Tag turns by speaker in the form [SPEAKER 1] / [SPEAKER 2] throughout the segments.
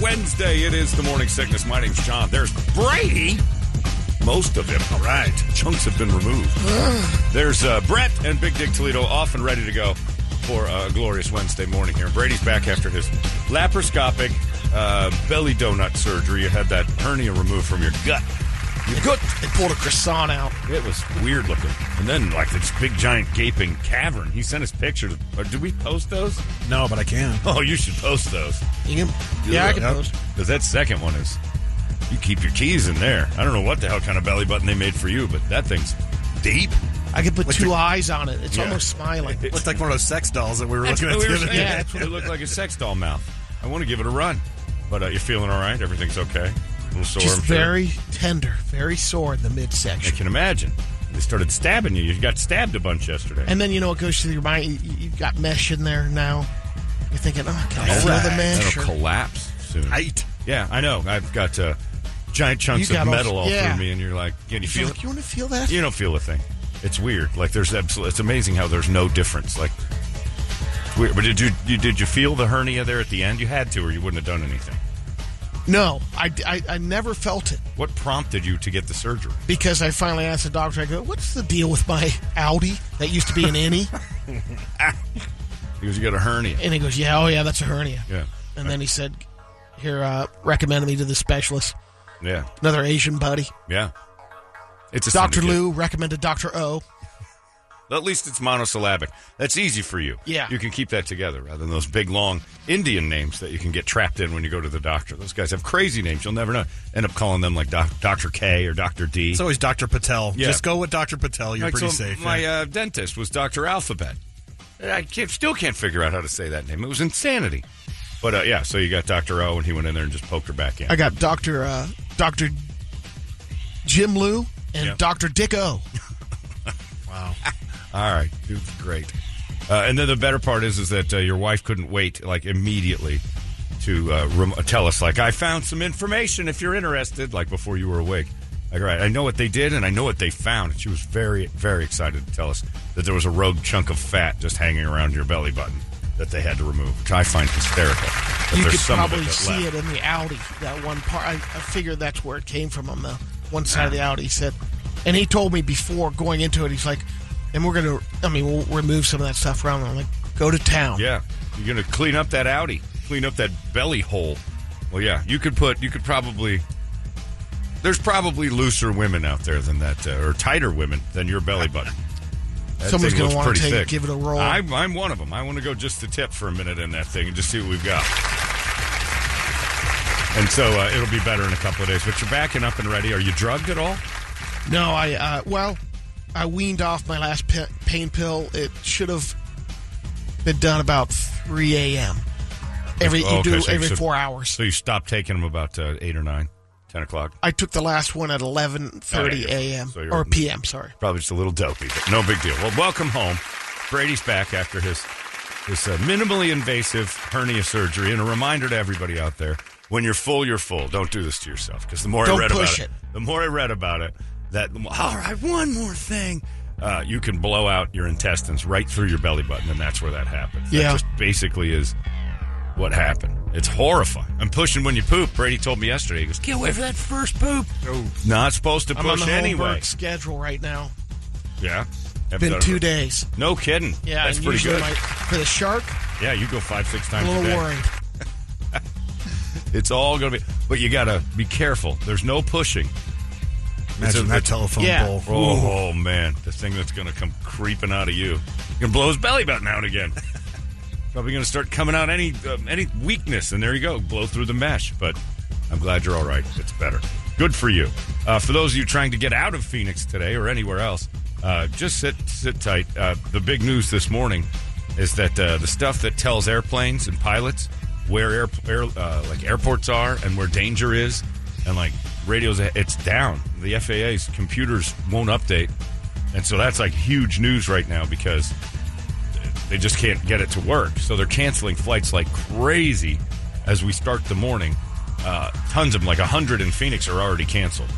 [SPEAKER 1] Wednesday. It is the morning sickness. My name's John. There's Brady. Most of him. All right. Chunks have been removed. There's uh, Brett and Big Dick Toledo off and ready to go for a glorious Wednesday morning here. Brady's back after his laparoscopic uh, belly donut surgery. You had that hernia removed from your gut. Your gut.
[SPEAKER 2] They pulled a croissant out.
[SPEAKER 1] It was weird looking. And then, like, this big, giant, gaping cavern. He sent us pictures. Or did we post those?
[SPEAKER 2] No, but I can.
[SPEAKER 1] Oh, you should post those.
[SPEAKER 2] You can yeah, I can post.
[SPEAKER 1] Because that second one is, you keep your keys in there. I don't know what the hell kind of belly button they made for you, but that thing's deep.
[SPEAKER 2] I can put two eyes on it. It's
[SPEAKER 1] Yeah.
[SPEAKER 2] almost smiling.
[SPEAKER 3] Looks like one of those sex dolls that we were
[SPEAKER 1] That's
[SPEAKER 3] looking at
[SPEAKER 1] what we
[SPEAKER 3] the
[SPEAKER 1] were
[SPEAKER 3] other
[SPEAKER 1] saying.
[SPEAKER 3] day.
[SPEAKER 1] Yeah, that's what it looked like a sex doll mouth. I want to give it a run, but uh, you're feeling all right. Everything's okay. A little sore.
[SPEAKER 2] Just
[SPEAKER 1] I'm sure.
[SPEAKER 2] very tender, very sore in the
[SPEAKER 1] I
[SPEAKER 2] midsection.
[SPEAKER 1] can imagine. They started stabbing you. You got stabbed a bunch yesterday.
[SPEAKER 2] And then you know what goes through your mind? You, you've got mesh in there now. You're thinking, oh, can I feel the
[SPEAKER 3] Right.
[SPEAKER 2] mesh?
[SPEAKER 1] That'll collapse soon.
[SPEAKER 3] Right.
[SPEAKER 1] yeah, I know. I've got uh, giant chunks
[SPEAKER 2] You
[SPEAKER 1] of
[SPEAKER 2] got all-
[SPEAKER 1] metal all
[SPEAKER 2] yeah.
[SPEAKER 1] through me, and you're like, can you
[SPEAKER 2] You're
[SPEAKER 1] feel it?
[SPEAKER 2] like, you want to feel that?
[SPEAKER 1] You don't feel a thing. It's weird. Like there's absolute. It's amazing how there's no difference. Like, it's weird. But did you, you did you feel the hernia there at the end? You had to, or you wouldn't have done anything.
[SPEAKER 2] No, I, I, I never felt it
[SPEAKER 1] What prompted you to get the surgery?
[SPEAKER 2] because I finally asked the doctor, I go, what's the deal with my Audi that used to be an innie?
[SPEAKER 1] Because you got a hernia.
[SPEAKER 2] and he goes, yeah, oh, yeah, that's a hernia.
[SPEAKER 1] Yeah.
[SPEAKER 2] And then he said, here, uh, recommended me to the specialist,
[SPEAKER 1] Yeah.
[SPEAKER 2] another Asian buddy.
[SPEAKER 1] Yeah. It's a
[SPEAKER 2] Dr.
[SPEAKER 1] syndicate.
[SPEAKER 2] Lou recommended Dr. O.
[SPEAKER 1] At least it's monosyllabic. That's easy for you.
[SPEAKER 2] Yeah.
[SPEAKER 1] You can keep that together rather than those big, long Indian names that you can get trapped in when you go to the doctor. Those guys have crazy names. You'll never know. End up calling them like doc- Dr. K or Dr. D.
[SPEAKER 3] It's always Dr. Patel.
[SPEAKER 1] Yeah.
[SPEAKER 3] Just go with Dr. Patel. You're
[SPEAKER 1] Like,
[SPEAKER 3] pretty
[SPEAKER 1] so
[SPEAKER 3] safe.
[SPEAKER 1] My
[SPEAKER 3] yeah.
[SPEAKER 1] uh, dentist was Dr. Alphabet. I can't, still can't figure out how to say that name. It was insanity. But uh, yeah, so you got Dr. O, and he went in there and just poked her back in.
[SPEAKER 2] I got Dr. Uh, Dr. Jim Lou and
[SPEAKER 1] Yeah.
[SPEAKER 2] Dr. Dick O.
[SPEAKER 1] All right, it was great. Uh, and then the better part is, is that uh, your wife couldn't wait like immediately to uh, rem- tell us, like, I found some information if you're interested, like before you were awake. Like, all right, I know what they did and I know what they found. And she was very, very excited to tell us that there was a rogue chunk of fat just hanging around your belly button that they had to remove, which I find hysterical. that
[SPEAKER 2] You
[SPEAKER 1] there's
[SPEAKER 2] could
[SPEAKER 1] some of
[SPEAKER 2] probably
[SPEAKER 1] that
[SPEAKER 2] see
[SPEAKER 1] left.
[SPEAKER 2] it in the Audi, that one part. I, I figured that's where it came from on the one side of the Audi. He said, and he told me before going into it, he's like, and we're going to, I mean, we'll remove some of that stuff around. I'm like, go to town.
[SPEAKER 1] Yeah, you're gonna clean up that Audi, clean up that belly hole. Well, yeah, you could put, you could probably. There's probably looser women out there than that, uh, or tighter women than your belly button. That
[SPEAKER 2] Someone's
[SPEAKER 1] thing
[SPEAKER 2] gonna
[SPEAKER 1] looks
[SPEAKER 2] wanna
[SPEAKER 1] pretty
[SPEAKER 2] take it,
[SPEAKER 1] thick.
[SPEAKER 2] give it a roll.
[SPEAKER 1] I'm, I'm one of them. I want to go just the tip for a minute in that thing and just see what we've got. And so uh, it'll be better in a couple of days. But you're backing up and ready. Are you drugged at all?
[SPEAKER 2] No, I, uh, well, I weaned off my last pa- pain pill. It should have been done about 3 a.m. Every,
[SPEAKER 1] Oh,
[SPEAKER 2] you do
[SPEAKER 1] okay, so-
[SPEAKER 2] every
[SPEAKER 1] so-
[SPEAKER 2] four hours.
[SPEAKER 1] So you stopped taking them about uh, eight or nine, ten o'clock.
[SPEAKER 2] I took the last one at 11:30
[SPEAKER 1] Oh, yeah, yeah.
[SPEAKER 2] a.m.
[SPEAKER 1] So you're-
[SPEAKER 2] or p.m. Sorry.
[SPEAKER 1] Probably just a little dopey, but no big deal. Well, welcome home. Brady's back after his his uh, minimally invasive hernia surgery, and a reminder to everybody out there: when you're full, you're full. Don't do this to yourself. Because the more I
[SPEAKER 2] Don't
[SPEAKER 1] read about
[SPEAKER 2] push
[SPEAKER 1] it,
[SPEAKER 2] it.
[SPEAKER 1] the more I read about it, that all right, one more thing. Uh, you can blow out your intestines right through your belly button, and that's where that happens. That
[SPEAKER 2] Yeah.
[SPEAKER 1] just basically is what happened. It's horrifying. I'm pushing when you poop. Brady told me yesterday. He goes, "Can't wait for that first poop." Not supposed to push
[SPEAKER 2] I'm on the whole
[SPEAKER 1] anyway.
[SPEAKER 2] work schedule right now.
[SPEAKER 1] Yeah. Haven't done
[SPEAKER 2] Been
[SPEAKER 1] it
[SPEAKER 2] two
[SPEAKER 1] for-
[SPEAKER 2] days.
[SPEAKER 1] No kidding.
[SPEAKER 2] Yeah,
[SPEAKER 1] That's
[SPEAKER 2] and
[SPEAKER 1] pretty
[SPEAKER 2] usually
[SPEAKER 1] good.
[SPEAKER 2] my- for the shark,
[SPEAKER 1] Yeah, you go five, six
[SPEAKER 2] a
[SPEAKER 1] times a
[SPEAKER 2] little
[SPEAKER 1] day.
[SPEAKER 2] worried.
[SPEAKER 1] It's all going to be, but you got to be careful. There's no pushing.
[SPEAKER 3] Imagine
[SPEAKER 1] it's a-
[SPEAKER 3] that telephone
[SPEAKER 2] Yeah.
[SPEAKER 3] pole.
[SPEAKER 1] Oh, man, the thing that's going to come creeping out of you. You can blow his belly button out again. Probably going to start coming out any uh, any weakness, and there you go, blow through the mesh. But I'm glad you're all right. It's better. Good for you. Uh, for those of you trying to get out of Phoenix today or anywhere else, uh, just sit sit tight. Uh, the big news this morning is that uh, the stuff that tells airplanes and pilots where air, air uh, like airports are and where danger is, and like radios, it's down. The FAA's computers won't update, and so that's like huge news right now because they just can't get it to work. So they're canceling flights like crazy as we start the morning. Uh, tons of them, like 100 in Phoenix, are already canceled.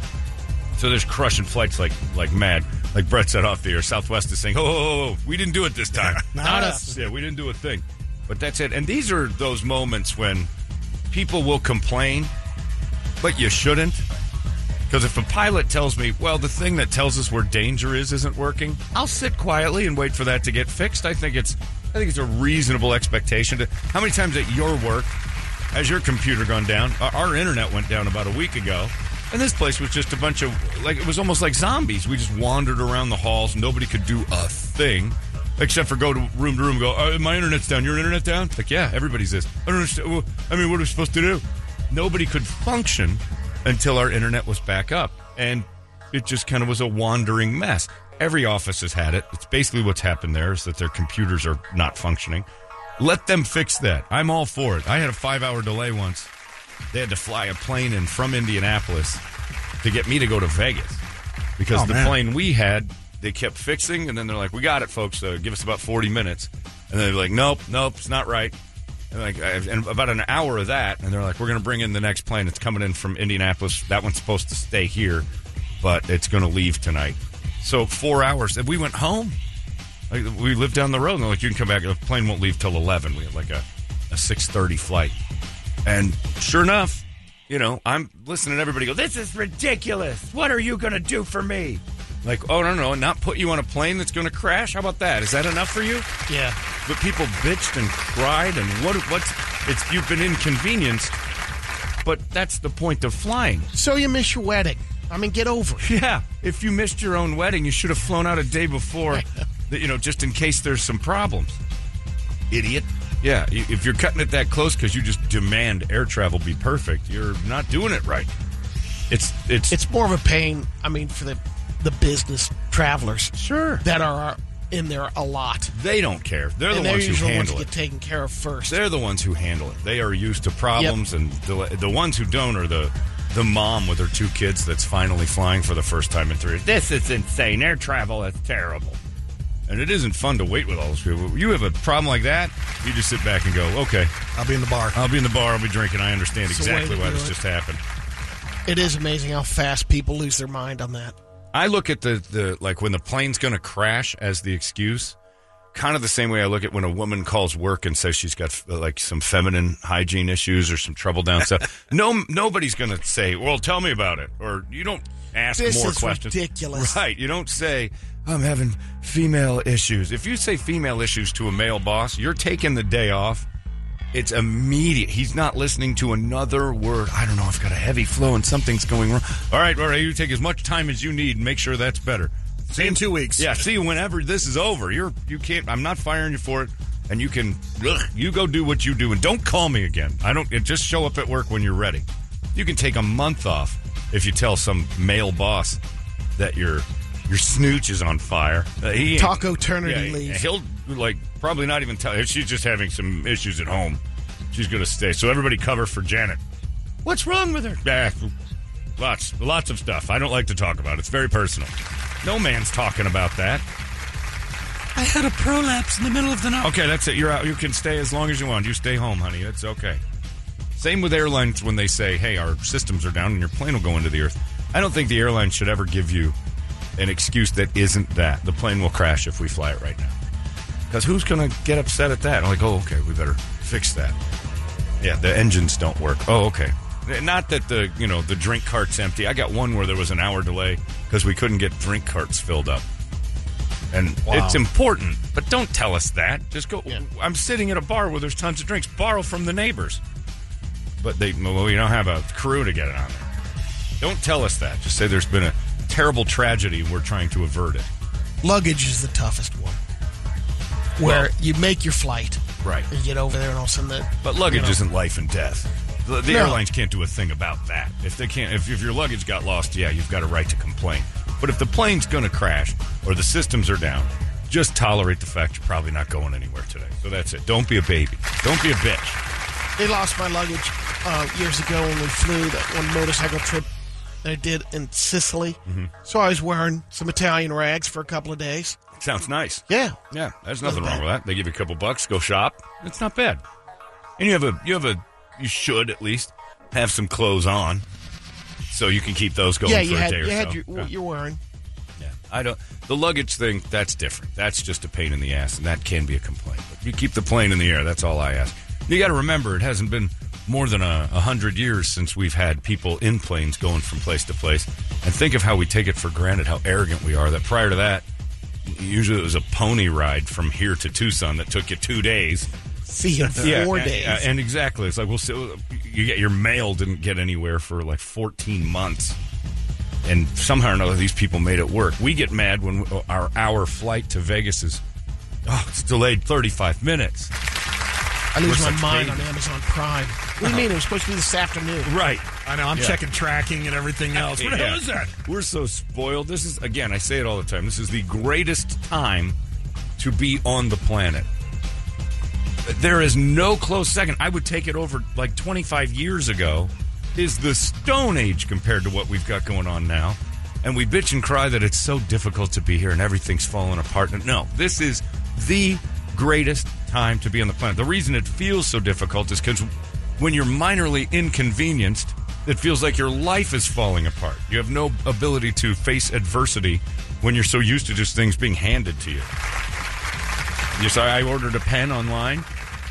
[SPEAKER 1] So there's crushing flights like like mad. Like Brett said off the air, Southwest is saying, oh, oh, oh, we didn't do it this time.
[SPEAKER 2] Not us.
[SPEAKER 1] Yeah, we didn't do a thing. But that's it. And these are those moments when people will complain, but you shouldn't. Because if a pilot tells me, well, the thing that tells us where danger is isn't working, I'll sit quietly and wait for that to get fixed. I think it's, I think it's a reasonable expectation. To, how many times at your work has your computer gone down? Our, our internet went down about a week ago, and this place was just a bunch of like it was almost like zombies. We just wandered around the halls. Nobody could do a thing except for go to room to room. And go, uh, my internet's down. Your internet down? Like, yeah, everybody's this. I don't understand. Well, I mean, what are we supposed to do? Nobody could function until our internet was back up, and it just kind of was a wandering mess. Every office has had it. It's basically what's happened there is that their computers are not functioning. Let them fix that. I'm all for it. I had a five hour delay once. They had to fly a plane in from Indianapolis to get me to go to Vegas because
[SPEAKER 3] Oh,
[SPEAKER 1] the
[SPEAKER 3] man.
[SPEAKER 1] plane we had, they kept fixing, and then they're like, "We got it, folks. Uh, give us about forty minutes." And they're like, "Nope, nope, it's not right." And like, I- and about an hour of that, and they're like, "We're going to bring in the next plane. It's coming in from Indianapolis. That one's supposed to stay here, but it's going to leave tonight." So four hours, and we went home. Like, we lived down the road, and they're like, "You can come back. The plane won't leave till eleven. We had like a a six thirty flight." And sure enough, you know, I'm listening to everybody go, This is ridiculous. What are you going to do for me? Like, oh, no, no, not put you on a plane that's going to crash? How about that? Is that enough for you?
[SPEAKER 2] Yeah.
[SPEAKER 1] But people bitched and cried, and what, what's, it's, you've been inconvenienced, but that's the point of flying.
[SPEAKER 2] So you miss your wedding. I mean, get over it.
[SPEAKER 1] Yeah. If you missed your own wedding, you should have flown out a day before, that, you know, just in case there's some problems. Idiot. Yeah. i- If you're cutting it that close because you just demand air travel be perfect, you're not doing it right. It's, it's,
[SPEAKER 2] It's more of a pain. I mean, for the the business travelers
[SPEAKER 1] sure.
[SPEAKER 2] that are in there a lot,
[SPEAKER 1] They don't care. They're
[SPEAKER 2] and
[SPEAKER 1] the
[SPEAKER 2] they're
[SPEAKER 1] ones who
[SPEAKER 2] usually the ones
[SPEAKER 1] handle
[SPEAKER 2] that
[SPEAKER 1] it.
[SPEAKER 2] get taken care of first.
[SPEAKER 1] They're the ones who handle it. They are used to problems, and the, the ones who don't are the the mom with her two kids that's finally flying for the first time in three. This is insane. Air travel is terrible, and it isn't fun to wait with all those people. You have a problem like that, you just sit back and go, "Okay,
[SPEAKER 3] I'll be in the bar.
[SPEAKER 1] I'll be in the bar, I'll be drinking. I understand
[SPEAKER 2] It's the way
[SPEAKER 1] exactly
[SPEAKER 2] to
[SPEAKER 1] why
[SPEAKER 2] do
[SPEAKER 1] this
[SPEAKER 2] it.
[SPEAKER 1] just happened."
[SPEAKER 2] It is amazing how fast people lose their mind on that.
[SPEAKER 1] I look at the, the like when the plane's going to crash as the excuse, kind of the same way I look at when a woman calls work and says she's got uh, like some feminine hygiene issues or some trouble down south. No, nobody's going to say, "Well, tell me about it," or you don't ask
[SPEAKER 2] This
[SPEAKER 1] more
[SPEAKER 2] is
[SPEAKER 1] questions.
[SPEAKER 2] ridiculous.
[SPEAKER 1] right? You don't say, "I'm having female issues." If you say female issues to a male boss, you're taking the day off. It's immediate. He's not listening to another word. I don't know. I've got a heavy flow and something's going wrong. All right, all right. You take as much time as you need and make sure that's better.
[SPEAKER 3] See you in two weeks.
[SPEAKER 1] Yeah. See you whenever this is over. You're you can't. I'm not firing you for it. And you can ugh, you go do what you do and don't call me again. I don't. Just show up at work when you're ready. You can take a month off if you tell some male boss that your your snooch is on fire. Uh, he ain't-
[SPEAKER 2] Taco Ternity
[SPEAKER 1] yeah,
[SPEAKER 2] leave.
[SPEAKER 1] He'll like probably not even tell. She's just having some issues at home. She's going to stay. So everybody cover for Janet. What's wrong with her? Yeah, lots, lots of stuff. I don't like to talk about. It's very personal. No man's talking about that.
[SPEAKER 4] I had a prolapse in the middle of the night.
[SPEAKER 1] Okay, that's it. You're out. You can stay as long as you want. You stay home, honey. It's okay. Same with airlines when they say, "Hey, our systems are down and your plane will go into the earth." I don't think the airline should ever give you an excuse that isn't that. The plane will crash if we fly it right now. Because who's going to get upset at that? I'm like, "Oh, okay, we better fix that." Yeah, the engines don't work. Oh, okay. Not that the you know the drink cart's empty. I got one where there was an hour delay because we couldn't get drink carts filled up. And it's important, but don't tell us that. Just go.
[SPEAKER 2] Yeah.
[SPEAKER 1] I'm sitting at a bar where there's tons of drinks. Borrow from the neighbors. But they, well, we don't have a crew to get it on there. Don't tell us that. Just say there's been a terrible tragedy and we're trying to avert it.
[SPEAKER 2] Luggage is the toughest one, where you make your flight,
[SPEAKER 1] Right.
[SPEAKER 2] You get over there, and all of a sudden, the,
[SPEAKER 1] But luggage
[SPEAKER 2] you know,
[SPEAKER 1] isn't life and death. The, the
[SPEAKER 2] No.
[SPEAKER 1] airlines can't do a thing about that. If they can't, if, if your luggage got lost, yeah, you've got a right to complain. But if the plane's going to crash or the systems are down, just tolerate the fact you're probably not going anywhere today. So that's it. Don't be a baby. Don't be a bitch.
[SPEAKER 2] They lost my luggage uh, years ago when we flew that one motorcycle trip that I did in Sicily.
[SPEAKER 1] Mm-hmm.
[SPEAKER 2] So I was wearing some Italian rags for a couple of days.
[SPEAKER 1] Sounds nice.
[SPEAKER 2] Yeah,
[SPEAKER 1] Yeah, there's nothing
[SPEAKER 2] Not
[SPEAKER 1] wrong
[SPEAKER 2] bad.
[SPEAKER 1] with that. They give you a couple bucks, go shop. It's not bad. And you have a you have a you should at least have some clothes on, so you can keep those going
[SPEAKER 2] yeah,
[SPEAKER 1] for
[SPEAKER 2] you
[SPEAKER 1] a
[SPEAKER 2] had
[SPEAKER 1] day or
[SPEAKER 2] you
[SPEAKER 1] so.
[SPEAKER 2] had your,
[SPEAKER 1] Yeah.
[SPEAKER 2] what you're wearing.
[SPEAKER 1] Yeah, I don't. The luggage thing, that's different. That's just a pain in the ass, and that can be a complaint. But you keep the plane in the air. That's all I ask. You got to remember, it hasn't been more than a, a hundred years since we've had people in planes going from place to place. And think of how we take it for granted, how arrogant we are. That prior to that, usually it was a pony ride from here to Tucson that took you two days.
[SPEAKER 2] See you in four
[SPEAKER 1] and,
[SPEAKER 2] days.
[SPEAKER 1] uh, and exactly, it's like we'll see, you get your mail didn't get anywhere for like 14 months, and somehow or another these people made it work. We get mad when uh, our hour flight to Vegas is oh it's delayed 35 minutes.
[SPEAKER 2] I lose
[SPEAKER 1] we're
[SPEAKER 2] my
[SPEAKER 1] such
[SPEAKER 2] mind
[SPEAKER 1] babies.
[SPEAKER 2] on Amazon Prime. What do you mean? It was supposed to be this afternoon.
[SPEAKER 1] Right.
[SPEAKER 3] I know. I'm
[SPEAKER 1] Yeah.
[SPEAKER 3] checking tracking and everything else. What the hell
[SPEAKER 1] Yeah.
[SPEAKER 3] is that?
[SPEAKER 1] We're so spoiled. This is again, I say it all the time. This is the greatest time to be on the planet. There is no close second. I would take it over like 25 years ago is the stone age compared to what we've got going on now. And we bitch and cry that it's so difficult to be here and everything's falling apart. No, this is the greatest time to be on the planet. The reason it feels so difficult is cuz when you're minorly inconvenienced, it feels like your life is falling apart. You have no ability to face adversity when you're so used to just things being handed to you. You saw I ordered a pen online,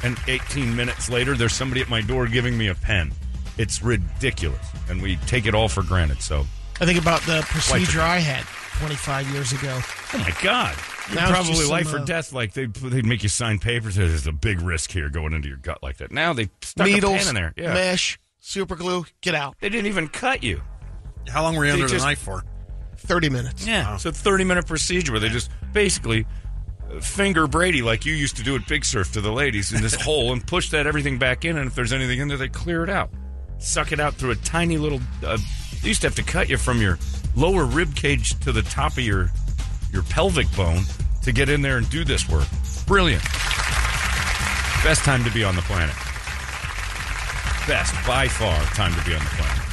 [SPEAKER 1] and 18 minutes later, there's somebody at my door giving me a pen. It's ridiculous, and we take it all for granted. So,
[SPEAKER 2] I think about the procedure
[SPEAKER 1] Wait.
[SPEAKER 2] I had 25 years ago.
[SPEAKER 1] oh my God, you're
[SPEAKER 2] Now it's
[SPEAKER 1] probably
[SPEAKER 2] just some,
[SPEAKER 1] life or
[SPEAKER 2] uh,
[SPEAKER 1] death. Like they they make you sign papers. There's a big risk here going into your gut like that. Now they stuck a pen
[SPEAKER 2] Needles,
[SPEAKER 1] in there. Yeah,
[SPEAKER 2] mesh, super glue, get out.
[SPEAKER 1] they didn't even cut you.
[SPEAKER 3] How long were you
[SPEAKER 1] They
[SPEAKER 3] under
[SPEAKER 1] just-
[SPEAKER 3] the knife for?
[SPEAKER 2] 30 minutes.
[SPEAKER 1] Yeah, it's a 30 minute procedure where they just basically uh, finger Brady like you used to do at Big Surf to the ladies in this hole and push that everything back in. And if there's anything in there, they clear it out, suck it out through a tiny little. Uh, they used to have to cut you from your lower rib cage to the top of your your pelvic bone to get in there and do this work. Brilliant. Best time to be on the planet. Best by far time to be on the planet.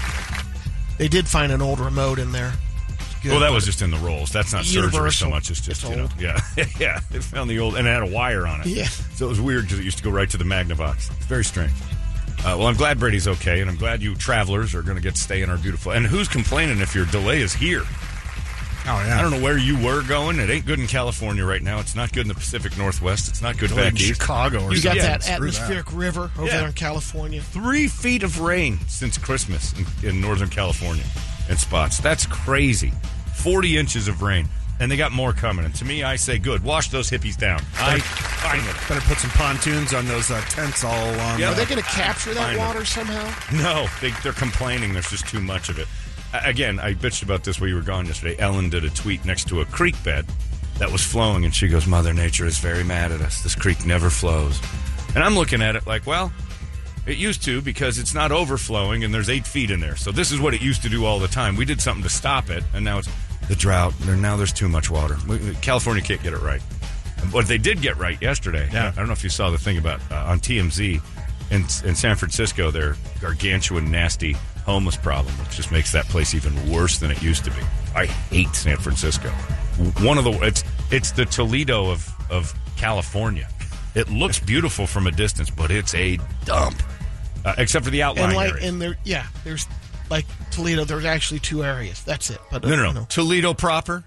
[SPEAKER 2] They did find an old remote in there. It's good.
[SPEAKER 1] Well, that was just in the rolls. That's not surgery so
[SPEAKER 2] Universal.
[SPEAKER 1] much. It's just
[SPEAKER 2] It's
[SPEAKER 1] you know,
[SPEAKER 2] old.
[SPEAKER 1] yeah, yeah. They found the old and it had a wire on it.
[SPEAKER 2] Yeah.
[SPEAKER 1] so it was weird because it used to go right to the Magnavox. It's very strange. Uh, well, I'm glad Brady's okay, and I'm glad you travelers are going to get to stay in our beautiful. And who's complaining if your delay is here?
[SPEAKER 3] Oh yeah.
[SPEAKER 1] I don't know where you were going. It ain't good in California right now. It's not good in the Pacific Northwest. It's not good
[SPEAKER 3] Like
[SPEAKER 1] back east.
[SPEAKER 3] Chicago or
[SPEAKER 2] you got
[SPEAKER 3] something.
[SPEAKER 2] that
[SPEAKER 3] Screw
[SPEAKER 2] atmospheric river over
[SPEAKER 1] Yeah.
[SPEAKER 2] there in California.
[SPEAKER 1] three feet of rain since Christmas in, in Northern California in spots. That's crazy. 40 inches of rain. And they got more coming. And to me, I say, good. Wash those hippies down. I finally.
[SPEAKER 3] Better put some pontoons on those uh, tents all along.
[SPEAKER 1] Yeah,
[SPEAKER 2] Are
[SPEAKER 3] the-
[SPEAKER 2] they going to capture that
[SPEAKER 1] Fine.
[SPEAKER 2] water somehow?
[SPEAKER 1] No, they, they're complaining. There's just too much of it. A- Again, I bitched about this while you were gone yesterday. Ellen did a tweet next to a creek bed that was flowing, and she goes, "Mother Nature is very mad at us. This creek never flows." And I'm looking at it like, well, it used to because it's not overflowing, and there's eight feet in there. So this is what it used to do all the time. We did something to stop it, and now it's the drought. There now there's too much water. We- we- California can't get it right. What they did get right yesterday,
[SPEAKER 3] Yeah.
[SPEAKER 1] I don't know if you saw the thing about uh, on TMZ in, in San Francisco, their gargantuan, nasty homeless problem, which just makes that place even worse than it used to be. I hate San Francisco. One of the it's it's the Toledo of of California. It looks beautiful from a distance, but it's a dump, uh, except for the outline.
[SPEAKER 2] And like,
[SPEAKER 1] areas.
[SPEAKER 2] and there, yeah, there's like Toledo. There's actually two areas. That's it. But uh,
[SPEAKER 1] No, no, no.
[SPEAKER 2] you know,
[SPEAKER 1] Toledo proper.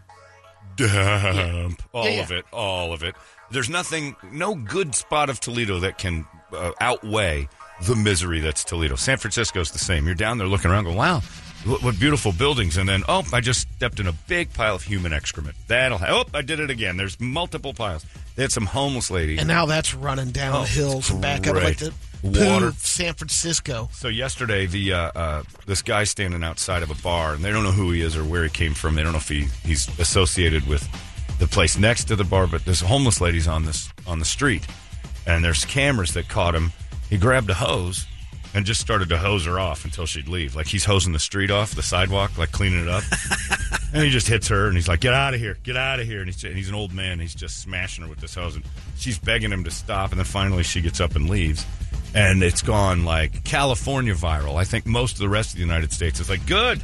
[SPEAKER 1] Dump. All
[SPEAKER 2] Yeah, yeah.
[SPEAKER 1] of it. All of it. There's nothing, no good spot of Toledo that can uh, outweigh the misery that's Toledo. San Francisco's the same. You're down there looking around going, wow, what, what beautiful buildings. And then, oh, I just stepped in a big pile of human excrement. That'll help. Oh, I did it again. There's multiple piles. They had some homeless lady.
[SPEAKER 2] And now that's running down
[SPEAKER 1] Oh,
[SPEAKER 2] the hills and back up like the
[SPEAKER 1] great.
[SPEAKER 2] poo
[SPEAKER 1] Water.
[SPEAKER 2] of San Francisco.
[SPEAKER 1] So yesterday, the uh, uh, this guy standing outside of a bar, and they don't know who he is or where he came from. They don't know if he, he's associated with the place next to the bar, but this homeless lady's on this on the street, and there's cameras that caught him. He grabbed a hose and just started to hose her off until she'd leave. Like he's hosing the street off, the sidewalk, like cleaning it up. And he just hits her, and he's like, "Get out of here! Get out of here!" And he's, and he's an old man. And he's just smashing her with this hose, and she's begging him to stop. And then finally, she gets up and leaves, and it's gone like California viral. I think most of the rest of the United States is like, "Good,"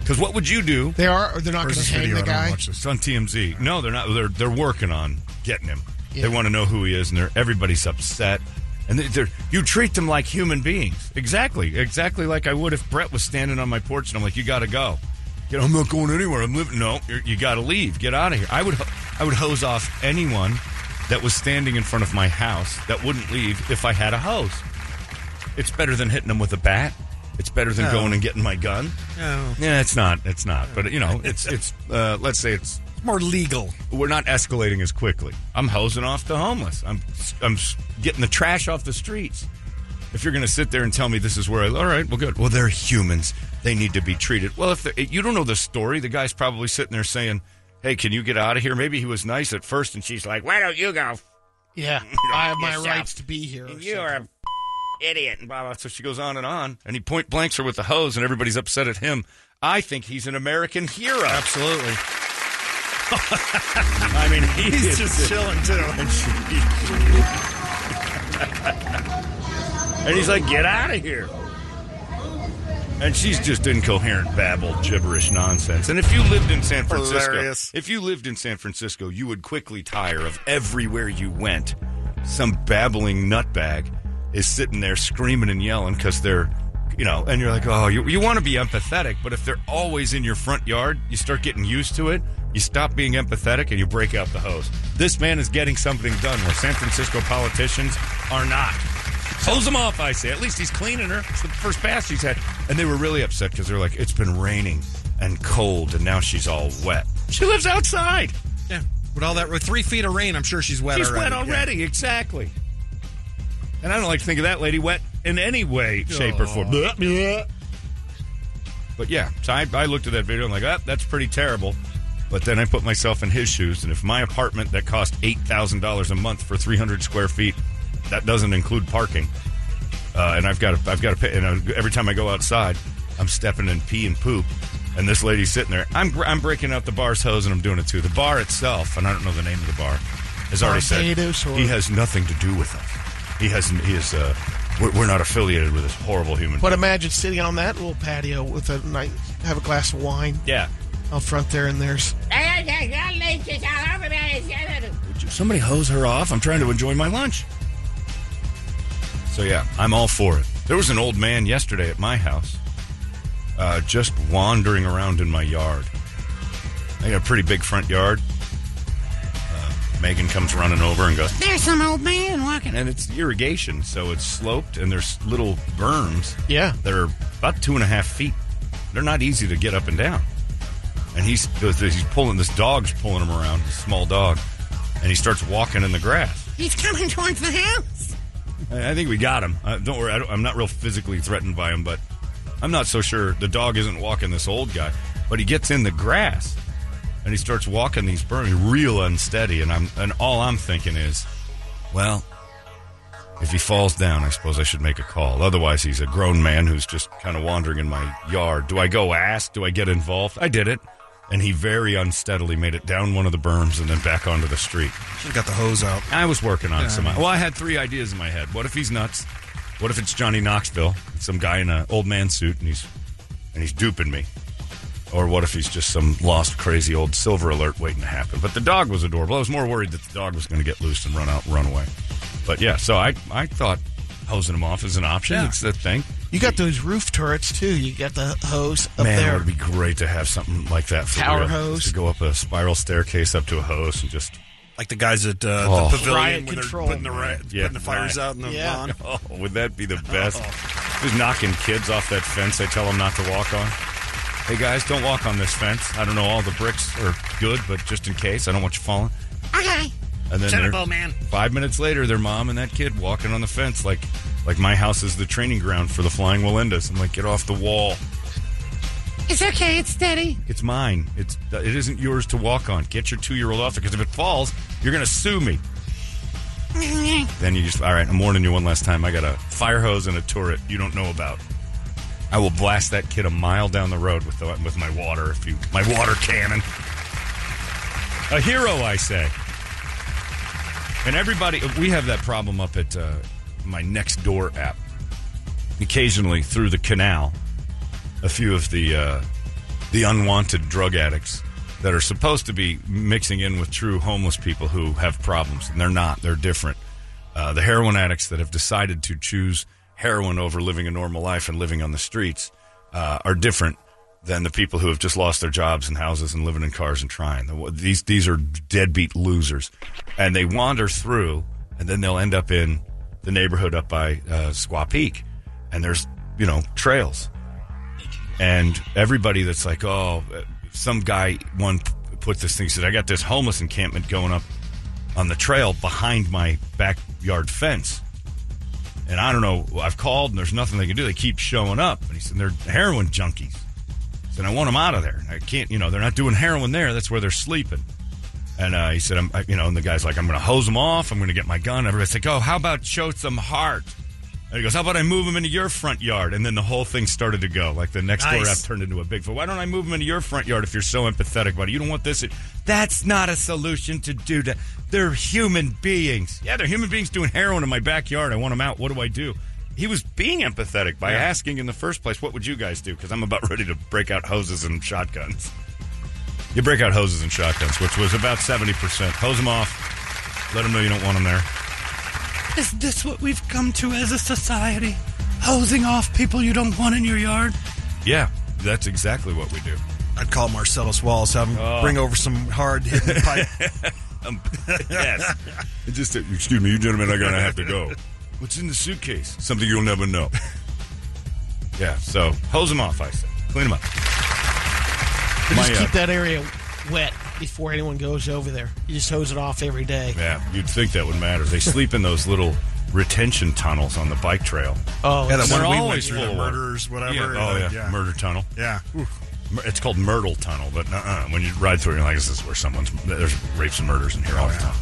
[SPEAKER 1] because what would you do?
[SPEAKER 2] They are. Or they're not going
[SPEAKER 3] Where's
[SPEAKER 2] to
[SPEAKER 3] this
[SPEAKER 2] hang
[SPEAKER 3] video?
[SPEAKER 2] the
[SPEAKER 3] I don't
[SPEAKER 2] guy.
[SPEAKER 3] watch
[SPEAKER 1] It's
[SPEAKER 3] this.
[SPEAKER 1] on TMZ. No, they're not. They're they're working on getting him.
[SPEAKER 2] Yeah.
[SPEAKER 1] They want to know who he is, and they're everybody's upset. And they- they're, you treat them like human beings, exactly, exactly like I would if Brett was standing on my porch, and I'm like, "You got to go." You know, I'm not going anywhere. I'm living. No, you're, you got to leave. Get out of here. I would ho- I would hose off anyone that was standing in front of my house that wouldn't leave if I had a hose. It's better than hitting them with a bat. It's better than
[SPEAKER 3] No.
[SPEAKER 1] going and getting my gun.
[SPEAKER 3] No.
[SPEAKER 1] Yeah, it's not. It's not. But you know, it's it's. Uh, let's say it's.
[SPEAKER 3] It's more legal.
[SPEAKER 1] We're not escalating as quickly. I'm hosing off the homeless. I'm I'm getting the trash off the streets. If you're going to sit there and tell me this is where I, all right, well, good. Well, they're humans. They need to be treated well. If they're- you don't know the story, the guy's probably sitting there saying, "Hey, can you get out of here?" Maybe he was nice at first, and she's like, "Why don't you go?"
[SPEAKER 2] Yeah, I have my
[SPEAKER 1] yourself.
[SPEAKER 2] rights to be here. or
[SPEAKER 1] You
[SPEAKER 2] something.
[SPEAKER 1] are a idiot. And blah, blah. So she goes on and on, and he point blanks her with the hose, and everybody's upset at him. I think he's an American hero.
[SPEAKER 3] Absolutely.
[SPEAKER 1] I mean,
[SPEAKER 3] He's just chilling too.
[SPEAKER 1] and he's like, get out of here. And she's just incoherent babble, gibberish nonsense. And if you lived in San Francisco,
[SPEAKER 3] Hilarious.
[SPEAKER 1] if you lived in San Francisco, you would quickly tire of everywhere you went. Some babbling nutbag is sitting there screaming and yelling because they're, you know, and you're like, oh, you, you want to be empathetic, but if they're always in your front yard, you start getting used to it. You stop being empathetic and you break out the hose. This man is getting something done where San Francisco politicians are not. Hose him off, I say. At least he's cleaning her. It's the first bath she's had. And they were really upset because they're like, it's been raining and cold, and now she's all wet. She lives outside.
[SPEAKER 3] Yeah. With all that, with three feet of rain, I'm sure she's wet
[SPEAKER 1] She's
[SPEAKER 3] already.
[SPEAKER 1] wet already, exactly. And I don't like to think of that lady wet in any way, shape, or form. Blah, blah. But yeah, so I, I looked at that video and like, ah, that's pretty terrible. But then I put myself in his shoes, and if my apartment that cost eight thousand dollars a month for three hundred square feet, that doesn't include parking, uh, and I've got to, I've got to pay. And I, every time I go outside, I'm stepping in pee and poop, and this lady's sitting there. I'm gr- I'm breaking out the bar's hose, and I'm doing it too. The bar itself, and I don't know the name of the bar, has already said
[SPEAKER 2] Barbados or-
[SPEAKER 1] he has nothing to do with us. He has he is uh, we're, we're not affiliated with this horrible human.
[SPEAKER 2] But imagine sitting on that little patio with a night, have a glass of wine
[SPEAKER 1] yeah.
[SPEAKER 2] out front there, and there's
[SPEAKER 1] Would you- Somebody hose her off. I'm trying to enjoy my lunch. So, yeah, I'm all for it. There was an old man yesterday at my house uh, just wandering around in my yard. I got a pretty big front yard. Uh, Megan comes running over and goes,
[SPEAKER 4] There's some old man walking.
[SPEAKER 1] and it's irrigation, so it's sloped, and there's little berms.
[SPEAKER 2] Yeah.
[SPEAKER 1] they're about two and a half feet. They're not easy to get up and down. And he's he's pulling this dog's pulling him around, this small dog, and he starts walking in the grass.
[SPEAKER 4] He's coming towards the house.
[SPEAKER 1] I, I think we got him. Uh, don't worry, I don't, I'm not real physically threatened by him, but I'm not so sure the dog isn't walking this old guy. But he gets in the grass and he starts walking these berms, real unsteady. And I'm and all I'm thinking is, well, if he falls down, I suppose I should make a call. Otherwise, he's a grown man who's just kind of wandering in my yard. Do I go ask? Do I get involved? I did it. And he very unsteadily made it down one of the berms and then back onto the street.
[SPEAKER 3] She's got the hose out.
[SPEAKER 1] I was working on some. Well, I had three ideas in my head. What if he's nuts? What if it's Johnny Knoxville, some guy in an old man suit, and he's and he's duping me? Or what if he's just some lost, crazy old silver alert waiting to happen? But the dog was adorable. I was more worried that the dog was going to get loose and run out, run away. But yeah, so I I thought hosing him off is an option.
[SPEAKER 3] Yeah.
[SPEAKER 1] It's the thing.
[SPEAKER 2] you got those roof turrets too. You got the hose up
[SPEAKER 1] Man, it
[SPEAKER 2] there.
[SPEAKER 1] would be great to have something like that. For
[SPEAKER 2] Tower
[SPEAKER 1] real.
[SPEAKER 2] hose.
[SPEAKER 1] Just to go up a spiral staircase up to a hose and just
[SPEAKER 3] Like the guys at uh,
[SPEAKER 1] Oh.
[SPEAKER 3] the pavilion
[SPEAKER 2] Riot
[SPEAKER 3] when
[SPEAKER 2] control.
[SPEAKER 3] they're putting the, ra-
[SPEAKER 1] Yeah,
[SPEAKER 3] putting the fires
[SPEAKER 1] riot.
[SPEAKER 3] out in the
[SPEAKER 2] Yeah.
[SPEAKER 3] lawn.
[SPEAKER 1] Oh, would that be the best? Just knocking kids off that fence I tell them not to walk on. Hey guys, don't walk on this fence. I don't know all the bricks are good, but just in case, I don't want you falling.
[SPEAKER 4] Okay.
[SPEAKER 1] And then
[SPEAKER 4] Shut up,
[SPEAKER 1] they're-
[SPEAKER 4] old man.
[SPEAKER 1] five minutes later, their mom and that kid walking on the fence like like my house is the training ground for the flying Walendas. I'm like, get off the wall.
[SPEAKER 4] It's okay. It's steady.
[SPEAKER 1] It's mine. It's it isn't yours to walk on. Get your two year old off it because if it falls, you're gonna sue me. Then you just, all right, I'm warning you one last time. I got a fire hose and a turret you don't know about. I will blast that kid a mile down the road with the, with my water, if you, my water cannon. A hero, I say. And everybody, we have that problem up at uh, my next door app. Occasionally, through the canal, a few of the uh, the unwanted drug addicts that are supposed to be mixing in with true homeless people who have problems, and they're not. They're different. Uh, the heroin addicts that have decided to choose heroin over living a normal life and living on the streets uh, are different than the people who have just lost their jobs and houses and living in cars and trying. The- These these are deadbeat losers, and they wander through, and then they'll end up in the neighborhood up by uh, Squaw Peak and there's you know trails, and everybody that's like, oh, uh, some guy one p- put this thing said, I got this homeless encampment going up on the trail behind my backyard fence. And I don't know. I've called and there's nothing they can do. They keep showing up. And he said, they're heroin junkies. And I want them out of there. I can't, you know, they're not doing heroin there. That's where they're sleeping. And uh, he said, I'm, I- you know, and the guy's like, I'm going to hose them off. I'm going to get my gun. Everybody's like, oh, how about shoot some heart? And he goes, how about I move them into your front yard? And then the whole thing started to go. Like the next door
[SPEAKER 3] Nice.
[SPEAKER 1] app turned into a Bigfoot. Why don't I move them into your front yard if you're so empathetic about it? You don't want this. That's not a solution to do that. They're human beings. Yeah, they're human beings doing heroin in my backyard. I want them out. What do I do? He was being empathetic by asking in the first place, what would you guys do? Because I'm about ready to break out hoses and shotguns. You break out hoses and shotguns, which was about 70%. Hose them off. Let them know you don't want them there.
[SPEAKER 4] Is this what we've come to as a society? Hosing off people you don't want in your yard?
[SPEAKER 1] Yeah, that's exactly what we do.
[SPEAKER 3] I'd call Marcellus Wallace, have him
[SPEAKER 1] Oh.
[SPEAKER 3] bring over some hard hidden pipe.
[SPEAKER 1] yes. It just, excuse me, you gentlemen are going to have to go. What's in the suitcase? Something you'll never know. yeah, so hose them off, I say. Clean them up.
[SPEAKER 2] But
[SPEAKER 1] My,
[SPEAKER 2] just
[SPEAKER 1] uh,
[SPEAKER 2] keep that area wet before anyone goes over there. You just hose it off every day.
[SPEAKER 1] Yeah, you'd think that would matter. They sleep in those little retention tunnels on the bike trail.
[SPEAKER 2] Oh,
[SPEAKER 3] Yeah,
[SPEAKER 2] it's-
[SPEAKER 3] that
[SPEAKER 1] They're
[SPEAKER 3] one we went
[SPEAKER 1] always
[SPEAKER 3] through,
[SPEAKER 1] full
[SPEAKER 3] the
[SPEAKER 1] of water.
[SPEAKER 3] murderers, whatever.
[SPEAKER 1] Yeah. Oh,
[SPEAKER 3] uh,
[SPEAKER 1] yeah. Murder tunnel.
[SPEAKER 3] Yeah.
[SPEAKER 1] It's called Myrtle Tunnel, but uh-uh. when you ride through, it, you're like, "This is where someone's there's rapes and murders in here all the time."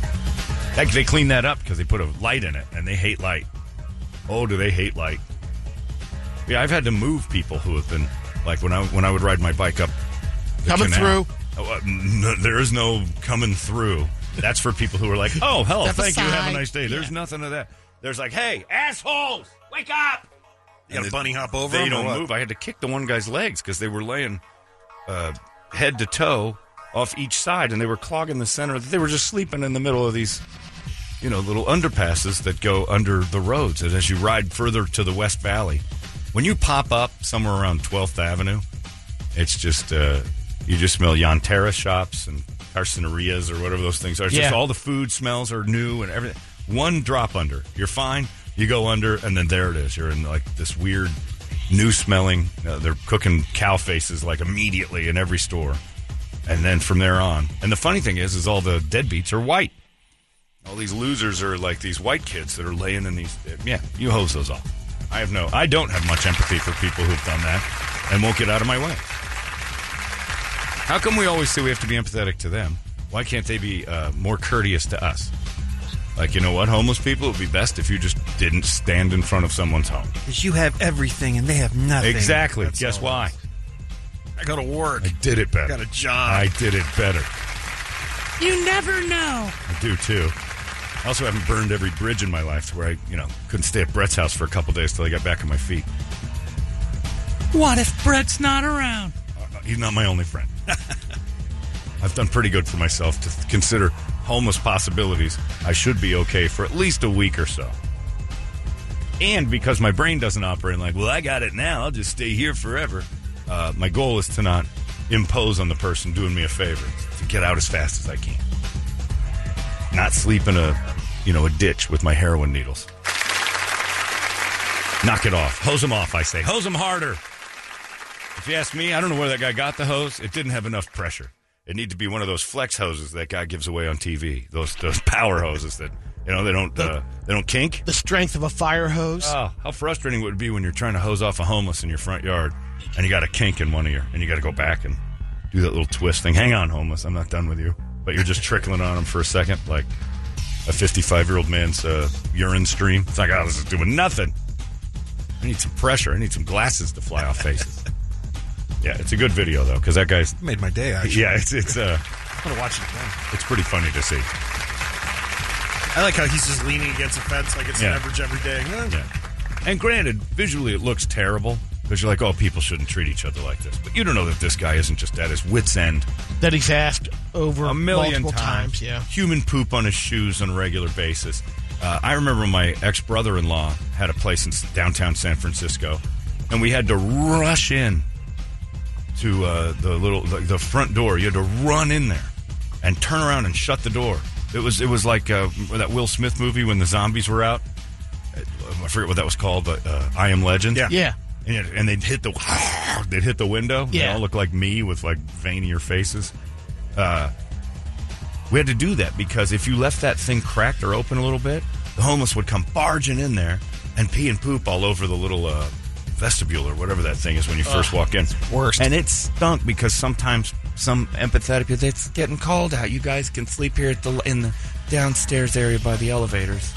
[SPEAKER 1] Heck, they clean that up because they put a light in it, and they hate light. Oh, do they hate light? Yeah, I've had to move people who have been like when I when I would ride my bike up the
[SPEAKER 2] Coming
[SPEAKER 1] canal.
[SPEAKER 2] through.
[SPEAKER 1] Oh, uh, no, there is no coming through. That's for people who are like, "Oh, hello,
[SPEAKER 2] Step
[SPEAKER 1] thank you, have a
[SPEAKER 2] aside.
[SPEAKER 1] nice day." There's nothing of that. There's like, "Hey, assholes, wake up!"
[SPEAKER 3] You got
[SPEAKER 1] And
[SPEAKER 3] a
[SPEAKER 1] the-
[SPEAKER 3] bunny hop over
[SPEAKER 1] they
[SPEAKER 3] him or
[SPEAKER 1] don't
[SPEAKER 3] what?
[SPEAKER 1] move. I had to kick the one guy's legs because they were laying uh, head to toe off each side, and they were clogging the center. They were just sleeping in the middle of these, you know, little underpasses that go under the roads. And as you ride further to the West Valley, when you pop up somewhere around 12th Avenue, it's just uh, you just smell Yonterra shops and carcinerias or whatever those things are. It's just
[SPEAKER 2] Yeah.
[SPEAKER 1] all the food smells are new and everything. One drop under, you're fine. You go under, and then there it is. You're in like this weird, new smelling. Uh, they're cooking cow faces like immediately in every store, and then from there on. And the funny thing is, is all the deadbeats are white. All these losers are like these white kids that are laying in these. Yeah, you hose those off. I have no. I don't have much empathy for people who've done that and won't get out of my way. How come we always say we have to be empathetic to them? Why can't they be uh, more courteous to us? Like, you know what, homeless people, it would be best if you just didn't stand in front of someone's home.
[SPEAKER 5] Because you have everything and they have nothing.
[SPEAKER 1] Exactly.
[SPEAKER 3] That's
[SPEAKER 1] Guess
[SPEAKER 3] all.
[SPEAKER 1] why?
[SPEAKER 3] I go to work.
[SPEAKER 1] I did it better.
[SPEAKER 3] got a job.
[SPEAKER 1] I did it better.
[SPEAKER 4] You never know.
[SPEAKER 1] I do too. I also haven't burned every bridge in my life to where I, you know, couldn't stay at Brett's house for a couple days till I got back on my feet.
[SPEAKER 4] What if Brett's not around?
[SPEAKER 1] Uh, He's not my only friend. I've done pretty good for myself to th- consider homeless possibilities. I should be okay for at least a week or so. And because my brain doesn't operate like, well, I got it now, I'll just stay here forever. Uh, my goal is to not impose on the person doing me a favor, to get out as fast as I can. Not sleep in a, you know, a ditch with my heroin needles. Knock it off. Hose them off, I say. Hose them harder. If you ask me, I don't know where that guy got the hose. It didn't have enough pressure. It needed to be one of those flex hoses that guy gives away on TV. Those those power hoses that you know they don't uh, they don't kink.
[SPEAKER 2] the strength of a fire hose.
[SPEAKER 1] Oh, how frustrating it would be when you're trying to hose off a homeless in your front yard and you got a kink in one ear and you got to go back and do that little twist thing. Hang on, homeless, I'm not done with you. But you're just trickling on him for a second, like a 55 year old man's uh, urine stream. It's like, oh, this is doing nothing. I need some pressure. I need some glasses to fly off faces. yeah, it's a good video though, because that guy's
[SPEAKER 3] Made my day, actually.
[SPEAKER 1] yeah, it's it's uh,
[SPEAKER 3] I'm going to watch it again.
[SPEAKER 1] it's pretty funny to see.
[SPEAKER 3] I like how he's just leaning against a fence like it's
[SPEAKER 1] Yeah.
[SPEAKER 3] an average every day. Eh,
[SPEAKER 1] Yeah. And granted, visually it looks terrible because you're like, oh, people shouldn't treat each other like this. But you don't know that this guy isn't just at his wits' end
[SPEAKER 2] that he's asked over
[SPEAKER 1] a million
[SPEAKER 2] multiple times. Yeah.
[SPEAKER 1] Human poop on his shoes on a regular basis. Uh, I remember my ex brother in law had a place in s- downtown San Francisco, and we had to rush in to uh, the little the, the front door. You had to run in there and turn around and shut the door. It was it was like uh, that Will Smith movie when the zombies were out. I forget what that was called, but uh, I Am Legend.
[SPEAKER 3] Yeah.
[SPEAKER 2] Yeah.
[SPEAKER 1] And, it- and they'd hit the they'd hit the window. They
[SPEAKER 2] Yeah.
[SPEAKER 1] all look like me with like veinier faces. Uh, we had to do that because if you left that thing cracked or open a little bit, the homeless would come barging in there and pee and poop all over the little uh, vestibule or whatever that thing is when you first walk in.
[SPEAKER 5] worst.
[SPEAKER 1] And it stunk because sometimes some empathetic people, it's getting cold out. You guys can sleep here at the in the downstairs area by the elevators.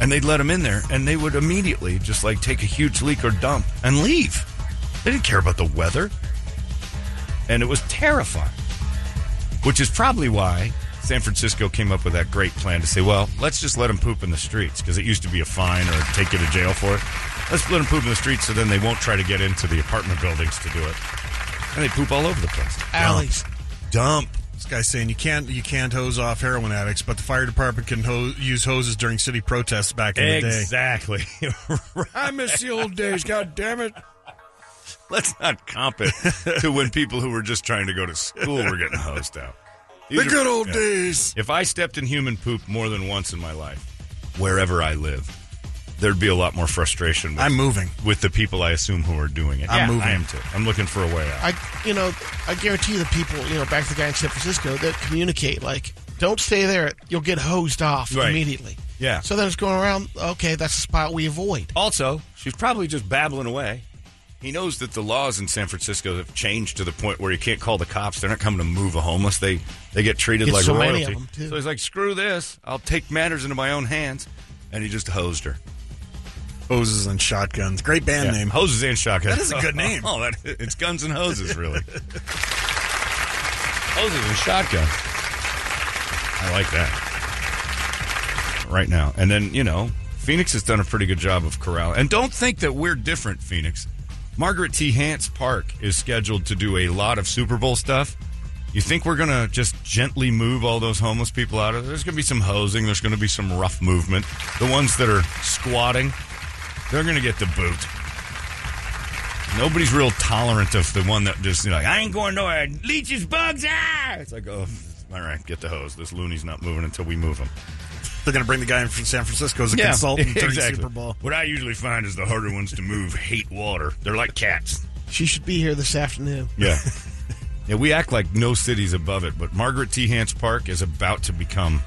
[SPEAKER 1] And they'd let them in there, and they would immediately just like take a huge leak or dump and leave. They didn't care about the weather, and it was terrifying which is probably why San Francisco came up with that great plan to say, well, let's just let them poop in the streets because it used to be a fine or take you to jail for it. Let's let them poop in the streets so then they won't try to get into the apartment buildings to do it. And they poop all over the place.
[SPEAKER 2] Alleys.
[SPEAKER 1] Dump.
[SPEAKER 3] This guy's saying you can't you can't hose off heroin addicts, but the fire department can ho- use hoses during city protests back in
[SPEAKER 1] Exactly.
[SPEAKER 3] I miss the old days. God damn it!
[SPEAKER 1] let's not comp it to when people who were just trying to go to school were getting hosed out. These are- Yeah.
[SPEAKER 3] days.
[SPEAKER 1] If I stepped in human poop more than once in my life, wherever I live, there'd be a lot more frustration. With,
[SPEAKER 3] I'm moving.
[SPEAKER 1] with the people I assume who are doing it.
[SPEAKER 3] I'm
[SPEAKER 1] Yeah,
[SPEAKER 3] moving.
[SPEAKER 1] I am too. I'm looking for a way out.
[SPEAKER 2] I, you know, I guarantee the people, you know, back to the guy in San Francisco that communicate like, don't stay there. You'll get hosed off
[SPEAKER 1] Right.
[SPEAKER 2] immediately.
[SPEAKER 1] Yeah.
[SPEAKER 2] So then it's going around. Okay, that's the spot we avoid.
[SPEAKER 1] also, she's probably just babbling away. He knows that the laws in San Francisco have changed to the point where you can't call the cops. They're not coming to move a homeless. They they get treated
[SPEAKER 2] It's
[SPEAKER 1] like
[SPEAKER 2] so many
[SPEAKER 1] royalty.
[SPEAKER 2] of them, too.
[SPEAKER 1] So he's like, "Screw this! I'll take matters into my own hands," and he just hosed her.
[SPEAKER 3] Hoses and shotguns. Great band
[SPEAKER 1] Yeah.
[SPEAKER 3] name.
[SPEAKER 1] Hoses and shotguns.
[SPEAKER 3] That is a good name.
[SPEAKER 1] oh, that, it's guns and hoses, really. hoses and shotguns. I like that. Right now. And then, you know, Phoenix has done a pretty good job of corral. And don't think that we're different, Phoenix. Margaret T. Hance Park is scheduled to do a lot of Super Bowl stuff. You think we're going to just gently move all those homeless people out of there? There's going to be some hosing. There's going to be some rough movement. The ones that are squatting, they're going to get the boot. Nobody's real tolerant of the one that just, you know, like, I ain't going nowhere. Leeches, bugs, ah! It's like, oh, all right, get the hose. This loony's not moving until we move him.
[SPEAKER 3] They're going to bring the guy in from San Francisco as a consultant during Super Bowl.
[SPEAKER 1] What I usually find is the harder ones to move hate water. They're like cats.
[SPEAKER 2] She should be here this afternoon.
[SPEAKER 1] Yeah. yeah, we act like no city's above it, but Margaret T. Hance Park is about to become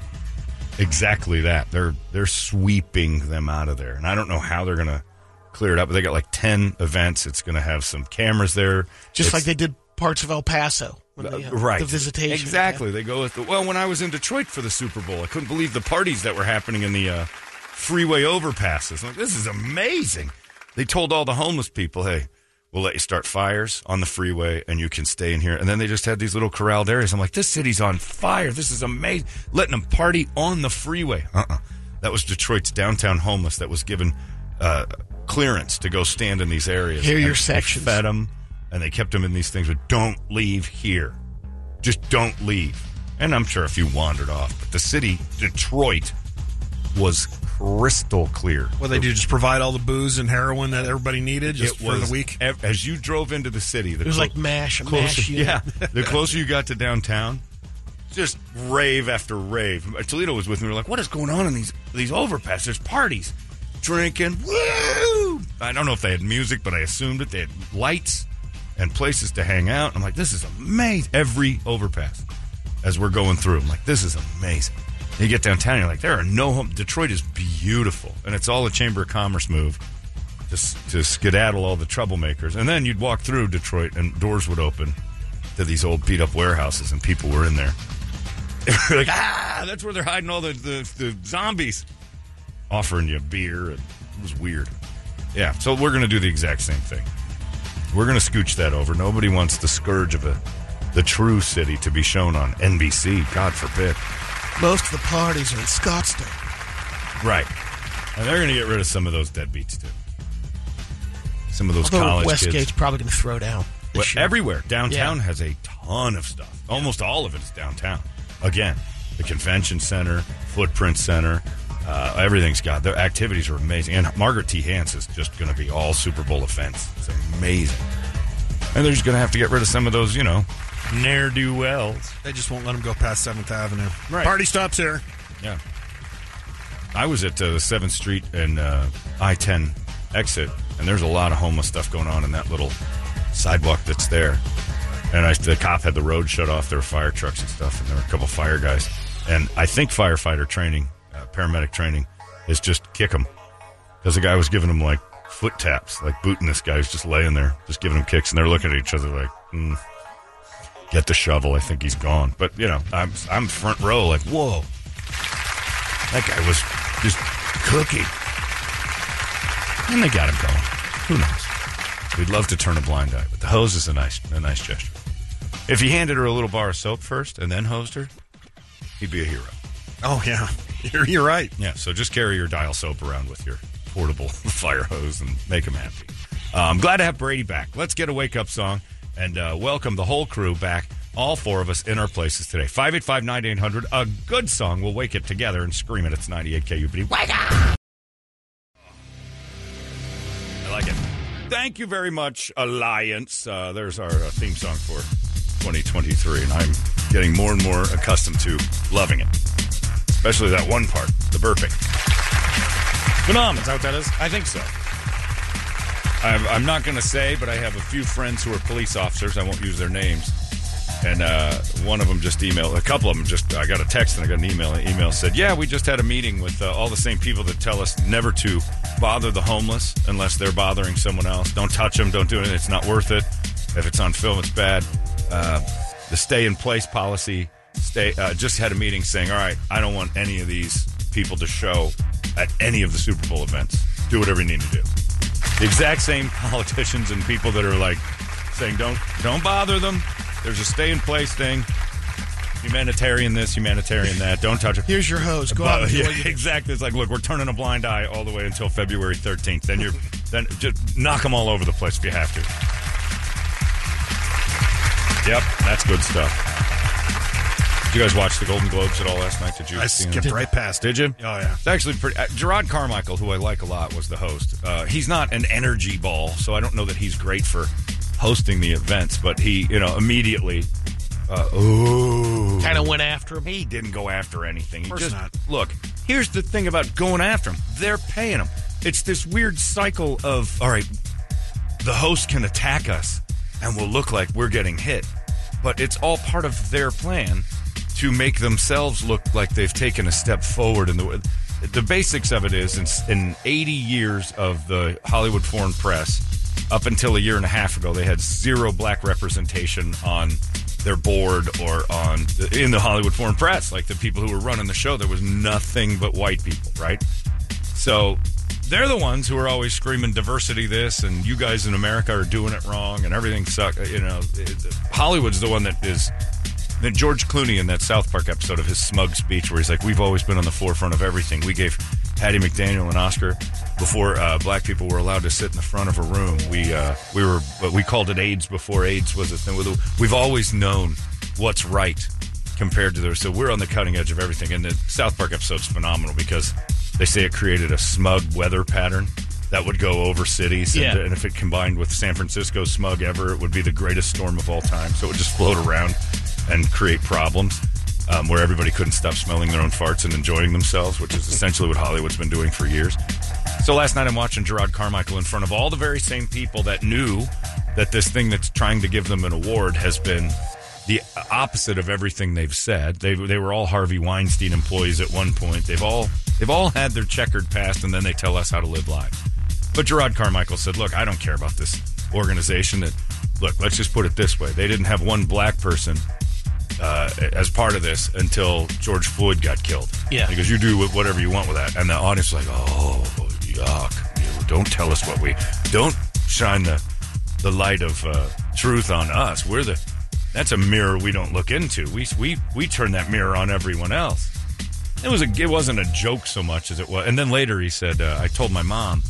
[SPEAKER 1] exactly that. They're they're sweeping them out of there. And I don't know how they're gonna clear it up, but they got like ten events. It's gonna have some cameras there.
[SPEAKER 2] Just
[SPEAKER 1] It's-
[SPEAKER 2] like they did parts of El Paso. When
[SPEAKER 1] Uh,
[SPEAKER 2] they, uh,
[SPEAKER 1] right.
[SPEAKER 2] The visitation.
[SPEAKER 1] Exactly. They go with the. Well, when I was in Detroit for the Super Bowl, I couldn't believe the parties that were happening in the uh, freeway overpasses. I'm like, this is amazing. They told all the homeless people, hey, we'll let you start fires on the freeway and you can stay in here. And then they just had these little corralled areas. I'm like, this city's on fire. This is amazing. Letting them party on the freeway. Uh uh That was Detroit's downtown homeless that was given uh, clearance to go stand in these areas.
[SPEAKER 2] Here are
[SPEAKER 1] And
[SPEAKER 2] your
[SPEAKER 1] they
[SPEAKER 2] sections.
[SPEAKER 1] fed them and they kept them in these things, but don't leave here. Just don't leave. And I'm sure if you wandered off, but the city, Detroit, was crystal clear.
[SPEAKER 3] What they do? Just provide all the booze and heroin that everybody needed just for the week.
[SPEAKER 1] ev- as you drove into the city. The
[SPEAKER 2] It was like mash, a mash
[SPEAKER 1] closer,
[SPEAKER 2] unit.
[SPEAKER 1] yeah, the closer you got to downtown, just rave after rave. Toledo was with me. We were like, "What is going on in these these overpasses? There's parties, drinking, woo!" I don't know if they had music, but I assumed it. They had lights and places to hang out. I'm like, "This is amazing!" Every overpass, as we're going through, I'm like, "This is amazing." You get downtown, you're like, "There are no home." Detroit is beautiful, and it's all a chamber of commerce move to, to skedaddle all the troublemakers. And then you'd walk through Detroit and doors would open to these old beat up warehouses and people were in there. They were like, ah, that's where they're hiding all the, the, the zombies. Offering you beer. And it was weird. Yeah, so we're going to do the exact same thing. We're going to scooch that over. Nobody wants the scourge of a, the true city to be shown on NBC. God forbid.
[SPEAKER 2] Most of the parties are in Scottsdale.
[SPEAKER 1] Right. And they're going to get rid of some of those deadbeats, too. Some of those
[SPEAKER 2] Although
[SPEAKER 1] college
[SPEAKER 2] Westgate's
[SPEAKER 1] kids.
[SPEAKER 2] probably going to throw down.
[SPEAKER 1] Well,
[SPEAKER 2] this year.
[SPEAKER 1] everywhere downtown
[SPEAKER 2] Yeah.
[SPEAKER 1] has a ton of stuff. Almost all of it is downtown. Again, the convention center, footprint center, uh, everything's got. Their activities are amazing. And Margaret T. Hance is just going to be all Super Bowl events. It's amazing. And they're just going to have to get rid of some of those, you know, ne'er do wells.
[SPEAKER 3] They just won't let them go past Seventh Avenue.
[SPEAKER 1] Right.
[SPEAKER 3] Party stops here.
[SPEAKER 1] Yeah. I was at uh, the Seventh Street and uh, I ten exit, and there's a lot of homeless stuff going on in that little sidewalk that's there. And I, the cop had the road shut off. There were fire trucks and stuff, and there were a couple fire guys. And I think firefighter training, uh, paramedic training, is just kick them because the guy was giving him like foot taps, like booting this guy who's just laying there, just giving him kicks, and they're looking at each other like, mm, "Get the shovel." I think he's gone. But you know, I'm I'm front row, like, whoa, that guy was just cooking, and they got him going. Who knows? We'd love to turn a blind eye, but the hose is a nice a nice gesture. If he handed her a little bar of soap first and then hosed her, he'd be a hero.
[SPEAKER 3] Oh yeah, you're, you're right.
[SPEAKER 1] Yeah, so just carry your dial soap around with your portable fire hose and make them happy. Uh, I'm glad to have Brady back. Let's get a wake up song and uh, welcome the whole crew back, all four of us in our places today. 585 9800, a good song. We'll wake it together and scream it. It's 98 KUPD. Wake up! I like it. Thank you very much, Alliance. Uh, there's our uh, theme song for 2023, and I'm getting more and more accustomed to loving it, especially that one part, the burping. Phenomenal. Is that what that is? I think so. I'm, I'm not going to say, but I have a few friends who are police officers. I won't use their names. And uh, one of them just emailed, a couple of them just, I got a text and I got an email. And the email said, Yeah, we just had a meeting with uh, all the same people that tell us never to bother the homeless unless they're bothering someone else. Don't touch them, don't do it. It's not worth it. If it's on film, it's bad. Uh, the stay in place policy, stay, uh, just had a meeting saying, All right, I don't want any of these people to show at any of the Super Bowl events. Do whatever you need to do the exact same politicians and people that are like saying don't don't bother them. There's a stay in place thing. Humanitarian this, humanitarian that. Don't touch it.
[SPEAKER 2] Here's your hose. Go out.
[SPEAKER 1] But-
[SPEAKER 2] And
[SPEAKER 1] yeah, exactly. It's like, look, we're turning a blind eye all the way until February 13th. Then you're, then just knock them all over the place if you have to. Yep, that's good stuff. Did you guys watch the Golden Globes at all last night? Did you?
[SPEAKER 3] I
[SPEAKER 1] see them?
[SPEAKER 3] skipped right past.
[SPEAKER 1] Did you?
[SPEAKER 3] Oh yeah.
[SPEAKER 1] It's actually pretty. Uh, Gerard Carmichael, who I like a lot, was the host. Uh, he's not an energy ball, so I don't know that he's great for hosting the events. But he, you know, immediately, uh, ooh,
[SPEAKER 2] Kind of went after him.
[SPEAKER 1] he didn't go after anything. He
[SPEAKER 3] course
[SPEAKER 1] just
[SPEAKER 3] not.
[SPEAKER 1] look. Here's the thing about going after him. They're paying him. It's this weird cycle of all right. The host can attack us, and we'll look like we're getting hit. But it's all part of their plan to make themselves look like they've taken a step forward. In the the basics of it is in, in 80 years of the Hollywood foreign press, up until a year and a half ago, they had zero black representation on their board or on in the Hollywood foreign press. Like the people who were running the show, there was nothing but white people, right? So they're the ones who are always screaming diversity this and you guys in America are doing it wrong and everything sucks. You know, it- Hollywood's the one that is. Then George Clooney in that South Park episode of his smug speech, where he's like, "We've always been on the forefront of everything. We gave Hattie McDaniel an Oscar before uh, black people were allowed to sit in the front of a room. We uh, we were but we called it AIDS before AIDS was a thing. We've always known what's right compared to those. So we're on the cutting edge of everything. And the South Park episode's phenomenal because they say it created a smug weather pattern that would go over cities. And,
[SPEAKER 2] Yeah.
[SPEAKER 1] and if it combined with San Francisco's smug ever, it would be the greatest storm of all time. So it would just float around and create problems. Um, where everybody couldn't stop smelling their own farts and enjoying themselves, which is essentially what Hollywood's been doing for years. So last night I'm watching Gerard Carmichael in front of all the very same people that knew that this thing that's trying to give them an award has been the opposite of everything they've said. They they were all Harvey Weinstein employees at one point. They've all they've all had their checkered past, and then they tell us how to live lives. But Gerard Carmichael said, "Look, I don't care about this organization. That look, let's just put it this way: they didn't have one black person." Uh, as part of this, until George Floyd got killed,
[SPEAKER 2] Yeah.
[SPEAKER 1] he goes, "You do wh- whatever you want with that," and the audience was like, "Oh, yuck! You Don't tell us what we don't shine the the light of uh, truth on us. We're the that's a mirror we don't look into. We we we turn that mirror on everyone else. It was a it wasn't a joke so much as it was. And then later he said, uh, I told my mom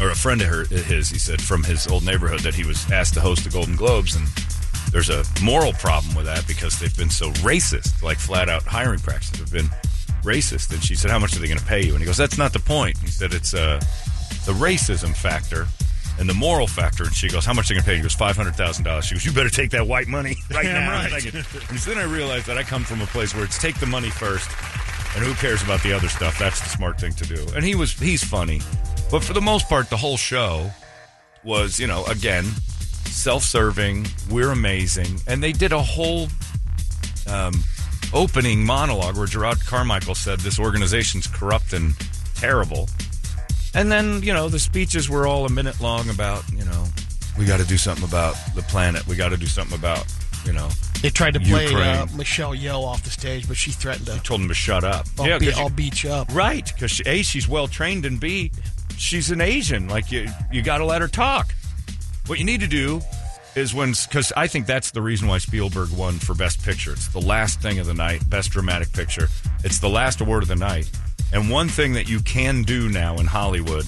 [SPEAKER 1] or a friend of her his he said from his old neighborhood that he was asked to host the Golden Globes and there's a moral problem with that because they've been so racist, like flat out hiring practices have been racist. And she said, "How much are they going to pay you?" And he goes, "That's not the point." He said, "It's uh, the racism factor and the moral factor." And she goes, "How much are they going to pay?" you?" He goes, 500000 dollars." She goes, "You better take that white money right now."
[SPEAKER 3] Yeah, right.
[SPEAKER 1] Like it- and so then I realized that I come from a place where it's take the money first, And who cares about the other stuff? That's the smart thing to do. And he was he's funny. But for the most part, the whole show was, you know, again, self-serving, we're amazing. And they did a whole um, opening monologue where Gerard Carmichael said this organization's corrupt and terrible. And then, you know, the speeches were all a minute long about, you know, we got to do something about the planet. We got to do something about, you know,
[SPEAKER 2] They tried to play uh,
[SPEAKER 1] Ukraine.
[SPEAKER 2] Michelle Yeoh off the stage, but she threatened to.
[SPEAKER 1] told him to shut up.
[SPEAKER 2] I'll,
[SPEAKER 1] yeah,
[SPEAKER 2] Oh, be-
[SPEAKER 1] 'cause you-
[SPEAKER 2] I'll beat you up.
[SPEAKER 1] Right, because she, A, she's well trained, and B, she's an Asian. Like, you, you got to let her talk. What you need to do is when, because I think that's the reason why Spielberg won for Best Picture. It's the last thing of the night, Best Dramatic Picture. It's the last award of the night. And one thing that you can do now in Hollywood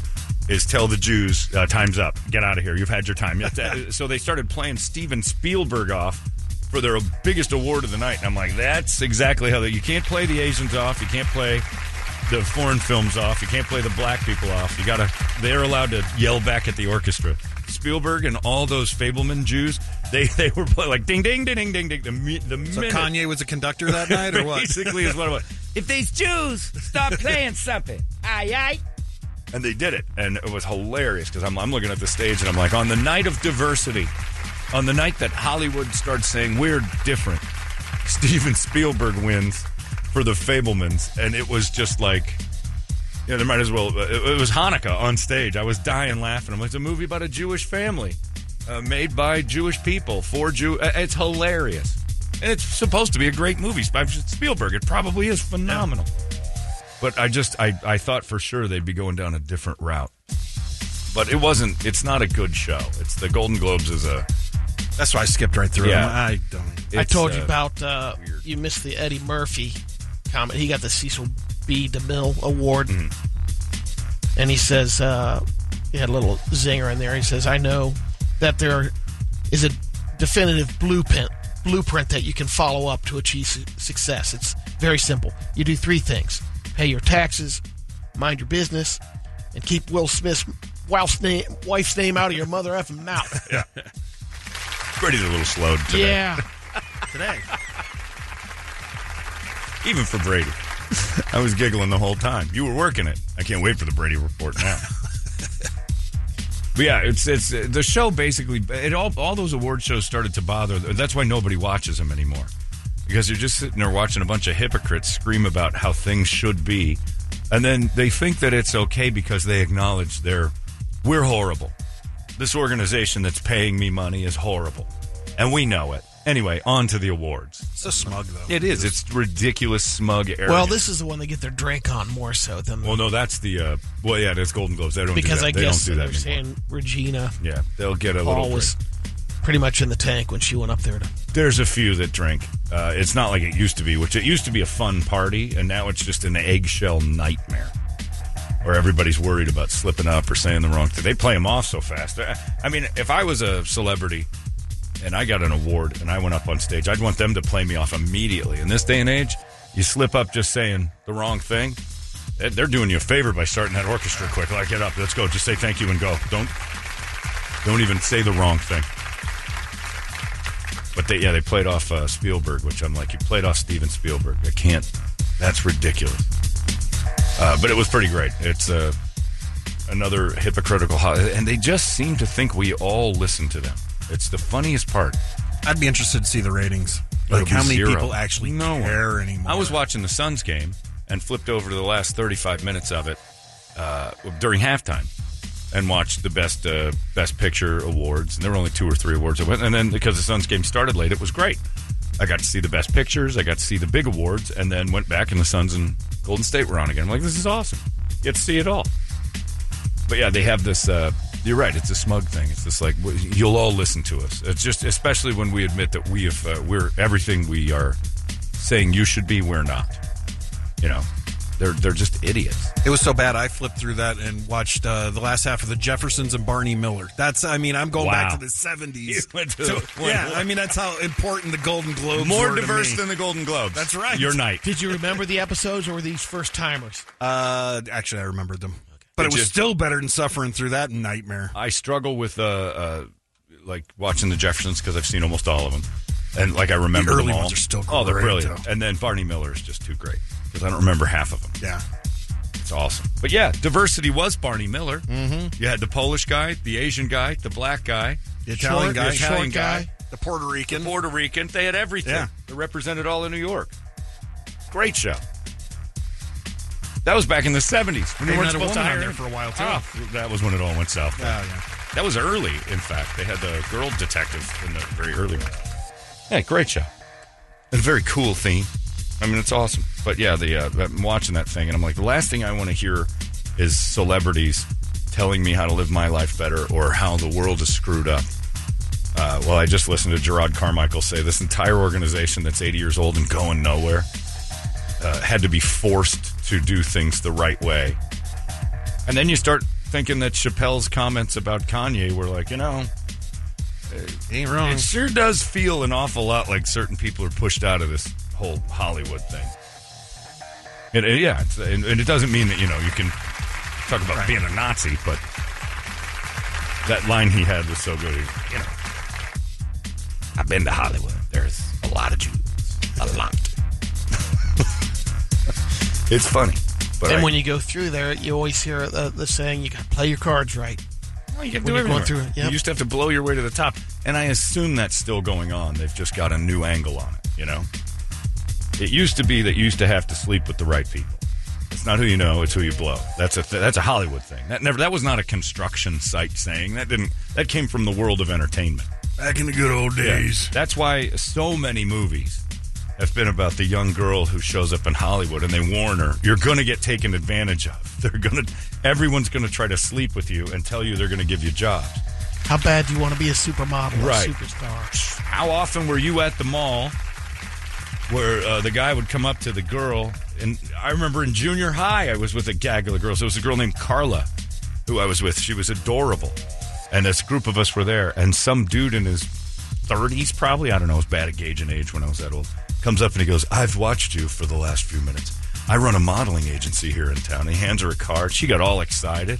[SPEAKER 1] is tell the Jews, uh, time's up. Get out of here. You've had your time. uh, so they started playing Steven Spielberg off for their biggest award of the night. And I'm like, that's exactly how that. You can't play the Asians off. You can't play the foreign films off. You can't play the black people off. You gotta. They're allowed to yell back at the orchestra. Spielberg and all those Fableman Jews. They they were play, like ding ding ding ding ding ding. The mi- the
[SPEAKER 3] So
[SPEAKER 1] minute-
[SPEAKER 3] Kanye was a conductor that night, or what?
[SPEAKER 1] Basically, is what it was.
[SPEAKER 5] If these Jews stop playing something, aye aye.
[SPEAKER 1] and they did it and it was hilarious because I'm, I'm looking at the stage and i'm like on the night of diversity on the night that hollywood starts saying we're different steven spielberg wins for the fablemans and it was just like yeah, they might as well. It, it was Hanukkah on stage. I was dying laughing. I'm like, It's a movie about a Jewish family, uh, made by Jewish people for Jew. uh, It's hilarious, and it's supposed to be a great movie. Sp- Spielberg. It probably is phenomenal. But I just, I, I thought for sure they'd be going down a different route. But it wasn't. It's not a good show. It's the Golden Globes is a.
[SPEAKER 3] That's why I skipped right through.
[SPEAKER 1] Yeah.
[SPEAKER 3] him. I don't.
[SPEAKER 2] I
[SPEAKER 1] it's,
[SPEAKER 2] told
[SPEAKER 1] uh,
[SPEAKER 2] you about uh,
[SPEAKER 1] weird.
[SPEAKER 2] you missed the Eddie Murphy comment. He got the Cecil B. DeMille Award,
[SPEAKER 1] Mm-hmm.
[SPEAKER 2] and he says uh, he had a little zinger in there. He says, "I know that there is a definitive blueprint blueprint that you can follow up to achieve su- success. It's very simple. You do three things: pay your taxes, mind your business, and keep Will Smith's wife's name, wife's name out of your mother effing mouth."
[SPEAKER 1] Brady's a little slowed today.
[SPEAKER 2] yeah.
[SPEAKER 3] Today,
[SPEAKER 1] even for Brady. I was giggling the whole time. You were working it. I can't wait for the Brady report now. but yeah, it's it's uh, the show basically. It all all those award shows started to bother. That's why nobody watches them anymore because you're just sitting there watching a bunch of hypocrites scream about how things should be, and then they think that it's okay because they acknowledge they're we're horrible. This organization that's paying me money is horrible, and we know it. Anyway, on to the awards.
[SPEAKER 3] so smug though.
[SPEAKER 1] It is. It's ridiculous, smug, arrogant.
[SPEAKER 2] Well, this is the one they get their drink on more so than
[SPEAKER 1] Well, no, that's the. Uh, well, yeah, that's Golden Globes. They don't do
[SPEAKER 2] because
[SPEAKER 1] that.
[SPEAKER 2] I
[SPEAKER 1] they
[SPEAKER 2] guess
[SPEAKER 1] don't do that
[SPEAKER 2] they're
[SPEAKER 1] anymore.
[SPEAKER 2] saying Regina
[SPEAKER 1] Yeah, they'll get a
[SPEAKER 2] Paul
[SPEAKER 1] little.
[SPEAKER 2] was
[SPEAKER 1] drink.
[SPEAKER 2] pretty much in the tank when she went up there. To,
[SPEAKER 1] There's a few that drink. Uh, it's not like it used to be, which it used to be a fun party, and now it's just an eggshell nightmare, where everybody's worried about slipping up or saying the wrong thing. They play them off so fast. I I mean, if I was a celebrity and I got an award and I went up on stage, I'd want them to play me off immediately. In this day and age, you slip up just saying the wrong thing. They- They're doing you a favor by starting that orchestra quick. Like, get up, let's go. Just say thank you and go. Don't, don't even say the wrong thing. But they, yeah, they played off uh, Spielberg, which I'm like, you played off Steven Spielberg. I can't. That's ridiculous. Uh, but it was pretty great. It's uh, another hypocritical, ho- and they just seem to think we all listen to them. It's the funniest part.
[SPEAKER 3] I'd be interested to see the ratings.
[SPEAKER 1] It'll
[SPEAKER 3] Like how
[SPEAKER 1] be
[SPEAKER 3] many
[SPEAKER 1] zero.
[SPEAKER 3] people actually
[SPEAKER 1] No one.
[SPEAKER 3] care anymore?
[SPEAKER 1] I was watching the Suns game and flipped over to the last 35 minutes of it uh, during halftime and watched the best uh, best picture awards. And there were only two or three awards. that went. And then because the Suns game started late, it was great. I got to see the best pictures. I got to see the big awards, and then went back and the Suns and Golden State were on again. I'm like, this is awesome. Get to see it all. But yeah, they have this. Uh, you're right. It's a smug thing. It's this like w- you'll all listen to us. It's just especially when we admit that we have uh, we're everything we are saying you should be. We're not. You know, they're they're just idiots.
[SPEAKER 3] It was so bad. I flipped through that and watched uh, the last half of the Jeffersons and Barney Miller. That's. I mean, I'm going
[SPEAKER 1] Wow.
[SPEAKER 3] back to the 70s.
[SPEAKER 1] You went to-
[SPEAKER 3] yeah, I mean, that's how important the Golden Globes were to me.
[SPEAKER 1] the Golden Globes.
[SPEAKER 3] That's right.
[SPEAKER 1] Your night.
[SPEAKER 2] Did you remember the episodes or were these first timers?
[SPEAKER 3] Uh, actually, I remembered them, but
[SPEAKER 1] It
[SPEAKER 3] it, was
[SPEAKER 1] just-
[SPEAKER 3] still better than suffering through that nightmare.
[SPEAKER 1] uh, I struggle with uh, uh like watching the Jeffersons because I've seen almost all of them. and like I remember
[SPEAKER 3] The early
[SPEAKER 1] them all.
[SPEAKER 3] ones are still
[SPEAKER 1] oh, they're
[SPEAKER 3] great,
[SPEAKER 1] brilliant.
[SPEAKER 3] though.
[SPEAKER 1] And then Barney Miller is just too great because I don't remember half of them.
[SPEAKER 3] Yeah.
[SPEAKER 1] It's awesome. But yeah, diversity was Barney Miller. Mm-hmm. You had the Polish guy, the Asian guy, the black guy,
[SPEAKER 3] The Italian
[SPEAKER 1] short-
[SPEAKER 3] guy,
[SPEAKER 1] the Italian
[SPEAKER 3] short
[SPEAKER 1] guy,
[SPEAKER 3] The Puerto Rican.
[SPEAKER 1] Puerto Rican. They had everything.
[SPEAKER 3] Yeah.
[SPEAKER 1] They represented all of New York. Great show. That was back in the 70s when
[SPEAKER 3] They
[SPEAKER 1] they weren't
[SPEAKER 3] had a
[SPEAKER 1] supposed to
[SPEAKER 3] woman
[SPEAKER 1] hire
[SPEAKER 3] on there
[SPEAKER 1] any-
[SPEAKER 3] for a while, too.
[SPEAKER 1] Oh, that was when it all went south.
[SPEAKER 3] Oh, yeah.
[SPEAKER 1] That was early, in fact. They had the girl detective in the very early one. Hey, great show. And a very cool theme. I mean, it's awesome. But yeah, the uh, I'm watching that thing, and I'm like, the last thing I want to hear is celebrities telling me how to live my life better or how the world is screwed up. Uh, well, I just listened to Gerard Carmichael say this entire organization that's 80 years old and going nowhere uh, had to be forced to do things the right way. And then you start thinking that Chappelle's comments about Kanye were like, you know,
[SPEAKER 3] Ain't wrong.
[SPEAKER 1] it sure does feel an awful lot like certain people are pushed out of this whole Hollywood thing. And, uh, yeah, it's, and, and it doesn't mean that you know you can talk about being a Nazi, but that line he had was so good. He, you know, I've been to Hollywood. There's a lot of Jews, a lot. it's funny, but
[SPEAKER 2] And
[SPEAKER 1] I-
[SPEAKER 2] when you go through there, you always hear uh, the, the saying, "You got to play your cards right."
[SPEAKER 1] Oh, you can
[SPEAKER 2] When
[SPEAKER 1] do
[SPEAKER 2] you're going
[SPEAKER 1] everything.
[SPEAKER 2] through it, yep.
[SPEAKER 1] You used to have to blow your way to the top, and I assume that's still going on. They've just got a new angle on it. You know, it used to be that you used to have to sleep with the right people. It's not who you know; it's who you blow. That's a th- that's a Hollywood thing. That never that was not a construction site saying that didn't that came from the world of entertainment.
[SPEAKER 3] Back in the good old days.
[SPEAKER 1] That's why so many movies have been about the young girl who shows up in Hollywood and they warn her, you're going to get taken advantage of. They're going to everyone's going to try to sleep with you and tell you they're going to give you jobs.
[SPEAKER 2] How bad do you want to be a supermodel,
[SPEAKER 1] Right.
[SPEAKER 2] or a superstar?
[SPEAKER 1] How often were you at the mall where uh, the guy would come up to the girl? And I remember in junior high, I was with a gaggle of girls. There was a girl named Carla who I was with. She was adorable. And this group of us were there. And some dude in his 30s, probably, I don't know, I was bad at gauging age when I was that old, comes up and he goes, I've watched you for the last few minutes. I run a modeling agency here in town. He hands her a card. She got all excited.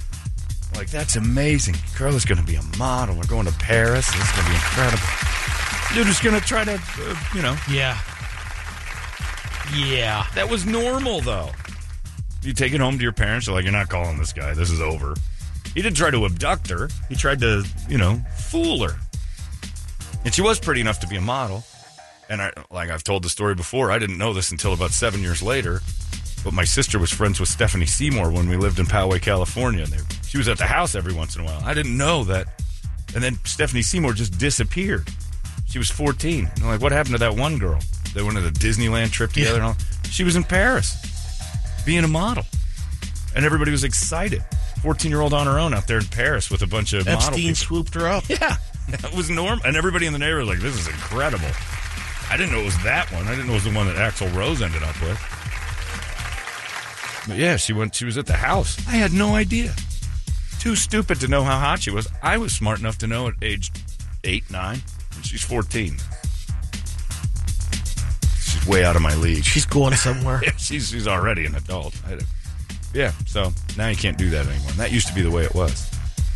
[SPEAKER 1] Like, that's amazing. Carla's going to be a model. We're going to Paris. This is going to be incredible. They're just going to try to, uh, you know.
[SPEAKER 2] Yeah, yeah.
[SPEAKER 1] That was normal, though. You take it home to your parents. They're like, you're not calling this guy. This is over. He didn't try to abduct her. He tried to, you know, fool her. And she was pretty enough to be a model. And I, like I've told the story before, I didn't know this until about seven years later. But my sister was friends with Stephanie Seymour when we lived in Poway, California. And they, she was at the house every once in a while. I didn't know that. And then Stephanie Seymour just disappeared. She was 14. And I'm like, what happened to that one girl? They went on a Disneyland trip together and all. She was in Paris being a model. And everybody was excited. 14 year old on her own out there in Paris with a bunch of model
[SPEAKER 2] Epstein
[SPEAKER 1] people.
[SPEAKER 2] swooped her up.
[SPEAKER 1] Yeah, that was normal. And everybody in the neighborhood was like, this is incredible. I didn't know it was that one. I didn't know it was the one that Axel Rose ended up with. But yeah, she went. She was at the house. I had no idea. Too stupid to know how hot she was. I was smart enough to know at age eight, nine, and she's fourteen. She's way out of my league.
[SPEAKER 2] She's going somewhere.
[SPEAKER 1] Yeah, she's she's already an adult. I don't- yeah, so now you can't do that anymore. That used to be the way it was.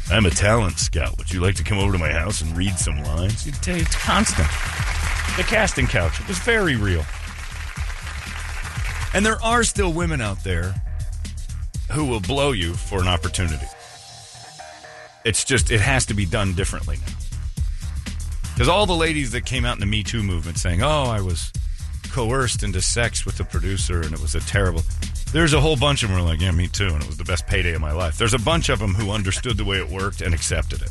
[SPEAKER 1] I'm a talent scout. Would you like to come over to my house and read some lines? You'd tell you it's constant. The casting couch it was very real. And there are still women out there who will blow you for an opportunity. It's just it has to be done differently now. Because all the ladies that came out in the Me Too movement saying, "Oh, I was coerced into sex with the producer, and it was a terrible." There's a whole bunch of them who are like, "Yeah, me too," and it was the best payday of my life. There's a bunch of them who understood the way it worked and accepted it,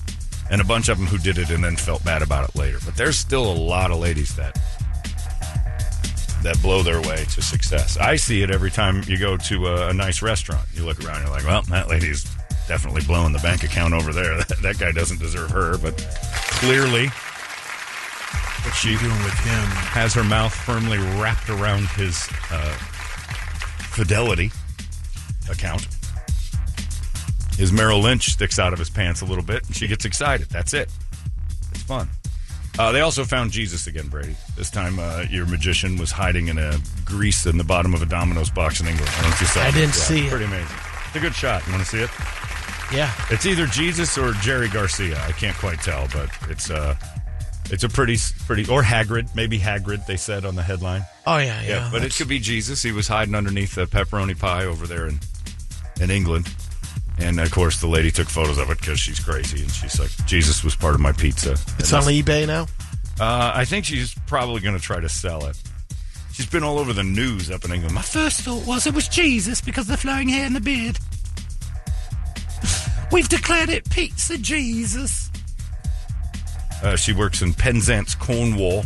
[SPEAKER 1] and a bunch of them who did it and then felt bad about it later. But there's still a lot of ladies that that blow their way to success. I see it every time you go to a, a nice restaurant. You look around, you're like, "Well, that lady's definitely blowing the bank account over there. That, that guy doesn't deserve her," but clearly
[SPEAKER 3] What she doing with him?
[SPEAKER 1] has her mouth firmly wrapped around his uh, fidelity account. His Merrill Lynch sticks out of his pants a little bit, and she gets excited. That's it. It's fun. Uh, they also found Jesus again, Brady. This time, uh, your magician was hiding in a grease in the bottom of a Domino's box in England. I don't know if you saw
[SPEAKER 2] I
[SPEAKER 1] that.
[SPEAKER 2] didn't see it.
[SPEAKER 1] Pretty amazing. It's a good shot. You want to see it?
[SPEAKER 2] Yeah,
[SPEAKER 1] It's either Jesus or Jerry Garcia. I can't quite tell, but it's uh, It's a pretty, pretty, or Hagrid, maybe Hagrid. They said on the headline.
[SPEAKER 2] Oh yeah, yeah.
[SPEAKER 1] Yeah, but it
[SPEAKER 2] that's-
[SPEAKER 1] could be Jesus. He was hiding underneath a pepperoni pie over there in in England. And of course, the lady took photos of it because she's crazy, and she's like, "Jesus was part of my pizza."
[SPEAKER 2] it's
[SPEAKER 1] And
[SPEAKER 2] on eBay now.
[SPEAKER 1] uh, I think she's probably going to try to sell it. She's been all over the news up in England. My f-
[SPEAKER 4] First thought was it was Jesus because of the flowing hair and the beard. We've declared it Pizza Jesus.
[SPEAKER 1] Uh, she works in Penzance, Cornwall.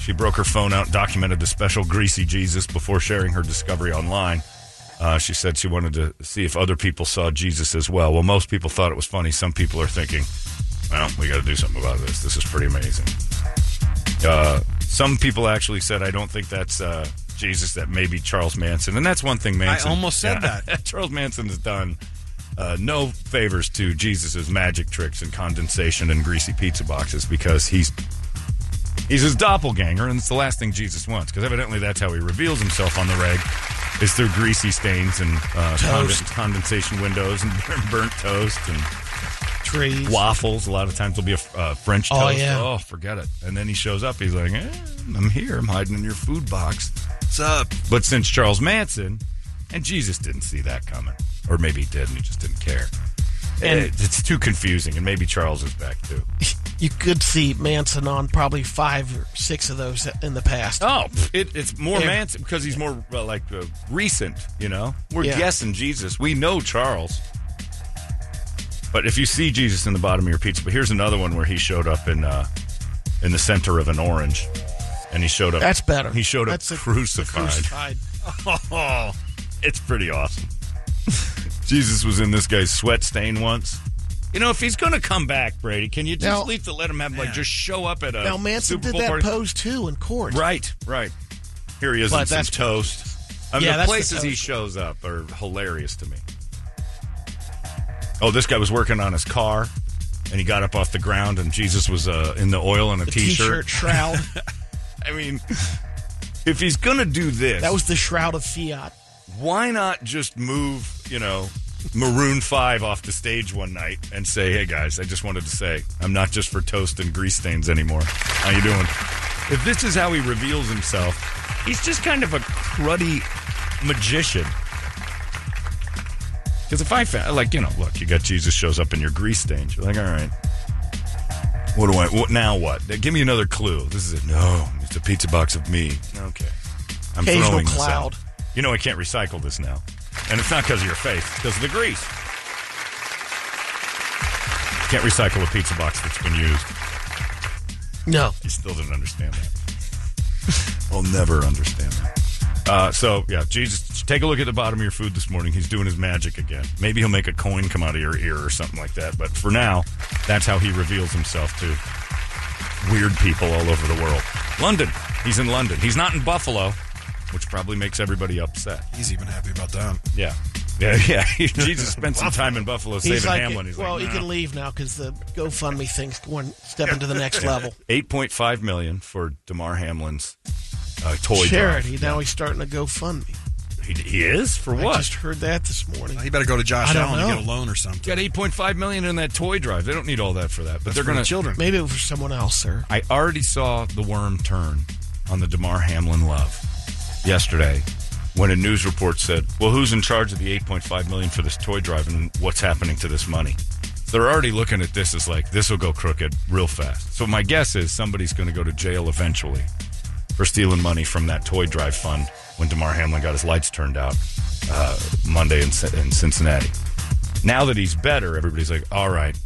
[SPEAKER 1] She broke her phone out, documented the special greasy Jesus before sharing her discovery online. Uh, she said she wanted to see if other people saw Jesus as well. Well, most people thought it was funny. Some people are thinking, well, we got to do something about this. This is pretty amazing. Uh, some people actually said, I don't think that's uh, Jesus, that may be Charles Manson. And that's one thing Manson.
[SPEAKER 3] almost said that.
[SPEAKER 1] Charles Manson has done uh, no favors to Jesus' magic tricks and condensation and greasy pizza boxes because he's He's his doppelganger, and it's the last thing Jesus wants, because evidently that's how he reveals himself on the reg, is through greasy stains and uh, conden- condensation windows and burnt toast and
[SPEAKER 2] Trees.
[SPEAKER 1] waffles. A lot of times there'll be a f- uh, French
[SPEAKER 2] Oh,
[SPEAKER 1] toast.
[SPEAKER 2] yeah.
[SPEAKER 1] Oh, forget it. And then he shows up. He's like, eh, I'm here. I'm hiding in your food box. What's up? But since Charles Manson, and Jesus didn't see that coming, or maybe he did and he just didn't care. And it's too confusing, and maybe Charles is back too.
[SPEAKER 2] You could see Manson on probably five or six of those in the past.
[SPEAKER 1] Oh, it, it's more
[SPEAKER 2] Yeah.
[SPEAKER 1] Manson because he's more well, like uh, recent. You know, we're
[SPEAKER 2] Yeah.
[SPEAKER 1] guessing Jesus. We know Charles, but if you see Jesus in the bottom of your pizza, but here's another one where he showed up in uh, in the center of an orange, and he showed up.
[SPEAKER 2] That's better.
[SPEAKER 1] He showed up
[SPEAKER 2] That's a-
[SPEAKER 1] crucified.
[SPEAKER 2] crucified.
[SPEAKER 1] Oh, it's pretty awesome. Jesus was in this guy's sweat stain once. You know, if he's going to come back, Brady, can you just
[SPEAKER 2] Now-
[SPEAKER 1] leave to let him have like just show up at a
[SPEAKER 2] Now Manson
[SPEAKER 1] Super
[SPEAKER 2] did
[SPEAKER 1] Bowl
[SPEAKER 2] that
[SPEAKER 1] party?
[SPEAKER 2] pose too in court.
[SPEAKER 1] Right, right. Here he is
[SPEAKER 2] But
[SPEAKER 1] in some
[SPEAKER 2] that's-
[SPEAKER 1] toast. I mean,
[SPEAKER 2] Yeah,
[SPEAKER 1] the
[SPEAKER 2] that's the
[SPEAKER 1] places he
[SPEAKER 2] toast.
[SPEAKER 1] shows up are hilarious to me. Oh, this guy was working on his car, and he got up off the ground, and Jesus was uh, in the oil and a
[SPEAKER 2] The t-shirt shroud.
[SPEAKER 1] I mean, if he's gonna do this,
[SPEAKER 2] that was the shroud of fiat.
[SPEAKER 1] why not just move, you know, Maroon 5 off the stage one night and say, hey guys, I just wanted to say, I'm not just for toast and grease stains anymore. How you doing? If this is how he reveals himself, he's just kind of a cruddy magician. Because if I found, like, you know, look, you got Jesus shows up in your grease stains. You're like, all right, what do I, what, now what? Give me another clue. This is it. No, it's a pizza box of me. Okay. I'm
[SPEAKER 2] Occasional
[SPEAKER 1] throwing this out.
[SPEAKER 2] cloud.
[SPEAKER 1] You know I can't recycle this now. And it's not because of your face, it's because of the grease. Can't recycle a pizza box that's been used.
[SPEAKER 2] No.
[SPEAKER 1] I still didn't understand that. I'll never understand that. Uh, so, yeah, Jesus, take a look at the bottom of your food this morning. He's doing his magic again. Maybe he'll make a coin come out of your ear or something like that. But for now, that's how he reveals himself to weird people all over the world. London. He's in London. He's not in Buffalo, which probably makes everybody upset.
[SPEAKER 3] He's even happy about that.
[SPEAKER 1] Yeah. Yeah, yeah. Jesus spent some time in Buffalo saving
[SPEAKER 2] like,
[SPEAKER 1] Hamlin. He's
[SPEAKER 2] well,
[SPEAKER 1] like,
[SPEAKER 2] you
[SPEAKER 1] "Nah."
[SPEAKER 2] can leave now because the GoFundMe thing's going stepping to the next level.
[SPEAKER 1] 8.5 million for Damar Hamlin's uh, toy drive.
[SPEAKER 2] Charity. Now he's starting to GoFundMe.
[SPEAKER 1] He, he is for
[SPEAKER 2] I
[SPEAKER 1] what?
[SPEAKER 2] just heard that this morning.
[SPEAKER 3] He better go to
[SPEAKER 2] I
[SPEAKER 3] Josh
[SPEAKER 2] don't
[SPEAKER 3] Allen to
[SPEAKER 2] know.
[SPEAKER 3] get a loan or something.
[SPEAKER 1] got 8.5 million in that toy drive. They don't need all that for that, but they're
[SPEAKER 3] For the
[SPEAKER 1] going to.
[SPEAKER 3] children.
[SPEAKER 2] Maybe it was for someone else, sir.
[SPEAKER 1] I already saw the worm turn on the Damar Hamlin love yesterday when a news report said, "Well, who's in charge of the 8.5 million for this toy drive and what's happening to this money?" So they're already looking at this as like this will go crooked real fast. So my guess is somebody's going to go to jail eventually for stealing money from that toy drive fund when Damar Hamlin got his lights turned out uh, Monday in, Cin- in Cincinnati. Now that he's better, everybody's like, "All right,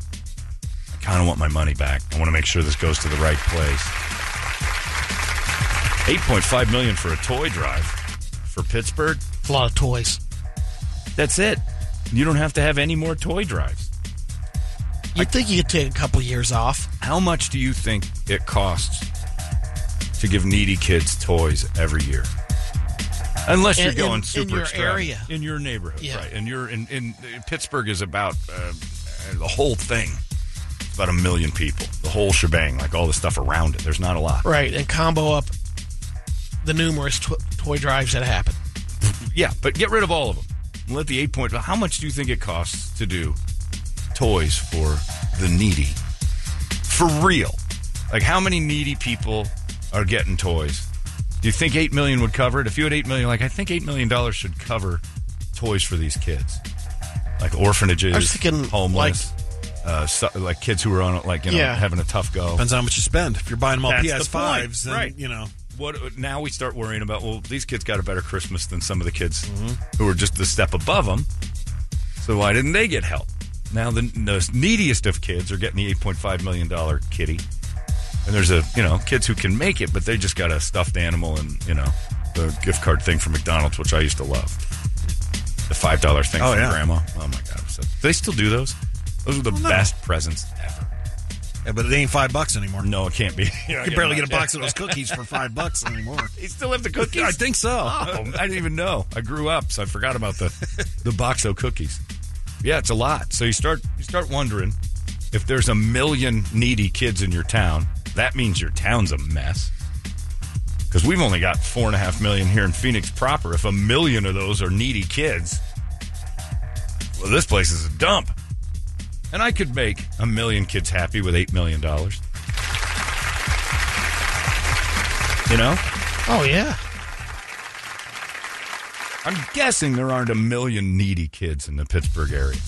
[SPEAKER 1] I kind of want my money back. I want to make sure this goes to the right place. 8.5 million for a toy drive for Pittsburgh.
[SPEAKER 2] A lot of toys.
[SPEAKER 1] That's it. You don't have to have any more toy drives.
[SPEAKER 2] You'd think you could take a couple years off.
[SPEAKER 1] How much do you think it costs to give needy kids toys every year? Unless you're
[SPEAKER 2] In-
[SPEAKER 1] going
[SPEAKER 2] in- in
[SPEAKER 1] super
[SPEAKER 2] your
[SPEAKER 1] extravagant.
[SPEAKER 2] area.
[SPEAKER 1] in your neighborhood,
[SPEAKER 2] Yeah.
[SPEAKER 1] right? And you're in, in Pittsburgh is about uh, the whole thing. It's about a million people, the whole shebang, like all the stuff around it. There's not a lot.
[SPEAKER 2] Right, and combo up the numerous tw- toy drives that happen.
[SPEAKER 1] Yeah, but get rid of all of them. Let the eight point. How much do you think it costs to do toys for the needy? For real, Like, how many needy people are getting toys? Do you think eight million would cover it? If you had eight million, like I think eight million dollars should cover toys for these kids, like orphanages,
[SPEAKER 2] I was thinking,
[SPEAKER 1] homeless, uh, so, like kids who are on like you know
[SPEAKER 2] Yeah.
[SPEAKER 1] having a tough go.
[SPEAKER 3] Depends on how much you spend. If you're buying them all
[SPEAKER 1] That's the
[SPEAKER 3] PS5s,
[SPEAKER 1] point,
[SPEAKER 3] then,
[SPEAKER 1] right.
[SPEAKER 3] you know.
[SPEAKER 1] What now we start worrying about? Well, these kids got a better Christmas than some of the kids who are just the step above them. So why didn't they get help? Now the, the neediest of kids are getting the eight point five million dollar kitty, and there's a you know kids who can make it, but they just got a stuffed animal and you know the gift card thing from McDonald's, which I used to love. The five dollar thing
[SPEAKER 3] Oh,
[SPEAKER 1] from
[SPEAKER 3] yeah.
[SPEAKER 1] Grandma. Oh my God! So, do they still do those? Those are the best presents ever.
[SPEAKER 3] Yeah, but it ain't five bucks anymore.
[SPEAKER 1] No, it can't be. You're
[SPEAKER 3] You
[SPEAKER 1] not
[SPEAKER 3] can barely
[SPEAKER 1] getting
[SPEAKER 3] get a
[SPEAKER 1] that.
[SPEAKER 3] box of those cookies for five bucks anymore.
[SPEAKER 1] They still have the cookies.
[SPEAKER 3] I think so.
[SPEAKER 1] Oh, I didn't even know. I grew up, so I forgot about the the box of cookies. Yeah, it's a lot. So you start you start wondering if there's a million needy kids in your town. That means your town's a mess. Because we've only got four and a half million here in Phoenix proper. If a million of those are needy kids, well, this place is a dump. And I could make a million kids happy with eight million dollars. You know?
[SPEAKER 2] Oh yeah.
[SPEAKER 1] I'm guessing there aren't a million needy kids in the Pittsburgh area.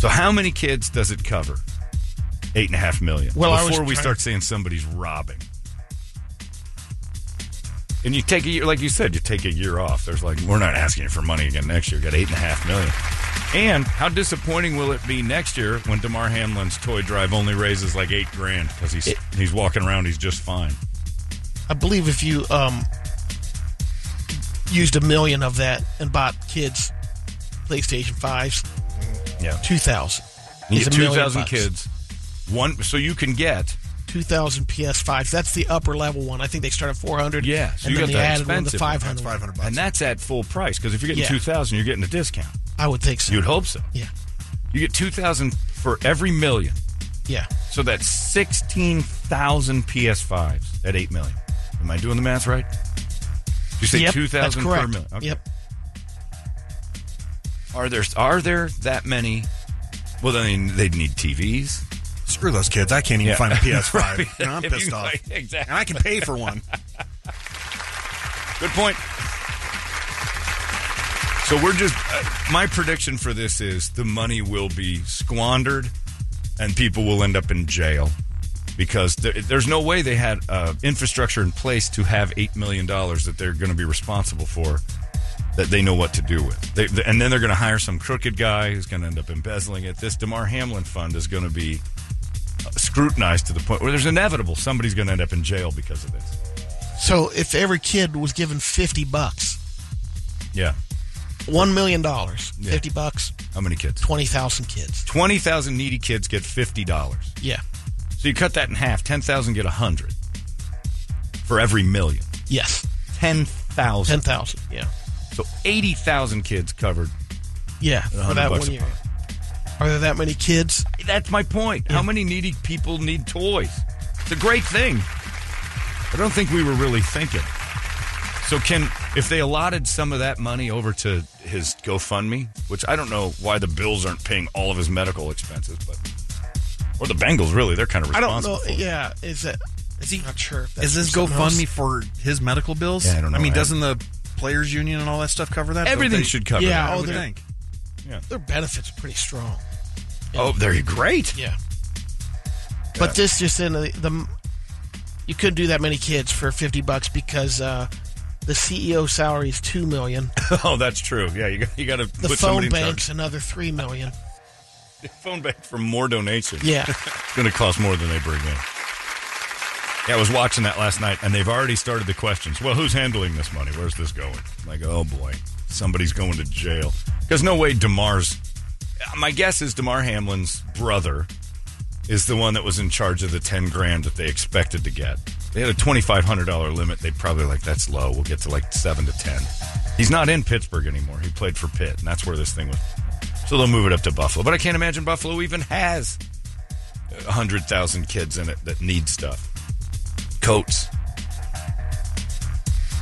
[SPEAKER 1] So how many kids does it cover? Eight and a half million.
[SPEAKER 2] Well, I was
[SPEAKER 1] before we
[SPEAKER 2] trying-
[SPEAKER 1] start saying somebody's robbing. And you take a year, like you said, you take a year off. There's like, we're not asking you for money again next year. Got eight and a half million. And how disappointing will it be next year when Damar Hamlin's toy drive only raises like eight grand because he's he's walking around, he's just fine.
[SPEAKER 2] I believe if you um used a million of that and bought kids PlayStation fives,
[SPEAKER 1] Mm-hmm. Yeah,
[SPEAKER 2] two thousand.
[SPEAKER 1] you get two thousand kids. One, so you can get
[SPEAKER 2] 2000 PS5s. That's the upper level one. I think they start at 400.
[SPEAKER 1] Yeah, so
[SPEAKER 2] and
[SPEAKER 1] you
[SPEAKER 2] then
[SPEAKER 1] got
[SPEAKER 2] they
[SPEAKER 1] the
[SPEAKER 2] added one to
[SPEAKER 1] expensive one.
[SPEAKER 2] 500.
[SPEAKER 3] That's 500 bucks.
[SPEAKER 1] And that's at full price because if you're getting
[SPEAKER 2] Yeah.
[SPEAKER 1] 2000 you're getting a discount.
[SPEAKER 2] I would think so.
[SPEAKER 1] You'd hope so.
[SPEAKER 2] Yeah,
[SPEAKER 1] You get 2000 for every million.
[SPEAKER 2] yeah.
[SPEAKER 1] So that's 16,000 PS5s at 8 million. Am I doing the math right? Did you say
[SPEAKER 2] Yep,
[SPEAKER 1] 2000
[SPEAKER 2] that's
[SPEAKER 1] per
[SPEAKER 2] correct.
[SPEAKER 1] million. Okay.
[SPEAKER 2] Yep.
[SPEAKER 1] Are there are there that many? Well, then they'd need TVs.
[SPEAKER 3] Screw those kids. I can't even
[SPEAKER 1] Yeah.
[SPEAKER 3] find a PS5.
[SPEAKER 1] Right.
[SPEAKER 3] You know, I'm
[SPEAKER 1] If you-
[SPEAKER 3] pissed off.
[SPEAKER 1] Exactly.
[SPEAKER 3] And I can pay for one.
[SPEAKER 1] Good point. So we're just. Uh, my prediction for this is the money will be squandered, and people will end up in jail because there, there's no way they had uh, infrastructure in place to have eight million dollars that they're going to be responsible for that they know what to do with. They, th- and then they're going to hire some crooked guy who's going to end up embezzling it. This Damar Hamlin fund is going to be uh, scrutinized to the point where there's inevitable somebody's going to end up in jail because of this.
[SPEAKER 2] So if every kid was given 50 bucks,
[SPEAKER 1] Yeah.
[SPEAKER 2] 1 million dollars,
[SPEAKER 1] Yeah.
[SPEAKER 2] 50 bucks,
[SPEAKER 1] How many kids?
[SPEAKER 2] 20,000 kids.
[SPEAKER 1] 20,000 needy kids get $50.
[SPEAKER 2] Yeah.
[SPEAKER 1] So you cut that in half. 10,000 get 100 for every million.
[SPEAKER 2] Yes.
[SPEAKER 1] 10,000.
[SPEAKER 2] 10,000. Yeah.
[SPEAKER 1] So 80,000 kids covered.
[SPEAKER 2] Yeah, for
[SPEAKER 1] 100
[SPEAKER 2] that
[SPEAKER 1] bucks
[SPEAKER 2] one
[SPEAKER 1] a
[SPEAKER 2] year. Are there that many kids?
[SPEAKER 1] That's my point. How many needy people need toys? It's a great thing. I don't think we were really thinking. So can if they allotted some of that money over to his GoFundMe, which I don't know why the Bills aren't paying all of his medical expenses, but or the Bengals really, they're kind of
[SPEAKER 2] I
[SPEAKER 1] responsible.
[SPEAKER 2] don't know.
[SPEAKER 1] for it.
[SPEAKER 2] Yeah, is it
[SPEAKER 3] Is he-
[SPEAKER 2] not sure. if that's
[SPEAKER 3] Is this
[SPEAKER 2] something else.
[SPEAKER 3] GoFundMe for his medical bills?
[SPEAKER 1] Yeah, I don't know.
[SPEAKER 3] I mean,
[SPEAKER 1] I-
[SPEAKER 3] doesn't the players union and all that stuff cover that? Don't
[SPEAKER 1] Everything
[SPEAKER 3] they-
[SPEAKER 1] should cover
[SPEAKER 2] Yeah,
[SPEAKER 1] that.
[SPEAKER 3] I
[SPEAKER 2] Oh,
[SPEAKER 3] would
[SPEAKER 2] they're-
[SPEAKER 3] think.
[SPEAKER 2] Their benefits are pretty strong.
[SPEAKER 1] Oh, they're great.
[SPEAKER 2] Yeah. But this just in the, the you couldn't do that many kids for 50 bucks because uh, the CEO salary is 2 million.
[SPEAKER 1] Oh, that's true. Yeah, you got you got to
[SPEAKER 2] The
[SPEAKER 1] put somebody
[SPEAKER 2] phone
[SPEAKER 1] in
[SPEAKER 2] bank's
[SPEAKER 1] charge.
[SPEAKER 2] another 3 million.
[SPEAKER 1] Phone bank for more donations.
[SPEAKER 2] Yeah.
[SPEAKER 1] It's going to cost more than they bring in. Yeah, I was watching that last night, and they've already started the questions. Well, who's handling this money? Where's this going? I'm like, oh boy, somebody's going to jail. Because no way, Demar's. My guess is Demar Hamlin's brother is the one that was in charge of the ten grand that they expected to get. They had a twenty five hundred dollar limit. They probably like that's low. We'll get to like seven to ten. He's not in Pittsburgh anymore. He played for Pitt, and that's where this thing was. So they'll move it up to Buffalo. But I can't imagine Buffalo even has hundred thousand kids in it that need stuff, coats.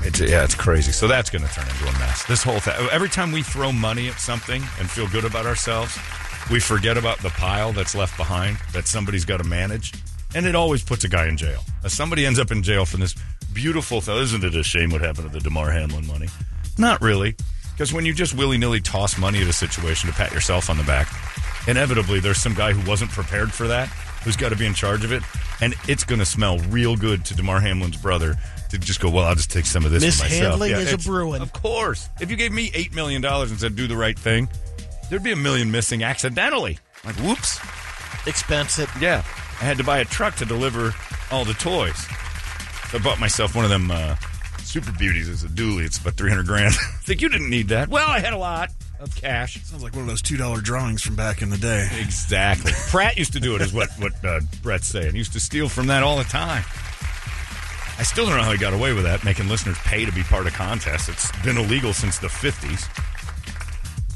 [SPEAKER 1] It's, yeah, it's crazy. So that's going to turn into a mess. This whole thing. Every time we throw money at something and feel good about ourselves, we forget about the pile that's left behind that somebody's got to manage. and it always puts a guy in jail. Uh, somebody ends up in jail for this beautiful. Th- isn't it a shame what happened to the Demar Hamlin money? Not really, because when you just willy nilly toss money at a situation to pat yourself on the back, inevitably there's some guy who wasn't prepared for that who's got to be in charge of it, and it's going to smell real good to Demar Hamlin's brother to just go. Well, I'll just take some of this for myself."
[SPEAKER 2] Mishandling is a
[SPEAKER 1] it's-
[SPEAKER 2] Bruin.
[SPEAKER 1] Of course, if you gave me eight million dollars and said do the right thing, there'd be a million missing accidentally. Like whoops.
[SPEAKER 2] Expense it.
[SPEAKER 1] Yeah, I had to buy a truck to deliver all the toys. So I bought myself one of them uh, Super Beauties. It's a dually. It's about three hundred grand. I think you didn't need that. Well, I had a lot of cash.
[SPEAKER 3] Sounds like one of those two dollar drawings from back in the day.
[SPEAKER 1] Exactly. Pratt used to do it, is what what uh, Brett's saying. He used to steal from that all the time. I still don't know how he got away with that, making listeners pay to be part of contests. It's been illegal since the fifties,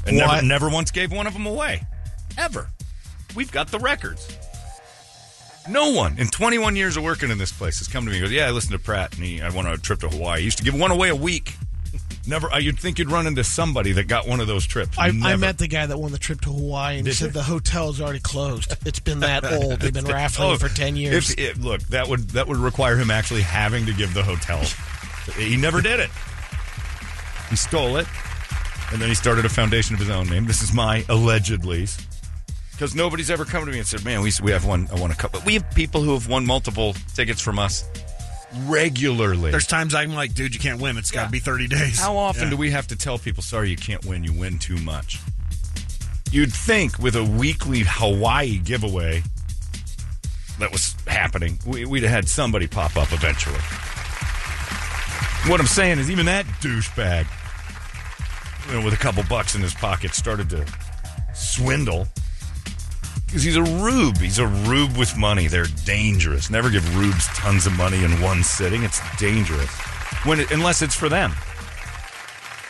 [SPEAKER 1] and never,
[SPEAKER 2] What?
[SPEAKER 1] never once gave one of them away, ever. We've got the records. No one in 21 years of working in this place has come to me and goes, "Yeah, I listened to Pratt, and he, I went on a trip to Hawaii. He used to give one away a week." Never, uh, you'd think you'd run into somebody that got one of those trips.
[SPEAKER 2] I, I
[SPEAKER 1] Never.
[SPEAKER 2] met the guy that won the trip to Hawaii, and he
[SPEAKER 1] Did
[SPEAKER 2] said
[SPEAKER 1] you?
[SPEAKER 2] the hotel's already closed. It's been that old. They've been raffling
[SPEAKER 1] Oh,
[SPEAKER 2] for ten years.
[SPEAKER 1] If, if- look, that would that would require him actually having to give the hotel. he never did it. He stole it, and then he started a foundation of his own name. This is my allegedly, because nobody's ever come to me and said, "Man, we we have one. I won a cup." But we have people who have won multiple tickets from us regularly.
[SPEAKER 3] There's times I'm like, dude, you can't win. It's got to be 30 days.
[SPEAKER 1] How often
[SPEAKER 3] Yeah.
[SPEAKER 1] do we have to tell people, sorry, you can't win, you win too much? You'd think with a weekly Hawaii giveaway that was happening, we, we'd have had somebody pop up eventually. What I'm saying is, even that douchebag, you know, with a couple bucks in his pocket, started to swindle. Because he's a rube. He's a rube with money. They're dangerous. Never give rubes tons of money in one sitting. It's dangerous. When it, unless it's for them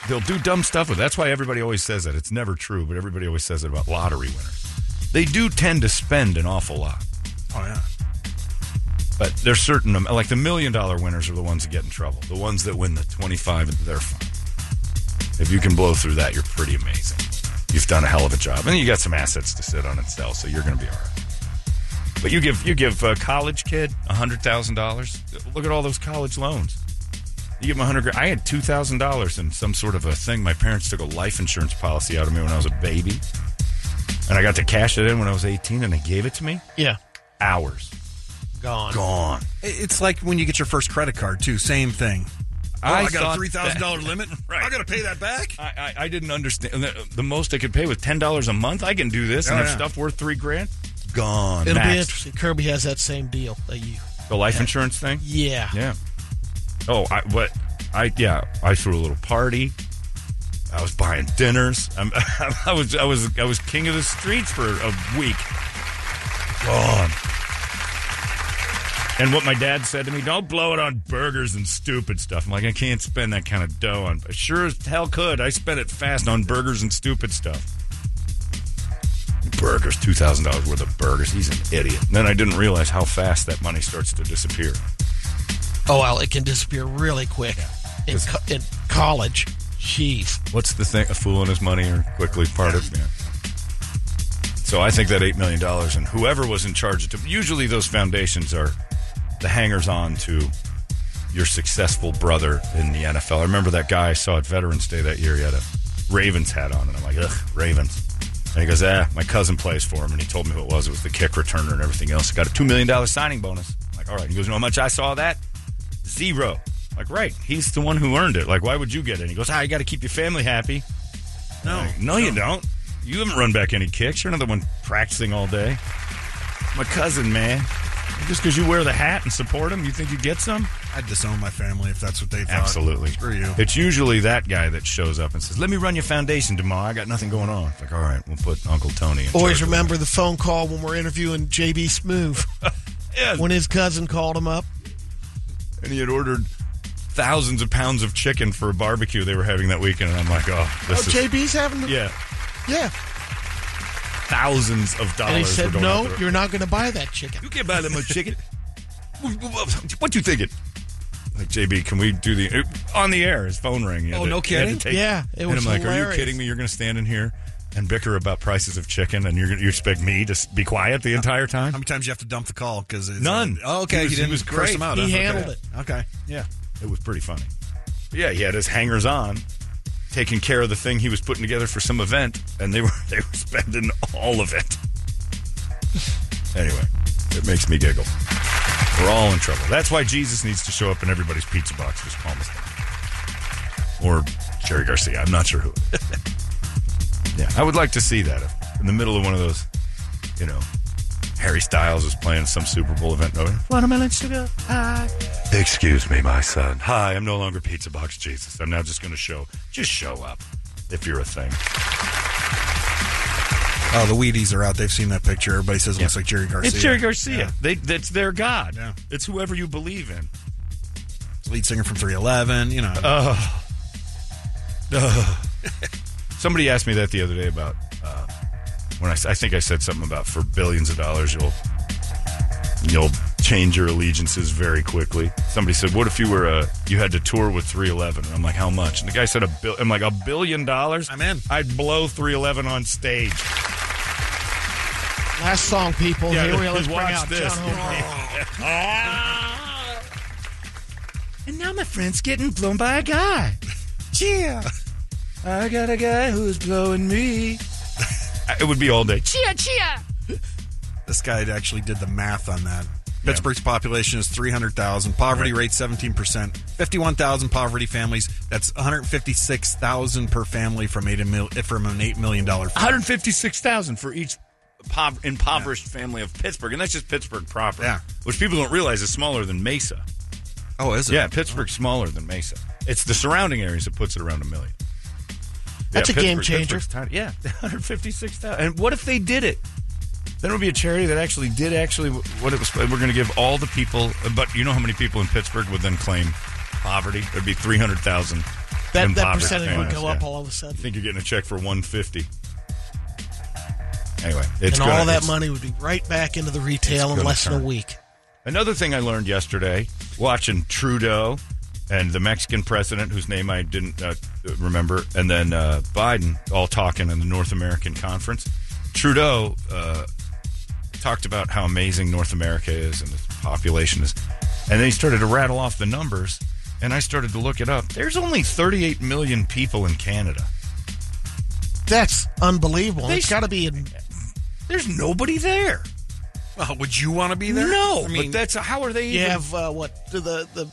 [SPEAKER 1] they'll do dumb stuff with. it. That's why everybody always says that. It's never true, but everybody always says it about lottery winners. They do tend to spend an awful lot,
[SPEAKER 3] Oh, yeah.
[SPEAKER 1] but there's certain um, like the million dollar winners are the ones that get in trouble. The ones that win the twenty five, they're fine. If you can blow through that, you're pretty amazing. You've done a hell of a job, and you got some assets to sit on and sell, so you're going to be all right. But you give you give a college kid hundred thousand dollars. Look at all those college loans. You give them a hundred grand. I had two thousand dollars in some sort of a thing. My parents took a life insurance policy out of me when I was a baby, and I got to cash it in when I was eighteen, and they gave it to me.
[SPEAKER 2] yeah,
[SPEAKER 1] Hours
[SPEAKER 2] gone.
[SPEAKER 1] gone.
[SPEAKER 3] It- It's like when you get your first credit card, too. Same thing. Oh, I, got
[SPEAKER 1] thought
[SPEAKER 3] a $3,000 limit.
[SPEAKER 1] Right.
[SPEAKER 3] I got to pay that back.
[SPEAKER 1] that- I, I, I didn't understand. The, the most I could pay was ten dollars a month. I can do this, and
[SPEAKER 3] Oh,
[SPEAKER 1] have
[SPEAKER 3] yeah.
[SPEAKER 1] stuff worth three grand. Gone.
[SPEAKER 2] It'll be
[SPEAKER 1] Maxed.
[SPEAKER 2] interesting. Kirby has that same deal that you.
[SPEAKER 1] The life insurance thing.
[SPEAKER 2] Yeah.
[SPEAKER 1] Yeah. Oh, I what? I yeah. I threw a little party. I was buying dinners. I'm, I was I was I was king of the streets for a week. Gone. And what my dad said to me, don't blow it on burgers and stupid stuff. I'm like, I can't spend that kind of dough on. I sure as hell could. I spent it fast on burgers and stupid stuff. Burgers, two thousand dollars worth of burgers. He's an idiot. And then I didn't realize how fast that money starts to disappear.
[SPEAKER 2] Oh well, it can disappear really quick. In, co- in college, jeez.
[SPEAKER 1] what's the thing? A fool and his money are quickly parted. Yeah. So I think that eight million dollars and whoever was in charge of usually those foundations are the hangers on to your successful brother in the NFL. I remember that guy I saw at Veterans Day that year. He had a Ravens hat on, and I'm like, ugh, Ravens. And he goes, ah, my cousin plays for him, and he told me who it was. It was the kick returner and everything else. Got a two million dollar signing bonus. I'm like, all right. He goes, you know how much I saw that? Zero. Like, right. He's the one who earned it. Like, why would you get it? And he goes, ah, you got to keep your family happy. No, no, you don't. You haven't run back any kicks. You're another one practicing all day. My cousin, man. Just because you wear the hat and support him, you think you get some?
[SPEAKER 3] I'd disown my family if that's what they thought.
[SPEAKER 1] Absolutely.
[SPEAKER 3] Screw you.
[SPEAKER 1] It's usually that guy that shows up and says, "Let me run your foundation tomorrow. I got nothing going on." It's like, all right, we'll put Uncle Tony. In
[SPEAKER 2] Always
[SPEAKER 1] charge of it."
[SPEAKER 2] remember the phone call when we're interviewing JB Smoove
[SPEAKER 1] Yes.
[SPEAKER 2] when his cousin called him up.
[SPEAKER 1] and he had ordered thousands of pounds of chicken for a barbecue they were having that weekend, and I'm like, "Oh,
[SPEAKER 2] Oh,
[SPEAKER 1] this is
[SPEAKER 2] JB's having the
[SPEAKER 1] yeah, Oh,
[SPEAKER 2] yeah.
[SPEAKER 1] thousands of dollars."
[SPEAKER 2] And he
[SPEAKER 1] were
[SPEAKER 2] said,
[SPEAKER 1] going out
[SPEAKER 2] "No,
[SPEAKER 1] the-
[SPEAKER 2] you're not going to buy that chicken."
[SPEAKER 1] You can't buy that much chicken. what you thinking? Like JB, can we do the on the air? His phone rang. He had
[SPEAKER 3] Oh,
[SPEAKER 1] to-
[SPEAKER 3] no
[SPEAKER 1] he had to
[SPEAKER 3] kidding?
[SPEAKER 1] take-
[SPEAKER 2] Yeah, it
[SPEAKER 1] and I'm
[SPEAKER 2] was
[SPEAKER 1] like, are you
[SPEAKER 2] hilarious.
[SPEAKER 1] kidding me? You're going to stand in here and bicker about prices of chicken, and you're, gonna- you expect me to s- be quiet the entire
[SPEAKER 3] How
[SPEAKER 1] time?
[SPEAKER 3] many times you have to dump the call? Because
[SPEAKER 1] None.
[SPEAKER 3] oh, okay,
[SPEAKER 1] He
[SPEAKER 3] he,
[SPEAKER 1] was- he
[SPEAKER 3] didn't.
[SPEAKER 1] was
[SPEAKER 3] curse
[SPEAKER 1] great.
[SPEAKER 3] him out.
[SPEAKER 2] He
[SPEAKER 3] huh?
[SPEAKER 2] handled
[SPEAKER 3] Okay.
[SPEAKER 2] it.
[SPEAKER 3] Okay.
[SPEAKER 1] Yeah, it was pretty funny. Yeah, he had his hangers on taking care of the thing he was putting together for some event, and they were they were spending all of it. Anyway, it makes me giggle. We're all in trouble. That's why Jesus needs to show up in everybody's pizza box. Just calm us down. Or Jerry Garcia. I'm not sure who. yeah, I would like to see that if, in the middle of one of those, you know, Harry Styles is playing some Super Bowl event. Oh, Watermelon sugar high. Excuse me, my son. Hi, I'm no longer Pizza Box Jesus. I'm now just going to show. Just show up if you're a thing.
[SPEAKER 3] Oh, the Wheaties are out. They've seen that picture. Everybody says it looks like Jerry Garcia.
[SPEAKER 1] It's Jerry Garcia. They, that's their God.
[SPEAKER 3] Yeah.
[SPEAKER 1] It's whoever you believe in.
[SPEAKER 3] lead singer from 311. You know,
[SPEAKER 1] Oh, Somebody asked me that the other day about uh, when I, s- I think I said something about for billions of dollars you'll you'll change your allegiances very quickly. Somebody said, "What if you were a you had to tour with 311?" And I'm like, "How much?" And the guy said, "A bill." I'm like, "A billion dollars?
[SPEAKER 3] I'm in.
[SPEAKER 1] I'd blow 311 on stage."
[SPEAKER 2] Last song, people. Here we let's bring
[SPEAKER 1] watch
[SPEAKER 2] out
[SPEAKER 1] this.
[SPEAKER 2] John Holmgren.
[SPEAKER 5] And now my friend's getting blown by a guy. Cheer. I got a guy who's blowing me.
[SPEAKER 1] It would be all day.
[SPEAKER 5] Cheer, cheer.
[SPEAKER 3] this guy actually did the math on that. Pittsburgh's population is 300,000. Poverty rate 17%. 51,000 poverty families. That's 156,000 per family from eight mil, from an 8 million dollar.
[SPEAKER 1] 156,000 for each pov- impoverished family of Pittsburgh, and that's just Pittsburgh proper.
[SPEAKER 3] Yeah.
[SPEAKER 1] which people don't realize is smaller than Mesa.
[SPEAKER 3] Oh, is it?
[SPEAKER 1] Yeah, Pittsburgh's smaller than Mesa. It's the surrounding areas that puts it around a million.
[SPEAKER 2] That's a
[SPEAKER 1] Pittsburgh-
[SPEAKER 2] game changer.
[SPEAKER 1] Pittsburgh's tiny. Yeah, 156,000. And what if they did it? Then it would be a charity that actually did actually what it was. We're going to give all the people, but you know how many people in Pittsburgh would then claim poverty? There'd be 300,000.
[SPEAKER 2] That, that
[SPEAKER 1] impoverished
[SPEAKER 2] percentage would
[SPEAKER 1] families,
[SPEAKER 2] go
[SPEAKER 1] yeah.
[SPEAKER 2] up all of a
[SPEAKER 1] I
[SPEAKER 2] sudden.
[SPEAKER 1] think you're getting a check for 150. Anyway, it's
[SPEAKER 2] And all
[SPEAKER 1] gonna-
[SPEAKER 2] that
[SPEAKER 1] it's-
[SPEAKER 2] money would be right back into the retail in
[SPEAKER 1] gonna
[SPEAKER 2] less than
[SPEAKER 1] turn.
[SPEAKER 2] a week.
[SPEAKER 1] Another thing I learned yesterday watching Trudeau and the Mexican president, whose name I didn't uh, remember, and then uh, Biden all talking in the North American conference. Trudeau uh, talked about how amazing North America is and its population is. And then he started to rattle off the numbers, and I started to look it up. There's only 38 million people in Canada.
[SPEAKER 2] That's unbelievable.
[SPEAKER 1] They
[SPEAKER 2] it's got to be in
[SPEAKER 1] There's nobody there.
[SPEAKER 3] Well, would you want to be there?
[SPEAKER 1] No,
[SPEAKER 3] I
[SPEAKER 1] but
[SPEAKER 3] mean,
[SPEAKER 1] that's how are they
[SPEAKER 2] You
[SPEAKER 1] even
[SPEAKER 2] have uh, what the the, the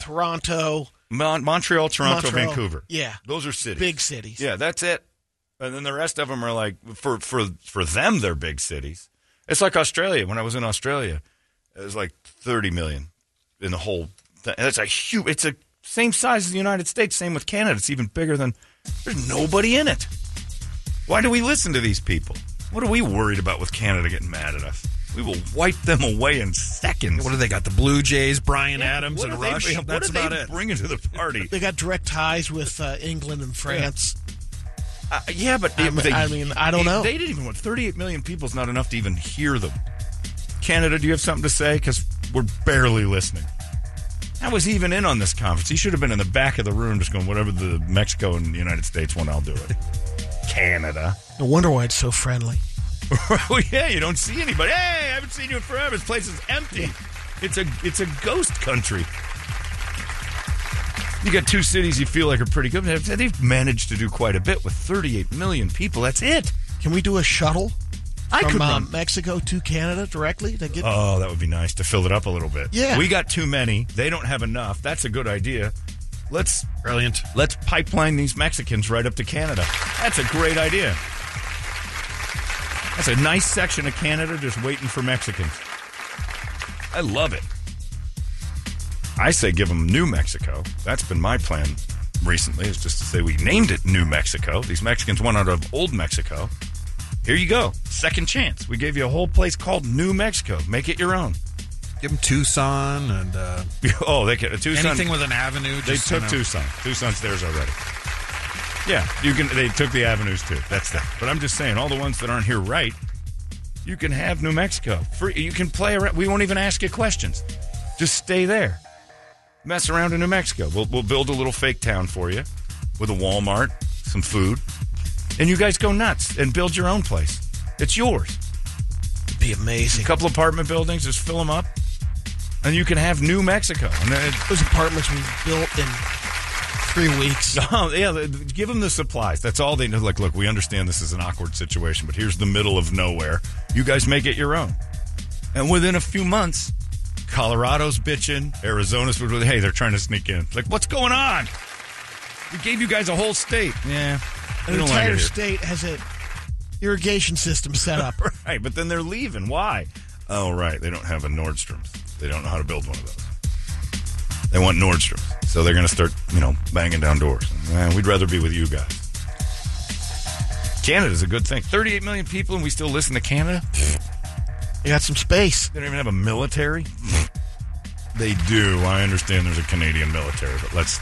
[SPEAKER 2] Toronto
[SPEAKER 1] Mon- Montreal, Toronto,
[SPEAKER 2] Montreal.
[SPEAKER 1] Vancouver.
[SPEAKER 2] Yeah.
[SPEAKER 1] those are cities.
[SPEAKER 2] big cities.
[SPEAKER 1] Yeah, that's it. And then the rest of them are like for for for them they're big cities. It's like Australia. When I was in Australia, it was like 30 million in the whole thing. And it's a huge it's a same size as the United States, same with Canada. It's even bigger than there's nobody in it. Why do we listen to these people? What are we worried about with Canada getting mad at us? We will wipe them away in seconds.
[SPEAKER 3] what do they got? The Blue Jays, Brian Adams,
[SPEAKER 1] What
[SPEAKER 3] and
[SPEAKER 1] are they-
[SPEAKER 3] Rush.
[SPEAKER 1] what
[SPEAKER 3] that's
[SPEAKER 1] are they
[SPEAKER 3] about it.
[SPEAKER 1] Bringing to the party.
[SPEAKER 2] They got direct ties with uh, England and France.
[SPEAKER 1] Uh, yeah, but
[SPEAKER 2] I mean- I mean, I don't
[SPEAKER 1] they-
[SPEAKER 2] know.
[SPEAKER 1] They didn't even want 38 million people is not enough to even hear them. Canada, do you have something to say? Because we're barely listening. I was even in on this conference. He should have been in the back of the room, just going, whatever the Mexico and the United States want, I'll do it. Canada.
[SPEAKER 2] No wonder why it's so friendly.
[SPEAKER 1] well, yeah, you don't see anybody. Hey, I haven't seen you in forever. This place is empty. It's a it's a ghost country. You got two cities you feel like are pretty good. They've managed to do quite a bit with 38 million people. That's it.
[SPEAKER 2] Can we do a shuttle
[SPEAKER 1] I
[SPEAKER 2] from
[SPEAKER 1] could
[SPEAKER 2] uh,
[SPEAKER 1] run.
[SPEAKER 2] Mexico to Canada directly to get?
[SPEAKER 1] Oh, that would be nice to fill it up a little bit.
[SPEAKER 2] Yeah.
[SPEAKER 1] we got too many. They don't have enough. That's a good idea. Let's
[SPEAKER 3] Brilliant.
[SPEAKER 1] let's pipeline these Mexicans right up to Canada. That's a great idea. That's a nice section of Canada just waiting for Mexicans. I love it. I say give them New Mexico. That's been my plan recently, is just to say we named it New Mexico. These Mexicans went out of Old Mexico. Here you go. Second chance. We gave you a whole place called New Mexico. Make it your own.
[SPEAKER 3] Give them Tucson and uh,
[SPEAKER 1] Oh, they could. Tucson.
[SPEAKER 3] anything with an avenue.
[SPEAKER 1] They
[SPEAKER 3] Just,
[SPEAKER 1] took
[SPEAKER 3] you know,
[SPEAKER 1] Tucson. Tucson's theirs already. Yeah, you can. They took the avenues too. That's that. But I'm just saying, all the ones that aren't here right, you can have New Mexico. Free, you can play around. We won't even ask you questions. Just stay there. Mess around in New Mexico. We'll, we'll build a little fake town for you with a Walmart, some food, and you guys go nuts and build your own place. It's yours.
[SPEAKER 2] It'd be
[SPEAKER 1] A
[SPEAKER 2] amazing.
[SPEAKER 1] couple apartment buildings, just fill them up, and you can have New Mexico. And uh, then it,
[SPEAKER 2] Those apartments we built in three weeks.
[SPEAKER 1] Oh, yeah, th- th- give them the supplies. That's all they know. Like, look, we understand this is an awkward situation, but here's the middle of nowhere. You guys make it your own. And within a few months, Colorado's bitching, Arizona's, hey, they're trying to sneak in. Like, what's going on? We gave you guys a whole state. Yeah. we
[SPEAKER 2] An
[SPEAKER 1] don't like it
[SPEAKER 2] entire
[SPEAKER 1] here.
[SPEAKER 2] state has an irrigation system set up.
[SPEAKER 1] Right, but then they're leaving. Why? Oh, right. They don't have a Nordstrom's. They don't know how to build one of those. They want Nordstrom's. So they're going to start, you know, banging down doors. Eh, we'd rather be with you guys. Canada's a good thing. 38 million people, and we still listen to Canada?
[SPEAKER 2] They got some space.
[SPEAKER 1] They don't even have a military? they do. I understand there's a Canadian military, but let's,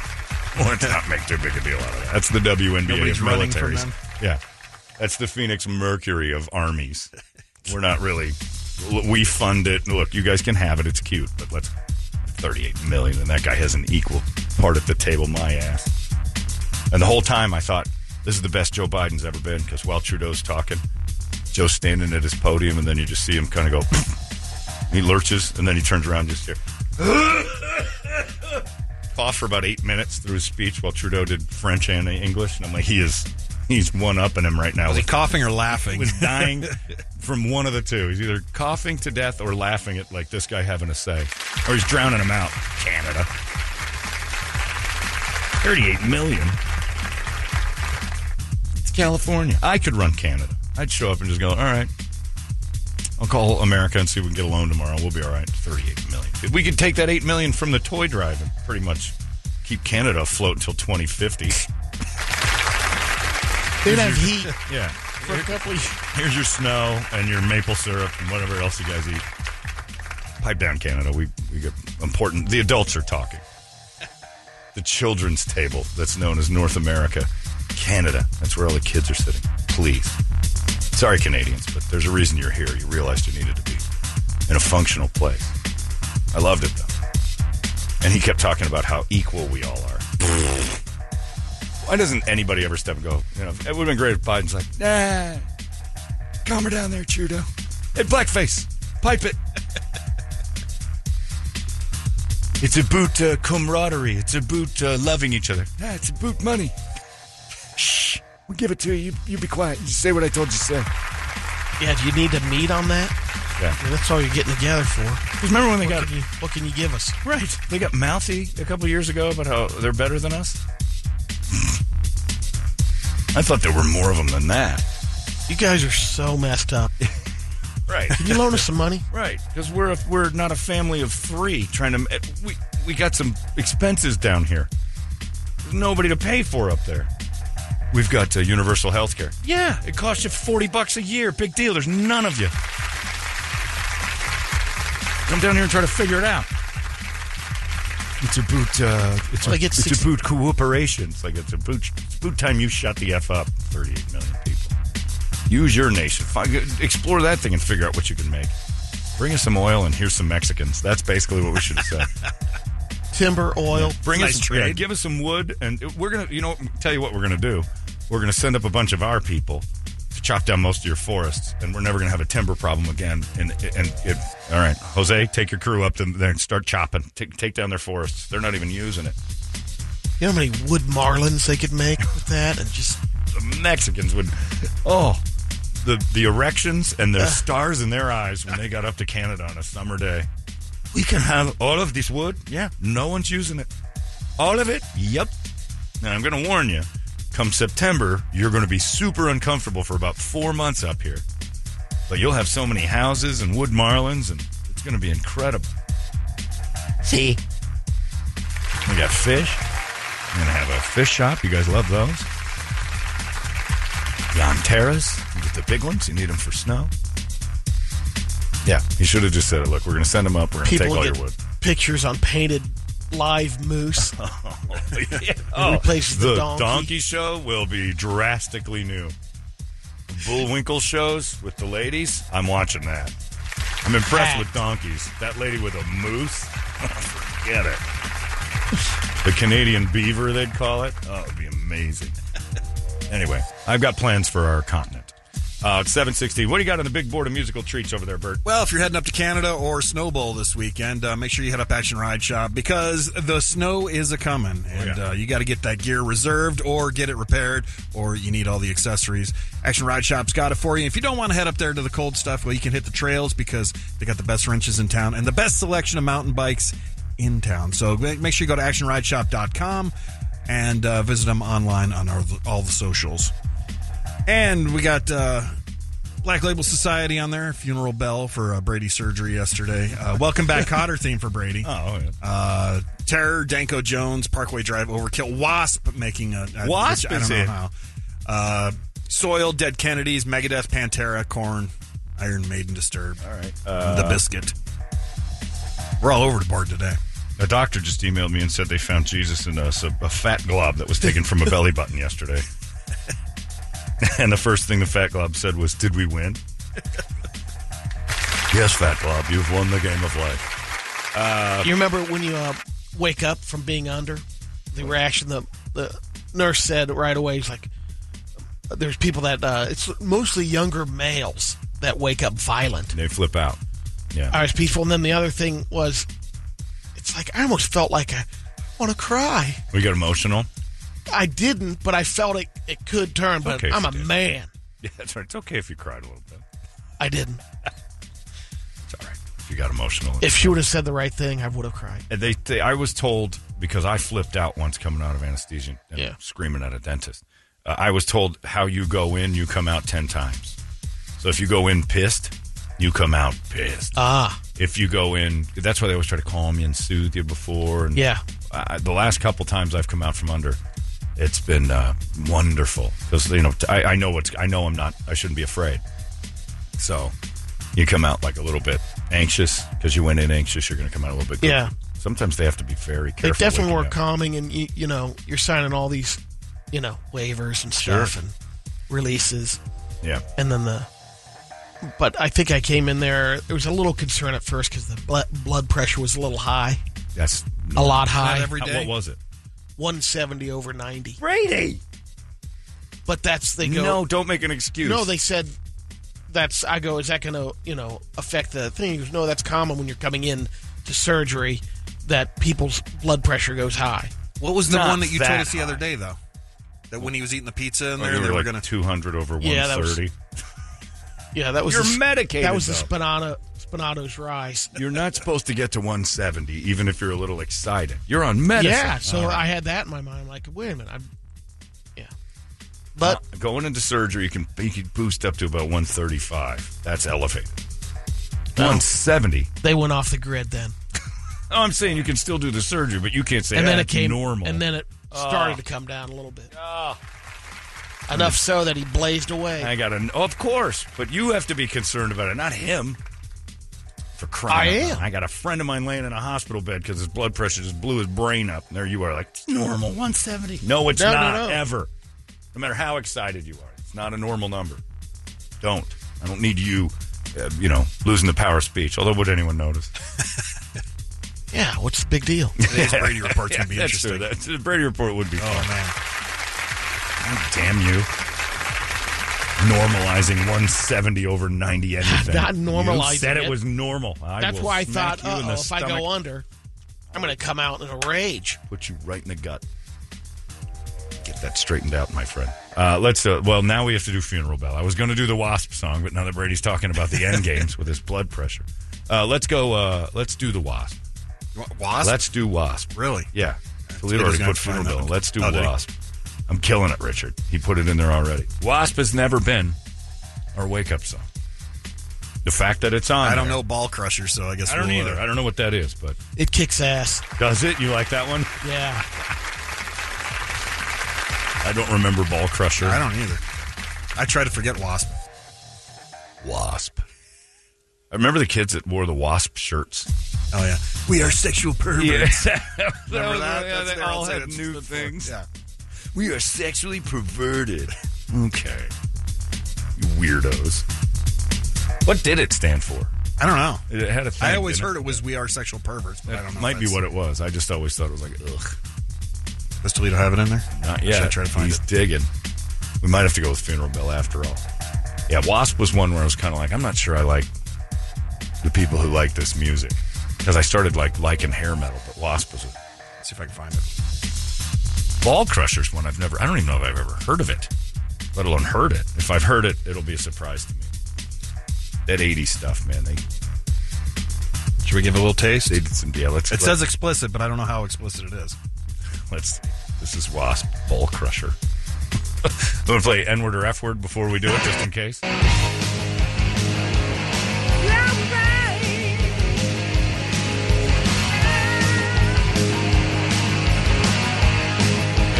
[SPEAKER 1] let's not make too big a deal out of that. That's the WNBA
[SPEAKER 3] Nobody's
[SPEAKER 1] of
[SPEAKER 3] running from
[SPEAKER 1] militaries.
[SPEAKER 3] them.
[SPEAKER 1] Yeah. That's the Phoenix Mercury of armies. We're not really. We fund it. Look, you guys can have it. It's cute, but let's. 38 million, and that guy has an equal part at the table, my ass. And the whole time I thought, this is the best Joe Biden's ever been, because while Trudeau's talking, Joe's standing at his podium, and then you just see him kind of go, he lurches, and then he turns around and just here. Cough for about eight minutes through his speech while Trudeau did French and English, and I'm like, he is, he's one up in him right now.
[SPEAKER 3] Was he
[SPEAKER 1] Like,
[SPEAKER 3] coughing or laughing?
[SPEAKER 1] was dying from one of the two. He's either coughing to death or laughing at like this guy having a say, or he's drowning him out. Canada, thirty-eight million. It's California. I could run Canada. I'd show up and just go, all right. I'll call America and see if we can get a loan tomorrow. We'll be all right. Thirty-eight million. If we could take that eight million from the toy drive and pretty much keep Canada afloat until twenty fifty.
[SPEAKER 2] They'd have heat
[SPEAKER 1] Yeah.
[SPEAKER 2] for a couple of
[SPEAKER 1] Here's your snow and your maple syrup and whatever else you guys eat. Pipe down, Canada. We we get important. The adults are talking. The children's table that's known as North America, Canada. That's where all the kids are sitting. Please. Sorry, Canadians, but there's a reason you're here. You realized you needed to be in a functional place. I loved it though. And he kept talking about how equal we all are. Why doesn't anybody ever step and go? You know, it would have been great if Biden's like, nah, Calm her down there, Trudeau. Hey, blackface, pipe it. it's about uh, camaraderie. It's about uh, loving each other. Yeah, it's about money. Shh, we'll give it to you. You, you be quiet. You say what I told you to say.
[SPEAKER 2] Yeah, do you need to meet on that?
[SPEAKER 1] Yeah.
[SPEAKER 2] I mean, that's all you're getting together for.
[SPEAKER 1] Because remember when they
[SPEAKER 2] What
[SPEAKER 1] got
[SPEAKER 2] can you, what can you give us?
[SPEAKER 1] right? They got mouthy a couple years ago about how they're better than us. I thought there were more of them than that.
[SPEAKER 2] You guys are so messed up. Can
[SPEAKER 1] Right.
[SPEAKER 2] you loan us some money?
[SPEAKER 1] Right, because we're a, we're not a family of three trying to. eh, We we got some expenses down here. There's nobody to pay for up there. We've got uh, universal health care. Yeah, it costs you forty bucks a year. Big deal. There's none of you. Come down here and try to figure it out. It's about uh, it's,
[SPEAKER 2] Well, they get
[SPEAKER 1] it's
[SPEAKER 2] 60
[SPEAKER 1] about cooperation. It's like it's about it's about time you shut the f up. Thirty-eight million people. Use your nation. Fi- Explore that thing and figure out what you can make. Bring us some oil and here's some Mexicans. That's basically what we should have said.
[SPEAKER 2] Timber, oil.
[SPEAKER 1] Bring us
[SPEAKER 3] Nice trade.
[SPEAKER 1] yeah, give us some wood, and we're gonna. You know, tell you what we're gonna do. We're gonna send up a bunch of our people to chop down most of your forests, and we're never gonna have a timber problem again. And and it, all right, Jose, take your crew up them there and start chopping. Take take down their forests. They're not even using it.
[SPEAKER 2] You know how many wood marlins they could make with that? And just
[SPEAKER 1] The Mexicans would. Oh. The, the erections and the stars in their eyes when they got up to Canada on a summer day. We can have all of this wood. Yeah. No one's using it. All of it? Yep. Now, I'm going to warn you come September, you're going to be super uncomfortable for about four months up here. But you'll have so many houses and wood marlins, and it's going to be incredible.
[SPEAKER 5] See?
[SPEAKER 1] We got fish. I'm going to have a fish shop. You guys love those. The Anteras. You get the big ones. You need them for snow. Yeah, he should have just said it. Look, we're going to send them up. We're going to take
[SPEAKER 2] people
[SPEAKER 1] all
[SPEAKER 2] get
[SPEAKER 1] your wood. Uh-huh.
[SPEAKER 2] pictures on painted live moose.
[SPEAKER 1] Oh,
[SPEAKER 2] replaces the donkey.
[SPEAKER 1] show will be drastically new. The Bullwinkle shows with the ladies. I'm watching that. I'm impressed with donkeys. That lady with a moose. Oh, Forget it. The Canadian beaver, they'd call it. Oh, it'd be amazing. Anyway, I've got plans for our continent. Uh, it's 716. What do you got on the big board of musical treats over there, Bert?
[SPEAKER 3] Well, if you're heading up to Canada or Snowball this weekend, uh, make sure you head up Action Ride Shop because the snow is a coming, and
[SPEAKER 1] yeah.
[SPEAKER 3] uh, you got to get that gear reserved or get it repaired, or you need all the accessories. Action Ride Shop's got it for you. If you don't want to head up there to the cold stuff, well, you can hit the trails because they got the best wrenches in town and the best selection of mountain bikes in town. So ma- make sure you go to actionrideshop.com and uh, visit them online on our, all the socials. And we got uh, Black Label Society on there. Funeral bell for uh, Brady surgery yesterday. Uh, welcome back, Cotter theme for Brady.
[SPEAKER 1] Oh, yeah.
[SPEAKER 3] Uh, Terror, Danko Jones, Parkway Drive, Overkill, Wasp making a a-
[SPEAKER 1] Wasp
[SPEAKER 3] which I
[SPEAKER 1] is
[SPEAKER 3] don't know
[SPEAKER 1] it?
[SPEAKER 3] how. Uh, Soil, Dead Kennedys, Megadeth, Pantera, Corn, Iron Maiden, Disturbed. All right,
[SPEAKER 1] uh,
[SPEAKER 3] the Biscuit. We're all over the board today.
[SPEAKER 1] a doctor just emailed me and said they found Jesus in us, a, a fat glob that was taken from a belly button yesterday. and the first thing the fat glob said was, Did we win? yes, fat glob, you've won the game of life.
[SPEAKER 2] You remember when you uh, wake up from being under? The reaction the the nurse said right away is like, "There's people that uh, it's mostly younger males that wake up violent."
[SPEAKER 1] And they flip out. Yeah.
[SPEAKER 2] I was peaceful, and then the other thing was, it's like I almost felt like I want to cry.
[SPEAKER 1] We get emotional.
[SPEAKER 2] I didn't, but I felt it. It could turn, but
[SPEAKER 1] okay if
[SPEAKER 2] I'm
[SPEAKER 1] you
[SPEAKER 2] a
[SPEAKER 1] did.
[SPEAKER 2] man.
[SPEAKER 1] Yeah, that's right. It's okay if you cried a little bit.
[SPEAKER 2] I didn't.
[SPEAKER 1] It's all right. If you got emotional.
[SPEAKER 2] If she would have said the right thing, I would have cried.
[SPEAKER 1] And they, they I was told because I flipped out once coming out of anesthesia and
[SPEAKER 2] Yeah.
[SPEAKER 1] screaming at a dentist. Uh, I was told how you go in, you come out 10 times. So if you go in pissed, you come out pissed.
[SPEAKER 2] Ah,
[SPEAKER 1] if you go in, that's why they always try to calm you and soothe you before. And
[SPEAKER 2] Yeah.
[SPEAKER 1] I, the last couple times I've come out from under, it's been uh, wonderful because you know t- I, I know what's I know I'm not I shouldn't be afraid. So you come out like a little bit anxious because you went in anxious. You're going to come out a little bit.
[SPEAKER 2] Yeah.
[SPEAKER 1] Sometimes they have to be very
[SPEAKER 2] they
[SPEAKER 1] careful.
[SPEAKER 2] definitely
[SPEAKER 1] waking
[SPEAKER 2] were
[SPEAKER 1] up.
[SPEAKER 2] calming, and you, you know, you're signing all these, you know, waivers and
[SPEAKER 1] Sure.
[SPEAKER 2] stuff and releases.
[SPEAKER 1] Yeah.
[SPEAKER 2] and then the but i think i came in there there was a little concern at first because the bl- blood pressure was a little high
[SPEAKER 1] That's
[SPEAKER 2] a lot high
[SPEAKER 3] every
[SPEAKER 1] How-
[SPEAKER 3] day.
[SPEAKER 1] What was it?
[SPEAKER 2] 170 over 90
[SPEAKER 1] Brady.
[SPEAKER 2] but that's they go
[SPEAKER 1] No, don't make an excuse.
[SPEAKER 2] no they said that's i go is that going to you know affect the thing he goes no that's common when you're coming in to surgery that people's blood pressure goes high
[SPEAKER 3] What was the
[SPEAKER 1] Not
[SPEAKER 3] one that you
[SPEAKER 1] that
[SPEAKER 3] told us the
[SPEAKER 1] high.
[SPEAKER 3] other day, though? That when he was eating the pizza in
[SPEAKER 1] Oh,
[SPEAKER 3] there,
[SPEAKER 1] you
[SPEAKER 3] they
[SPEAKER 1] were
[SPEAKER 3] were
[SPEAKER 1] like
[SPEAKER 3] going to.
[SPEAKER 1] 200 over
[SPEAKER 2] Yeah, that was-
[SPEAKER 1] 130.
[SPEAKER 2] yeah that was
[SPEAKER 1] You're
[SPEAKER 2] the s-
[SPEAKER 1] medicated,
[SPEAKER 2] that was the
[SPEAKER 1] though.
[SPEAKER 2] spinata spinato's rise
[SPEAKER 1] You're not supposed to get to 170, even if you're a little excited. You're on medicine. Uh-huh.
[SPEAKER 2] yeah so i had that in my mind like wait a minute i'm yeah Uh, but
[SPEAKER 1] Uh, Going into surgery, you can you can boost up to about 135. That's elevated. 170.
[SPEAKER 2] they went off the grid then.
[SPEAKER 1] Oh, I'm saying you can still do the surgery, but you can't say
[SPEAKER 2] and
[SPEAKER 1] "Ah,
[SPEAKER 2] then it
[SPEAKER 1] it's
[SPEAKER 2] came
[SPEAKER 1] normal. Uh,
[SPEAKER 2] and then it started to come down a little bit. Enough so that he blazed away.
[SPEAKER 1] I got an. Oh, of course, but you have to be concerned about it, not him. For
[SPEAKER 2] I
[SPEAKER 1] crying, out
[SPEAKER 2] am.
[SPEAKER 1] loud. I got a friend of mine laying in a hospital bed because his blood pressure just blew his brain up. And there you are, like "It's normal.
[SPEAKER 4] 170.
[SPEAKER 1] No, it's
[SPEAKER 2] No, no,
[SPEAKER 1] not
[SPEAKER 2] no.
[SPEAKER 1] ever. No matter how excited you are, it's not a normal number. Don't. I don't need you, uh, you know, losing the power of speech. Although, would anyone notice?
[SPEAKER 2] yeah, what's the big deal?
[SPEAKER 3] Today's Brady report's going to be
[SPEAKER 1] That's
[SPEAKER 3] interesting.
[SPEAKER 1] true. That's, the Brady report would be.
[SPEAKER 3] Oh, man.
[SPEAKER 1] God damn you! Normalizing 170 over 90 anything.
[SPEAKER 2] Not normalizing
[SPEAKER 1] You said it,
[SPEAKER 2] it.
[SPEAKER 1] was normal. I
[SPEAKER 2] That's
[SPEAKER 1] will
[SPEAKER 2] why I
[SPEAKER 1] smack
[SPEAKER 2] thought,
[SPEAKER 1] you in
[SPEAKER 2] oh,
[SPEAKER 1] the
[SPEAKER 2] if I
[SPEAKER 1] stomach,
[SPEAKER 2] go under, I'm going to come out in a rage.
[SPEAKER 1] put you right in the gut. Get that straightened out, my friend. Uh, let's. Uh, well, now we have to do funeral bell. I was going to do the wasp song, but now that Brady's talking about the end games with his blood pressure, uh, let's go. Uh, let's do the wasp.
[SPEAKER 3] Wa- Wasp?
[SPEAKER 1] Let's do wasp.
[SPEAKER 3] Really?
[SPEAKER 1] Yeah.
[SPEAKER 3] Toledo's
[SPEAKER 1] Toledo already
[SPEAKER 3] gonna
[SPEAKER 1] put
[SPEAKER 3] have to
[SPEAKER 1] funeral
[SPEAKER 3] find that
[SPEAKER 1] bell.
[SPEAKER 3] one.
[SPEAKER 1] Let's do
[SPEAKER 3] Oh, did he?
[SPEAKER 1] wasp. I'm killing it, Richard. He put it in there already. Wasp has never been our wake up song. The fact that it's on.
[SPEAKER 3] I don't
[SPEAKER 1] there-
[SPEAKER 3] know Ball Crusher, so I guess
[SPEAKER 1] I don't
[SPEAKER 3] we'll, uh,
[SPEAKER 1] either. I don't know what that is, but
[SPEAKER 2] It kicks ass.
[SPEAKER 1] does it? You like that one?
[SPEAKER 2] Yeah.
[SPEAKER 1] I don't remember Ball Crusher.
[SPEAKER 3] I don't either. I try to forget Wasp.
[SPEAKER 1] Wasp. I remember the kids that wore the wasp shirts.
[SPEAKER 3] Oh yeah, we are sexual perverts.
[SPEAKER 1] remember that?
[SPEAKER 3] That's
[SPEAKER 1] they
[SPEAKER 3] their
[SPEAKER 1] all
[SPEAKER 3] old
[SPEAKER 1] had
[SPEAKER 3] sentence.
[SPEAKER 1] new
[SPEAKER 3] That's their-
[SPEAKER 1] things.
[SPEAKER 3] Yeah.
[SPEAKER 1] We are sexually perverted. Okay, you weirdos. What did it stand for?
[SPEAKER 3] I don't know.
[SPEAKER 1] It had a thing.
[SPEAKER 3] I always
[SPEAKER 1] didn't
[SPEAKER 3] heard it was we are sexual perverts, but I don't know.
[SPEAKER 1] Might
[SPEAKER 3] if
[SPEAKER 1] be
[SPEAKER 3] that's-
[SPEAKER 1] what it was. I just always thought it was like, ugh,
[SPEAKER 3] Does Toledo have it in there?
[SPEAKER 1] not
[SPEAKER 3] Should I
[SPEAKER 1] yet.
[SPEAKER 3] try to find
[SPEAKER 1] He's
[SPEAKER 3] it?
[SPEAKER 1] digging. We might have to go with Funeral Bill after all. Yeah, Wasp was one where I was kind of like, I'm not sure I like the people who like this music because I started like liking hair metal, but Wasp was a
[SPEAKER 3] see if I can find it.
[SPEAKER 1] Ball Crushers one I've never. I don't even know if I've ever heard of it, let alone heard it. If I've heard it, it'll be a surprise to me. That 80s stuff, man. They
[SPEAKER 3] Should we give it a little taste?
[SPEAKER 1] they did some. Yeah, let's.
[SPEAKER 3] It says explicit, but I don't know how explicit it is.
[SPEAKER 1] Let's. This is Wasp Ball Crusher. I'm gonna play N word or F word before we do it, just in case.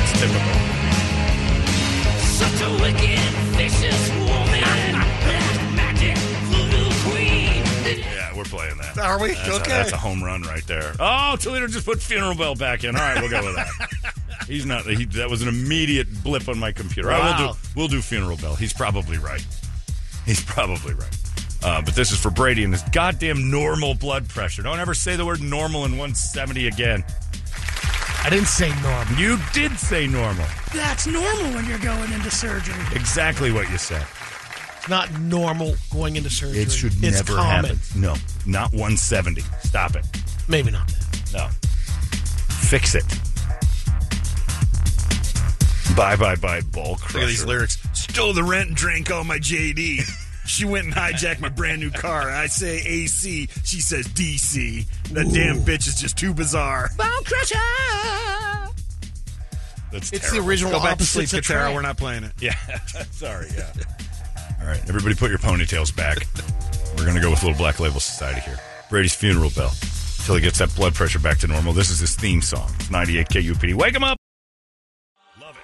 [SPEAKER 1] It's typical.
[SPEAKER 6] Such a wicked, vicious woman. Black magic, voodoo queen.
[SPEAKER 1] Yeah, we're playing that.
[SPEAKER 3] Are we?
[SPEAKER 1] That's
[SPEAKER 3] Okay.
[SPEAKER 1] A, that's a home run right there. Oh, Toledo just put funeral bell back in. All right, we'll go with that. He's not. He, that was an immediate blip on my computer. All right, we'll
[SPEAKER 2] Wow.
[SPEAKER 1] do. We'll do funeral bell. He's probably right. He's probably right. Uh, but this is for Brady and his goddamn normal blood pressure. Don't ever say the word normal in 170 again.
[SPEAKER 2] I didn't say normal.
[SPEAKER 1] You did say normal.
[SPEAKER 4] That's normal when you're going into surgery.
[SPEAKER 1] Exactly what you said.
[SPEAKER 2] It's not normal going into surgery.
[SPEAKER 1] It should
[SPEAKER 2] it's
[SPEAKER 1] never
[SPEAKER 2] common.
[SPEAKER 1] happen. No, not 170. Stop it.
[SPEAKER 2] Maybe not. That.
[SPEAKER 1] No. Fix it. Bye bye bye ball crusher.
[SPEAKER 3] Look at these lyrics. Stole the rent and drank all my JD. She went and hijacked my brand new car. I say AC. She says DC. That damn bitch is just too bizarre.
[SPEAKER 1] That's
[SPEAKER 2] It's
[SPEAKER 1] terrible.
[SPEAKER 2] the original
[SPEAKER 3] Go back to
[SPEAKER 2] opposites
[SPEAKER 3] sleep, Katara.
[SPEAKER 2] attract.
[SPEAKER 3] We're not playing it.
[SPEAKER 1] Yeah. Sorry. Yeah. All right. Everybody, put your ponytails back. We're gonna go with Little Black Label Society here. Brady's funeral bell until he gets that blood pressure back to normal. This is his theme song. It's 98 KUPD. Wake him up. Love it.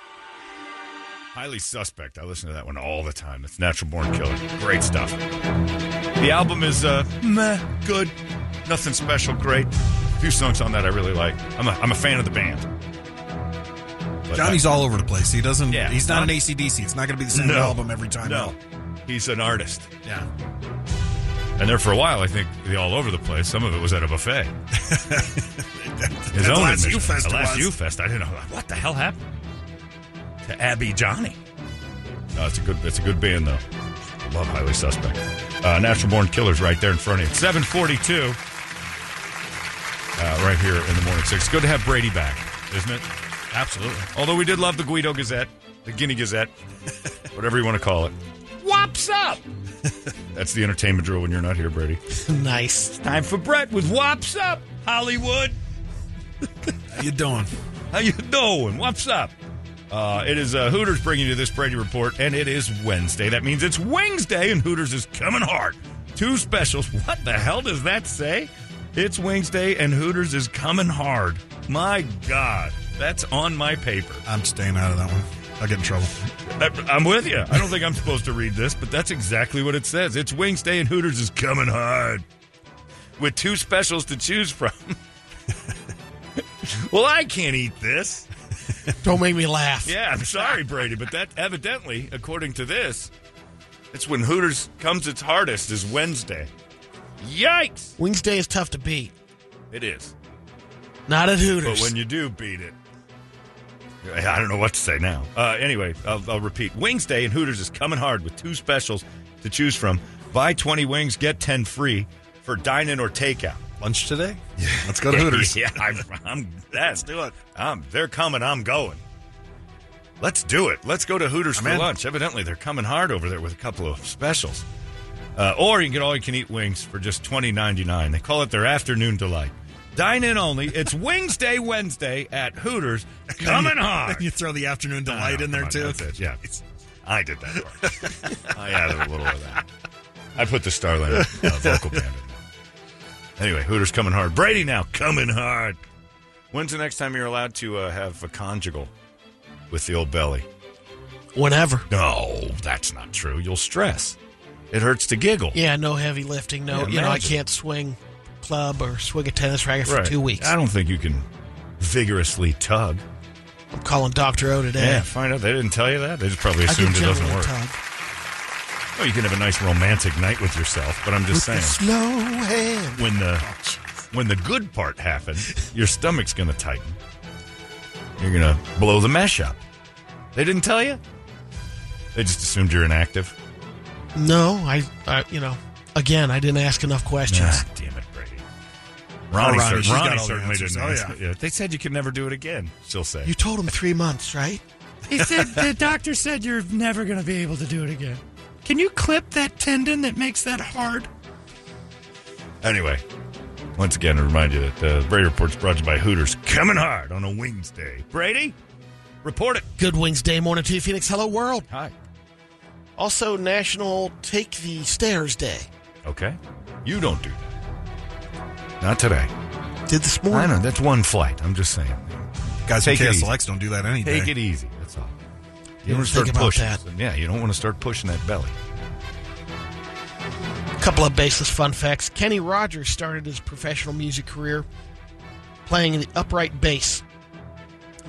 [SPEAKER 1] Highly suspect. I listen to that one all the time. It's Natural Born Killer. Great stuff. The album is uh, meh, good, nothing special, great. A few songs on that I really like. I'm a, I'm a fan of the band. But
[SPEAKER 3] Johnny's all over the place. He doesn't.
[SPEAKER 1] Yeah.
[SPEAKER 3] He's not an ACDC. It's not going to be the same
[SPEAKER 1] No.
[SPEAKER 3] album every time.
[SPEAKER 1] No, he's an artist.
[SPEAKER 3] Yeah.
[SPEAKER 1] And there for a while, I think they all over the place. Some of it was at a buffet. His
[SPEAKER 3] At
[SPEAKER 1] own
[SPEAKER 3] the last
[SPEAKER 1] admission.
[SPEAKER 3] U-Fest
[SPEAKER 1] At
[SPEAKER 3] it
[SPEAKER 1] last
[SPEAKER 3] was.
[SPEAKER 1] U Fest. I didn't know what the hell happened to Abby Johnny. No, it's a good. It's a good band though. I love Highly Suspect. Uh, Natural Born Killers right there in front of you. Seven forty-two. Uh, right here in the morning six. Good to have Brady back, isn't it?
[SPEAKER 7] Absolutely.
[SPEAKER 1] Although we did love the Guido Gazette, the Guinea Gazette, whatever you want to call it. Wops up. That's the entertainment drill when you're not here, Brady.
[SPEAKER 2] Nice.
[SPEAKER 1] Time for Brett with Wops Up, Hollywood.
[SPEAKER 3] How you doing?
[SPEAKER 1] How you doing? What's up? Uh, it is uh, Hooters bringing you this Brady Report, and it is Wednesday. That means it's Wednesday, and Hooters is coming hard. Two specials. What the hell does that say? It's Wednesday, and Hooters is coming hard. My God, that's on my paper.
[SPEAKER 3] I'm staying out of that one. I'll get in trouble.
[SPEAKER 1] I, I'm with you. I don't think I'm supposed to read this, but that's exactly what it says. It's Wings Day and Hooters is coming hard with two specials to choose from. well, I can't eat this.
[SPEAKER 2] Don't make me laugh.
[SPEAKER 1] Yeah, I'm sorry, Brady, but that evidently, according to this, it's when Hooters comes its hardest is Wednesday. Yikes!
[SPEAKER 2] Wings Day is tough to beat.
[SPEAKER 1] It is.
[SPEAKER 2] Not at Hooters.
[SPEAKER 1] But when you do beat it, I don't know what to say now. Uh, anyway, I'll, I'll repeat. Wings Day and Hooters is coming hard with two specials to choose from. Buy 20 wings, get 10 free for dine in or takeout.
[SPEAKER 3] Lunch today? Yeah. Let's go to Hooters.
[SPEAKER 1] yeah, I'm, I'm that's
[SPEAKER 3] do it.
[SPEAKER 1] I'm, they're coming, I'm going. Let's do it. Let's go to Hooters for
[SPEAKER 3] in.
[SPEAKER 1] lunch. Evidently, they're coming hard over there with a couple of specials. Uh, or you can get all you can eat wings for just twenty ninety nine. They call it their afternoon delight. Dine in only. It's Wings Day Wednesday at Hooters. Coming hard.
[SPEAKER 3] You throw the afternoon delight
[SPEAKER 1] Oh,
[SPEAKER 3] in there
[SPEAKER 1] come on,
[SPEAKER 3] too.
[SPEAKER 1] that's it, Yeah, I did that. part. I added a little of that. I put the Starland uh, vocal band in. there. Anyway, Hooters coming hard. Brady now coming hard. When's the next time you're allowed to uh, have a conjugal with the old belly?
[SPEAKER 2] Whenever.
[SPEAKER 1] No, that's not true. You'll stress. It hurts to giggle.
[SPEAKER 2] Yeah, no heavy lifting. No,
[SPEAKER 1] Yeah,
[SPEAKER 2] you know, I
[SPEAKER 1] imagine.
[SPEAKER 2] can't swing club or swing a tennis racket for
[SPEAKER 1] Right.
[SPEAKER 2] two weeks.
[SPEAKER 1] I don't think you can vigorously tug.
[SPEAKER 2] I'm calling Doctor O today.
[SPEAKER 1] Yeah, find out. They didn't tell you that. They just probably
[SPEAKER 2] I can
[SPEAKER 1] assumed it doesn't
[SPEAKER 2] generally
[SPEAKER 1] work.
[SPEAKER 2] tug.
[SPEAKER 1] Well, you can have a nice romantic night with yourself, but I'm just saying.
[SPEAKER 2] Slow hand.
[SPEAKER 1] when the
[SPEAKER 2] Oh,
[SPEAKER 1] when the good part happens, your stomach's going to tighten. You're going to blow the mesh up. They didn't tell you? They just assumed you're inactive.
[SPEAKER 2] No, I, I, you know, again, I didn't ask enough questions.
[SPEAKER 1] Ah, damn it, Brady. Ronnie,
[SPEAKER 3] Oh, Ronnie,
[SPEAKER 1] cer-
[SPEAKER 3] she's got
[SPEAKER 1] Ronnie
[SPEAKER 3] all the
[SPEAKER 1] certainly
[SPEAKER 3] answers.
[SPEAKER 1] didn't.
[SPEAKER 3] Oh,
[SPEAKER 1] ask
[SPEAKER 3] yeah.
[SPEAKER 1] it. They said you could never do it again. She'll say.
[SPEAKER 2] You told him three months, right?
[SPEAKER 4] He said the doctor said you're never going to be able to do it again. Can you clip that tendon that makes that hard?
[SPEAKER 1] Anyway, once again, to remind you that the Brady Report's brought to you by Hooters. Coming hard on a Wednesday. Brady, report it.
[SPEAKER 2] Good Wings Day morning to you, Phoenix. Hello, world.
[SPEAKER 1] Hi.
[SPEAKER 2] Also, National Take the Stairs Day.
[SPEAKER 1] Okay. You don't do that. Not today.
[SPEAKER 2] Did this
[SPEAKER 1] I
[SPEAKER 2] morning.
[SPEAKER 1] know. That's one flight. I'm just saying.
[SPEAKER 3] Guys from
[SPEAKER 1] Take it
[SPEAKER 3] KSLX don't do that any day.
[SPEAKER 1] Take it easy. That's all. You
[SPEAKER 2] Yeah,
[SPEAKER 1] don't
[SPEAKER 2] think
[SPEAKER 1] start
[SPEAKER 2] about
[SPEAKER 1] pushing.
[SPEAKER 2] that.
[SPEAKER 1] Yeah, you don't want to start pushing that belly.
[SPEAKER 2] couple of baseless fun facts. Kenny Rogers started his professional music career playing the upright bass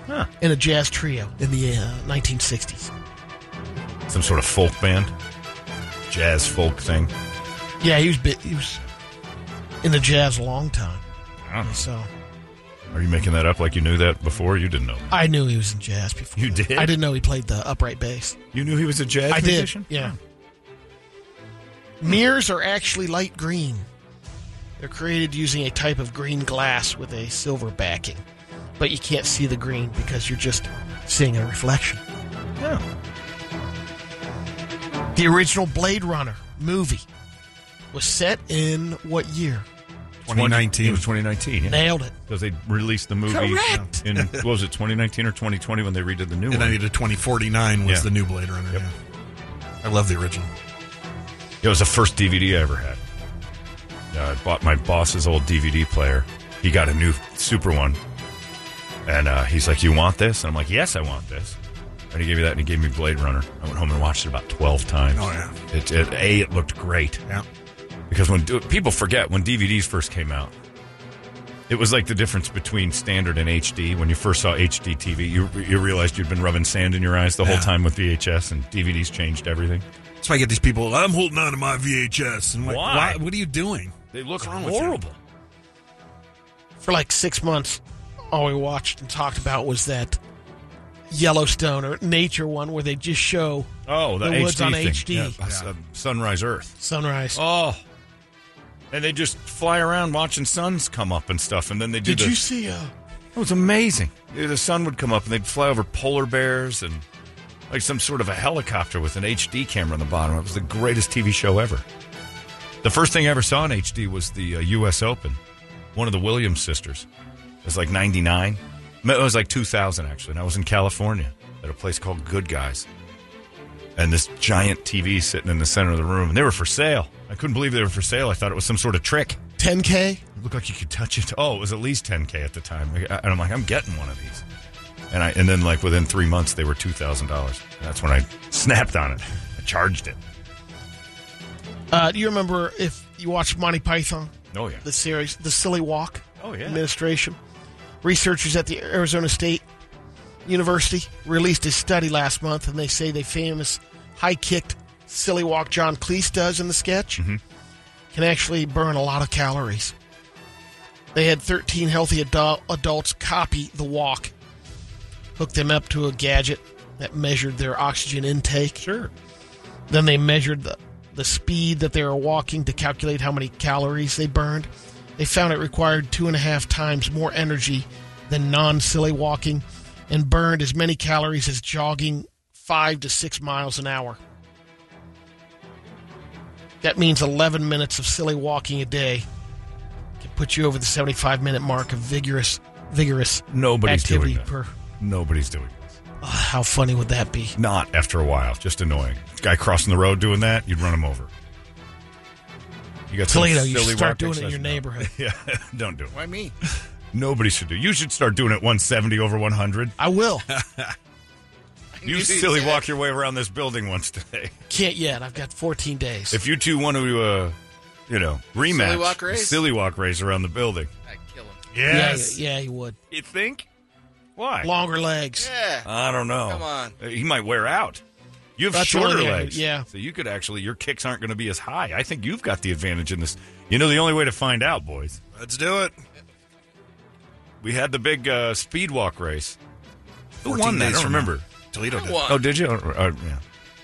[SPEAKER 1] Huh.
[SPEAKER 2] in a jazz trio in the uh, 1960s.
[SPEAKER 1] Some sort of folk band, jazz folk thing.
[SPEAKER 2] Yeah, he was bit, he was in the jazz a long time.
[SPEAKER 1] I don't
[SPEAKER 2] So
[SPEAKER 1] know. Are you making that up like you knew that before? You didn't know.
[SPEAKER 2] I knew he was in jazz before.
[SPEAKER 1] You
[SPEAKER 2] that.
[SPEAKER 1] did?
[SPEAKER 2] I didn't know he played the upright bass.
[SPEAKER 1] You knew he was a jazz
[SPEAKER 2] I did.
[SPEAKER 1] musician?
[SPEAKER 2] Yeah. Mirrors are actually light green. They're created using a type of green glass with a silver backing, but you can't see the green because you're just seeing a reflection.
[SPEAKER 1] Yeah.
[SPEAKER 2] The original Blade Runner movie was set in what year?
[SPEAKER 3] 2019.
[SPEAKER 1] It was 2019. Yeah.
[SPEAKER 2] Nailed it.
[SPEAKER 1] Because they released the movie
[SPEAKER 2] Correct.
[SPEAKER 1] in what was it 2019 or 2020 when they redid the new
[SPEAKER 3] And I
[SPEAKER 1] one.
[SPEAKER 3] needed 2049 was
[SPEAKER 1] Yeah.
[SPEAKER 3] the new Blade Runner.
[SPEAKER 1] Yep.
[SPEAKER 3] yeah. I love the original.
[SPEAKER 1] It was the first DVD I ever had. Uh, I bought my boss's old DVD player. He got a new super one, and uh, he's like, "You want this?" And I'm like, "Yes, I want this." And he gave me that, and he gave me Blade Runner. I went home and watched it about 12 times.
[SPEAKER 3] Oh, yeah.
[SPEAKER 1] It, it, a, it looked great
[SPEAKER 3] Yeah.
[SPEAKER 1] because when people forget when DVDs first came out, it was like the difference between standard and HD. When you first saw HD TV, you you realized you'd been rubbing sand in your eyes the whole
[SPEAKER 3] Yeah.
[SPEAKER 1] time with VHS, and DVDs changed everything.
[SPEAKER 3] That's why I get these people. I'm holding on to my VHS. And I'm like,
[SPEAKER 1] Why?
[SPEAKER 3] why? What are you doing?
[SPEAKER 1] They look
[SPEAKER 3] What's wrong with you?
[SPEAKER 1] horrible.
[SPEAKER 2] For like six months, all we watched and talked about was that Yellowstone or nature one where they just show
[SPEAKER 1] Oh, the,
[SPEAKER 2] The
[SPEAKER 1] HD
[SPEAKER 2] woods on
[SPEAKER 1] thing.
[SPEAKER 2] HD.
[SPEAKER 1] Yeah, uh, Sunrise Earth.
[SPEAKER 2] sunrise.
[SPEAKER 1] Oh, and they just fly around watching suns come up and stuff, and then they do.
[SPEAKER 2] Did
[SPEAKER 1] the,
[SPEAKER 2] you see? Uh,
[SPEAKER 1] It was amazing. Yeah, The sun would come up, and they'd fly over polar bears and like some sort of a helicopter with an HD camera on the bottom. It was the greatest TV show ever. The first thing I ever saw in HD was the uh, U.S. Open. One of the Williams sisters. It was like '99. It was like 2000 actually, and I was in California at a place called Good Guys. And this giant TV sitting in the center of the room, and they were for sale. I couldn't believe they were for sale. I thought it was some sort of trick.
[SPEAKER 2] 10K?
[SPEAKER 1] It looked like you could touch it. Oh, it was at least 10k at the time, Like, I- and I'm like, I'm getting one of these. And I and then like within three months they were two thousand dollars. That's when I snapped on it. I charged it.
[SPEAKER 2] Uh, do you remember if you watched Monty Python,
[SPEAKER 1] Oh yeah.
[SPEAKER 2] the series, The Silly Walk?
[SPEAKER 1] Oh, yeah.
[SPEAKER 2] Administration. Researchers at the Arizona State University released a study last month, and they say the famous high kicked silly walk John Cleese does in the sketch
[SPEAKER 1] Mm-hmm.
[SPEAKER 2] can actually burn a lot of calories. They had 13 healthy adult, adults copy the walk, hooked them up to a gadget that measured their oxygen intake.
[SPEAKER 1] Sure.
[SPEAKER 2] Then they measured the, the speed that they were walking to calculate how many calories they burned. They found it required two and a half times more energy than non silly walking and burned as many calories as jogging five to six miles an hour. That means 11 minutes of silly walking a day can put you over the 75 minute mark of vigorous, vigorous
[SPEAKER 1] Nobody's
[SPEAKER 2] activity
[SPEAKER 1] doing that.
[SPEAKER 2] per.
[SPEAKER 1] Nobody's doing this.
[SPEAKER 2] Oh, how funny would that be?
[SPEAKER 1] Not after a while. Just annoying. Guy crossing the road doing that, you'd run him over. You got some
[SPEAKER 2] Toledo, you
[SPEAKER 1] silly
[SPEAKER 2] should start
[SPEAKER 1] rock
[SPEAKER 2] doing it in
[SPEAKER 1] exercise-
[SPEAKER 2] your
[SPEAKER 1] No.
[SPEAKER 2] neighborhood.
[SPEAKER 1] Yeah, don't do it. Why me? Nobody should do. it. You should start doing it 170 over 100.
[SPEAKER 2] I will.
[SPEAKER 1] You silly walk your way around this building once today.
[SPEAKER 2] Can't yet. I've got 14 days.
[SPEAKER 1] If you two want to, uh, you know, rematch
[SPEAKER 7] Silly walk race?
[SPEAKER 1] silly walk race around the building.
[SPEAKER 7] I kill him.
[SPEAKER 2] Yeah, yeah, yeah, he would.
[SPEAKER 1] You think? Why?
[SPEAKER 2] Longer legs.
[SPEAKER 7] Yeah.
[SPEAKER 1] I don't know.
[SPEAKER 7] Come on.
[SPEAKER 1] Uh, he might wear out. You have
[SPEAKER 2] That's
[SPEAKER 1] shorter
[SPEAKER 2] really good,
[SPEAKER 1] legs,
[SPEAKER 2] yeah.
[SPEAKER 1] So you could actually your kicks aren't going to be as high. I think you've got the advantage in this. You know, the only way to find out, boys.
[SPEAKER 3] Let's do it.
[SPEAKER 1] We had the big uh, speed walk race. Who
[SPEAKER 3] 14
[SPEAKER 1] won that? I
[SPEAKER 3] days
[SPEAKER 1] don't
[SPEAKER 3] from
[SPEAKER 1] remember.
[SPEAKER 3] Toledo did.
[SPEAKER 7] Won.
[SPEAKER 1] Oh, did you? Uh, uh, yeah.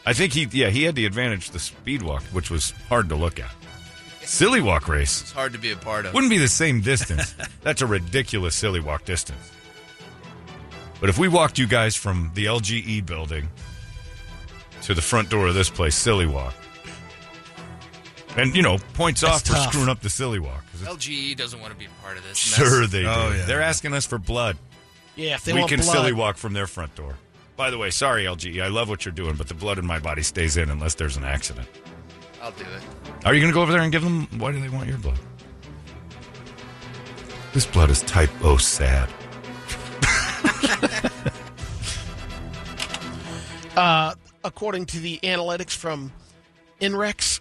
[SPEAKER 1] I think he, yeah, he had the advantage the speed walk, which was hard to look at. Silly walk race
[SPEAKER 7] It's hard to be a part of.
[SPEAKER 1] wouldn't be the same distance. That's a ridiculous silly walk distance. But if we walked you guys from the LGE building to the front door of this place, silly walk, and you know, points
[SPEAKER 2] That's
[SPEAKER 1] off for
[SPEAKER 2] tough.
[SPEAKER 1] screwing up the silly walk. 'cause it's-
[SPEAKER 7] LGE E doesn't want to be a part of this. and
[SPEAKER 1] Sure,
[SPEAKER 7] that's-
[SPEAKER 1] they do.
[SPEAKER 3] Oh, yeah.
[SPEAKER 1] They're asking us for blood.
[SPEAKER 2] Yeah, if they
[SPEAKER 1] we
[SPEAKER 2] want
[SPEAKER 1] can
[SPEAKER 2] blood,
[SPEAKER 1] silly walk from their front door. By the way, sorry, LGE. I love what you're doing, but the blood in my body stays in unless there's an accident.
[SPEAKER 7] I'll do it.
[SPEAKER 1] Are you going to go over there and give them? Why do they want your blood? This blood is type O sad.
[SPEAKER 2] according to the analytics from INREX,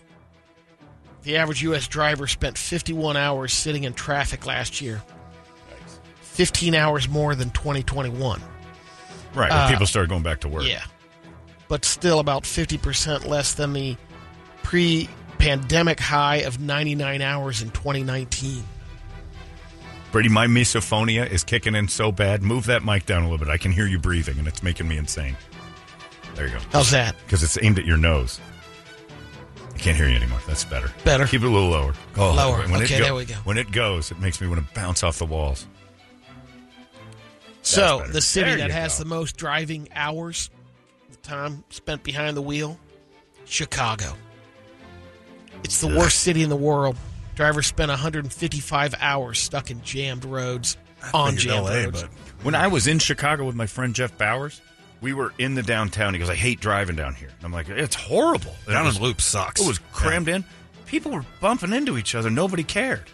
[SPEAKER 2] the average U.S. driver spent 51 hours sitting in traffic last year, 15 hours more than 2021.
[SPEAKER 1] Right. When people start going back to work.
[SPEAKER 2] Uh, Yeah. But still about 50% less than the pre pandemic high of 99 hours in 2019.
[SPEAKER 1] Brady, my misophonia is kicking in so bad. Move that mic down a little bit. I can hear you breathing, and it's making me insane. There you go.
[SPEAKER 2] How's that?
[SPEAKER 1] Because it's aimed at your nose. I can't hear you anymore. That's better.
[SPEAKER 2] Better.
[SPEAKER 1] Keep it a little lower. Go
[SPEAKER 2] Lower.
[SPEAKER 1] When it
[SPEAKER 2] Okay, there we go.
[SPEAKER 1] When it goes, it makes me want to bounce off the walls.
[SPEAKER 2] so,
[SPEAKER 1] better.
[SPEAKER 2] the city
[SPEAKER 1] There
[SPEAKER 2] that
[SPEAKER 1] you
[SPEAKER 2] has
[SPEAKER 1] go.
[SPEAKER 2] the most driving hours, the time spent behind the wheel, Chicago. It's the worst city in the world. Drivers spent 155 hours stuck in jammed roads, on
[SPEAKER 3] Figured
[SPEAKER 2] jammed
[SPEAKER 3] LA,
[SPEAKER 2] roads.
[SPEAKER 3] but
[SPEAKER 1] When I was in Chicago with my friend Jeff Bowers, we were in the downtown. He goes, I hate driving down here. And I'm like, it's horrible. And it
[SPEAKER 3] down
[SPEAKER 1] was-
[SPEAKER 3] in loop sucks.
[SPEAKER 1] It was crammed in. People were bumping into each other. Nobody cared.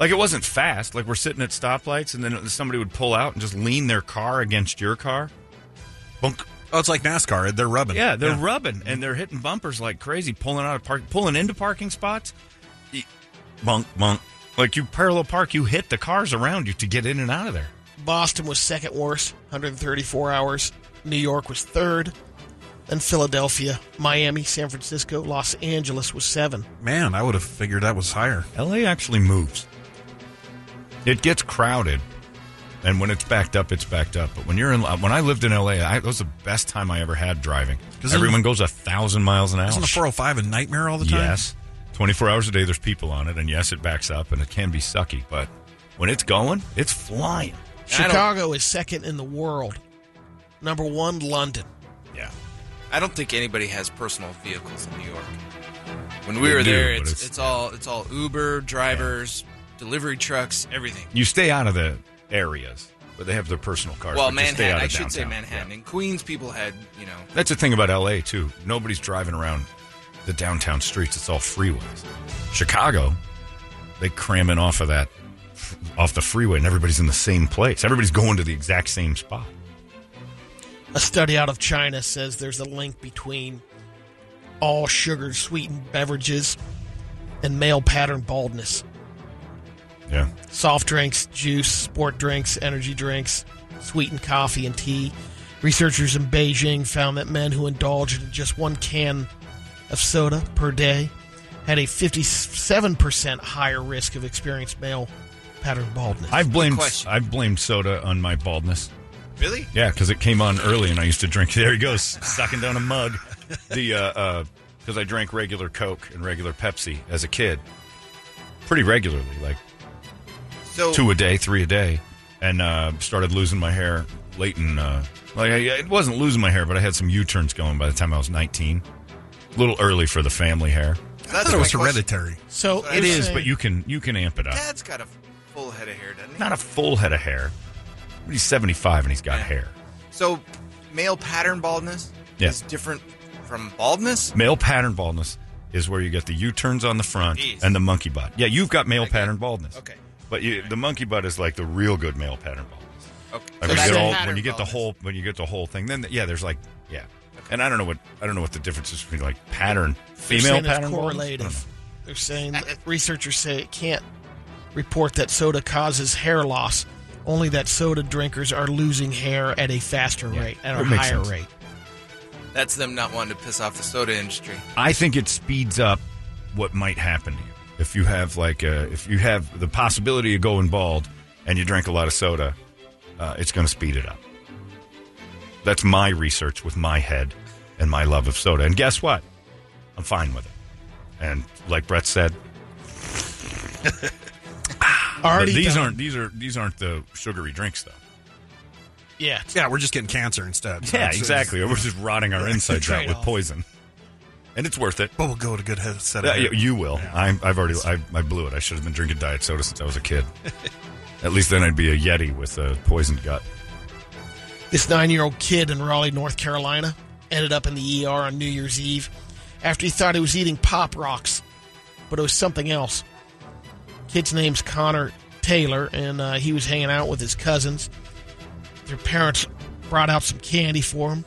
[SPEAKER 1] Like it wasn't fast. Like we're sitting at stoplights, and then somebody would pull out and just lean their car against your car. Bunk.
[SPEAKER 3] Oh, it's like NASCAR. They're rubbing.
[SPEAKER 1] Yeah, they're rubbing and they're hitting bumpers like crazy, pulling out of park, pulling into parking spots. E- Bunk, bunk. Like you parallel park, you hit the cars around you to get in and out of there.
[SPEAKER 2] Boston was second worst, 134 hours. New York was third. Then Philadelphia, Miami, San Francisco, Los Angeles was seven.
[SPEAKER 3] Man, I would have figured that was higher.
[SPEAKER 1] LA actually moves. It gets crowded, and when it's backed up, it's backed up. But when you're in, when I lived in LA, I, that was the best time I ever had driving.
[SPEAKER 3] 'Cause
[SPEAKER 1] Everyone goes a thousand miles an hour.
[SPEAKER 3] Isn't the 405 a nightmare all the time?
[SPEAKER 1] yes, 24 hours a day. There's people on it, and yes, it backs up, and it can be sucky. But when it's going, it's flying.
[SPEAKER 2] Chicago is second in the world. Number one, London.
[SPEAKER 1] Yeah,
[SPEAKER 7] I don't think anybody has personal vehicles in New York. When we
[SPEAKER 1] They
[SPEAKER 7] were
[SPEAKER 1] do,
[SPEAKER 7] there,
[SPEAKER 1] but
[SPEAKER 7] it's,
[SPEAKER 1] it's-
[SPEAKER 7] it's all it's all Uber drivers, delivery trucks, everything.
[SPEAKER 1] you stay out of the areas, but they have their personal cars.
[SPEAKER 7] well,
[SPEAKER 1] but just stay
[SPEAKER 7] Manhattan.
[SPEAKER 1] out
[SPEAKER 7] I
[SPEAKER 1] of
[SPEAKER 7] should say
[SPEAKER 1] downtown.
[SPEAKER 7] Manhattan.
[SPEAKER 1] Yeah.
[SPEAKER 7] In Queens, people had you know
[SPEAKER 1] That's the thing about LA too. Nobody's driving around the downtown streets. It's all freeways. Chicago, they cram in off of that off the freeway and everybody's in the same place. Everybody's going to the exact same spot.
[SPEAKER 2] A study out of China says there's a link between all sugar sweetened beverages and male pattern baldness.
[SPEAKER 1] Yeah.
[SPEAKER 2] soft drinks, juice, sport drinks, energy drinks, sweetened coffee, and tea. Researchers in Beijing found that men who indulged in just one can of soda per day had a 57% higher risk of experiencing male pattern baldness.
[SPEAKER 1] I've blamed
[SPEAKER 7] question.
[SPEAKER 1] I've blamed soda on my baldness.
[SPEAKER 7] really.
[SPEAKER 1] Yeah, because it came on early and I used to drink. There he goes, sucking down a mug. The uh, uh 'cause because I drank regular Coke and regular Pepsi as a kid, pretty regularly, like
[SPEAKER 7] So
[SPEAKER 1] two a day, three a day, and uh, started losing my hair late in. Uh, like I, it wasn't losing my hair, but I had some U turns going by the time I was 19. A little early for the family hair.
[SPEAKER 3] I
[SPEAKER 7] that's
[SPEAKER 3] thought it
[SPEAKER 7] my
[SPEAKER 3] was
[SPEAKER 7] question.
[SPEAKER 3] hereditary.
[SPEAKER 2] so
[SPEAKER 7] It
[SPEAKER 2] they're
[SPEAKER 7] is,
[SPEAKER 2] saying-
[SPEAKER 1] But you can you can amp it up.
[SPEAKER 7] Dad's got a full head of hair, doesn't he?
[SPEAKER 1] Not a full head of hair. But he's 75 and he's got
[SPEAKER 7] Yeah.
[SPEAKER 1] hair.
[SPEAKER 7] So, male pattern baldness
[SPEAKER 1] Yeah.
[SPEAKER 7] is different from baldness.
[SPEAKER 1] Male pattern baldness is where you get the U turns on the front
[SPEAKER 7] Jeez.
[SPEAKER 1] and the monkey butt. Yeah, you've got male
[SPEAKER 7] Okay.
[SPEAKER 1] pattern baldness.
[SPEAKER 7] Okay.
[SPEAKER 1] But you, the monkey butt is like the real good male pattern baldness.
[SPEAKER 7] Okay.
[SPEAKER 1] Like when, you
[SPEAKER 7] So that's
[SPEAKER 1] get
[SPEAKER 7] a
[SPEAKER 1] all,
[SPEAKER 7] pattern
[SPEAKER 1] when you get the
[SPEAKER 7] baldness.
[SPEAKER 1] whole when you get the whole thing, then yeah, there's like yeah, and I don't know what I don't know what the difference is between like pattern
[SPEAKER 2] they're
[SPEAKER 1] female
[SPEAKER 2] saying it's
[SPEAKER 1] pattern baldness? I don't know.
[SPEAKER 2] correlative. They're saying that researchers say it can't report that soda causes hair loss, only that soda drinkers are losing hair at a faster rate, at a
[SPEAKER 1] that makes
[SPEAKER 2] higher
[SPEAKER 1] sense.
[SPEAKER 2] rate.
[SPEAKER 7] That's them not wanting to piss off the soda industry.
[SPEAKER 1] I think it speeds up what might happen to you if you have like uh if you have the possibility of going bald and you drink a lot of soda, uh, it's going to speed it up. That's my research with my head. and my love of soda. And guess what? I'm fine with it. And like Brett said,
[SPEAKER 2] Already
[SPEAKER 1] these
[SPEAKER 2] done.
[SPEAKER 1] aren't these are these aren't the sugary drinks though.
[SPEAKER 2] Yeah.
[SPEAKER 3] Yeah, we're just getting cancer instead. So
[SPEAKER 1] Yeah,
[SPEAKER 3] it's-
[SPEAKER 1] exactly. We're just rotting our insides out with
[SPEAKER 2] Trade-off.
[SPEAKER 1] poison, and it's worth it.
[SPEAKER 3] But we'll go with a good head set.
[SPEAKER 1] Yeah,
[SPEAKER 3] of
[SPEAKER 1] you,
[SPEAKER 3] hair.
[SPEAKER 1] you will. I'm, I've already. I, I blew it. I should have been drinking diet soda since I was a kid. At least then I'd be a yeti with a poisoned gut.
[SPEAKER 2] This nine year old kid in Raleigh, North Carolina, ended up in the ER on New Year's Eve after he thought he was eating Pop Rocks, but it was something else. Kid's name's Connor Taylor, and uh, he was hanging out with his cousins. Their parents brought out some candy for him.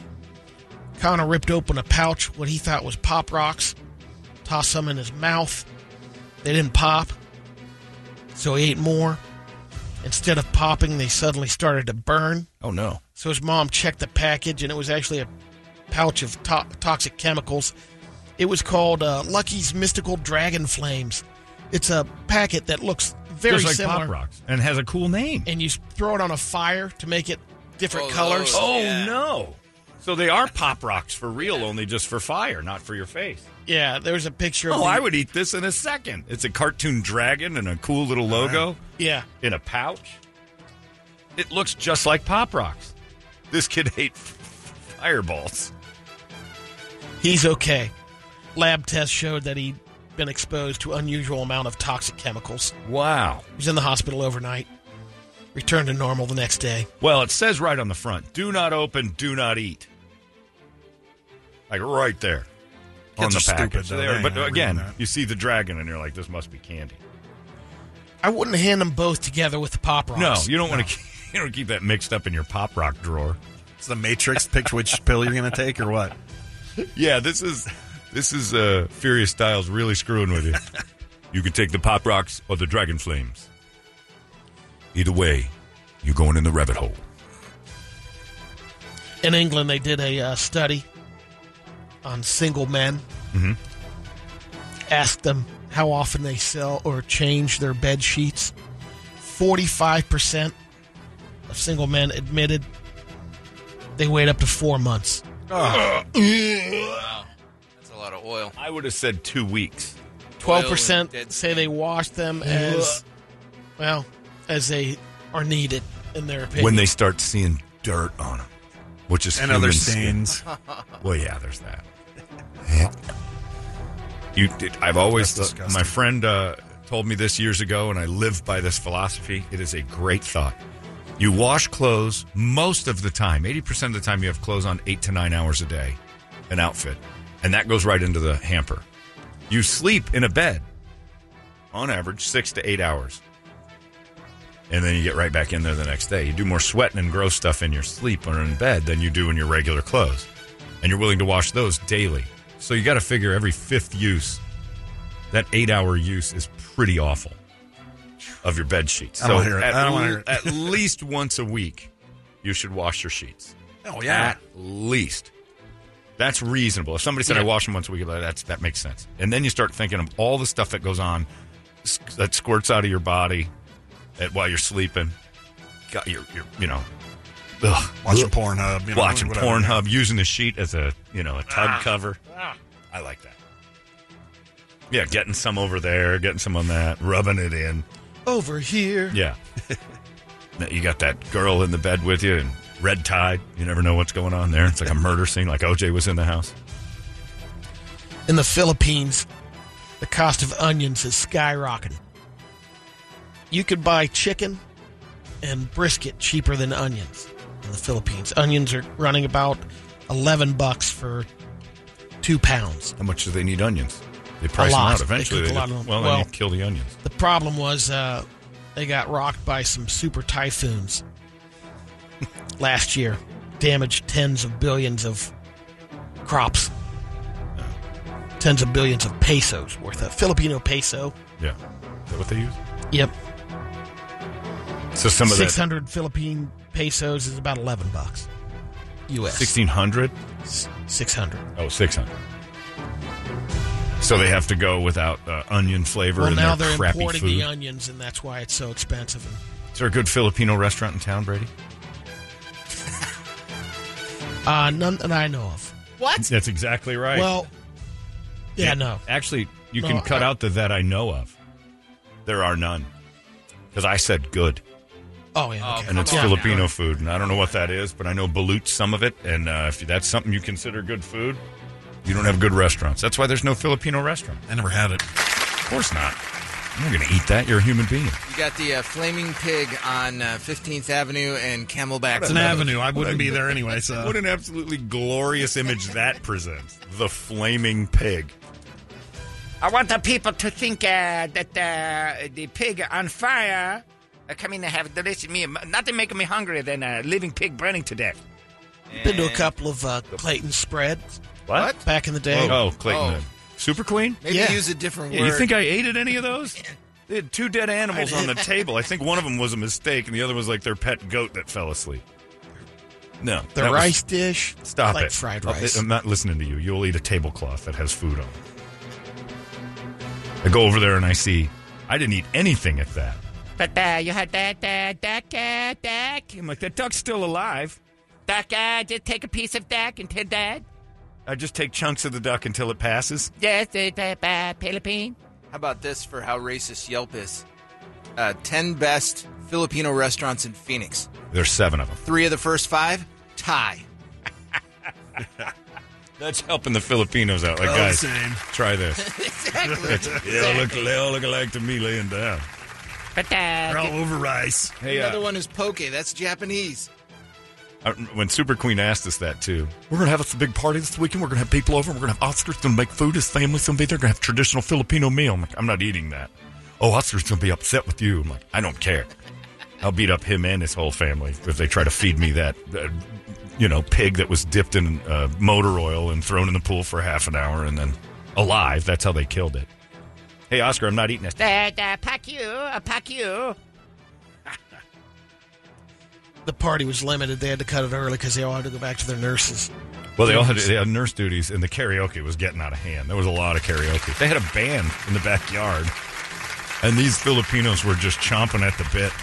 [SPEAKER 2] Connor ripped open a pouch, what he thought was Pop Rocks, tossed some in his mouth. They didn't pop, so he ate more. Instead of popping, they suddenly started to burn.
[SPEAKER 1] Oh no!
[SPEAKER 2] So his mom checked the package, and it was actually a pouch of to- toxic chemicals. It was called uh, Lucky's Mystical Dragon Flames. It's a packet that looks very
[SPEAKER 1] Just like
[SPEAKER 2] similar,
[SPEAKER 1] Pop Rocks, and has a cool name.
[SPEAKER 2] and you s- throw it on a fire to make it different
[SPEAKER 7] Oh,
[SPEAKER 2] colors.
[SPEAKER 7] those.
[SPEAKER 1] Oh
[SPEAKER 7] Yeah.
[SPEAKER 1] no! So they are Pop Rocks for real, only just for fire, not for your face.
[SPEAKER 2] Yeah, there's a picture. of
[SPEAKER 1] Oh,
[SPEAKER 2] the,
[SPEAKER 1] I would eat this in a second. It's a cartoon dragon and a cool little logo
[SPEAKER 2] Yeah,
[SPEAKER 1] in a pouch. It looks just like Pop Rocks. This kid ate f- fireballs.
[SPEAKER 2] he's okay. Lab tests showed that he'd been exposed to unusual amount of toxic chemicals.
[SPEAKER 1] Wow.
[SPEAKER 2] He was in the hospital overnight. Returned to normal the next day.
[SPEAKER 1] Well, it says right on the front, do not open, do not eat. Like right there on
[SPEAKER 3] Kids
[SPEAKER 1] the
[SPEAKER 3] are stupid,
[SPEAKER 1] package.
[SPEAKER 3] though.
[SPEAKER 1] They are-
[SPEAKER 3] They ain't
[SPEAKER 1] but
[SPEAKER 3] reading
[SPEAKER 1] again,
[SPEAKER 3] that.
[SPEAKER 1] you see the dragon and you're like, this must be candy.
[SPEAKER 2] I wouldn't hand them both together with the pop rocks.
[SPEAKER 1] No, you don't want to. You don't keep that mixed up in your pop rock drawer.
[SPEAKER 3] It's the Matrix. Pick which pill you're going to take or what.
[SPEAKER 1] Yeah, this is this is uh, Furious Styles really screwing with you. you can take the pop rocks or the dragon flames. Either way, you're going in the rabbit hole.
[SPEAKER 2] in England, they did a uh, study on single men. Asked them how often they sell or change their bed sheets. Forty-five percent of single men admitted they wait up to four months.
[SPEAKER 7] That's a lot of oil.
[SPEAKER 1] I would have said two weeks.
[SPEAKER 2] Twelve
[SPEAKER 7] Oil and
[SPEAKER 2] percent
[SPEAKER 7] dead
[SPEAKER 2] say they wash them as well as they are needed, in their opinion.
[SPEAKER 1] when they start seeing dirt on them, which is
[SPEAKER 3] And
[SPEAKER 1] human
[SPEAKER 3] other
[SPEAKER 1] skin. Oh,
[SPEAKER 3] stains.
[SPEAKER 1] Well, yeah, there's that. you, did, I've always
[SPEAKER 3] That's disgusting.
[SPEAKER 1] my friend uh, told me this years ago, and I live by this philosophy. It is a great thought. You wash clothes most of the time. Eighty percent of the time, you have clothes on eight to nine hours a day, an outfit, and that goes right into the hamper. You sleep in a bed, on average, six to eight hours. And then you get right back in there the next day. You do more sweating and gross stuff in your sleep or in bed than you do in your regular clothes. And you're willing to wash those daily. So you got to figure every fifth use, that eight hour use is pretty awful of your bed sheets.
[SPEAKER 3] I don't
[SPEAKER 1] so
[SPEAKER 3] wanna hear it.
[SPEAKER 1] At,
[SPEAKER 3] I don't wanna hear it.
[SPEAKER 1] at least once a week, you should wash your sheets.
[SPEAKER 3] Oh, yeah.
[SPEAKER 1] At least. That's reasonable. If somebody said I wash them once a week, that's that makes sense. And then you start thinking of all the stuff that goes on s- that squirts out of your body at, while you're sleeping. Got your, your you know, ugh,
[SPEAKER 3] Watching Pornhub. You know,
[SPEAKER 1] watching
[SPEAKER 3] whatever.
[SPEAKER 1] Pornhub, using the sheet as a you know a tub cover. I like that. Yeah, getting some over there, getting some on that, rubbing it in.
[SPEAKER 2] over here,
[SPEAKER 1] Yeah. Now, you got that girl in the bed with you and red tide. You never know what's going on there. It's like a murder scene, like OJ was in the house.
[SPEAKER 2] in the Philippines, the cost of onions is skyrocketing. You could buy chicken and brisket cheaper than onions in the Philippines. Onions are running about 11 bucks for 2 pounds.
[SPEAKER 1] How much do they need onions? They price them
[SPEAKER 2] lot.
[SPEAKER 1] out
[SPEAKER 2] They
[SPEAKER 1] eventually.
[SPEAKER 2] cook a
[SPEAKER 1] They
[SPEAKER 2] lot
[SPEAKER 1] do-
[SPEAKER 2] of them.
[SPEAKER 1] Well,
[SPEAKER 2] Well-
[SPEAKER 1] then you kill the onions.
[SPEAKER 2] The problem was uh, they got rocked by some super typhoons last year, damaged tens of billions of crops. uh, Tens of billions of pesos worth of Filipino peso.
[SPEAKER 1] Yeah. Is that what they use?
[SPEAKER 2] Yep,
[SPEAKER 1] So some of
[SPEAKER 2] Six
[SPEAKER 1] that
[SPEAKER 2] hundred Philippine pesos is about eleven bucks. U.S.
[SPEAKER 1] sixteen hundred.
[SPEAKER 2] Six hundred.
[SPEAKER 1] Oh, 600. So they have to go without uh, onion flavor
[SPEAKER 2] Well,
[SPEAKER 1] in
[SPEAKER 2] now
[SPEAKER 1] their
[SPEAKER 2] they're
[SPEAKER 1] crappy
[SPEAKER 2] importing
[SPEAKER 1] food.
[SPEAKER 2] the onions, and that's why it's so expensive.
[SPEAKER 1] Is there a good Filipino restaurant in town, Brady?
[SPEAKER 2] Uh, none that I know of.
[SPEAKER 8] What?
[SPEAKER 1] That's exactly right.
[SPEAKER 2] Well, yeah, no.
[SPEAKER 1] Actually, you
[SPEAKER 2] No,
[SPEAKER 1] can cut
[SPEAKER 2] I-
[SPEAKER 1] out the that I know of. There are none. Because I said good,
[SPEAKER 2] Oh yeah, okay.
[SPEAKER 1] and it's
[SPEAKER 2] Yeah.
[SPEAKER 1] Filipino food, and I don't know what that is, but I know balut some of it, and uh, if that's something you consider good food, you don't have good restaurants. That's why there's no Filipino restaurant.
[SPEAKER 3] I never had it.
[SPEAKER 1] Of course not. You're going to eat that. You're a human being.
[SPEAKER 7] You got the uh, Flaming Pig on uh, 15th Avenue and Camelback.
[SPEAKER 3] It's an avenue. I wouldn't be there anyway. So
[SPEAKER 1] Uh, What an absolutely glorious image that presents. The flaming pig.
[SPEAKER 5] I want the people to think uh, that uh, the pig on fire uh, are coming to have a delicious meal. Nothing making me hungrier than a living pig burning to death.
[SPEAKER 2] Been to a couple of uh, Clayton spreads
[SPEAKER 1] What?
[SPEAKER 2] back in the day.
[SPEAKER 1] Oh, Clayton.
[SPEAKER 7] Oh.
[SPEAKER 1] then. Super Queen?
[SPEAKER 7] Maybe
[SPEAKER 2] Yeah.
[SPEAKER 7] use a different word.
[SPEAKER 1] Yeah, you think I ate at any of those? They had two dead animals on the table. I think one of them was a mistake, and the other was like their pet goat that fell asleep. No,
[SPEAKER 2] The
[SPEAKER 1] that was-
[SPEAKER 2] rice dish.
[SPEAKER 1] stop
[SPEAKER 2] like
[SPEAKER 1] it. Um,
[SPEAKER 2] fried
[SPEAKER 1] I'll-
[SPEAKER 2] rice.
[SPEAKER 1] I'm not listening to you. You'll eat a tablecloth that has food on. it. I go over there and I see. I didn't eat anything at that.
[SPEAKER 5] But uh, you had that, uh, duck, uh, duck.
[SPEAKER 1] I'm like that duck's still alive.
[SPEAKER 5] Duck, uh, just take a piece of duck and take that.
[SPEAKER 1] I just take chunks of the duck until it passes.
[SPEAKER 5] Yes, it's uh, uh, Philippine.
[SPEAKER 7] How about this for how racist Yelp is? Uh, 10 best Filipino restaurants in Phoenix.
[SPEAKER 1] There's seven of them.
[SPEAKER 7] Three of the first five, Thai.
[SPEAKER 1] That's helping the Filipinos out. Like guys,
[SPEAKER 3] same.
[SPEAKER 1] try this. exactly. They all look. They all look alike to me laying down.
[SPEAKER 5] But uh,
[SPEAKER 3] all over rice.
[SPEAKER 1] Hey,
[SPEAKER 7] Another one is Poke. That's Japanese.
[SPEAKER 1] I, Uh, when Super Queen asked us that too, we're gonna have a big party this weekend. We're gonna have people over. We're gonna have Oscar's gonna make food. His family's gonna be there. Gonna have traditional Filipino meal. I'm like, I'm not eating that. Oh, Oscar's gonna be upset with you. I'm like, I don't care. I'll beat up him and his whole family if they try to feed me that, uh, you know, pig that was dipped in uh, motor oil and thrown in the pool for half an hour and then alive. That's how they killed it. Hey, Oscar, I'm not eating this.
[SPEAKER 5] uh, uh, pack you, uh, pack you.
[SPEAKER 2] The party was limited. They had to cut it early because they all had to go back to their nurses.
[SPEAKER 1] Well, they all had, they had nurse duties, and the karaoke was getting out of hand. There was a lot of karaoke. They had a band in the backyard, and these Filipinos were just chomping at the bit.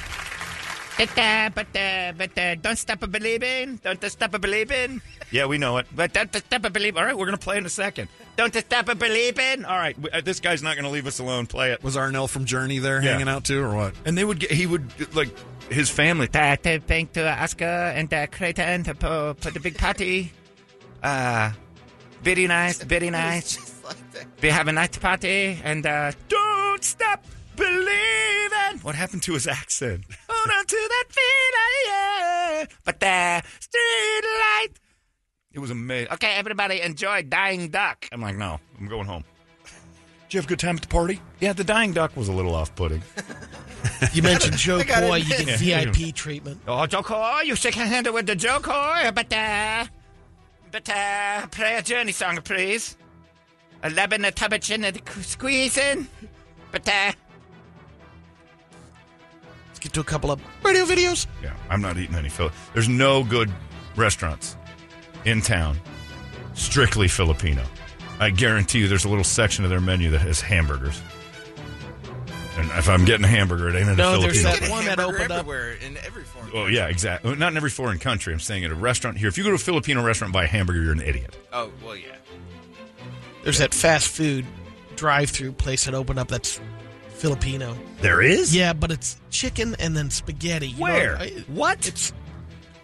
[SPEAKER 5] But uh, but uh, but uh, don't stop a believing. Don't uh, stop a believing.
[SPEAKER 1] Yeah, we know it.
[SPEAKER 5] But don't uh, stop a believing.
[SPEAKER 1] All right, we're going to play in a second.
[SPEAKER 5] Don't uh, stop a believing.
[SPEAKER 1] All right, w- uh, this guy's not going to leave us alone. Play it.
[SPEAKER 3] Was Arnell from Journey there
[SPEAKER 1] Yeah.
[SPEAKER 3] hanging out too, or what?
[SPEAKER 1] And they would get, he would, like, his family.
[SPEAKER 5] Uh, to thank to Oscar and uh, Creighton to po- for the big party. Uh, very nice, very nice.
[SPEAKER 7] Just like that.
[SPEAKER 5] We have a nice party and uh,
[SPEAKER 1] Don't stop believing. What happened to his accent?
[SPEAKER 5] hold on to that feeling. Yeah. But the street light.
[SPEAKER 1] It was amazing.
[SPEAKER 5] Okay, everybody enjoy Dying Duck.
[SPEAKER 1] I'm like, no, I'm going home. Did you have a good time at the party? Yeah, the dying duck was a little off putting.
[SPEAKER 2] You mentioned Joe
[SPEAKER 7] gotta
[SPEAKER 2] Coy. You
[SPEAKER 7] admit-
[SPEAKER 2] get
[SPEAKER 1] Yeah.
[SPEAKER 2] VIP treatment.
[SPEAKER 5] Oh, Joko, you shake hand with the Joko, but uh, but uh, play a journey song, please. A lemon, a tub of gin, and a squeezing. But uh,
[SPEAKER 2] Let's get to a couple of radio videos.
[SPEAKER 1] Yeah, I'm not eating any Phil. There's no good restaurants in town strictly Filipino. I guarantee you, there's a little section of their menu that has hamburgers. And if I'm getting a hamburger, it ain't in
[SPEAKER 2] No,
[SPEAKER 1] a
[SPEAKER 2] there's
[SPEAKER 1] Filipino.
[SPEAKER 2] that
[SPEAKER 7] Get a
[SPEAKER 2] one that
[SPEAKER 7] hamburger
[SPEAKER 2] opened up.
[SPEAKER 7] everywhere in every form.
[SPEAKER 1] Oh yeah, exactly. Not in every foreign country. I'm saying at a restaurant here. If you go to a Filipino restaurant and buy a hamburger, you're an idiot.
[SPEAKER 7] Oh, well, yeah.
[SPEAKER 2] There's that fast food drive-through place that opened up. That's Filipino.
[SPEAKER 1] There is.
[SPEAKER 2] Yeah, but it's chicken and then spaghetti. You
[SPEAKER 1] Where?
[SPEAKER 2] know, I-
[SPEAKER 1] what?
[SPEAKER 2] It's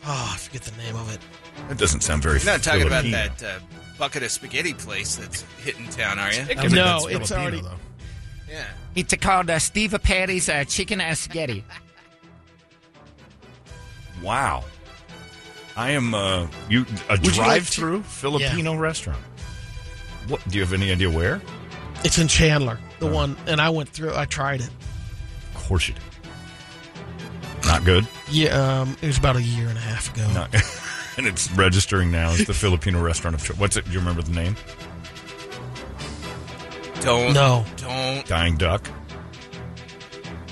[SPEAKER 2] oh, I forget the name of it.
[SPEAKER 1] That doesn't sound very.
[SPEAKER 7] You're not talking about
[SPEAKER 1] Filipino.
[SPEAKER 7] that uh, bucket of spaghetti place that's hitting town, are you?
[SPEAKER 2] I don't think that's Filipino, though.
[SPEAKER 7] Yeah.
[SPEAKER 5] it's called uh, Steve Perry's uh, Chicken and Spaghetti.
[SPEAKER 1] Wow. I am uh, you a
[SPEAKER 2] you like
[SPEAKER 1] drive-through Filipino restaurant. What? Do you have any idea where?
[SPEAKER 2] It's in Chandler, the
[SPEAKER 1] Oh.
[SPEAKER 2] one, and I went through. I tried it.
[SPEAKER 1] Of course you do. Not good.
[SPEAKER 2] Yeah, um, it was about a year and a half ago.
[SPEAKER 1] Not. and it's registering now as the Filipino restaurant of choice. What's it? Do you remember the name?
[SPEAKER 7] Don't.
[SPEAKER 2] No.
[SPEAKER 7] Don't.
[SPEAKER 1] Dying Duck.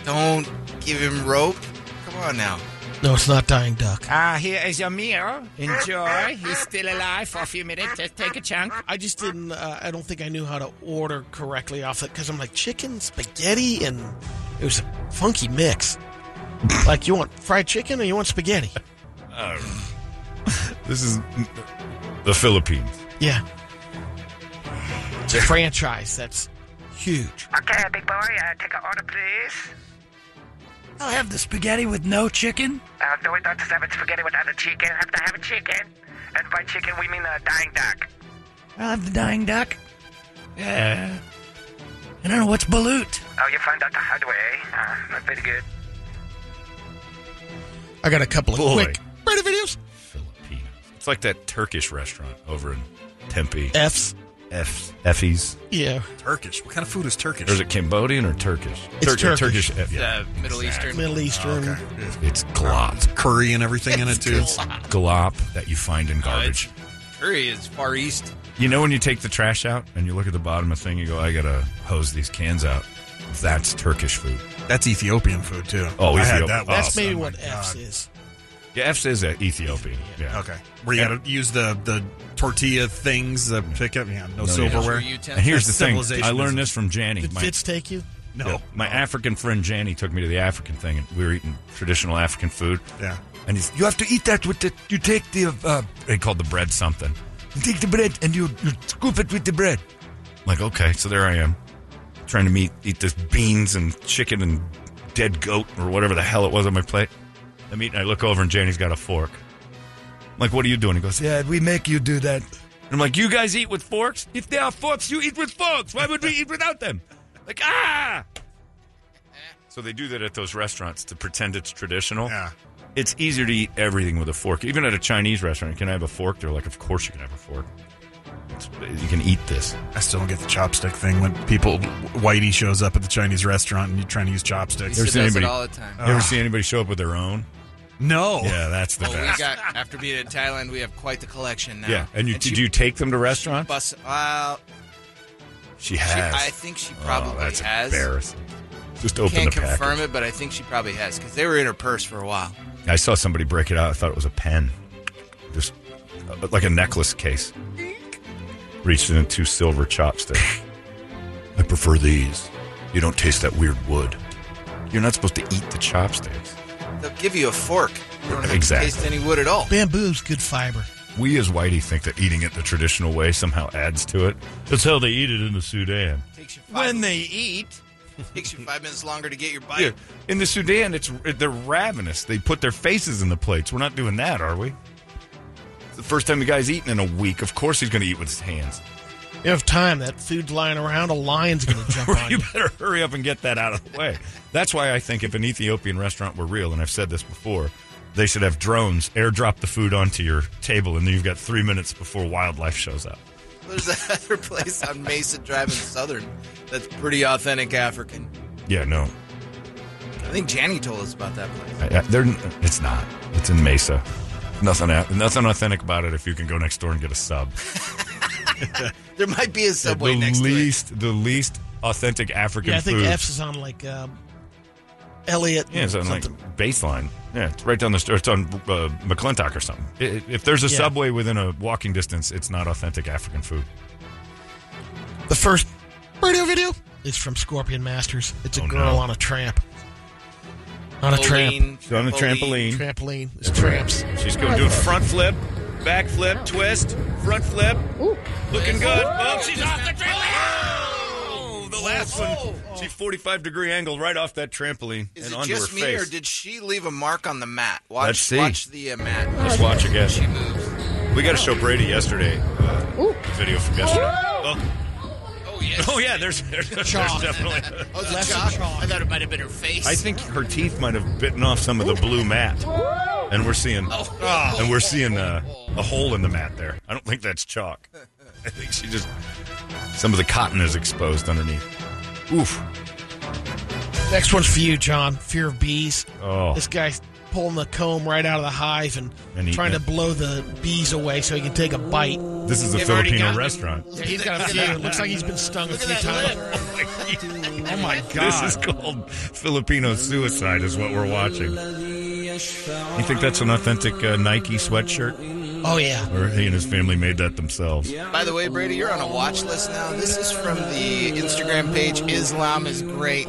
[SPEAKER 7] Don't give him rope. Come on now.
[SPEAKER 2] No, it's not Dying Duck.
[SPEAKER 5] Ah, here is your meal. Enjoy. He's still alive for a few minutes. Just take a chunk.
[SPEAKER 2] I just didn't. Uh, I don't think I knew how to order correctly off it because I'm like chicken, spaghetti, and it was a funky mix. like you want fried chicken or you want spaghetti?
[SPEAKER 1] This is the Philippines.
[SPEAKER 2] Yeah. It's a franchise that's huge.
[SPEAKER 5] Okay, big boy, uh, take an order, please.
[SPEAKER 4] I'll have the spaghetti with no chicken.
[SPEAKER 5] Uh, no, we don't have spaghetti without a chicken. Have to have a chicken. And by chicken, we mean a dying duck.
[SPEAKER 4] I'll have the dying duck. Yeah. And I don't know what's balut.
[SPEAKER 5] Oh, you find out the hard way. Uh, not very good.
[SPEAKER 2] I got a couple of
[SPEAKER 1] Boy.
[SPEAKER 2] quick Brady videos.
[SPEAKER 1] Filipinos. It's like that Turkish restaurant over in Tempe.
[SPEAKER 2] F's.
[SPEAKER 1] F Effie's.
[SPEAKER 2] Yeah.
[SPEAKER 3] Turkish. What kind of food is Turkish?
[SPEAKER 1] Or is it Cambodian or Turkish?
[SPEAKER 2] It's
[SPEAKER 1] Turk-
[SPEAKER 2] Turkish.
[SPEAKER 1] Turkish. F, yeah.
[SPEAKER 7] Uh, Middle Eastern.
[SPEAKER 2] Middle Eastern.
[SPEAKER 3] Oh, okay.
[SPEAKER 1] It's glop.
[SPEAKER 3] Curry and everything in it too.
[SPEAKER 1] Glop that you find in garbage.
[SPEAKER 7] Curry is Far East.
[SPEAKER 1] You know when you take the trash out and you look at the bottom of the thing, you go, I gotta hose these cans out. That's Turkish food.
[SPEAKER 3] That's Ethiopian food too.
[SPEAKER 1] Oh,
[SPEAKER 3] I had
[SPEAKER 1] Ethiop- That's
[SPEAKER 3] that.
[SPEAKER 2] That's
[SPEAKER 3] once.
[SPEAKER 2] maybe
[SPEAKER 3] Oh, my
[SPEAKER 2] what F's
[SPEAKER 3] God.
[SPEAKER 2] is.
[SPEAKER 1] Yeah, F is uh, Ethiopian. Yeah.
[SPEAKER 3] Okay, where you got to use the the tortilla things, the pickup. Yeah, no, silverware.
[SPEAKER 7] Those were
[SPEAKER 1] And here's the
[SPEAKER 3] That's
[SPEAKER 1] thing.
[SPEAKER 3] civilization,
[SPEAKER 1] I learned
[SPEAKER 3] isn't it?
[SPEAKER 1] this from Janny.
[SPEAKER 2] Did
[SPEAKER 1] my-
[SPEAKER 2] Fitz take you?
[SPEAKER 3] no,
[SPEAKER 1] Yeah. My African friend Janny took me to the African thing, and we were eating traditional African food.
[SPEAKER 3] Yeah.
[SPEAKER 1] And he's, you have to eat that with the, you take the, uh, they called the bread something. You take the bread and you, you scoop it with the bread. I'm like, okay, so there I am, trying to meet, eat this beans and chicken and dead goat or whatever the hell it was on my plate. I'm eating, I look over and Janny's got a fork. I'm like, what are you doing? He goes, yeah, we make you do that. And I'm like, you guys eat with forks? If there are forks, you eat with forks. Why would we eat without them? Like, ah! So they do that at those restaurants to pretend it's traditional.
[SPEAKER 3] Yeah.
[SPEAKER 1] It's easier to eat everything with a fork. Even at a Chinese restaurant, can I have a fork? They're like, of course you can have a fork. It's, you can eat this.
[SPEAKER 3] I still don't get the chopstick thing when people Whitey shows up at the Chinese restaurant and you're trying to use
[SPEAKER 7] He
[SPEAKER 3] chopsticks.
[SPEAKER 1] There's
[SPEAKER 7] said does
[SPEAKER 1] anybody- Oh.
[SPEAKER 7] it all the time.
[SPEAKER 1] You ever see anybody show up with their own?
[SPEAKER 3] no,
[SPEAKER 1] Yeah, that's the
[SPEAKER 7] Well, Oh. we
[SPEAKER 1] best.
[SPEAKER 7] got after being in Thailand, we have quite the collection now.
[SPEAKER 1] yeah, and you
[SPEAKER 7] she
[SPEAKER 1] did you take them to restaurants?
[SPEAKER 7] Bus, well,
[SPEAKER 1] She
[SPEAKER 7] she,
[SPEAKER 1] has.
[SPEAKER 7] I think she probably
[SPEAKER 1] oh, that's
[SPEAKER 7] has.
[SPEAKER 1] embarrassing. Just open
[SPEAKER 7] Can't
[SPEAKER 1] the package.
[SPEAKER 7] confirm it, but I think she probably has because they were in her purse for a while.
[SPEAKER 1] I saw somebody break it out. I thought it was a pen, just uh, like a necklace case. Reached in and two silver chopsticks. I prefer these. You don't taste that weird wood. You're not supposed to eat the chopsticks.
[SPEAKER 7] They'll give you a fork. You don't have
[SPEAKER 1] Exactly.
[SPEAKER 7] to taste any wood at all.
[SPEAKER 2] Bamboo's good fiber.
[SPEAKER 1] We as Whitey think that eating it the traditional way somehow adds to it. That's how they eat it in the Sudan.
[SPEAKER 7] Takes you five,
[SPEAKER 1] When they eat,
[SPEAKER 7] takes you five minutes longer to get your bite.
[SPEAKER 1] yeah, in the Sudan, it's they're ravenous. They put their faces in the plates. We're not doing that, are we? It's the first time the guy's eaten in a week. Of course, he's going to eat with his hands.
[SPEAKER 2] You have time. That food's lying around. A lion's going to jump on
[SPEAKER 1] you
[SPEAKER 2] you.
[SPEAKER 1] better hurry up and get that out of the way. That's why I think if an Ethiopian restaurant were real, and I've said this before, they should have drones airdrop the food onto your table, and then you've got three minutes before wildlife shows up.
[SPEAKER 7] There's that other place on Mesa Drive in Southern that's pretty authentic African.
[SPEAKER 1] Yeah, no,
[SPEAKER 7] I think Janny told us about that place.
[SPEAKER 1] I, I, they're, it's not. It's in Mesa. Nothing, au- nothing authentic about it. If you can go next door and get a sub,
[SPEAKER 7] There might be a subway
[SPEAKER 1] the
[SPEAKER 7] next to it.
[SPEAKER 1] least, the least authentic African
[SPEAKER 2] Yeah, I think
[SPEAKER 1] food.
[SPEAKER 2] F's is on like um, Elliot.
[SPEAKER 1] yeah, it's on like baseline. Yeah, it's right down the street. It's on uh, McClintock or something. I- I- If there's a
[SPEAKER 2] Yeah.
[SPEAKER 1] subway within a walking distance, it's not authentic African food.
[SPEAKER 2] The first radio video is from Scorpion Masters. It's a
[SPEAKER 1] Oh,
[SPEAKER 2] girl
[SPEAKER 1] no.
[SPEAKER 2] on a tramp. On a tramp.
[SPEAKER 7] Trampoline,
[SPEAKER 1] She's on a trampoline.
[SPEAKER 2] Trampoline. It's tramps.
[SPEAKER 1] She's going doing front flip, back flip, twist, front flip. Looking good. Oh, she's off the trampoline. Oh, the last one. She 45 degree angle right off that trampoline
[SPEAKER 7] Is
[SPEAKER 1] and
[SPEAKER 7] it
[SPEAKER 1] onto
[SPEAKER 7] just
[SPEAKER 1] her
[SPEAKER 7] me,
[SPEAKER 1] face.
[SPEAKER 7] or did she leave a mark on the mat? Watch,
[SPEAKER 1] Let's see.
[SPEAKER 7] watch the uh, mat.
[SPEAKER 1] Let's watch again.
[SPEAKER 7] She moves.
[SPEAKER 1] We got to show Brady yesterday uh, the video from yesterday. Oh,
[SPEAKER 7] Oh yes.
[SPEAKER 1] oh yeah, there's, there's, there's
[SPEAKER 2] Chalk.
[SPEAKER 1] definitely.
[SPEAKER 7] Oh, the
[SPEAKER 2] Less
[SPEAKER 7] chalk.
[SPEAKER 2] than chalk.
[SPEAKER 7] I thought it might have been her face.
[SPEAKER 1] I think her teeth might have bitten off some of the blue mat, and we're seeing
[SPEAKER 7] Oh.
[SPEAKER 1] and we're seeing uh, a hole in the mat there. I don't think that's chalk. I think she just some of the cotton is exposed underneath. Oof.
[SPEAKER 2] Next one's for you, John. Fear of bees.
[SPEAKER 1] Oh.
[SPEAKER 2] This guy's pulling the comb right out of the hive and,
[SPEAKER 1] And eating
[SPEAKER 2] trying to
[SPEAKER 1] it.
[SPEAKER 2] blow the bees away so he can take a bite.
[SPEAKER 1] This is a
[SPEAKER 7] already
[SPEAKER 1] Filipino
[SPEAKER 7] gotten-
[SPEAKER 1] restaurant.
[SPEAKER 2] Yeah, he's got a few. It looks like he's been stung a few times.
[SPEAKER 1] Oh my god. This is called Filipino suicide is what we're watching. You think that's an authentic uh, Nike sweatshirt
[SPEAKER 2] Oh yeah.
[SPEAKER 1] or he and his family made that themselves?
[SPEAKER 7] By the way, Brady, you're on a watch list now. This is from the Instagram page. Islam is great.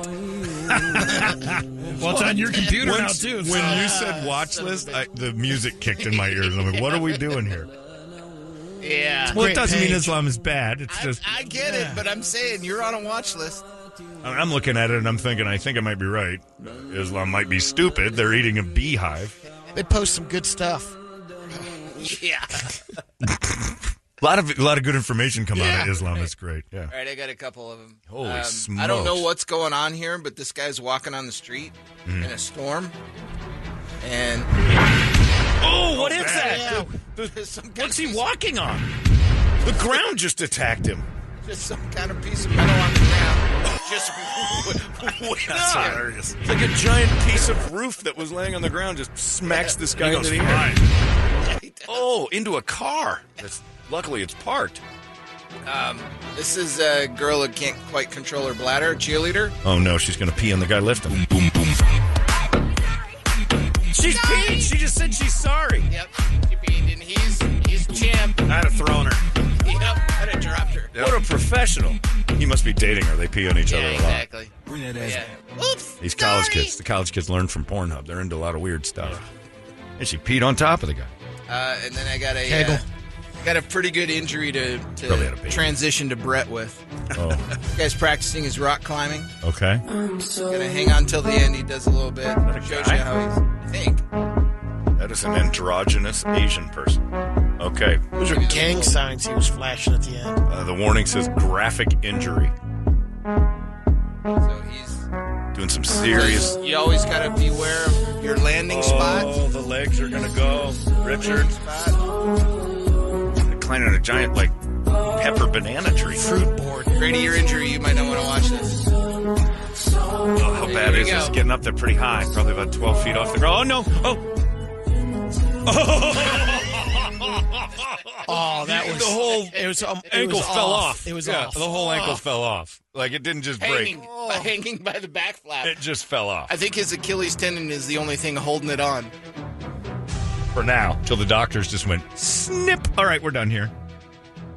[SPEAKER 4] Well, it's on your computer
[SPEAKER 1] Once- when you said watch list, I, the music kicked in my ears. I'm like, what are we doing here?
[SPEAKER 5] Yeah.
[SPEAKER 1] Well, it
[SPEAKER 2] Great
[SPEAKER 1] doesn't mean
[SPEAKER 2] page.
[SPEAKER 1] Islam is bad. It's
[SPEAKER 7] I,
[SPEAKER 1] just
[SPEAKER 7] I get it, but I'm saying you're on a watch list.
[SPEAKER 1] I mean, I'm looking at it and I'm thinking I think I might be right. Islam might be stupid. They're eating a beehive.
[SPEAKER 2] They post some good stuff.
[SPEAKER 7] Yeah.
[SPEAKER 1] A lot of a lot of good information come out of
[SPEAKER 7] Yeah.
[SPEAKER 1] Islam. It's great. Yeah.
[SPEAKER 7] All right, I got a couple of them.
[SPEAKER 1] Holy
[SPEAKER 7] I don't know
[SPEAKER 1] smokes.
[SPEAKER 7] what's going on here, but this guy's walking on the street
[SPEAKER 1] Mm.
[SPEAKER 7] in a storm, and
[SPEAKER 1] Oh, what is that?
[SPEAKER 7] some kind
[SPEAKER 1] What's
[SPEAKER 7] of
[SPEAKER 1] he
[SPEAKER 7] piece-
[SPEAKER 1] walking on? The ground just attacked him.
[SPEAKER 7] Just some kind of piece of metal on the ground.
[SPEAKER 1] Just
[SPEAKER 7] That's
[SPEAKER 1] hilarious. It's like a giant piece of roof that was laying on the ground just smacks this guy into the air. Oh, into a car. That's, luckily, it's parked.
[SPEAKER 7] This is a girl who can't quite control her bladder, cheerleader.
[SPEAKER 1] Oh no, she's gonna pee on the guy lifting. Boom, boom, boom. She's peeing. She just said she's sorry.
[SPEAKER 7] Yep, she peed, and he's he's Jim.
[SPEAKER 3] I'd have thrown her.
[SPEAKER 7] Yep, I'd have dropped her.
[SPEAKER 1] What a professional. He must be dating her. They pee on each
[SPEAKER 7] Yeah,
[SPEAKER 1] other a lot.
[SPEAKER 7] exactly. Yeah.
[SPEAKER 1] These college kids, the college kids learn from Pornhub. They're into a lot of weird stuff. And she peed on top of the guy.
[SPEAKER 7] Uh, and then I got a
[SPEAKER 2] Kegel.
[SPEAKER 7] uh, got a pretty good injury to,
[SPEAKER 1] Probably had a
[SPEAKER 7] to
[SPEAKER 1] baby.
[SPEAKER 7] transition to Brett with.
[SPEAKER 1] Oh,
[SPEAKER 7] This guy's practicing his rock climbing.
[SPEAKER 1] okay.
[SPEAKER 7] Gonna hang on till the end. He does a little bit.
[SPEAKER 1] a
[SPEAKER 7] Shows
[SPEAKER 1] guy?
[SPEAKER 7] you how he's. I think.
[SPEAKER 1] That is an androgynous Asian person. Okay.
[SPEAKER 2] Those are gang signs he was flashing at the end.
[SPEAKER 1] Uh, the warning says graphic injury.
[SPEAKER 7] So he's.
[SPEAKER 1] Doing some serious.
[SPEAKER 7] You always gotta beware of your landing spot.
[SPEAKER 1] Oh, the legs are gonna go. Richard
[SPEAKER 7] Spot.
[SPEAKER 1] climbing a giant like pepper banana tree.
[SPEAKER 2] Fruit board.
[SPEAKER 7] Great ear injury. You might not want to watch this.
[SPEAKER 1] Oh, how bad
[SPEAKER 7] you
[SPEAKER 1] is this?
[SPEAKER 7] go.
[SPEAKER 1] Getting up there pretty high, probably about 12 feet off the ground. Oh, no. Oh.
[SPEAKER 2] Oh, that was
[SPEAKER 1] the whole
[SPEAKER 2] It was um, it
[SPEAKER 1] ankle
[SPEAKER 2] was
[SPEAKER 1] fell off.
[SPEAKER 2] It was
[SPEAKER 1] yeah,
[SPEAKER 2] off.
[SPEAKER 1] The whole ankle fell off. Like it didn't just break.
[SPEAKER 7] Hanging, hanging by the back flap.
[SPEAKER 1] It just fell off
[SPEAKER 7] I think his Achilles tendon is the only thing holding it on.
[SPEAKER 1] for now. Till the doctors just went snip. All right, we're done here.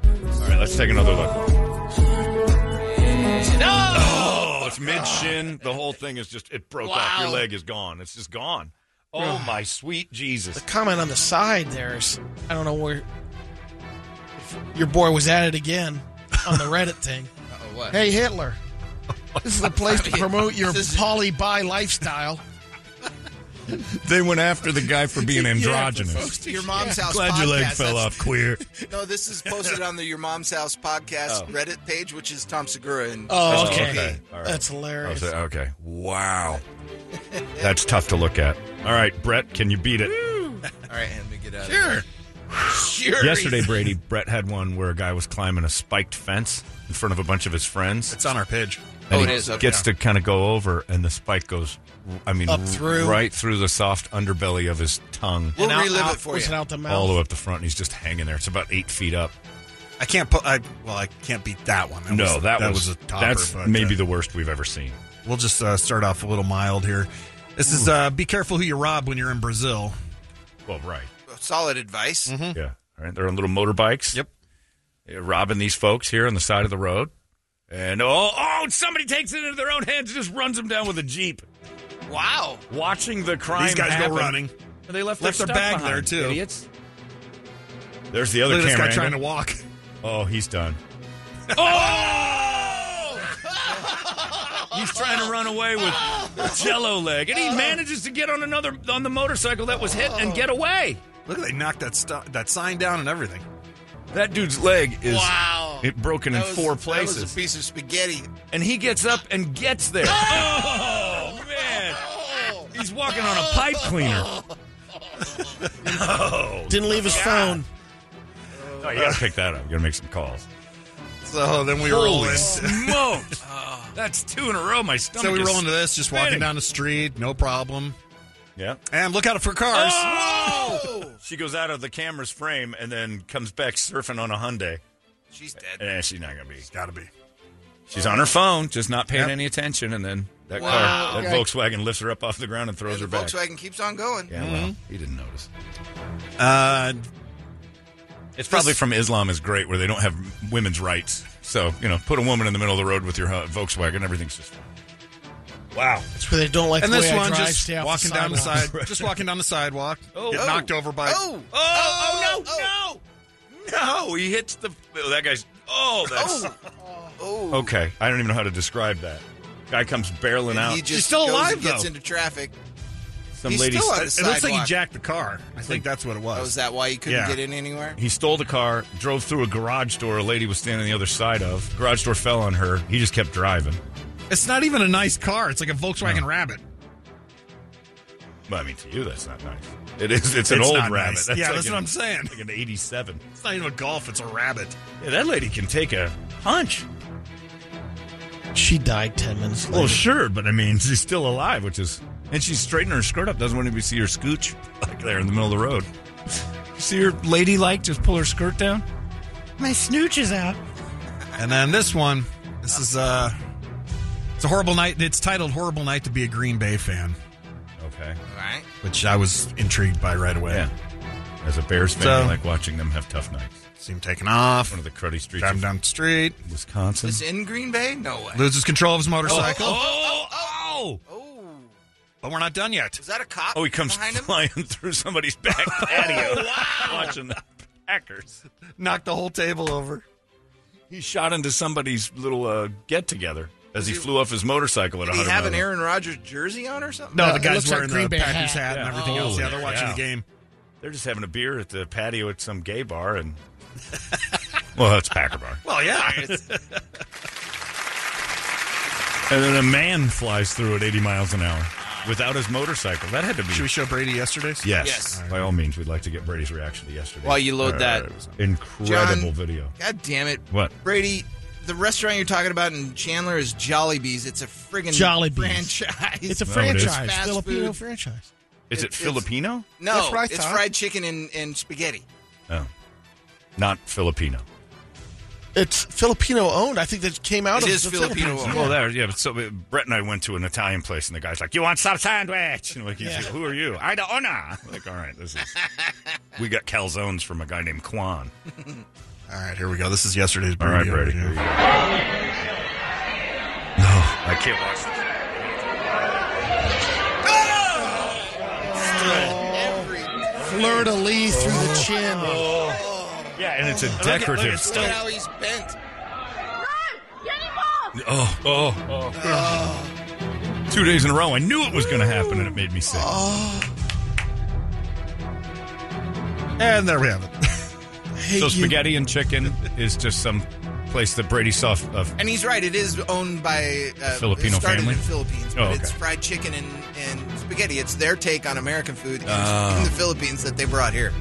[SPEAKER 1] All right, let's take another look. Oh, it's mid shin. The whole thing is just it broke off. Your
[SPEAKER 7] Wow.
[SPEAKER 1] leg is gone. It's just gone. Oh my sweet Jesus!
[SPEAKER 2] the comment on the side there's I don't know where your boy was at it again on the Reddit thing.
[SPEAKER 7] Uh oh, what?
[SPEAKER 2] Hey Hitler, this is a place to promote your
[SPEAKER 7] This is-
[SPEAKER 2] poly bi lifestyle.
[SPEAKER 1] They went after the guy for being androgynous.
[SPEAKER 7] Your mom's house.
[SPEAKER 1] Glad
[SPEAKER 7] podcast.
[SPEAKER 1] your leg fell
[SPEAKER 7] That's-
[SPEAKER 1] off, queer.
[SPEAKER 7] No, this is posted on the Your Mom's House podcast
[SPEAKER 1] Oh.
[SPEAKER 7] Reddit page, which is Tom Segura. And
[SPEAKER 2] Oh,
[SPEAKER 1] Oh,
[SPEAKER 2] okay,
[SPEAKER 1] okay. All right.
[SPEAKER 2] that's
[SPEAKER 1] I was
[SPEAKER 2] hilarious.
[SPEAKER 1] like, okay. Wow. That's tough to look at. All right, Brett, can you beat it?
[SPEAKER 7] all right, and we get out. Sure. Sure.
[SPEAKER 1] Yesterday, Brady, Brett had one where a guy was climbing a spiked fence in front of a bunch of his friends.
[SPEAKER 3] It's on our page.
[SPEAKER 1] And
[SPEAKER 7] Oh,
[SPEAKER 1] he
[SPEAKER 7] it is, okay.
[SPEAKER 1] gets to kind of go over, and the spike goes, I mean,
[SPEAKER 2] Up through.
[SPEAKER 1] right through the soft underbelly of his tongue,
[SPEAKER 7] We'll
[SPEAKER 2] And out-
[SPEAKER 7] relive
[SPEAKER 2] out-
[SPEAKER 7] it for
[SPEAKER 2] was
[SPEAKER 7] you.
[SPEAKER 2] it out the mouth?
[SPEAKER 1] all the way up the front, and he's just hanging there. It's about eight feet up.
[SPEAKER 3] I can't put. I well, I can't beat that one.
[SPEAKER 1] no, that, was,
[SPEAKER 3] a topper.
[SPEAKER 1] that's
[SPEAKER 3] but, uh,
[SPEAKER 1] maybe the worst we've ever seen.
[SPEAKER 3] We'll just uh, start off a little mild here. This is uh, be careful who you rob when you're in Brazil.
[SPEAKER 1] Well, right,
[SPEAKER 7] Solid advice.
[SPEAKER 3] Hmm.
[SPEAKER 1] yeah, all right. They're on little motorbikes. uh, robbing these folks here on the side of the road. And oh, oh, somebody takes it into their own hands and just runs them down with a jeep.
[SPEAKER 7] Wow.
[SPEAKER 1] Watching the crime.
[SPEAKER 3] These guys
[SPEAKER 1] happen.
[SPEAKER 3] go running.
[SPEAKER 1] They left,
[SPEAKER 3] Left their
[SPEAKER 1] stuff
[SPEAKER 3] bag
[SPEAKER 1] behind,
[SPEAKER 3] there, too.
[SPEAKER 1] Idiots. There's the other
[SPEAKER 3] Look at this
[SPEAKER 1] camera.
[SPEAKER 3] guy trying to
[SPEAKER 1] angle.
[SPEAKER 3] walk.
[SPEAKER 1] oh, he's done. oh! he's trying to run away with Jello leg, and he manages to get on another on the motorcycle that was hit and get away.
[SPEAKER 3] Look, they knocked that stu- that sign down and everything.
[SPEAKER 1] That dude's leg is
[SPEAKER 7] Wow.
[SPEAKER 1] it broken in
[SPEAKER 7] That was-
[SPEAKER 1] four
[SPEAKER 7] That
[SPEAKER 1] places.
[SPEAKER 7] was a piece of spaghetti.
[SPEAKER 1] and he gets up and gets there. Oh, man. He's walking on a pipe cleaner. Oh,
[SPEAKER 2] Didn't leave his phone.
[SPEAKER 1] no, you gotta pick that up. You gotta make some calls.
[SPEAKER 3] So then we roll
[SPEAKER 1] Holy
[SPEAKER 3] in.
[SPEAKER 1] smokes! That's two in a row. My stomach.
[SPEAKER 3] So we
[SPEAKER 1] is
[SPEAKER 3] roll into this, just
[SPEAKER 1] spinning.
[SPEAKER 3] walking down the street, no problem.
[SPEAKER 1] Yeah.
[SPEAKER 3] And look out for cars.
[SPEAKER 1] Ah! Oh! She goes out of the camera's frame and then comes back surfing on a Hyundai.
[SPEAKER 7] She's dead.
[SPEAKER 1] And eh, she's not gonna be.
[SPEAKER 3] Gotta be.
[SPEAKER 1] She's on her phone, just not paying
[SPEAKER 3] Yep.
[SPEAKER 1] any attention. And then that
[SPEAKER 7] Wow.
[SPEAKER 1] car, that Volkswagen, lifts her up off the ground and throws
[SPEAKER 7] And the
[SPEAKER 1] her back.
[SPEAKER 7] Volkswagen Mm-hmm. keeps on going.
[SPEAKER 1] Yeah, well, he didn't notice.
[SPEAKER 3] Uh,
[SPEAKER 1] It's probably from Islam is great, where they don't have women's rights. So you know, put a woman in the middle of the road with your uh, Volkswagen, everything's just fine. Wow.
[SPEAKER 2] That's where they don't like
[SPEAKER 3] and
[SPEAKER 2] the
[SPEAKER 3] this
[SPEAKER 2] way I
[SPEAKER 3] one
[SPEAKER 2] drive,
[SPEAKER 3] just
[SPEAKER 2] stay off
[SPEAKER 3] walking down the
[SPEAKER 2] sidewalk.
[SPEAKER 3] side, just walking down the sidewalk, get knocked over by.
[SPEAKER 7] Oh.
[SPEAKER 1] Oh, oh, no,
[SPEAKER 7] Oh.
[SPEAKER 1] no, No, he hits the. oh, that guy's. Oh, that's.
[SPEAKER 7] oh.
[SPEAKER 1] Okay, I don't even know how to describe that. Guy comes barreling
[SPEAKER 7] And
[SPEAKER 1] out.
[SPEAKER 7] he just
[SPEAKER 1] He's still
[SPEAKER 7] goes
[SPEAKER 1] alive
[SPEAKER 7] and gets
[SPEAKER 1] though.
[SPEAKER 7] into traffic.
[SPEAKER 1] Some
[SPEAKER 7] he's
[SPEAKER 1] lady.
[SPEAKER 7] still on the
[SPEAKER 3] It looks like he
[SPEAKER 7] sidewalk.
[SPEAKER 3] jacked the car. I think that's what it
[SPEAKER 7] Oh,
[SPEAKER 3] was.
[SPEAKER 7] is that why you couldn't
[SPEAKER 3] Yeah.
[SPEAKER 7] get in anywhere?
[SPEAKER 1] He stole the car, drove through a garage door. A lady was standing on the other side of. Garage door fell on her. He just kept driving.
[SPEAKER 3] It's not even a nice car. It's like a Volkswagen
[SPEAKER 1] No.
[SPEAKER 3] Rabbit.
[SPEAKER 1] Well, I mean, to you, that's not nice. It is. It's an
[SPEAKER 3] It's
[SPEAKER 1] old
[SPEAKER 3] not
[SPEAKER 1] rabbit.
[SPEAKER 3] nice. Yeah, that's
[SPEAKER 1] an-
[SPEAKER 3] what I'm saying.
[SPEAKER 1] Like an '87.
[SPEAKER 3] It's not even a golf. It's a rabbit.
[SPEAKER 1] Yeah, that lady can take a punch.
[SPEAKER 2] She died 10 minutes later.
[SPEAKER 1] Well, sure, but I mean, she's still alive, which is. And she's straightening her skirt up. Doesn't want anybody to see her scooch like there in the middle of the road. See her lady like just pull her skirt down?
[SPEAKER 4] My snooch is out.
[SPEAKER 3] And then this one, this is uh it's a horrible night. It's titled "Horrible Night to Be a Green Bay Fan,"
[SPEAKER 1] Okay.
[SPEAKER 7] All right.
[SPEAKER 3] which I was intrigued by right away.
[SPEAKER 1] Yeah. As a Bears fan,
[SPEAKER 3] So-
[SPEAKER 1] I like watching them have tough nights.
[SPEAKER 3] See him taking off,
[SPEAKER 1] One of the cruddy streets
[SPEAKER 3] driving
[SPEAKER 1] of
[SPEAKER 3] down the street,
[SPEAKER 1] Wisconsin.
[SPEAKER 7] Is in Green Bay? No way.
[SPEAKER 3] loses control of his motorcycle.
[SPEAKER 1] Oh, oh, oh,
[SPEAKER 7] Oh,
[SPEAKER 3] But we're not done yet.
[SPEAKER 7] is that a cop?
[SPEAKER 1] he comes
[SPEAKER 7] behind him.
[SPEAKER 1] flying through somebody's back patio watching the Packers.
[SPEAKER 3] Knocked the whole table over.
[SPEAKER 1] He shot into somebody's little uh, get together as he flew off his motorcycle at
[SPEAKER 7] Did he
[SPEAKER 1] 100
[SPEAKER 7] have an
[SPEAKER 1] miles.
[SPEAKER 7] Aaron Rodgers jersey on or something?
[SPEAKER 3] No,
[SPEAKER 2] Uh,
[SPEAKER 3] the
[SPEAKER 2] it
[SPEAKER 3] guy's
[SPEAKER 2] looks like
[SPEAKER 3] wearing
[SPEAKER 2] Green
[SPEAKER 3] the
[SPEAKER 2] Bay
[SPEAKER 3] Packers
[SPEAKER 2] hat.
[SPEAKER 3] hat and
[SPEAKER 1] Yeah.
[SPEAKER 3] everything else.
[SPEAKER 1] Oh,
[SPEAKER 3] Yeah, they're watching
[SPEAKER 1] yeah.
[SPEAKER 3] the game.
[SPEAKER 1] They're just having a beer at the patio at some gay bar, and well, that's Packer bar.
[SPEAKER 3] Well, yeah.
[SPEAKER 1] And then a man flies through at 80 miles an hour without his motorcycle. That had to be.
[SPEAKER 3] Should we show Brady yesterday's?
[SPEAKER 1] yes. uh,
[SPEAKER 7] Yes.
[SPEAKER 1] By all means, we'd like to get Brady's reaction to yesterday.
[SPEAKER 7] While you load that-
[SPEAKER 1] it was incredible
[SPEAKER 7] John-
[SPEAKER 1] video.
[SPEAKER 7] God damn it,
[SPEAKER 1] What?
[SPEAKER 7] Brady. The restaurant you're talking about in Chandler is Jollibee's. It's a friggin'
[SPEAKER 2] Jollibee's.
[SPEAKER 7] franchise.
[SPEAKER 2] It's a
[SPEAKER 1] No, it is.
[SPEAKER 2] franchise,
[SPEAKER 7] Fast
[SPEAKER 2] Filipino
[SPEAKER 7] food.
[SPEAKER 2] franchise.
[SPEAKER 1] Is it
[SPEAKER 7] It's-
[SPEAKER 1] Filipino?
[SPEAKER 7] no.
[SPEAKER 2] That's what I
[SPEAKER 7] it's
[SPEAKER 2] thought.
[SPEAKER 7] fried chicken and, and spaghetti.
[SPEAKER 1] Oh, not Filipino.
[SPEAKER 2] It's Filipino owned. I think that came out
[SPEAKER 7] It
[SPEAKER 2] of
[SPEAKER 7] is
[SPEAKER 2] the
[SPEAKER 7] Filipino
[SPEAKER 2] Philippines.
[SPEAKER 7] owned.
[SPEAKER 1] Well, there, yeah. But so uh, Brett and I went to an Italian place, and the guy's like, "You want some sandwich?" And like, he's
[SPEAKER 2] Yeah.
[SPEAKER 1] like, "Who are you?" I the owner. Like, all right, this is. we got calzones from a guy named Kwan.
[SPEAKER 3] All right, here we go. This is yesterday's
[SPEAKER 1] All right,
[SPEAKER 3] Brady.
[SPEAKER 1] Brady.
[SPEAKER 3] overview.
[SPEAKER 1] here you go. No, I can't watch this.
[SPEAKER 2] Fleur de lis through the chin.
[SPEAKER 1] Yeah, and it's a decorative.
[SPEAKER 7] Look at how he's bent.
[SPEAKER 1] Oh, oh, oh.
[SPEAKER 7] Oh.
[SPEAKER 1] Two days in a row, I knew it was going to happen, and it made me sick.
[SPEAKER 3] And there we have it.
[SPEAKER 2] I hate
[SPEAKER 1] so
[SPEAKER 2] you.
[SPEAKER 1] spaghetti and chicken is just some place that Brady saw. f- Of
[SPEAKER 7] And he's right. It is owned by uh,
[SPEAKER 1] Filipino
[SPEAKER 7] it started
[SPEAKER 1] family?
[SPEAKER 7] in Philippines,
[SPEAKER 1] Oh,
[SPEAKER 7] but it's
[SPEAKER 1] okay.
[SPEAKER 7] fried chicken and, and spaghetti. It's their take on American food in,
[SPEAKER 1] Oh.
[SPEAKER 7] in the Philippines that they brought here.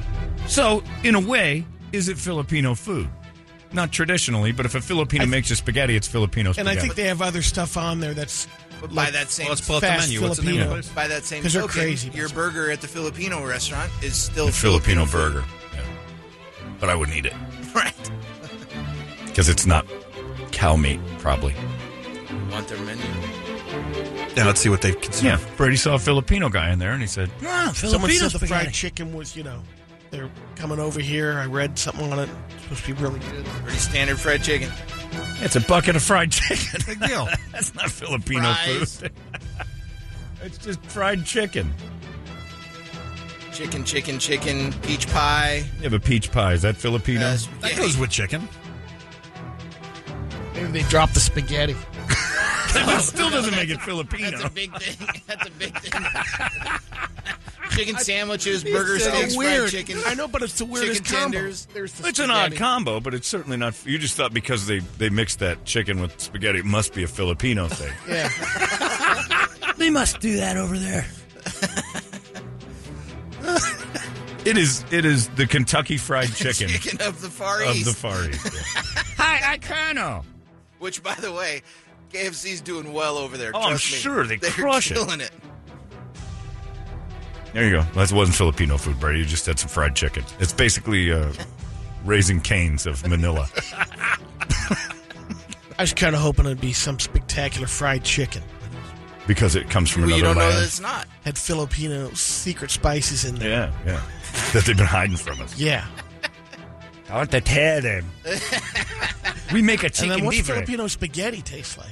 [SPEAKER 1] so, in a way, is it Filipino food? Not traditionally, but if a Filipino makes a spaghetti, it's Filipino
[SPEAKER 2] And
[SPEAKER 1] spaghetti.
[SPEAKER 2] I think they have other stuff on there that's
[SPEAKER 7] But by
[SPEAKER 2] Like
[SPEAKER 7] that same
[SPEAKER 3] Let's pull up the
[SPEAKER 2] Fast
[SPEAKER 3] menu. What's the name of the
[SPEAKER 2] Filipino.
[SPEAKER 3] place?
[SPEAKER 7] by that same
[SPEAKER 2] 'Cause they're
[SPEAKER 7] token,
[SPEAKER 2] crazy.
[SPEAKER 7] your burger at the Filipino restaurant is still
[SPEAKER 1] the Filipino
[SPEAKER 7] food.
[SPEAKER 1] burger. Yeah. But I wouldn't eat it
[SPEAKER 7] right?
[SPEAKER 1] because it's not cow meat, probably.
[SPEAKER 7] Want their menu?
[SPEAKER 3] Yeah, let's see what they've consumed.
[SPEAKER 1] Yeah, Brady saw a Filipino guy in there, and he said,
[SPEAKER 2] someone
[SPEAKER 4] No, Filipino
[SPEAKER 2] said the
[SPEAKER 4] spaghetti.
[SPEAKER 2] fried chicken was, you know, they're coming over here. I read something on it. It's supposed to be really good.
[SPEAKER 7] Pretty standard fried chicken.
[SPEAKER 1] "It's a bucket of fried chicken."
[SPEAKER 3] Big deal.
[SPEAKER 1] That's not Filipino
[SPEAKER 7] Fries.
[SPEAKER 1] food. it's just fried chicken.
[SPEAKER 7] Chicken, chicken, chicken, peach pie.
[SPEAKER 1] You have a peach pie. Is that Filipino?
[SPEAKER 7] Uh,
[SPEAKER 3] That
[SPEAKER 7] yeah.
[SPEAKER 3] goes with chicken.
[SPEAKER 2] Maybe they dropped the spaghetti.
[SPEAKER 1] that still doesn't make it Filipino.
[SPEAKER 7] That's a big thing. That's a big thing. chicken sandwiches, burger steaks, fried chicken.
[SPEAKER 2] I know, but it's the weirdest
[SPEAKER 7] chicken
[SPEAKER 2] combo.
[SPEAKER 7] tenders.
[SPEAKER 2] There's the
[SPEAKER 1] It's an odd
[SPEAKER 2] spaghetti.
[SPEAKER 1] combo, but it's certainly not. You just thought because they they mixed that chicken with spaghetti, it must be a Filipino thing.
[SPEAKER 2] Yeah.
[SPEAKER 4] They must do that over there.
[SPEAKER 1] it is. It is the Kentucky Fried Chicken
[SPEAKER 7] Chicken of the Far
[SPEAKER 1] of
[SPEAKER 7] East.
[SPEAKER 1] the Far East. Hi, I Colonel.
[SPEAKER 7] Which, by the way, KFC's doing well over there.
[SPEAKER 1] Oh,
[SPEAKER 7] trust
[SPEAKER 1] I'm
[SPEAKER 7] me.
[SPEAKER 1] sure they
[SPEAKER 7] They're
[SPEAKER 1] crush it.
[SPEAKER 7] killing it.
[SPEAKER 1] There you go. That wasn't Filipino food, Brady. You just had some fried chicken. It's basically uh, raising canes of Manila.
[SPEAKER 2] I was kind of hoping it'd be some spectacular fried chicken.
[SPEAKER 1] because it comes from
[SPEAKER 7] Well,
[SPEAKER 1] another
[SPEAKER 7] you don't know
[SPEAKER 1] land.
[SPEAKER 7] that it's not.
[SPEAKER 2] Had Filipino secret spices in there.
[SPEAKER 1] Yeah, yeah. that they've been hiding from us.
[SPEAKER 2] Yeah.
[SPEAKER 1] I want to tear them. we make a
[SPEAKER 2] And then
[SPEAKER 1] chicken
[SPEAKER 2] what's
[SPEAKER 1] beef
[SPEAKER 2] Filipino spaghetti taste like?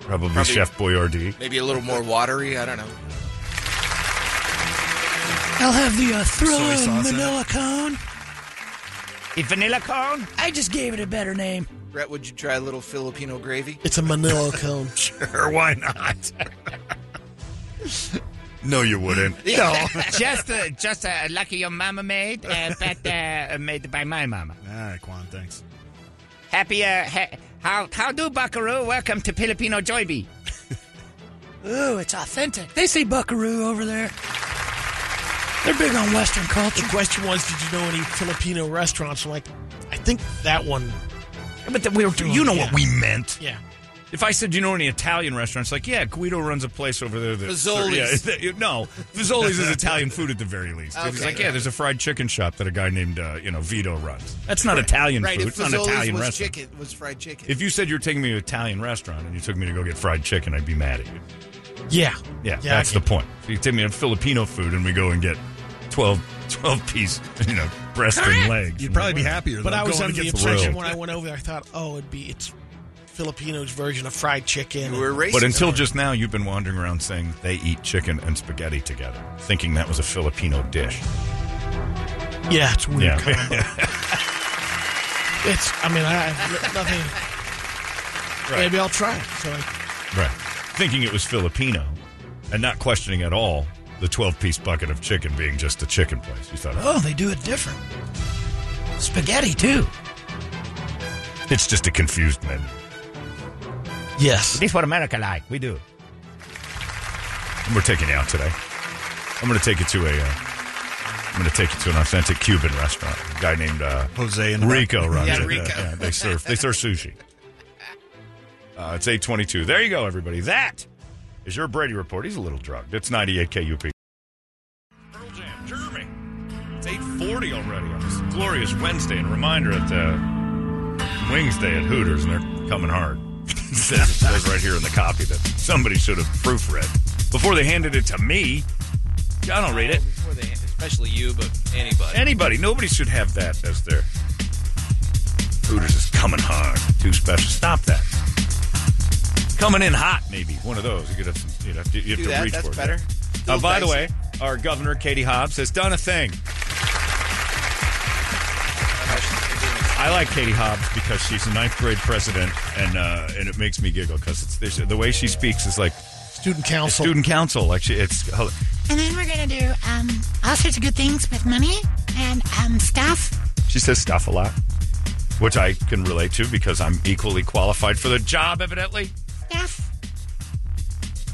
[SPEAKER 1] Probably,
[SPEAKER 7] Probably-
[SPEAKER 1] Chef Boyardee.
[SPEAKER 7] Maybe a little more watery. I don't know.
[SPEAKER 4] I'll have the uh,
[SPEAKER 3] Soy
[SPEAKER 4] thriller
[SPEAKER 3] sauce in
[SPEAKER 4] manila cone
[SPEAKER 5] A vanilla cone?
[SPEAKER 8] I just gave it a better name.
[SPEAKER 7] Brett, would you try a little Filipino gravy?
[SPEAKER 2] It's a manila cone.
[SPEAKER 3] Sure, why not?
[SPEAKER 1] No, you wouldn't.
[SPEAKER 5] No. just uh, just uh, like your mama made, uh, but uh, made by my mama.
[SPEAKER 3] All right, Quan, thanks.
[SPEAKER 5] Happy, uh, ha- how, how do, Buckaroo? Welcome to Filipino Joy Bee.
[SPEAKER 8] Ooh, it's authentic. They say buckaroo over there. They're big on Western
[SPEAKER 2] The
[SPEAKER 8] culture.
[SPEAKER 2] question was, did you know any Filipino restaurants? I'm like, I think that one.
[SPEAKER 1] But then we were, you know what
[SPEAKER 2] Yeah.
[SPEAKER 1] we meant.
[SPEAKER 2] Yeah.
[SPEAKER 1] If I said, "Do you know any Italian restaurants?" Like, yeah, Guido runs a place over there. That,
[SPEAKER 7] Fazoli's.
[SPEAKER 1] Yeah, no, Fazoli's is Italian food at the very least. It was
[SPEAKER 7] Okay.
[SPEAKER 1] like, yeah, there's a fried chicken shop that a guy named uh, you know Vito runs. That's not Italian
[SPEAKER 7] Right,
[SPEAKER 1] food.
[SPEAKER 7] if
[SPEAKER 1] It's not an
[SPEAKER 7] Fazoli's
[SPEAKER 1] Italian
[SPEAKER 7] was
[SPEAKER 1] restaurant.
[SPEAKER 7] chicken, was fried chicken.
[SPEAKER 1] If you said you're taking me to an Italian restaurant and you took me to go get fried chicken, I'd be mad at you.
[SPEAKER 2] Yeah.
[SPEAKER 1] Yeah,
[SPEAKER 2] Yeah,
[SPEAKER 1] that's the
[SPEAKER 2] I
[SPEAKER 1] point. If you take me to Filipino food and we go and get 12, 12 piece, you know, breast and leg.
[SPEAKER 3] You'd probably be happier.
[SPEAKER 2] But
[SPEAKER 3] though,
[SPEAKER 2] I was
[SPEAKER 3] going
[SPEAKER 2] under the
[SPEAKER 3] against
[SPEAKER 2] impression
[SPEAKER 1] thrilled.
[SPEAKER 2] when I went over there, I thought, oh, it'd be it's Filipinos' version of fried chicken.
[SPEAKER 7] you were racist.
[SPEAKER 1] But until just now, you've been wandering around saying they eat chicken and spaghetti together, thinking that was a Filipino dish.
[SPEAKER 2] yeah, it's weird.
[SPEAKER 1] Yeah.
[SPEAKER 2] combo. it's. I mean, I have nothing.
[SPEAKER 1] Right.
[SPEAKER 2] Maybe I'll try it. So like,
[SPEAKER 1] Right. Thinking it was Filipino and not questioning at all the 12 piece bucket of chicken being just a chicken place. You thought, oh,
[SPEAKER 8] Oh, they do it different. Spaghetti too.
[SPEAKER 1] it's just a confused menu.
[SPEAKER 8] Yes.
[SPEAKER 5] This what America like. We do.
[SPEAKER 1] And we're taking you out today. I'm going to take you to a. Uh, I'm going to take you to an authentic Cuban restaurant. A guy named uh,
[SPEAKER 3] Jose in the back.
[SPEAKER 1] Rico runs
[SPEAKER 7] Yeah,
[SPEAKER 1] it.
[SPEAKER 7] Rico.
[SPEAKER 1] they serve they serve sushi. Uh, it's eight twenty two. There you go, everybody. That is your Brady report. He's a little drugged. It's ninety eight KUP. Pearl Jam, Jeremy. It's eight forty already on this glorious Wednesday. And a reminder at uh, Wings Day at Hooters, and they're coming hard. it says it says right here in the copy that somebody should have proofread before they handed it to me. I don't read it.
[SPEAKER 9] Before they, especially you, but anybody.
[SPEAKER 1] Anybody, nobody should have that as their Hooters is coming hard. Too special. Stop that. Coming in hot, maybe one of those. You could have some. You know, you have
[SPEAKER 7] Do
[SPEAKER 1] to
[SPEAKER 7] that,
[SPEAKER 1] reach
[SPEAKER 7] that's
[SPEAKER 1] for it.
[SPEAKER 7] better.
[SPEAKER 1] Uh,
[SPEAKER 7] Little
[SPEAKER 1] by the
[SPEAKER 7] dicey.
[SPEAKER 1] way, our governor Katie Hobbs has done a thing. I like Katie Hobbs because she's a ninth grade president, and uh, and it makes me giggle because it's this, the way she speaks is like
[SPEAKER 2] student council.
[SPEAKER 1] student council. Like she, it's
[SPEAKER 10] And then we're gonna do um, all sorts of good things with money and um, stuff.
[SPEAKER 1] She says stuff a lot, which I can relate to because I'm equally qualified for the job, evidently.
[SPEAKER 10] Stuff.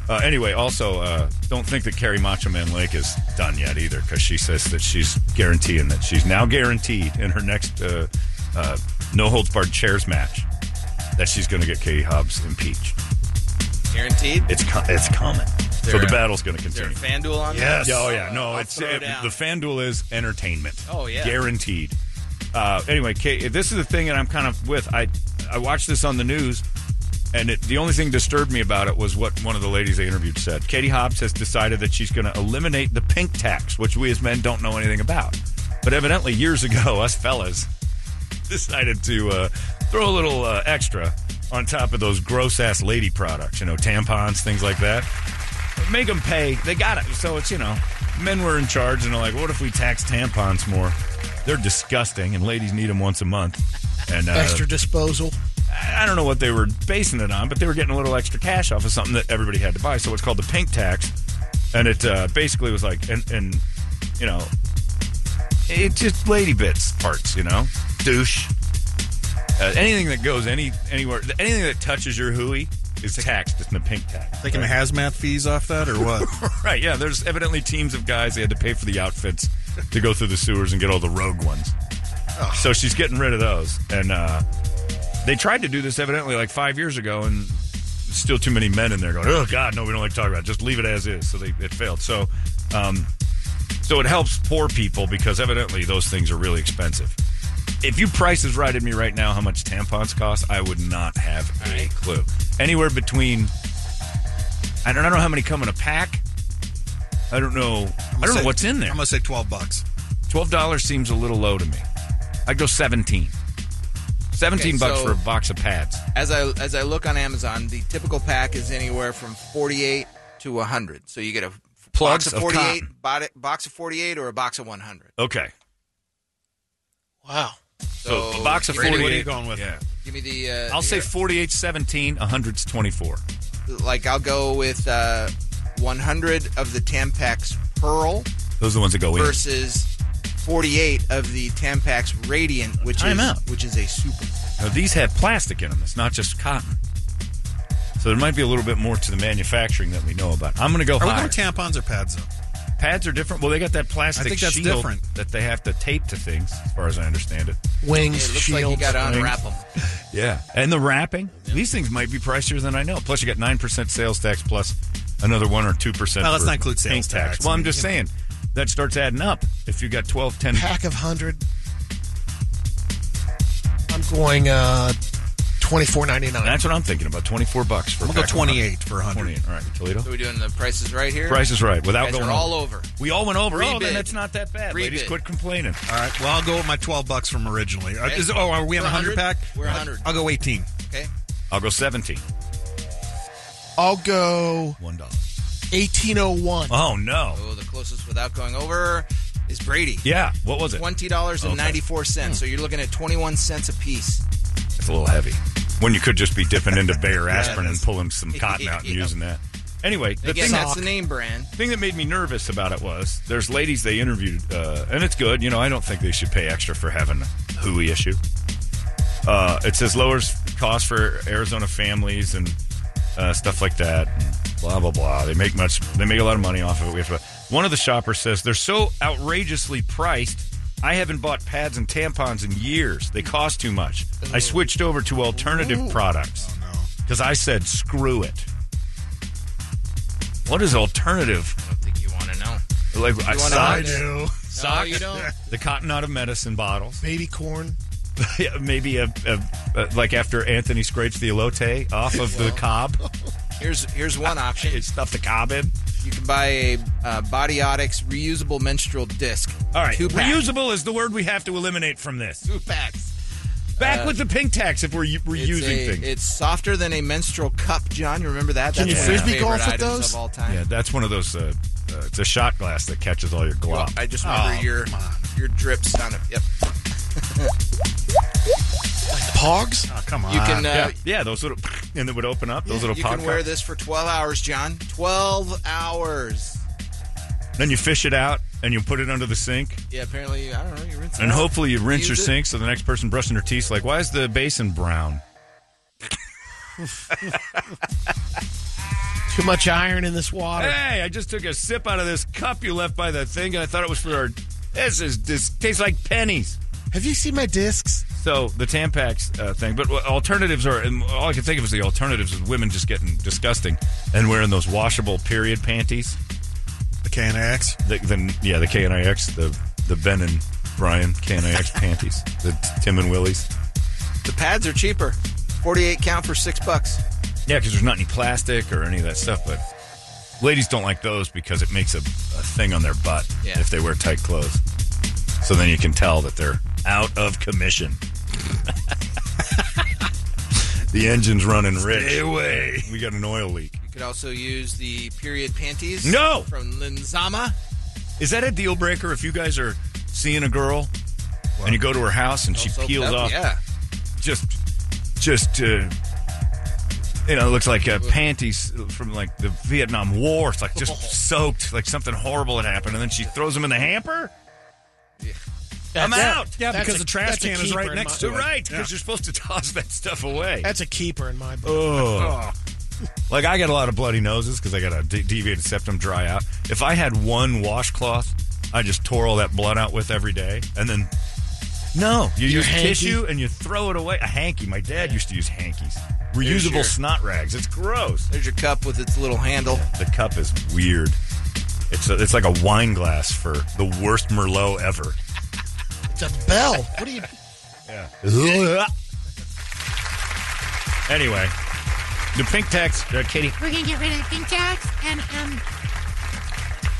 [SPEAKER 1] Uh, anyway, also, uh, don't think that Carrie Macho Man Lake is done yet either because she says that she's guaranteeing that she's now guaranteed in her next uh, uh, no holds barred chairs match that she's going to get Katie Hobbs impeached.
[SPEAKER 9] Guaranteed.
[SPEAKER 1] It's, co- it's coming. so
[SPEAKER 9] There,
[SPEAKER 1] the
[SPEAKER 9] uh,
[SPEAKER 1] battle's going to
[SPEAKER 9] Is there a
[SPEAKER 1] continue.
[SPEAKER 9] FanDuel on that?
[SPEAKER 1] Yeah, oh yeah, no,
[SPEAKER 9] I'll
[SPEAKER 1] it's
[SPEAKER 9] throw
[SPEAKER 1] it,
[SPEAKER 9] down.
[SPEAKER 1] the FanDuel is entertainment.
[SPEAKER 9] Oh, yeah.
[SPEAKER 1] guaranteed. Uh, anyway, Kate, this is the thing that I'm kind of with. I I watched this on the news, and it, the only thing disturbed me about it was what one of the ladies they interviewed said. Katie Hobbs has decided that she's going to eliminate the pink tax, which we as men don't know anything about. But evidently, years ago, us fellas decided to uh, throw a little uh, extra on top of those gross ass lady products, you know, tampons, things like that. Make them pay. They got it. So it's, you know, men were in charge and they're like, what if we tax tampons more? They're disgusting and ladies need them once a month. And uh,
[SPEAKER 2] extra disposal.
[SPEAKER 1] I I don't know what they were basing it on, but they were getting a little extra cash off of something that everybody had to buy. So it's called the pink tax, and it uh, basically was like, and and you know, it's just lady bits parts, you know, douche. Uh, anything that goes any anywhere, anything that touches your hooey is taxed in the pink tax.
[SPEAKER 3] Taking the
[SPEAKER 1] right?
[SPEAKER 3] hazmat fees off that or what?
[SPEAKER 1] Right, yeah. There's evidently teams of guys they had to pay for the outfits to go through the sewers and get all the rogue ones. So she's getting rid of those. And uh, they tried to do this evidently like five years ago, and still too many men in there going, "Oh God, no, we don't like to talk about it. Just leave it as is." So they it failed. So, um, so it helps poor people because evidently those things are really expensive. If you prices righted me right now, how much tampons cost, I would not have a clue. Anywhere between, I don't, I don't know how many come in a pack. I don't know. I don't know what's in there.
[SPEAKER 3] I'm gonna say twelve bucks.
[SPEAKER 1] Twelve dollars seems a little low to me. I'd go seventeen. Seventeen
[SPEAKER 7] Okay,
[SPEAKER 1] bucks
[SPEAKER 7] so-
[SPEAKER 1] for a box of pads.
[SPEAKER 7] As I as I look on Amazon, the typical pack is anywhere from 48 to 100. So you get a
[SPEAKER 1] Plugs
[SPEAKER 7] box
[SPEAKER 1] of
[SPEAKER 7] of 48,
[SPEAKER 1] cotton.
[SPEAKER 7] bod- box of 48 or a box of 100.
[SPEAKER 1] Okay.
[SPEAKER 2] Wow.
[SPEAKER 1] So, a box of
[SPEAKER 7] Brady,
[SPEAKER 1] 48.
[SPEAKER 7] what are you going with?
[SPEAKER 1] Yeah.
[SPEAKER 7] Give me the. Uh,
[SPEAKER 11] I'll say
[SPEAKER 7] here.
[SPEAKER 11] 48 17, 100's 24.
[SPEAKER 7] like I'll go with uh, 100 of the Tampax Pearl
[SPEAKER 11] Those are the ones that go in.
[SPEAKER 7] versus 48 of the Tampax Radiant, which
[SPEAKER 11] Time
[SPEAKER 7] is
[SPEAKER 11] out.
[SPEAKER 7] which is a super.
[SPEAKER 1] Now, these have plastic in them. It's not just cotton. So there might be a little bit more to the manufacturing that we know about. I'm going to go
[SPEAKER 3] Are
[SPEAKER 1] higher.
[SPEAKER 3] we going tampons or pads though?
[SPEAKER 1] Pads are different. Well, they got that plastic
[SPEAKER 3] I think that's
[SPEAKER 1] shield
[SPEAKER 3] different.
[SPEAKER 1] that they have to tape to things, as far as I understand it.
[SPEAKER 2] Wings,
[SPEAKER 7] It looks like you got to unwrap them.
[SPEAKER 1] Yeah, and the wrapping. These things might be pricier than I know. Plus, you got nine percent sales tax plus another one or two percent.
[SPEAKER 3] Well, let's not include sales tax.
[SPEAKER 1] Well,
[SPEAKER 3] I
[SPEAKER 1] I'm
[SPEAKER 3] mean,
[SPEAKER 1] just
[SPEAKER 3] you know.
[SPEAKER 1] saying that starts adding up. If you got 12, 10
[SPEAKER 2] pack of hundred. I'm going uh, twenty four ninety nine.
[SPEAKER 1] That's what I'm thinking about. Twenty four bucks for.
[SPEAKER 2] We'll go
[SPEAKER 3] 28 for 100.
[SPEAKER 1] 28. All right, Toledo.
[SPEAKER 7] So we're doing the prices right here.
[SPEAKER 1] Price is right. Without
[SPEAKER 7] Guys
[SPEAKER 1] going
[SPEAKER 7] are all
[SPEAKER 1] over.
[SPEAKER 7] over.
[SPEAKER 1] We all went over. Oh,
[SPEAKER 7] Rebid.
[SPEAKER 1] then it's not that bad. Ladies,
[SPEAKER 7] Rebid.
[SPEAKER 1] quit complaining.
[SPEAKER 3] All right. Well, I'll go with my 12 bucks from originally. Uh,
[SPEAKER 7] Okay.
[SPEAKER 3] Is, oh, are we on
[SPEAKER 7] We're
[SPEAKER 3] a 100 pack?
[SPEAKER 7] 100. We're 100.
[SPEAKER 3] I'll go 18.
[SPEAKER 7] Okay.
[SPEAKER 1] I'll go seventeen.
[SPEAKER 2] I'll go
[SPEAKER 1] One dollar.
[SPEAKER 2] eighteen oh one.
[SPEAKER 1] Oh no.
[SPEAKER 7] So the closest without going over is Brady.
[SPEAKER 1] Yeah. What was it?
[SPEAKER 7] Twenty dollars and ninety four cents. So you're looking at twenty one cents a piece.
[SPEAKER 1] It's a little heavy. When you could just be dipping into Bayer
[SPEAKER 7] Yeah,
[SPEAKER 1] aspirin and
[SPEAKER 7] that's-
[SPEAKER 1] pulling some cotton out and
[SPEAKER 7] Yeah.
[SPEAKER 1] using that. Anyway, the
[SPEAKER 7] Again,
[SPEAKER 1] thing
[SPEAKER 7] that's the name brand.
[SPEAKER 1] thing that made me nervous about it was there's ladies they interviewed, uh, and it's good. You know, I don't think they should pay extra for having a hooey issue. Uh, it says lowers cost for Arizona families and uh, stuff like that. And blah blah blah. They make much. They make a lot of money off of it. We have to, one of the shoppers says they're so outrageously priced. I haven't bought pads and tampons in years. They cost too much. I switched over to alternative products
[SPEAKER 3] Oh,
[SPEAKER 1] because I said screw it. What is alternative?
[SPEAKER 7] I don't think you want to know.
[SPEAKER 1] Like I
[SPEAKER 7] You wanna
[SPEAKER 1] socks,
[SPEAKER 2] know?
[SPEAKER 7] No, you don't.
[SPEAKER 1] the cotton out of medicine bottles.
[SPEAKER 2] Baby corn.
[SPEAKER 1] Yeah, Maybe a, a, a like after Anthony scrapes the elote off of the cob,
[SPEAKER 7] Here's here's one option.
[SPEAKER 1] it stuffed the cob in.
[SPEAKER 7] You can buy a uh, Bodyotics reusable menstrual disc.
[SPEAKER 1] All right,
[SPEAKER 7] two pack.
[SPEAKER 1] reusable is the word we have to eliminate from this.
[SPEAKER 7] two packs.
[SPEAKER 1] Back with the pink tax if we're u- we're
[SPEAKER 7] Uh, It's
[SPEAKER 1] using
[SPEAKER 7] a-
[SPEAKER 1] things.
[SPEAKER 7] It's softer than a menstrual cup, John. You remember that?
[SPEAKER 2] Can you
[SPEAKER 7] one of my
[SPEAKER 2] frisbee
[SPEAKER 7] favorite
[SPEAKER 2] golf with
[SPEAKER 7] items
[SPEAKER 2] those?
[SPEAKER 7] of all time.
[SPEAKER 1] yeah, that's one of those. Uh, uh, it's a shot glass that catches all your
[SPEAKER 7] Well,
[SPEAKER 1] glop.
[SPEAKER 7] I just
[SPEAKER 1] Oh,
[SPEAKER 7] remember your your drips on it. Yep.
[SPEAKER 2] Pogs.
[SPEAKER 3] Oh, come on.
[SPEAKER 7] You can, uh,
[SPEAKER 1] yeah, yeah, those little and it would open up. Those little
[SPEAKER 7] you
[SPEAKER 1] pop
[SPEAKER 7] can wear
[SPEAKER 1] cups.
[SPEAKER 7] this for 12 hours, John. 12 hours.
[SPEAKER 1] Then you fish it out and you put it under the sink.
[SPEAKER 7] Yeah, apparently, I don't know. You rinse it
[SPEAKER 1] And
[SPEAKER 7] out.
[SPEAKER 1] hopefully you rinse your
[SPEAKER 7] Use it.
[SPEAKER 1] sink so the next person brushing their teeth's like, why is the basin brown?
[SPEAKER 2] Too much iron in this water.
[SPEAKER 1] Hey, I just took a sip out of this cup you left by the thing, and I thought it was for our. This is this tastes like pennies.
[SPEAKER 2] Have you seen my discs?
[SPEAKER 1] So the Tampax uh, thing, but what alternatives are. And all I can think of is the alternatives is women just getting disgusting and wearing those washable period panties.
[SPEAKER 3] The KNX.
[SPEAKER 1] The, the yeah, the K and I X, the the Ben and Brian K and I X panties, the Tim and Willie's.
[SPEAKER 7] The pads are cheaper. 48 count for six bucks.
[SPEAKER 1] Yeah, because there's not any plastic or any of that stuff. But ladies don't like those because it makes a, a thing on their butt
[SPEAKER 7] Yeah.
[SPEAKER 1] if they wear tight clothes. So then you can tell that they're out of commission. the engine's running rich. Stay away. We got an oil leak.
[SPEAKER 7] You could also use the period panties.
[SPEAKER 1] No!
[SPEAKER 7] From Linzama.
[SPEAKER 1] Is that a deal breaker if you guys are seeing a girl and you go to her house and she
[SPEAKER 7] Also-
[SPEAKER 1] peels
[SPEAKER 7] oh,
[SPEAKER 1] off
[SPEAKER 7] Yeah.
[SPEAKER 1] just just uh, you know, it looks like uh, panties from like the Vietnam War. It's like just soaked, like something horrible had happened, and then she throws them in the hamper. I'm out.
[SPEAKER 3] Yeah,
[SPEAKER 2] That's
[SPEAKER 3] because
[SPEAKER 2] a-
[SPEAKER 3] the trash
[SPEAKER 2] that's a
[SPEAKER 3] can is
[SPEAKER 2] keeper
[SPEAKER 3] right
[SPEAKER 2] in
[SPEAKER 3] next
[SPEAKER 2] my-
[SPEAKER 3] to it.
[SPEAKER 1] right, because
[SPEAKER 3] Yeah.
[SPEAKER 1] you're supposed to toss that stuff away.
[SPEAKER 2] That's a keeper in my book.
[SPEAKER 1] Oh. Like I got a lot of bloody noses because I got a de- deviated septum dry out. If I had one washcloth, I just tore all that blood out with every day, and then no, you
[SPEAKER 2] Your
[SPEAKER 1] use
[SPEAKER 2] hanky?
[SPEAKER 1] tissue and you throw it away. A hanky. My dad used to use hankies,
[SPEAKER 7] Here's
[SPEAKER 1] reusable
[SPEAKER 7] your-
[SPEAKER 1] snot rags. It's gross.
[SPEAKER 7] There's your cup with its little handle.
[SPEAKER 1] The cup is weird. It's a, it's like a wine glass for the worst Merlot ever.
[SPEAKER 2] It's a bell. What do you?
[SPEAKER 1] anyway, the pink tax, uh, Katie.
[SPEAKER 10] We're gonna get rid of the pink tax, and um,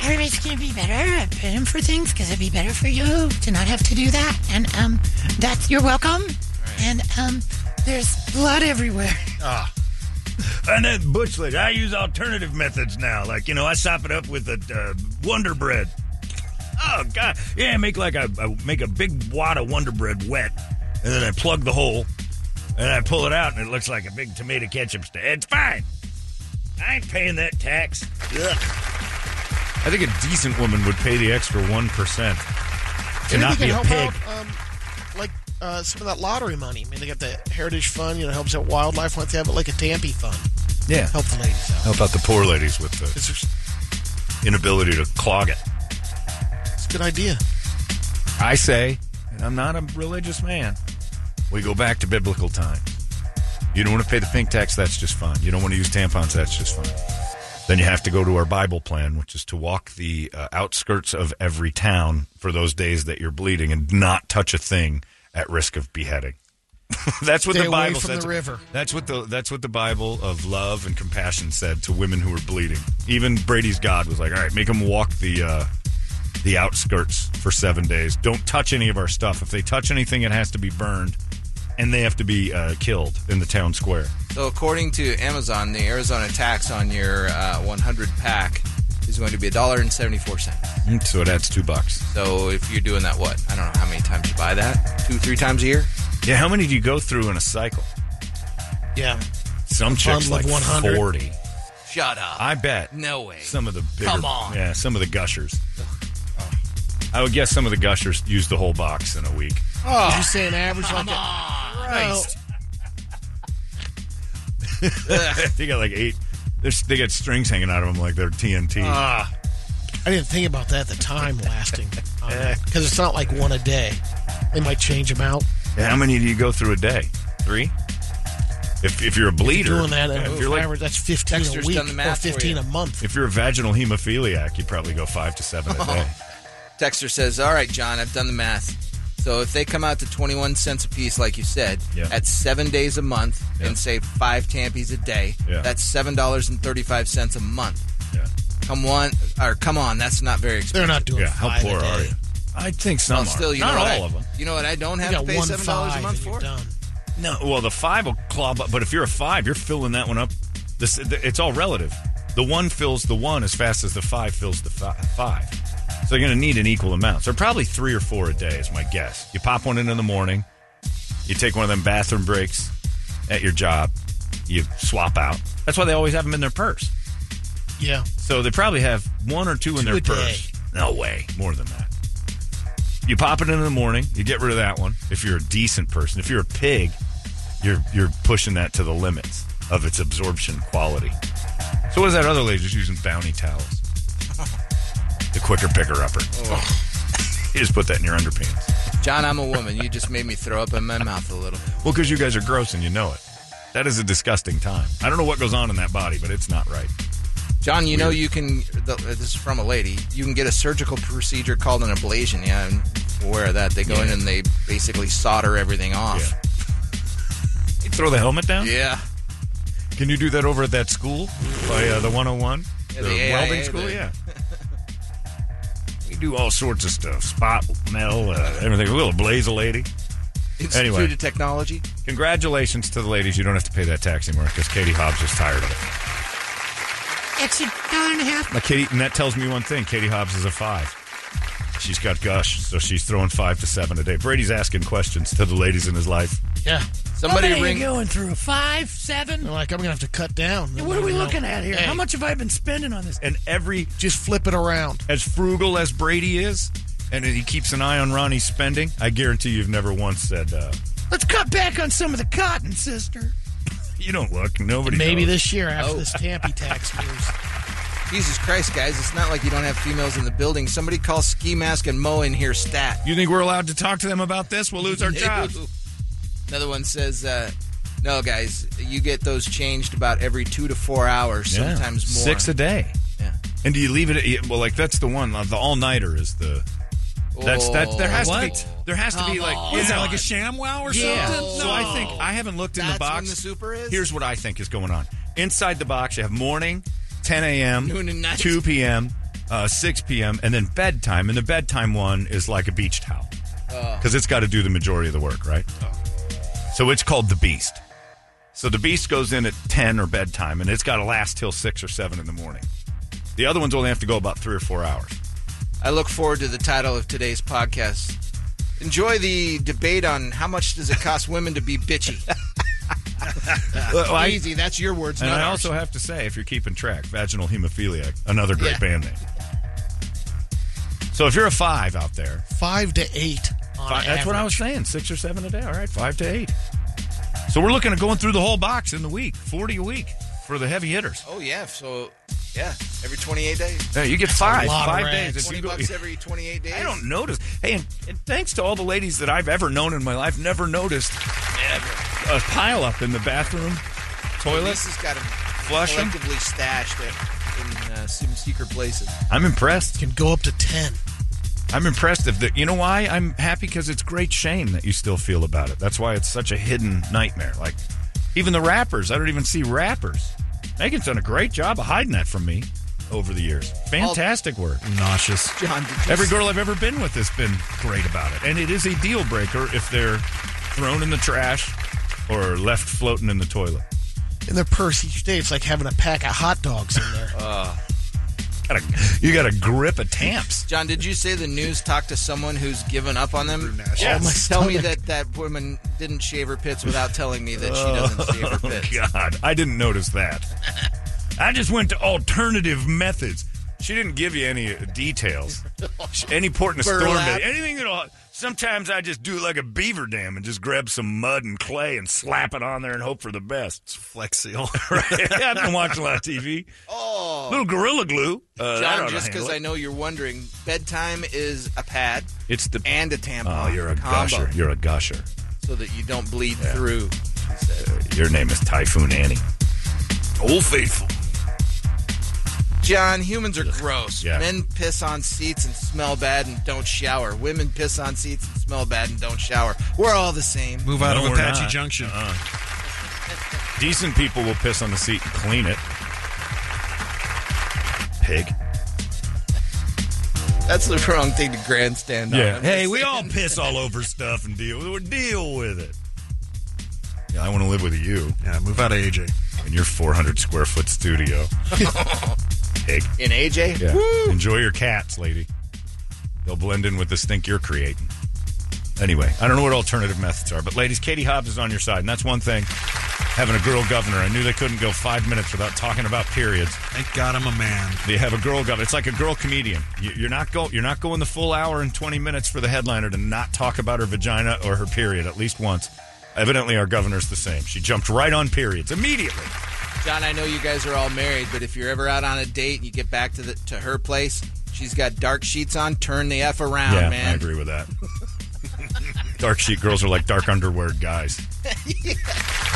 [SPEAKER 10] everybody's gonna be better at paying for things because it'd be better for you to not have to do that. And um, that's you're welcome. And um, there's blood everywhere.
[SPEAKER 1] And then Butch Lady, I use alternative methods now. Like, you know, I sop it up with a uh, Wonder Bread.
[SPEAKER 12] oh god, yeah. Make like a, I make a big wad of Wonder Bread wet, and then I plug the hole, and I pull it out, and it looks like a big tomato ketchup stand. It's fine. I ain't paying that tax. Ugh.
[SPEAKER 1] I think a decent woman would pay the extra 1% to
[SPEAKER 2] Maybe
[SPEAKER 1] not
[SPEAKER 2] they
[SPEAKER 1] be
[SPEAKER 2] can
[SPEAKER 1] a
[SPEAKER 2] help
[SPEAKER 1] pig.
[SPEAKER 2] out, um, like uh, some of that lottery money. I mean, they got the Heritage Fund, you know, helps out wildlife like that, but like a Tampy Fund.
[SPEAKER 1] Yeah.
[SPEAKER 2] Help the ladies out.
[SPEAKER 1] How about the poor ladies with
[SPEAKER 2] the
[SPEAKER 1] inability to clog it?
[SPEAKER 2] It's a good idea.
[SPEAKER 1] I say, and I'm not a religious man, we go back to biblical times. You don't want to pay the pink tax, that's just fine. You don't want to use tampons, that's just fine. Then you have to go to our Bible plan, which is to walk the uh, outskirts of every town for those days that you're bleeding and not touch a thing at risk of beheading. that's what
[SPEAKER 2] Stay
[SPEAKER 1] the
[SPEAKER 2] away
[SPEAKER 1] Bible
[SPEAKER 2] from
[SPEAKER 1] says.
[SPEAKER 2] the river.
[SPEAKER 1] That's what the that's what the Bible of love and compassion said to women who were bleeding. Even Brady's God was like, "All right, make them walk the uh, the outskirts for seven days. Don't touch any of our stuff. If they touch anything, it has to be burned, and they have to be uh, killed in the town square."
[SPEAKER 7] So, according to Amazon, the Arizona tax on your uh, 100 pack is going to be $1.74.
[SPEAKER 1] Mm, So it adds two bucks.
[SPEAKER 7] So, if you're doing that, what? I don't know how many times you buy that. Two, three times a year?
[SPEAKER 1] Yeah, how many do you go through in a cycle?
[SPEAKER 2] Yeah.
[SPEAKER 1] Some chicks
[SPEAKER 7] Bundle
[SPEAKER 1] like
[SPEAKER 7] of 100.
[SPEAKER 1] forty.
[SPEAKER 7] Shut up.
[SPEAKER 1] I bet.
[SPEAKER 7] No way.
[SPEAKER 1] Some of the bigger,
[SPEAKER 7] Come on.
[SPEAKER 1] yeah, some of the gushers. I would guess some of the gushers use the whole box in a week.
[SPEAKER 2] Oh, Did you say an average like that?
[SPEAKER 6] Christ.
[SPEAKER 1] they got like eight. there's- They got strings hanging out of them like they're TNT.
[SPEAKER 2] Ah. I didn't think about that. The time lasting because it's not like one a day. They might change them out.
[SPEAKER 1] Yeah, how many do you go through a day? Three. If, if you're a bleeder,
[SPEAKER 2] Doing that,
[SPEAKER 1] yeah,
[SPEAKER 2] uh,
[SPEAKER 1] if you're like
[SPEAKER 2] average, that's fifteen
[SPEAKER 7] Dexter's
[SPEAKER 2] a week
[SPEAKER 7] done the
[SPEAKER 2] or
[SPEAKER 7] math for
[SPEAKER 2] fifteen
[SPEAKER 7] you.
[SPEAKER 2] a month.
[SPEAKER 1] if you're a vaginal hemophiliac, you'd probably go five to seven a day.
[SPEAKER 7] Texter says, All right, John, I've done the math. So, if they come out to 21 cents a piece, like you said,
[SPEAKER 1] Yeah.
[SPEAKER 7] at seven days a month
[SPEAKER 1] Yeah.
[SPEAKER 7] and say five tampies a day,
[SPEAKER 1] Yeah.
[SPEAKER 7] that's $7.35 a month.
[SPEAKER 1] Yeah.
[SPEAKER 7] Come on, or come on, that's not very expensive.
[SPEAKER 2] They're not doing.
[SPEAKER 1] yeah, how
[SPEAKER 2] five
[SPEAKER 1] poor
[SPEAKER 2] a day.
[SPEAKER 1] are you? I think some
[SPEAKER 7] Well,
[SPEAKER 1] are.
[SPEAKER 7] still, you
[SPEAKER 1] Not
[SPEAKER 7] know what
[SPEAKER 1] all
[SPEAKER 7] I-
[SPEAKER 1] of them.
[SPEAKER 7] You know what? I don't
[SPEAKER 2] You
[SPEAKER 7] have
[SPEAKER 2] got
[SPEAKER 7] to pay
[SPEAKER 2] one
[SPEAKER 7] seven dollars a
[SPEAKER 2] five
[SPEAKER 7] month
[SPEAKER 2] and you're
[SPEAKER 7] for.
[SPEAKER 2] done.
[SPEAKER 1] No, well, the five will claw, but, but if you're a five, you're filling that one up. This, it's all relative. The one fills the one as fast as the five fills the fi- five. So you're going to need an equal amount. So probably three or four a day is my guess. You pop one in in the morning. You take one of them bathroom breaks at your job. You swap out. That's why they always have them in their purse.
[SPEAKER 2] Yeah.
[SPEAKER 1] So they probably have one or two in
[SPEAKER 2] Two
[SPEAKER 1] their
[SPEAKER 2] a day.
[SPEAKER 1] purse. No way, more than that. You pop it in in the morning. You get rid of that one if you're a decent person. If you're a pig, you're you're pushing that to the limits of its absorption quality. So what is that other lady just using bounty towels? The quicker picker upper. You just put that in your underpants.
[SPEAKER 7] John, I'm a woman. You just made me throw up in my mouth a little.
[SPEAKER 1] Well, because you guys are gross and you know it. That is a disgusting time. I don't know what goes on in that body, but it's not right.
[SPEAKER 7] John, you know
[SPEAKER 1] Weird.
[SPEAKER 7] you can. The, this is from a lady. You can get a surgical procedure called an ablation. Yeah, I'm aware of that. They go in
[SPEAKER 1] Yeah.
[SPEAKER 7] and they basically solder everything off.
[SPEAKER 1] You throw the helmet down.
[SPEAKER 7] Yeah.
[SPEAKER 1] Can you do that over at that school by uh, the 101?
[SPEAKER 7] Yeah,
[SPEAKER 1] the
[SPEAKER 7] the AIA,
[SPEAKER 1] welding school,
[SPEAKER 7] the-
[SPEAKER 1] yeah. we do all sorts of stuff. Spot, metal, uh, everything. We'll blaze a lady.
[SPEAKER 7] Institute
[SPEAKER 1] anyway,
[SPEAKER 7] of Technology.
[SPEAKER 1] congratulations to the ladies. You don't have to pay that tax anymore because Katie Hobbs is tired of it.
[SPEAKER 10] Extra dollar and a half.
[SPEAKER 1] Now, Katie, and that tells me one thing. Katie Hobbs is a five. She's got gush, so she's throwing five to seven a day. Brady's asking questions to the ladies in his life.
[SPEAKER 2] Yeah.
[SPEAKER 10] Oh,
[SPEAKER 7] Somebody
[SPEAKER 8] How many
[SPEAKER 7] ring-
[SPEAKER 8] are you going through? Five, seven?
[SPEAKER 2] They're like, I'm gonna have to cut down.
[SPEAKER 8] Hey, what are we looking at here?
[SPEAKER 2] Hey.
[SPEAKER 8] How much have I been spending on this?
[SPEAKER 1] And every
[SPEAKER 2] Just flip it around.
[SPEAKER 1] as frugal as Brady is, and he keeps an eye on Ronnie's spending, I guarantee you've never once said, uh,
[SPEAKER 8] Let's cut back on some of the cotton, sister.
[SPEAKER 1] "You don't look." Nobody.
[SPEAKER 2] Maybe
[SPEAKER 1] knows.
[SPEAKER 2] this year
[SPEAKER 7] Oh.
[SPEAKER 2] after this Tampy tax news.
[SPEAKER 7] Jesus Christ, guys! It's not like you don't have females in the building. Somebody call Ski Mask and Mo in here. Stat.
[SPEAKER 1] You think we're allowed to talk to them about this? We'll lose our jobs.
[SPEAKER 7] Another one says, uh, "No, guys, you get those changed about every two to four hours,
[SPEAKER 1] Yeah.
[SPEAKER 7] sometimes more."
[SPEAKER 1] Six a day.
[SPEAKER 7] Yeah.
[SPEAKER 1] And do you leave it? At, well, like that's the one. uh, The all nighter is the. That's that. There has to be.
[SPEAKER 7] What?
[SPEAKER 1] There has to be
[SPEAKER 7] Come
[SPEAKER 1] like.
[SPEAKER 7] on.
[SPEAKER 1] Is that
[SPEAKER 7] Yeah.
[SPEAKER 1] like a sham wow or
[SPEAKER 7] Yeah.
[SPEAKER 1] something? So
[SPEAKER 7] No.
[SPEAKER 1] I think I haven't looked in
[SPEAKER 7] That's
[SPEAKER 1] the box.
[SPEAKER 7] when the super is?
[SPEAKER 1] Here's what I think is going on inside the box. You have morning, 10 a.m.,
[SPEAKER 7] Noon and night.
[SPEAKER 1] 2 p.m., uh, 6 p.m., and then bedtime. And the bedtime one is like a beach towel
[SPEAKER 7] Oh.
[SPEAKER 1] because it's got to do the majority of the work, right? So it's called the Beast. So the Beast goes in at 10 or bedtime, and it's got to last till 6 or 7 in the morning. The other ones only have to go about three or four hours.
[SPEAKER 7] I look forward to the title of today's podcast. Enjoy the debate on how much does it cost women to be bitchy.
[SPEAKER 1] Well, I-
[SPEAKER 7] Easy, that's your words,
[SPEAKER 1] and
[SPEAKER 7] not
[SPEAKER 1] I
[SPEAKER 7] ours.
[SPEAKER 1] also have to say, if you're keeping track, Vaginal Hemophiliac, another great
[SPEAKER 2] Yeah.
[SPEAKER 1] band name. So if you're a five out there,
[SPEAKER 2] Five to eight. On
[SPEAKER 1] Fi- that's what I was saying. Six or seven a day. All right, five to eight. So we're looking at going through the whole box in the week, forty a week for the heavy hitters.
[SPEAKER 7] Oh yeah, so yeah, every 28 days.
[SPEAKER 1] Yeah, you get five,
[SPEAKER 7] That's a lot
[SPEAKER 1] five
[SPEAKER 7] of
[SPEAKER 1] days.
[SPEAKER 7] rags.
[SPEAKER 1] If
[SPEAKER 7] 20
[SPEAKER 1] you go-
[SPEAKER 7] bucks every 28 days.
[SPEAKER 1] I don't notice. Hey, and, and thanks to all the ladies that I've ever known in my life, never noticed a pile up in the bathroom, toilet.
[SPEAKER 7] Lisa's got them
[SPEAKER 1] Flush 'em?
[SPEAKER 7] collectively stashed at, in uh, some secret places.
[SPEAKER 1] I'm impressed.
[SPEAKER 2] Can go up to ten.
[SPEAKER 1] I'm impressed. If the, you know why I'm happy because it's great shame that you still feel about it. That's why it's such a hidden nightmare. Like even the rappers, I don't even see rappers. Megan's done a great job of hiding that from me over the years. Fantastic work.
[SPEAKER 3] Nauseous.
[SPEAKER 7] John, did
[SPEAKER 1] Every girl I've ever been with has been great about it, and it is a deal breaker if they're thrown in the trash or left floating in the toilet.
[SPEAKER 2] In their purse each day, it's like having a pack of hot dogs in there.
[SPEAKER 7] Uh,
[SPEAKER 1] Gotta- you got to grip a tamps.
[SPEAKER 7] John, did you say the news talked to someone who's given up on them?
[SPEAKER 1] Yes. my
[SPEAKER 7] Tell me
[SPEAKER 1] stomach.
[SPEAKER 7] that that woman didn't shave her pits without telling me that she doesn't shave her
[SPEAKER 1] Oh,
[SPEAKER 7] pits.
[SPEAKER 1] God, I didn't notice that. I just went to alternative methods. She didn't give you any uh, details, any port in a storm,
[SPEAKER 12] Burlap.
[SPEAKER 1] bed, anything at all. Sometimes I just do it like a beaver dam and just grab some mud and clay and slap it on there and hope for the best. It's
[SPEAKER 3] flex seal.
[SPEAKER 1] right? I've been watching a lot of TV.
[SPEAKER 7] Oh,
[SPEAKER 1] Little gorilla glue. Uh, that ought
[SPEAKER 7] John,
[SPEAKER 1] to
[SPEAKER 7] just because
[SPEAKER 1] handle it.
[SPEAKER 7] I know you're wondering, bedtime is a pad
[SPEAKER 1] It's the
[SPEAKER 7] and a tampon.
[SPEAKER 1] Oh, you're a
[SPEAKER 7] combo,
[SPEAKER 1] gusher. You're a gusher.
[SPEAKER 7] So that you don't bleed through.
[SPEAKER 1] Your name is Typhoon Annie. Old Faithful.
[SPEAKER 7] John, humans are gross.
[SPEAKER 1] Yeah.
[SPEAKER 7] Men piss on seats and smell bad and don't shower. Women piss on seats and smell bad and don't shower. We're all the same.
[SPEAKER 3] Move out of Apache Junction.
[SPEAKER 1] Uh-uh. Decent people will piss on the seat and clean it. Pig.
[SPEAKER 7] That's the wrong thing to grandstand on.
[SPEAKER 1] Yeah.
[SPEAKER 7] I'm
[SPEAKER 1] Hey,
[SPEAKER 7] just
[SPEAKER 1] we
[SPEAKER 7] saying.
[SPEAKER 1] all piss all over stuff and deal with it. Deal with it. Yeah, I want to live with you.
[SPEAKER 3] Yeah, move out of AJ.
[SPEAKER 1] In your 400 square foot studio. Pig.
[SPEAKER 7] In AJ?
[SPEAKER 1] Yeah.
[SPEAKER 7] Woo!
[SPEAKER 1] Enjoy your cats, lady. They'll blend in with the stink you're creating. Anyway, I don't know what alternative methods are, but ladies, Katie Hobbs is on your side, and that's one thing. Having a girl governor, I knew they couldn't go five minutes without talking about periods.
[SPEAKER 3] Thank God I'm a man.
[SPEAKER 1] They have a girl governor. It's like a girl comedian. You- You're not go. You're not going the full hour and twenty minutes for the headliner to not talk about her vagina or her period at least once. Evidently, our governor's the same. She jumped right on periods immediately.
[SPEAKER 7] John, I know you guys are all married, but if you're ever out on a date and you get back to the, to her place, she's got dark sheets on. Turn the f
[SPEAKER 2] Oh,
[SPEAKER 7] around,
[SPEAKER 1] yeah, I
[SPEAKER 7] man.
[SPEAKER 1] agree with that. dark sheet girls are like dark underwear guys.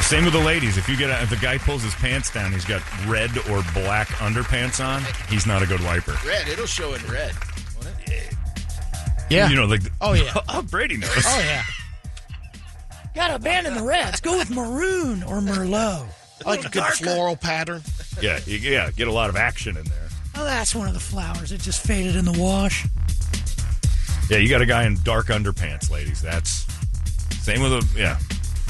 [SPEAKER 1] Same with the ladies. If you get a, if the guy pulls his pants down, he's got red or black underpants on. He's not a good wiper.
[SPEAKER 7] Red, it'll show in red. won't it?
[SPEAKER 1] Yeah, you know, like
[SPEAKER 2] oh yeah,
[SPEAKER 1] oh Brady knows.
[SPEAKER 2] Oh yeah,
[SPEAKER 8] Gotta abandon the reds. Go with maroon or merlot.
[SPEAKER 2] I like a good floral pattern.
[SPEAKER 1] yeah, you- yeah. Get a lot of action in there.
[SPEAKER 8] Oh, that's one of the flowers. It just faded in the wash.
[SPEAKER 1] Yeah, you got a guy in dark underpants, ladies. That's same with a yeah.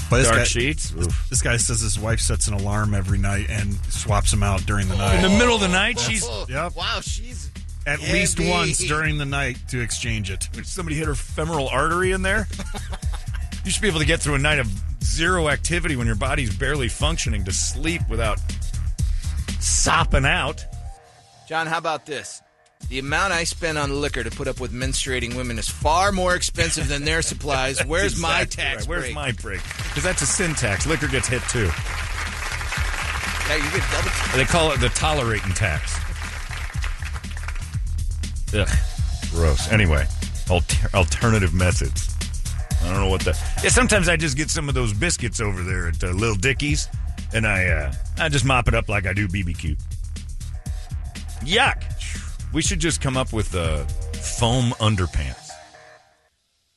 [SPEAKER 3] But this
[SPEAKER 1] dark
[SPEAKER 3] guy-
[SPEAKER 1] sheets.
[SPEAKER 3] This, this guy says his wife sets an alarm every night and swaps him out during the night.
[SPEAKER 1] In the middle of the night, she's
[SPEAKER 3] yep.
[SPEAKER 7] Oh, Wow, she's
[SPEAKER 3] At
[SPEAKER 1] Heavy.
[SPEAKER 3] least once during the night to exchange it.
[SPEAKER 1] somebody hit her femoral artery in there. you should be able to get through a night of zero activity when your body's barely functioning to sleep without sopping out.
[SPEAKER 7] John, how about this? The amount I spend on liquor to put up with menstruating women is far more expensive than their supplies.
[SPEAKER 1] That's
[SPEAKER 7] Where's my
[SPEAKER 1] exactly
[SPEAKER 7] tax
[SPEAKER 1] right. Where's
[SPEAKER 7] break?
[SPEAKER 1] my break? Because that's a sin tax. Liquor gets hit too.
[SPEAKER 7] Yeah, you get double.
[SPEAKER 1] They call it the tolerating tax. Ugh, gross. Anyway, alter- alternative methods. I don't know what the. Yeah, sometimes I just get some of those biscuits over there at uh, Little Dickies, and I uh, I just mop it up like I do BBQ. Yuck! We should just come up with uh, foam underpants.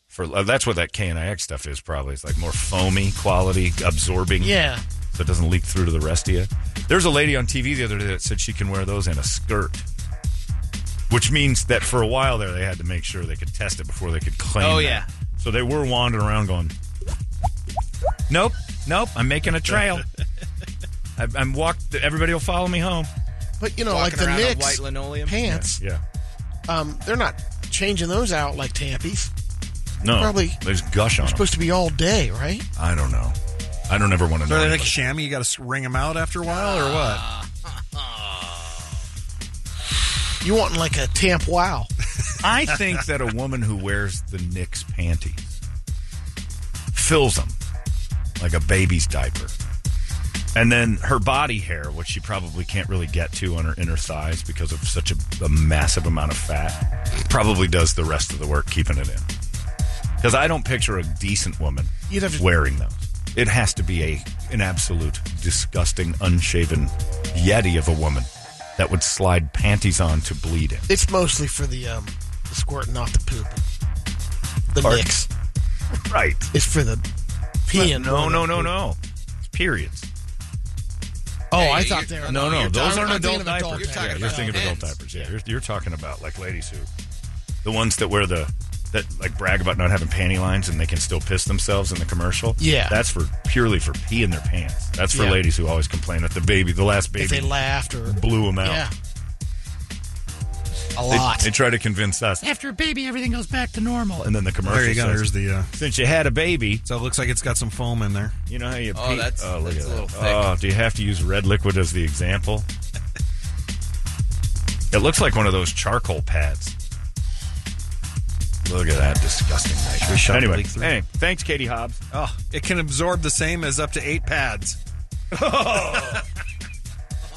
[SPEAKER 1] For uh, that's what that KNIX stuff is probably. It's like more foamy quality, absorbing.
[SPEAKER 2] Yeah.
[SPEAKER 1] So it doesn't leak through to the rest of you. There's a lady on TV the other day that said she can wear those in a skirt. Which means that for a while there, they had to make sure they could test it before they could claim.
[SPEAKER 7] Oh,
[SPEAKER 1] that.
[SPEAKER 7] yeah.
[SPEAKER 1] So they were wandering around going, "Nope, nope, I'm making a trail. I, I'm walked. Everybody will follow me home."
[SPEAKER 2] But you know, like
[SPEAKER 7] Walking
[SPEAKER 2] the
[SPEAKER 7] around on
[SPEAKER 2] Knicks
[SPEAKER 7] white linoleum?
[SPEAKER 2] pants.
[SPEAKER 1] Yeah.
[SPEAKER 2] um, they're not changing those out like Tampies.
[SPEAKER 1] No,
[SPEAKER 2] probably.
[SPEAKER 1] they just gush on
[SPEAKER 2] They're
[SPEAKER 1] them.
[SPEAKER 2] supposed to be all day, right?
[SPEAKER 1] I don't know. I don't ever want to
[SPEAKER 3] So
[SPEAKER 1] know.
[SPEAKER 3] are they like chamois? You got to wring them out after a while, or
[SPEAKER 1] Ah,
[SPEAKER 3] what?
[SPEAKER 2] You want like a Tamp Wow?
[SPEAKER 1] I think that a woman who wears the Knicks panties fills them like a baby's diaper. And then her body hair, which she probably can't really get to on her inner thighs because of such a, a massive amount of fat, probably does the rest of the work keeping it in. Because I don't picture a decent woman
[SPEAKER 2] You'd have to-
[SPEAKER 1] wearing those. It has to be a an absolute disgusting, unshaven yeti of a woman that would slide panties on to bleed in.
[SPEAKER 2] It's mostly for the um, the squirting off the poop. The
[SPEAKER 1] Pardon?
[SPEAKER 2] mix.
[SPEAKER 1] Right.
[SPEAKER 2] It's for the peeing.
[SPEAKER 1] No, no, no, no. It's periods.
[SPEAKER 2] Oh,
[SPEAKER 1] Hey,
[SPEAKER 2] I
[SPEAKER 1] you-
[SPEAKER 2] thought they were.
[SPEAKER 1] No, no,
[SPEAKER 2] you're
[SPEAKER 1] those
[SPEAKER 2] talking-
[SPEAKER 1] aren't
[SPEAKER 2] I'm thinking
[SPEAKER 1] adult
[SPEAKER 2] of
[SPEAKER 1] diapers. yeah, you're thinking of adult
[SPEAKER 2] pants.
[SPEAKER 1] diapers. Yeah, you're, you're talking about like ladies who, the ones that wear the that like brag about not having panty lines and they can still piss themselves in the commercial.
[SPEAKER 2] Yeah.
[SPEAKER 1] that's for purely for pee in their pants. That's for
[SPEAKER 2] Yeah.
[SPEAKER 1] ladies who always complain that the baby, the last baby,
[SPEAKER 2] If they laughed or
[SPEAKER 1] blew them out.
[SPEAKER 2] Yeah,
[SPEAKER 1] They-
[SPEAKER 2] a lot.
[SPEAKER 1] They, try to convince us,
[SPEAKER 8] After a baby, everything goes back to normal.
[SPEAKER 1] and then the commercial.
[SPEAKER 3] There you go.
[SPEAKER 1] says,
[SPEAKER 3] There's the. Uh,
[SPEAKER 1] Since you had a baby,
[SPEAKER 3] so it looks like it's got some foam in there.
[SPEAKER 1] You know how you
[SPEAKER 3] Oh,
[SPEAKER 1] pee?
[SPEAKER 3] that's-
[SPEAKER 1] oh, look at
[SPEAKER 3] that's a little
[SPEAKER 1] that.
[SPEAKER 3] thick.
[SPEAKER 1] Oh, do you have to use red liquid as the example? it looks like one of those charcoal pads. Look at that disgusting
[SPEAKER 3] we
[SPEAKER 1] nature.
[SPEAKER 3] shove the
[SPEAKER 1] Anyway,
[SPEAKER 3] leak through?
[SPEAKER 1] anyway, thanks, Katie Hobbs.
[SPEAKER 3] Oh, it can absorb the same as up to eight pads.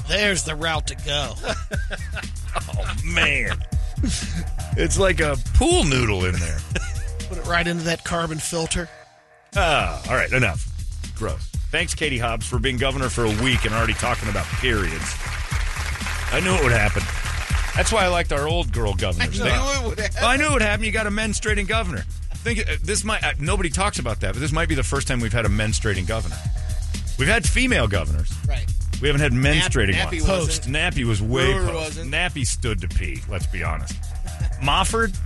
[SPEAKER 2] There's the route to go.
[SPEAKER 1] oh man, it's like a pool noodle in there.
[SPEAKER 2] Put it right into that carbon filter.
[SPEAKER 1] Ah, all right, enough. Gross. Thanks, Katie Hobbs, for being governor for a week and already talking about periods. I knew it would happen. That's why I liked our old girl governors.
[SPEAKER 6] I
[SPEAKER 1] They-
[SPEAKER 6] knew it would happen.
[SPEAKER 1] Well, I knew it would happen. You got a menstruating governor. Think uh, this might uh, nobody talks about that, but this might be the first time we've had a menstruating governor. We've had female governors.
[SPEAKER 7] Right.
[SPEAKER 1] We haven't had menstruating
[SPEAKER 7] Nappy
[SPEAKER 1] ones.
[SPEAKER 7] wasn't.
[SPEAKER 1] Post. Nappy was way
[SPEAKER 7] Brewer
[SPEAKER 1] post. Nappy stood to pee, let's be honest. Mofford,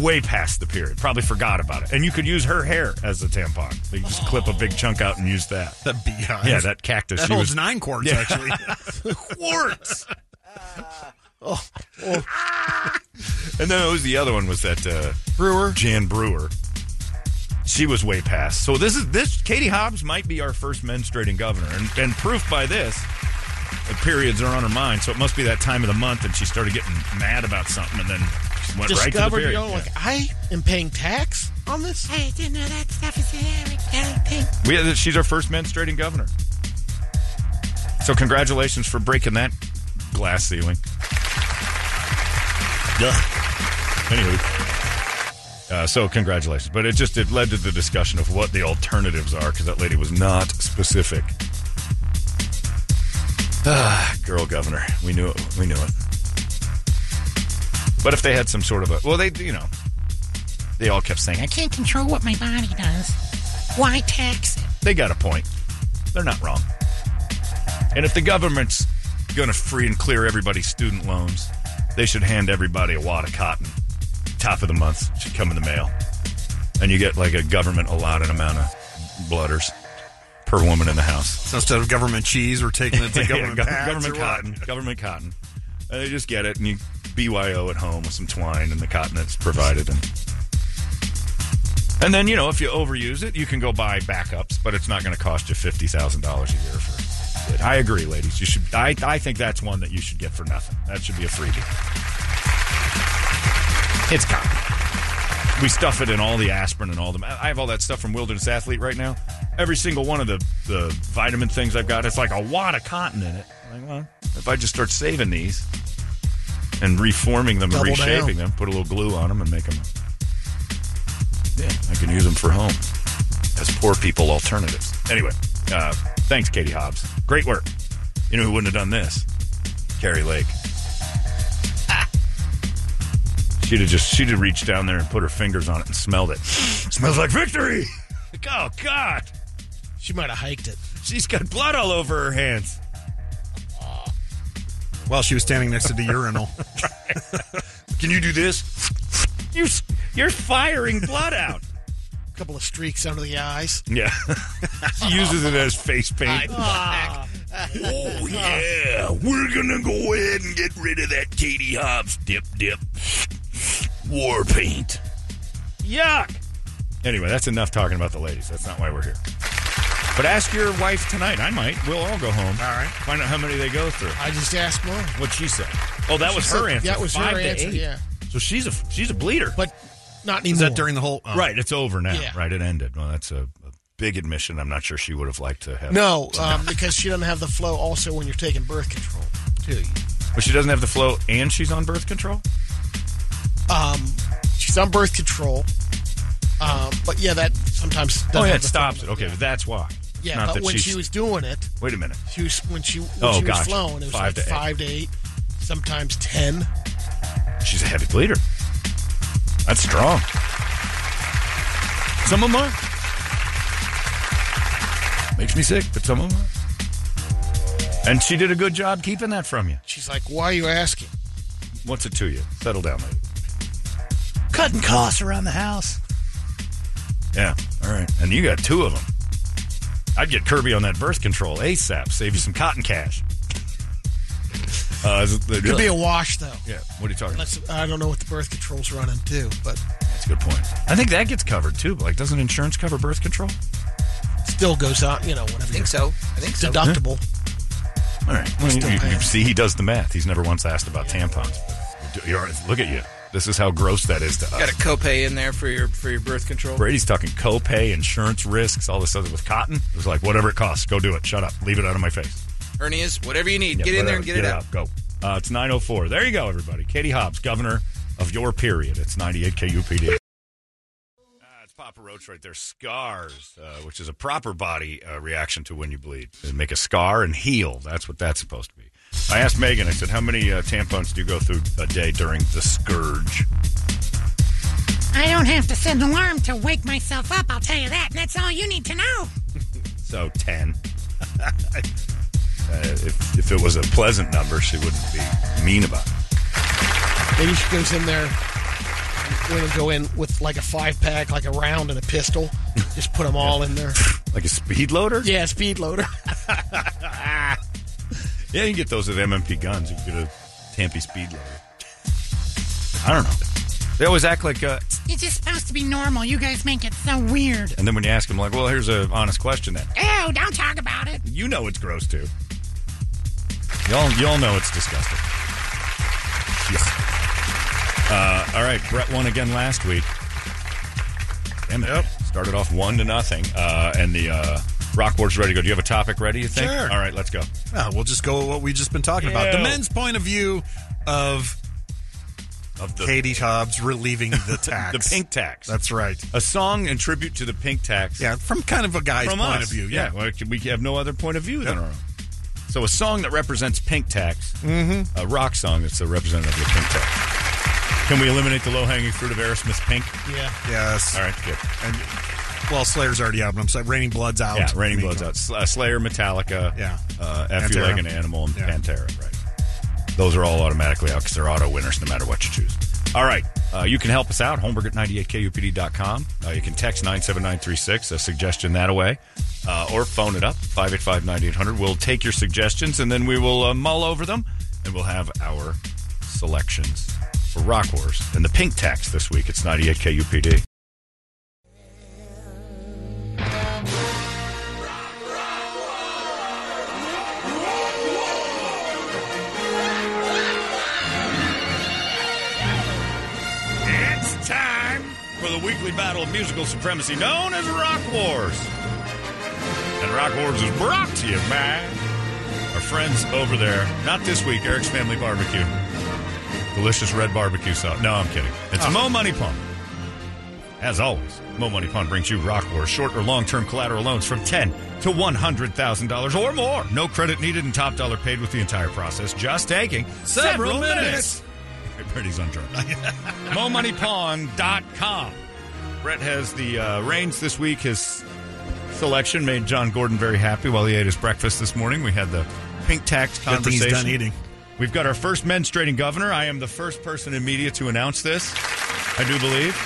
[SPEAKER 1] way past the period. Probably forgot about it. And you could use her hair as a tampon. You just clip a big chunk out and use that.
[SPEAKER 3] That beehive.
[SPEAKER 1] Yeah, that cactus.
[SPEAKER 3] That
[SPEAKER 1] she
[SPEAKER 3] holds
[SPEAKER 1] was-
[SPEAKER 3] nine quarts,
[SPEAKER 1] Yeah.
[SPEAKER 3] actually.
[SPEAKER 1] quarts. And then it was the other one was that uh,
[SPEAKER 2] Brewer,
[SPEAKER 1] Jan Brewer. She was way past. So this is this Katie Hobbs might be our first menstruating governor, and, and proof by this, the periods are on her mind. So it must be that time of the month, and she started getting mad about something, and then went right to the
[SPEAKER 2] Discovered,
[SPEAKER 1] period.
[SPEAKER 2] you know, like I am paying tax on this.
[SPEAKER 10] I didn't know that stuff is in there. Thing.
[SPEAKER 1] Yeah. We- she's our first menstruating governor. So congratulations for breaking that glass ceiling. Yeah. Anyway. Uh, so congratulations, but it just it led to the discussion of what the alternatives are because that lady was not specific. Ah, girl governor, we knew it, we knew it. But if they had some sort of a well, they you know, they all kept saying I
[SPEAKER 10] I
[SPEAKER 1] can't.
[SPEAKER 10] can't control what my body does. Why tax it?
[SPEAKER 1] They got a point. They're not wrong. And if the government's going to free and clear everybody's student loans, they should hand everybody a wad of cotton. Top of the month should come in the mail. And you get like a government allotted amount of blooders per woman in the house.
[SPEAKER 3] So instead of government cheese, we're taking it to government
[SPEAKER 1] Yeah, gov-
[SPEAKER 3] pads
[SPEAKER 1] government
[SPEAKER 3] or what?
[SPEAKER 1] cotton. Government cotton. And they just get it, and you BYO at home with some twine and the cotton that's provided. And, and then, you know, if you overuse it, you can go buy backups, but it's not going to cost you $50,000 a year for it. I agree, ladies. You should. I, I think that's one that you should get for nothing. That should be a freebie. It's cotton. We stuff it in all the aspirin and all the. I have all that stuff from Wilderness Athlete right now. Every single one of the, the vitamin things I've got, it's like a wad of cotton in it. Like, well, if I just start saving these and reforming them
[SPEAKER 6] Double
[SPEAKER 1] and
[SPEAKER 6] down.
[SPEAKER 1] reshaping them, put a little glue on them and make them. Yeah, I can use them for home as poor people alternatives. Anyway, uh, thanks, Katie Hobbs. Great work. You know who wouldn't have done this? Carrie Lake. She'd have just she'd have reached down there and put her fingers on it and smelled it. Smells like victory. Like, oh God.
[SPEAKER 2] She might have hiked it.
[SPEAKER 1] She's got blood all over her hands.
[SPEAKER 3] Well, she was standing next to the urinal.
[SPEAKER 1] Can you do this? You you're firing blood out.
[SPEAKER 2] A couple of streaks under the eyes.
[SPEAKER 1] Yeah. she uses it as face paint.
[SPEAKER 2] Ah.
[SPEAKER 12] Oh, yeah. We're going to go ahead and get rid of that Katie Hobbs dip dip war paint.
[SPEAKER 1] Yuck. Anyway, that's enough talking about the ladies. That's not why we're here. But ask your wife tonight. I might. We'll all go home. All right. Find out how many they go through.
[SPEAKER 2] I just asked mom.
[SPEAKER 1] What she said. Oh, that
[SPEAKER 2] She
[SPEAKER 1] was
[SPEAKER 2] said-
[SPEAKER 1] her answer.
[SPEAKER 2] that was her
[SPEAKER 1] Five to
[SPEAKER 2] answer,
[SPEAKER 1] eight.
[SPEAKER 2] yeah.
[SPEAKER 1] So she's a she's a bleeder.
[SPEAKER 2] But not
[SPEAKER 1] Is
[SPEAKER 2] anymore.
[SPEAKER 1] that during the
[SPEAKER 3] oh.
[SPEAKER 1] whole? Right. It's over now.
[SPEAKER 2] Yeah.
[SPEAKER 1] Right. It ended. Well, that's a, a big admission. I'm not sure she would have liked to have.
[SPEAKER 2] No,
[SPEAKER 1] to know.
[SPEAKER 2] um, because she doesn't have the flow. Also, when you're taking birth control, too.
[SPEAKER 1] but she doesn't have the flow, and she's on birth control.
[SPEAKER 2] Um, she's on birth control. Um, but yeah, that sometimes. doesn't
[SPEAKER 1] Oh yeah,
[SPEAKER 2] have
[SPEAKER 1] it
[SPEAKER 2] the
[SPEAKER 1] stops
[SPEAKER 2] flow.
[SPEAKER 1] it. Okay, but that's why.
[SPEAKER 2] Yeah,
[SPEAKER 1] Not
[SPEAKER 2] but
[SPEAKER 1] that
[SPEAKER 2] when
[SPEAKER 1] she's-
[SPEAKER 2] she was doing it,
[SPEAKER 1] Wait a minute.
[SPEAKER 2] she was when she when
[SPEAKER 1] Oh,
[SPEAKER 2] she was
[SPEAKER 1] gotcha.
[SPEAKER 2] flowing, it was
[SPEAKER 1] Five
[SPEAKER 2] like
[SPEAKER 1] to eight.
[SPEAKER 2] five to eight, sometimes ten.
[SPEAKER 1] She's a heavy bleeder. That's strong. Some of them are. Makes me sick, but some of them are. And she did a good job keeping that from you.
[SPEAKER 2] She's like, "Why are you asking?"
[SPEAKER 1] What's it to you? Settle down, lady.
[SPEAKER 8] Cutting costs around the house.
[SPEAKER 1] Yeah. All right. And you got two of them. I'd get Kirby on that birth control ASAP. Save you some cotton cash. Uh, is it-
[SPEAKER 2] It could be a wash though.
[SPEAKER 1] Yeah. What are you talking about?
[SPEAKER 2] Unless, I don't know what the birth control's running too, but
[SPEAKER 1] That's a good point. I think that gets covered too. But like, doesn't insurance cover birth control?
[SPEAKER 2] still goes on. You know, whatever. I think
[SPEAKER 7] so. I think
[SPEAKER 1] so.
[SPEAKER 2] deductible.
[SPEAKER 1] All right. Well, you, you- you see, he does the math. He's never once asked about tampons. You're- look at you. This is how gross that is to us.
[SPEAKER 7] Got a copay in there for your for your birth control.
[SPEAKER 1] Brady's talking copay, insurance risks, all this other with cotton. It was like, whatever it costs, go do it. Shut up. Leave it out of my face.
[SPEAKER 7] Hernias, whatever you need,
[SPEAKER 1] Yeah,
[SPEAKER 7] get in there
[SPEAKER 1] whatever.
[SPEAKER 7] and get, it out.
[SPEAKER 1] Go. Uh, it's 904. There you go, everybody. Katie Hobbs, governor of your period. It's 98 KUPD. Uh, it's Papa Roach right there. Scars, uh, which is a proper body uh, reaction to when you bleed. They make a scar and heal. That's what that's supposed to be. I asked Megan, I said, how many uh, tampons do you go through a day during the scourge?
[SPEAKER 10] I don't have to set an alarm to wake myself up, I'll tell you that. And that's all you need to know.
[SPEAKER 1] So 10. uh, if, if it was a pleasant number, she wouldn't be mean about it.
[SPEAKER 2] Maybe she goes in there. We're gonna go in with like a five pack, like a round and a pistol. Just put them all in there.
[SPEAKER 1] Like a speed loader?
[SPEAKER 2] Yeah, speed loader.
[SPEAKER 1] Yeah, you can get those with MMP guns. You can get a Tempe speed loader. I don't know. They always act like, uh,
[SPEAKER 10] It's just supposed to be normal. You guys make it so weird.
[SPEAKER 1] and then when you ask them, like, well, here's an honest question then.
[SPEAKER 10] Ew, don't talk about it.
[SPEAKER 1] You know it's gross too. Y'all, y'all know it's disgusting. Yeah. Uh, all right, Brett won again last week. Damn it! Started off one to nothing, uh, and the uh, Rock Wars ready to go. Do you have a topic ready? You think?
[SPEAKER 3] Sure.
[SPEAKER 1] All right, let's go.
[SPEAKER 3] Oh, Well, we'll just go with what we've just been talking about. The
[SPEAKER 1] Ew.
[SPEAKER 3] men's point of view of
[SPEAKER 1] of the,
[SPEAKER 3] Katie Hobbs relieving the tax.
[SPEAKER 1] The pink tax.
[SPEAKER 3] That's right.
[SPEAKER 1] A song in tribute to the pink tax.
[SPEAKER 3] Yeah, from kind of a guy's
[SPEAKER 1] From
[SPEAKER 3] point
[SPEAKER 1] us.
[SPEAKER 3] of view.
[SPEAKER 1] Yeah,
[SPEAKER 3] Yeah.
[SPEAKER 1] well, we have no other point of view than our own. So a song that represents pink tax, a rock song that's a representative of pink tax. Can we eliminate the low hanging fruit of Aerosmith Pink?
[SPEAKER 2] Yeah.
[SPEAKER 3] Yes.
[SPEAKER 1] All right, good.
[SPEAKER 3] And well, Slayer's already out, but I'm sorry. Raining Blood's out.
[SPEAKER 1] Yeah, Raining
[SPEAKER 3] I mean,
[SPEAKER 1] Blood's out. Sl- uh, Slayer, Metallica,
[SPEAKER 3] Yeah.
[SPEAKER 1] uh, F You
[SPEAKER 3] Pantera.
[SPEAKER 1] Like an Animal, and
[SPEAKER 3] Yeah.
[SPEAKER 1] Pantera. Right. Those are all automatically out because they're auto winners no matter what you choose. All right. Uh, you can help us out. Homework at 98kupd.com. Uh, you can text 97936, a suggestion that away, uh, or phone it up, 585 9800. We'll take your suggestions and then we will uh, mull over them and we'll have our selections for Rock Wars and the pink tax this week. It's 98kupd. It's time for the weekly battle of musical supremacy known as Rock Wars. And Rock Wars is brought to you by our friends over there. Not this week, Eric's Family Barbecue. Delicious red barbecue sauce. No, I'm kidding. It's Mo Money Pump. As always, Mo Money Pond brings you Rock Wars short or long term collateral loans from ten to one hundred thousand dollars or more. No credit needed and top dollar paid with the entire process, just taking
[SPEAKER 6] Several
[SPEAKER 1] several, minutes. Brady's on drugs. MoMoneyPawn.com. Brett has the uh, reins this week. His selection made John Gordon very happy while he ate his breakfast this morning. We had the pink tax
[SPEAKER 3] Good thing he's
[SPEAKER 1] conversation.
[SPEAKER 3] done eating.
[SPEAKER 1] We've got our first menstruating governor. I am the first person in media to announce this. I do believe.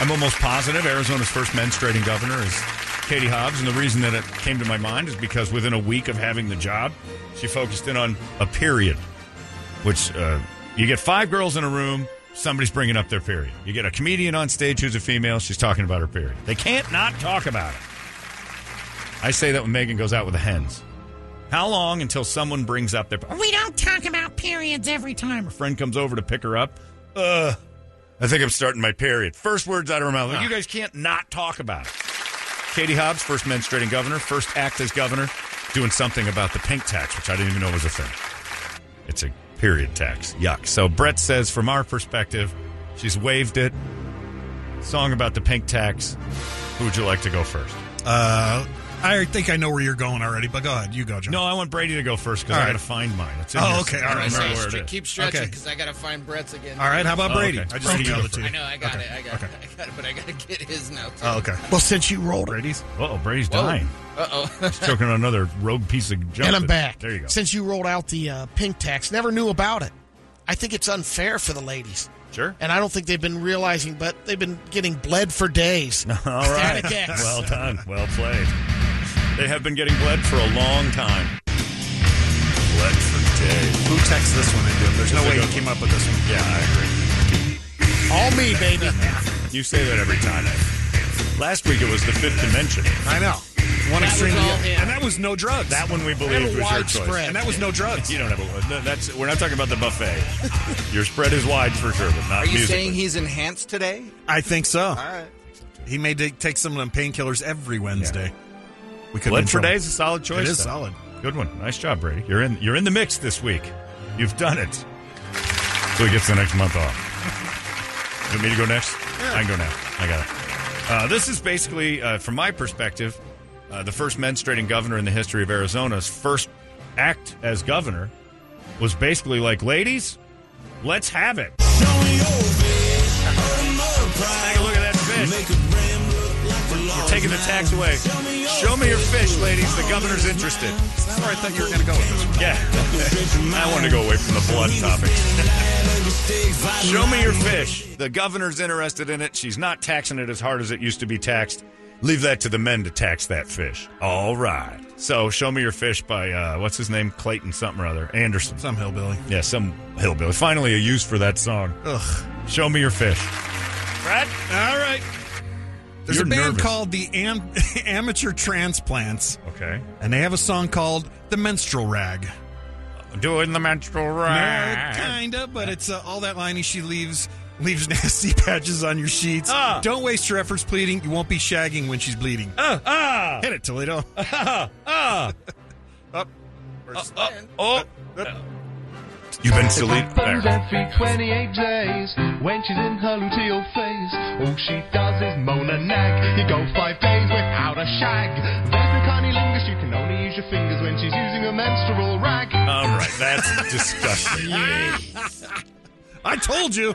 [SPEAKER 1] I'm almost positive Arizona's first menstruating governor is Katie Hobbs, and the reason that it came to my mind is because within a week of having the job, she focused in on a period, which uh, you get five girls in a room, somebody's bringing up their period. You get a comedian on stage who's a female, she's talking about her period. They can't not talk about it. I say that when Megan goes out with the hens. How long until someone brings up their
[SPEAKER 8] We don't talk about periods every time.
[SPEAKER 1] friend comes over to pick her up? Uh, I think I'm starting my period. First words out of her mouth. Like, you guys can't not talk about it. Katie Hobbs, first menstruating governor, first act as governor, doing something about the pink tax, which I didn't even know was a thing. It's a period tax. Yuck. So Brett says, from our perspective, she's waived it. Song about the pink tax. Who would you like to go first?
[SPEAKER 3] Uh, I think I know where you're going already, but go ahead. You go, John.
[SPEAKER 1] No, I want Brady to go first because I got to find mine. It's in
[SPEAKER 3] oh,
[SPEAKER 1] here
[SPEAKER 3] okay.
[SPEAKER 1] somewhere.
[SPEAKER 3] All
[SPEAKER 1] I
[SPEAKER 3] right.
[SPEAKER 1] don't remember where it
[SPEAKER 7] Stre-
[SPEAKER 1] is.
[SPEAKER 7] keep stretching
[SPEAKER 3] Okay.
[SPEAKER 7] because I gotta find Brett's again.
[SPEAKER 3] All right, how
[SPEAKER 1] Oh,
[SPEAKER 3] about Brady? I just
[SPEAKER 7] Brady.
[SPEAKER 3] emailed it to you.
[SPEAKER 7] I know. I got
[SPEAKER 3] Okay.
[SPEAKER 7] it. I got it. I got it. But I gotta get his now.
[SPEAKER 1] Oh, okay.
[SPEAKER 2] Well, since you rolled
[SPEAKER 3] Brady's.
[SPEAKER 1] Uh oh, Brady's
[SPEAKER 7] Whoa.
[SPEAKER 1] dying.
[SPEAKER 7] Uh-oh.
[SPEAKER 1] He's choking on another rogue piece of junk.
[SPEAKER 2] and I'm back.
[SPEAKER 1] There you go.
[SPEAKER 2] Since you rolled out the uh, pink tax, never knew about it. I think it's unfair for the ladies.
[SPEAKER 1] Sure.
[SPEAKER 2] And I don't think they've been realizing, but they've been getting bled for days.
[SPEAKER 1] All right.
[SPEAKER 2] Static X.
[SPEAKER 1] Well done. Well played. They have been getting bled for a long time. Bled for days.
[SPEAKER 3] Who texted this one into him? There's no
[SPEAKER 1] It's a
[SPEAKER 3] way he
[SPEAKER 1] good
[SPEAKER 3] came up with this one.
[SPEAKER 1] Yeah, I agree.
[SPEAKER 2] All me, baby.
[SPEAKER 1] You say that every time. Last week it was the fifth dimension.
[SPEAKER 3] I know. One
[SPEAKER 1] That was
[SPEAKER 3] extreme. to the
[SPEAKER 1] all
[SPEAKER 3] other.
[SPEAKER 1] him.
[SPEAKER 3] And that was no drugs.
[SPEAKER 1] That one we believed was your choice.
[SPEAKER 3] And that was no drugs.
[SPEAKER 1] You don't have a. No, that's we're not talking about the buffet. your spread is wide for sure, but not
[SPEAKER 7] Are you
[SPEAKER 1] musically.
[SPEAKER 7] saying he's enhanced today?
[SPEAKER 3] I think so. All
[SPEAKER 7] right.
[SPEAKER 3] He may d- take some of them painkillers every Wednesday. We could
[SPEAKER 1] Blood for Days is a solid choice.
[SPEAKER 3] It is
[SPEAKER 1] though.
[SPEAKER 3] solid.
[SPEAKER 1] Good one. Nice job, Brady. You're in. You're in the mix this week. You've done it. So he gets the next month off. You want me to go next? I can go now. I got it. Uh, this is basically, uh, from my perspective, uh, the first menstruating governor in the history of Arizona's first act as governor was basically like, ladies, let's have it. Take a look at that fish. We're taking the tax away. Show me your fish, ladies. The governor's interested.
[SPEAKER 3] That's where I thought you were going to go with this one.
[SPEAKER 1] Yeah. I want to go away from the blood topic. Show me your fish. The governor's interested in it. She's not taxing it as hard as it used to be taxed. Leave that to the men to tax that fish. All right. So, Show Me Your Fish by, uh, what's his name? Clayton something or other. Anderson.
[SPEAKER 3] Some hillbilly.
[SPEAKER 1] Yeah, some hillbilly. Finally, a use for that song.
[SPEAKER 3] Ugh.
[SPEAKER 1] Show Me Your Fish.
[SPEAKER 3] Brad? All right. There's
[SPEAKER 1] You're
[SPEAKER 3] a band
[SPEAKER 1] nervous.
[SPEAKER 3] called the Am- Amateur Transplants,
[SPEAKER 1] Okay.
[SPEAKER 3] and they have a song called The Menstrual Rag.
[SPEAKER 1] Doing the menstrual rag.
[SPEAKER 3] No, kinda, but it's uh, all that liney she leaves leaves nasty patches on your sheets.
[SPEAKER 1] Ah.
[SPEAKER 3] Don't waste your efforts pleading. You won't be shagging when she's bleeding.
[SPEAKER 1] Ah, ah,
[SPEAKER 3] Hit it, Toledo.
[SPEAKER 1] ah, ah.
[SPEAKER 3] Up.
[SPEAKER 1] Oh.
[SPEAKER 7] Uh,
[SPEAKER 1] You've been silly. There.
[SPEAKER 13] every 28 days when she's in her luteal phase. All she does is moan and nag. You go five days without a shag. There's no carnilingus. You can only use your fingers when she's using a menstrual rag.
[SPEAKER 1] All right, that's disgusting.
[SPEAKER 3] I told you.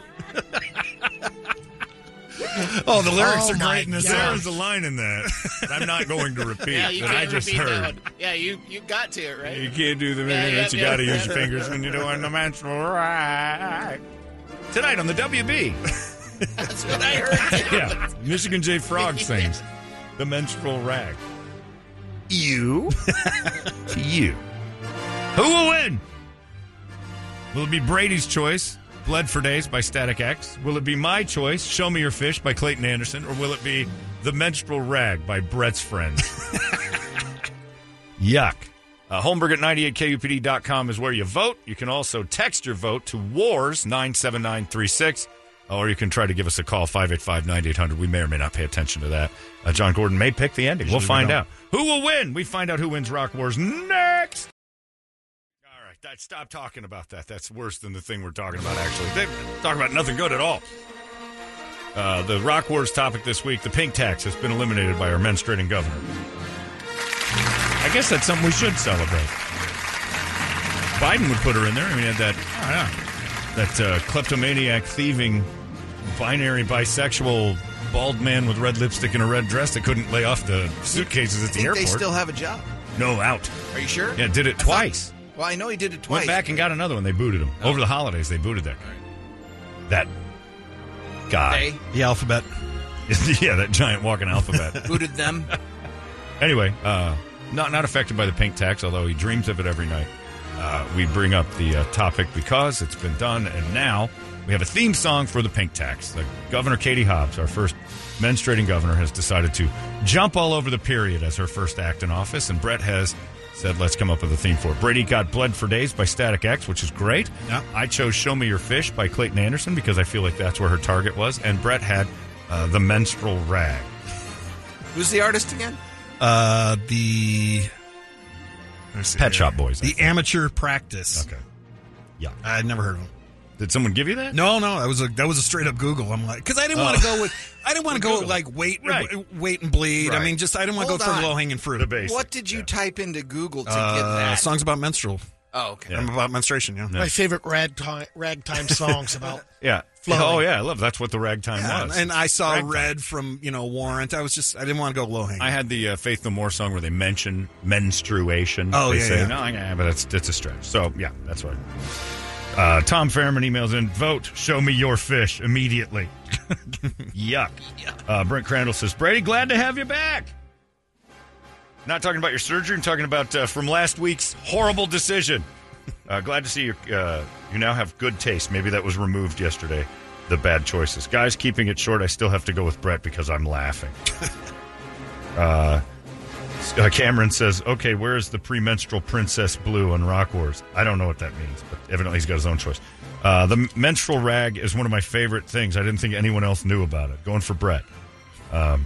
[SPEAKER 3] oh, the lyrics
[SPEAKER 2] Oh
[SPEAKER 3] are
[SPEAKER 2] my
[SPEAKER 3] great in this.
[SPEAKER 2] God.
[SPEAKER 3] song.
[SPEAKER 1] There's a line in that that I'm not going to repeat
[SPEAKER 7] Yeah, you
[SPEAKER 1] that
[SPEAKER 7] can't
[SPEAKER 1] I just
[SPEAKER 7] repeat
[SPEAKER 1] heard.
[SPEAKER 7] that one. Yeah, you you got to it right.
[SPEAKER 1] You can't do the
[SPEAKER 7] Yeah,
[SPEAKER 1] measurements.
[SPEAKER 7] yeah,
[SPEAKER 1] you got to
[SPEAKER 7] yeah.
[SPEAKER 1] use your fingers when you're doing the menstrual rag. Tonight on the WB.
[SPEAKER 7] That's what I heard. too.
[SPEAKER 1] yeah, Michigan J. Frog sings the menstrual rag. You, you. Who will win? Will it be Brady's choice, Bled for Days by Static X? Will it be my choice, Show Me Your Fish by Clayton Anderson? Or will it be The Menstrual Rag by Brett's Friends? Yuck. Uh, Holmberg at 98kupd.com is where you vote. You can also text your vote to WARS 97936, uh, or you can try to give us a call 585 9800. We may or may not pay attention to that. Uh, John Gordon may pick the ending. We'll
[SPEAKER 3] we
[SPEAKER 1] find
[SPEAKER 3] don't.
[SPEAKER 1] out. Who will win? We find out who wins Rock Wars next. All right, that, stop talking about that. That's worse than the thing we're talking about, actually. They talk about nothing good at all. Uh, the Rock Wars topic this week the pink tax has been eliminated by our menstruating governor. I guess that's something we should celebrate. Biden would put her in there. I mean, he had that oh, that uh, kleptomaniac, thieving, binary, bisexual, bald man with red lipstick and a red dress that couldn't lay off the suitcases at the
[SPEAKER 7] Think
[SPEAKER 1] airport.
[SPEAKER 7] they still have a job.
[SPEAKER 1] no out.
[SPEAKER 7] Are you sure?
[SPEAKER 1] Yeah, did it twice.
[SPEAKER 7] Well, I know he did it twice.
[SPEAKER 1] Went back and got another one. They booted him over the holidays. They booted that guy. That guy.
[SPEAKER 7] They
[SPEAKER 3] The alphabet.
[SPEAKER 1] yeah, that giant walking alphabet.
[SPEAKER 7] booted them.
[SPEAKER 1] Anyway, uh, not not affected by the pink tax, although he dreams of it every night. Uh, we bring up the uh, topic because it's been done, and now we have a theme song for the pink tax. The governor Katie Hobbs, our first menstruating governor, has decided to jump all over the period as her first act in office, and Brett has said, "Let's come up with a theme for it." Brady got "Bled for Days" by Static X, which is great. I chose "Show Me Your Fish" by Clayton Anderson because I feel like that's where her target was, and Brett had uh, the Menstrual Rag.
[SPEAKER 7] Who's the artist again?
[SPEAKER 3] Uh, the
[SPEAKER 1] Pet Shop Boys.
[SPEAKER 3] The amateur practice.
[SPEAKER 1] Okay. Yeah.
[SPEAKER 3] I'd never heard of them.
[SPEAKER 1] Did someone give you that?
[SPEAKER 3] No, no. That was a that was a straight up Google. I'm like, because I didn't want to
[SPEAKER 7] Oh.
[SPEAKER 3] go with I didn't want to
[SPEAKER 7] With
[SPEAKER 3] go
[SPEAKER 7] Google.
[SPEAKER 3] with like wait
[SPEAKER 7] Right.
[SPEAKER 3] w- wait and bleed. I
[SPEAKER 7] Right.
[SPEAKER 3] mean, just I didn't want to
[SPEAKER 7] Hold
[SPEAKER 3] go for
[SPEAKER 7] on.
[SPEAKER 3] low hanging fruit.
[SPEAKER 7] What did you type into Google to
[SPEAKER 3] Uh,
[SPEAKER 7] get that?
[SPEAKER 3] Songs about menstrual.
[SPEAKER 7] Oh, okay.
[SPEAKER 3] I'm about menstruation. Yeah.
[SPEAKER 2] My favorite ragtime, ragtime songs about
[SPEAKER 1] Yeah.
[SPEAKER 2] Flowing.
[SPEAKER 1] Oh yeah, I love that's what the ragtime
[SPEAKER 3] Yeah,
[SPEAKER 1] was.
[SPEAKER 3] and I saw
[SPEAKER 1] Ragtime.
[SPEAKER 3] red from you know Warrant. I was just I didn't want to go low hanging.
[SPEAKER 1] I had the uh, Faith No More song where they mention menstruation.
[SPEAKER 3] Oh,
[SPEAKER 1] they
[SPEAKER 3] yeah,
[SPEAKER 1] say,
[SPEAKER 3] yeah.
[SPEAKER 1] No, yeah, but that's that's a stretch. So yeah, that's right. Uh, Tom Fairman emails in, vote, show me your fish immediately. Yuck. Uh, Brent Crandall says, Brady, glad to have you back. Not talking about your surgery, I'm talking about uh, from last week's horrible decision. Uh, glad to see you. Uh, you now have good taste. Maybe that was removed yesterday, the bad choices. Guys, keeping it short, I still have to go with Brett because I'm laughing. Uh, uh, Cameron says, "Okay, where is the premenstrual princess blue on Rock Wars? I don't know what that means, but evidently he's got his own choice. Uh, the menstrual rag is one of my favorite things. I didn't think anyone else knew about it. Going for Brett. Um,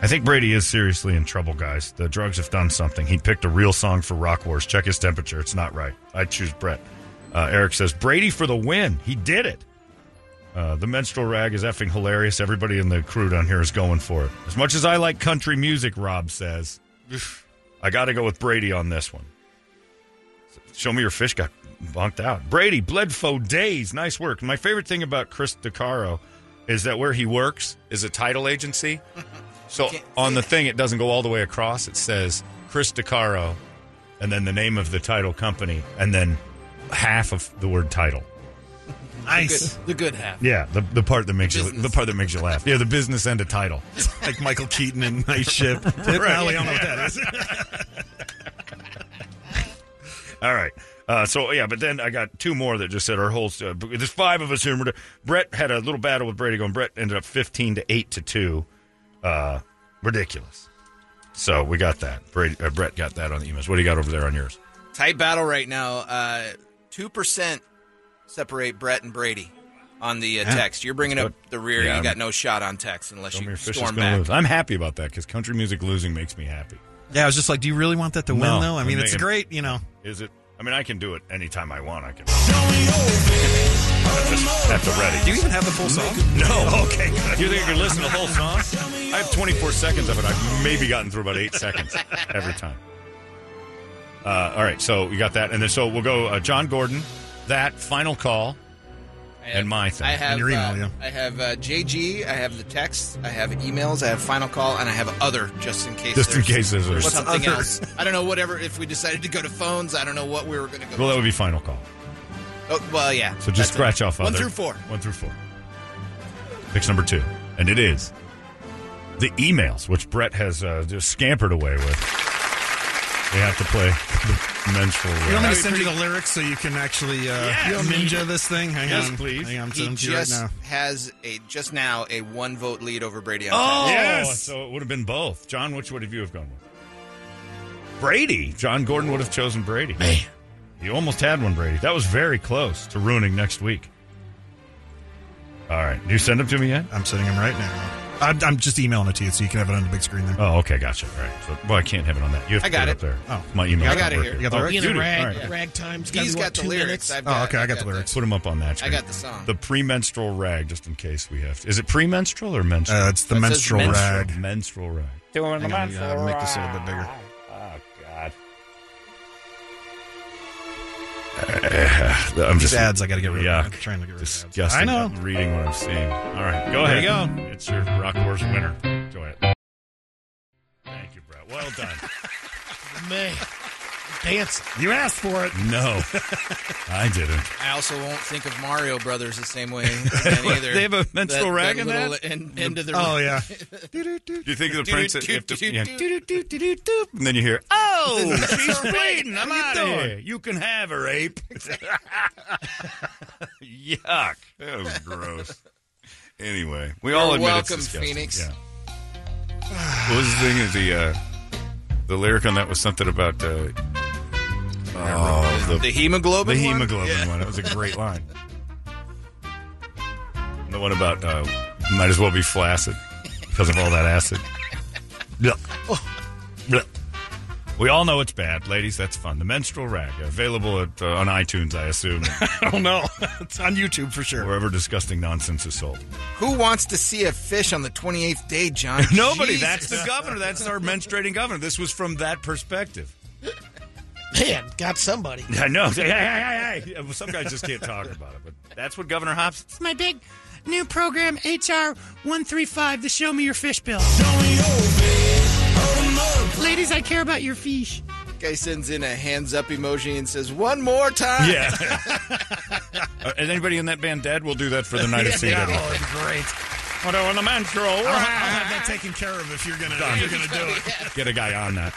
[SPEAKER 1] I think Brady is seriously in trouble, guys. The drugs have done something. He picked a real song for Rock Wars. Check his temperature. It's not right. I choose Brett. Uh, Eric says, Brady for the win. He did it. Uh, the menstrual rag is effing hilarious. Everybody in the crew down here is going for it. As much as I like country music, Rob says, I got to go with Brady on this one. Show me your fish got bonked out. Brady, bled for days. Nice work. My favorite thing about Chris DeCaro is that where he works is a title agency. So on the thing, it doesn't go all the way across. It says Chris DeCaro and then the name of the title company and then half of the word title.
[SPEAKER 3] Nice.
[SPEAKER 7] The good half.
[SPEAKER 1] Yeah, the, the part that makes you the part that makes you laugh. Yeah, the business and a title.
[SPEAKER 3] like Michael Keaton and Night Shift.
[SPEAKER 1] Right.
[SPEAKER 3] Well, I don't know what that is.
[SPEAKER 1] All right. Uh, so yeah, but then I got two more that just said our whole. Uh, there's five of us here. We're- Brett had a little battle with Brady, going. Brett ended up fifteen to eight to two. Uh, ridiculous. So we got that. Brady, uh, Brett got that on the emails. What do you got over there on yours?
[SPEAKER 7] Tight battle right now. Uh, Two percent separate Brett and Brady on the uh,
[SPEAKER 1] Yeah.
[SPEAKER 7] text. You're bringing
[SPEAKER 1] That's
[SPEAKER 7] up
[SPEAKER 1] good.
[SPEAKER 7] the rear.
[SPEAKER 1] Yeah,
[SPEAKER 7] you
[SPEAKER 1] I'm-
[SPEAKER 7] got no shot on text unless
[SPEAKER 1] Tell me
[SPEAKER 7] you
[SPEAKER 1] if Fish is
[SPEAKER 7] storm
[SPEAKER 1] gonna
[SPEAKER 7] back.
[SPEAKER 1] lose. I'm happy about that because country music losing makes me happy.
[SPEAKER 3] Yeah, I was just like, do you really want that to
[SPEAKER 1] No,
[SPEAKER 3] win though? I mean,
[SPEAKER 1] I'm
[SPEAKER 3] it's
[SPEAKER 1] making-
[SPEAKER 3] great. You know,
[SPEAKER 1] Is it? I mean, I can do it anytime I want. I can. Just at the ready.
[SPEAKER 3] Do you even have the full song?
[SPEAKER 1] No. Okay. You think I can listen to the whole song? I have 24 seconds of it. I've maybe gotten through about eight seconds every time. Uh, all right. So we got that, and then so we'll go uh, John Gordon, that final call, and my thing.
[SPEAKER 7] I have
[SPEAKER 1] and
[SPEAKER 7] uh, I have uh, JG. I have the text. I have emails. I have final call, and I have other just in case.
[SPEAKER 1] Just in
[SPEAKER 7] there's-
[SPEAKER 1] case there's a- What's
[SPEAKER 7] something
[SPEAKER 1] other?
[SPEAKER 7] else. I don't know. Whatever. If we decided to go to phones, I don't know what we were going to go.
[SPEAKER 1] Well, that would be final call.
[SPEAKER 7] Oh, well, yeah.
[SPEAKER 1] So just
[SPEAKER 7] That's it.
[SPEAKER 1] scratch off
[SPEAKER 7] one
[SPEAKER 1] other.
[SPEAKER 7] through four.
[SPEAKER 1] One through four. Picks number two, and it is the emails, which Brett has uh, just scampered away with. We have to play the menstrual.
[SPEAKER 3] you want me
[SPEAKER 1] round.
[SPEAKER 3] to send you the lyrics so you can actually uh,
[SPEAKER 7] Yes.
[SPEAKER 3] ninja this thing? Hang
[SPEAKER 1] Yes,
[SPEAKER 3] on,
[SPEAKER 1] please.
[SPEAKER 3] Hang on, I'm
[SPEAKER 7] He
[SPEAKER 3] sending it to you right
[SPEAKER 7] just
[SPEAKER 3] now.
[SPEAKER 7] has a just now a one vote lead over Brady. On
[SPEAKER 1] Oh,
[SPEAKER 7] text.
[SPEAKER 1] yes. So it would have been both. John, which would have you have gone with? Brady. John Gordon would have chosen Brady. Man. You almost had one, Brady. That was very close to ruining next week. All right. Do you send them to me yet?
[SPEAKER 3] I'm sending them right now. I'm, I'm just emailing it to you so you can have it on the big screen there.
[SPEAKER 1] Oh, okay. Gotcha. All right. So, well, I can't have it on that. You have to
[SPEAKER 3] I got
[SPEAKER 1] put
[SPEAKER 3] it.
[SPEAKER 1] up there.
[SPEAKER 3] Oh.
[SPEAKER 1] my email.
[SPEAKER 3] Yeah, I
[SPEAKER 1] doesn't
[SPEAKER 3] got it
[SPEAKER 1] work
[SPEAKER 3] here. You got the lyrics?
[SPEAKER 1] You
[SPEAKER 2] being
[SPEAKER 1] do.
[SPEAKER 2] a
[SPEAKER 1] All
[SPEAKER 2] rag,
[SPEAKER 1] right.
[SPEAKER 2] ragtime's gotta
[SPEAKER 7] He's
[SPEAKER 2] be, what,
[SPEAKER 7] got the
[SPEAKER 2] two
[SPEAKER 7] lyrics.
[SPEAKER 2] minutes?
[SPEAKER 7] I've
[SPEAKER 1] Oh,
[SPEAKER 7] got-
[SPEAKER 1] okay. I got the lyrics. Put them up on that.
[SPEAKER 7] I got the song.
[SPEAKER 1] The premenstrual rag, just in case we have. To. Is it premenstrual or menstrual?
[SPEAKER 3] Uh, it's the It says menstrual menstrual. rag.
[SPEAKER 1] Menstrual rag.
[SPEAKER 3] Doing the Hang on, menstrual yeah, make this a little bit bigger.
[SPEAKER 1] Oh God. I'm
[SPEAKER 3] These
[SPEAKER 1] just
[SPEAKER 3] ads I gotta get rid of.
[SPEAKER 1] Yeah,
[SPEAKER 3] I'm trying to get rid of ads.
[SPEAKER 1] disgusting.
[SPEAKER 3] I know.
[SPEAKER 1] I'm reading what I'm seeing. All right, go
[SPEAKER 3] There
[SPEAKER 1] ahead.
[SPEAKER 3] you
[SPEAKER 1] go. It's your Rock Wars winner. Enjoy it. Thank you, Brett. Well done.
[SPEAKER 2] Man, dance.
[SPEAKER 12] You asked for it.
[SPEAKER 1] No, I didn't.
[SPEAKER 7] I also won't think of Mario Brothers the same way again either.
[SPEAKER 1] They have a menstrual rag in
[SPEAKER 7] little
[SPEAKER 1] that?
[SPEAKER 7] en- end of the
[SPEAKER 1] Oh, yeah.
[SPEAKER 7] Do
[SPEAKER 1] You think of the princess. if the- yeah.
[SPEAKER 12] Oh,
[SPEAKER 1] And then you hear, "Oh,
[SPEAKER 12] she's bleeding. I'm
[SPEAKER 1] What
[SPEAKER 12] out
[SPEAKER 1] are you
[SPEAKER 12] of
[SPEAKER 1] doing?
[SPEAKER 12] here. You can have her, ape.
[SPEAKER 1] Yuck. That was gross. Anyway, we
[SPEAKER 7] You're
[SPEAKER 1] all admit
[SPEAKER 7] welcome,
[SPEAKER 1] it's disgusting.
[SPEAKER 7] Phoenix.
[SPEAKER 1] Yeah. What was the thing? is The uh, the lyric on that was something about uh, oh, the,
[SPEAKER 7] The hemoglobin
[SPEAKER 1] The
[SPEAKER 7] one?
[SPEAKER 1] hemoglobin
[SPEAKER 7] Yeah.
[SPEAKER 1] one. That was a great line. And the one about uh, might as well be flaccid because of all that acid. Yuck. Yuck. We all know it's bad, ladies. That's fun. The menstrual rag available at, uh, on iTunes, I assume. I don't know. It's on YouTube for sure. Wherever disgusting nonsense is sold.
[SPEAKER 7] Who wants to see a fish on the 28th day, John?
[SPEAKER 1] Nobody.
[SPEAKER 7] Jesus.
[SPEAKER 1] That's the governor. That's our menstruating governor. This was from that perspective.
[SPEAKER 2] Man, got somebody.
[SPEAKER 1] I know. Hey, hey, hey, hey, hey. Some guys just can't talk about it, but that's what Governor Hobbs.
[SPEAKER 8] It's my big new program, HR 135, the Show Me Your Fish Bill.
[SPEAKER 7] Oh,
[SPEAKER 8] Ladies, I care about your fish.
[SPEAKER 7] Guy sends in a hands up emoji and says, one more time.
[SPEAKER 1] Yeah. Uh, is anybody in that band dead? We'll do that for the night of Sea
[SPEAKER 7] Yeah.
[SPEAKER 1] Devil.
[SPEAKER 12] Great.
[SPEAKER 1] What on the menstrual? I'll,
[SPEAKER 12] I'll have that taken care of if you're gonna
[SPEAKER 1] Done.
[SPEAKER 12] if you're gonna do it.
[SPEAKER 1] Get a guy on that.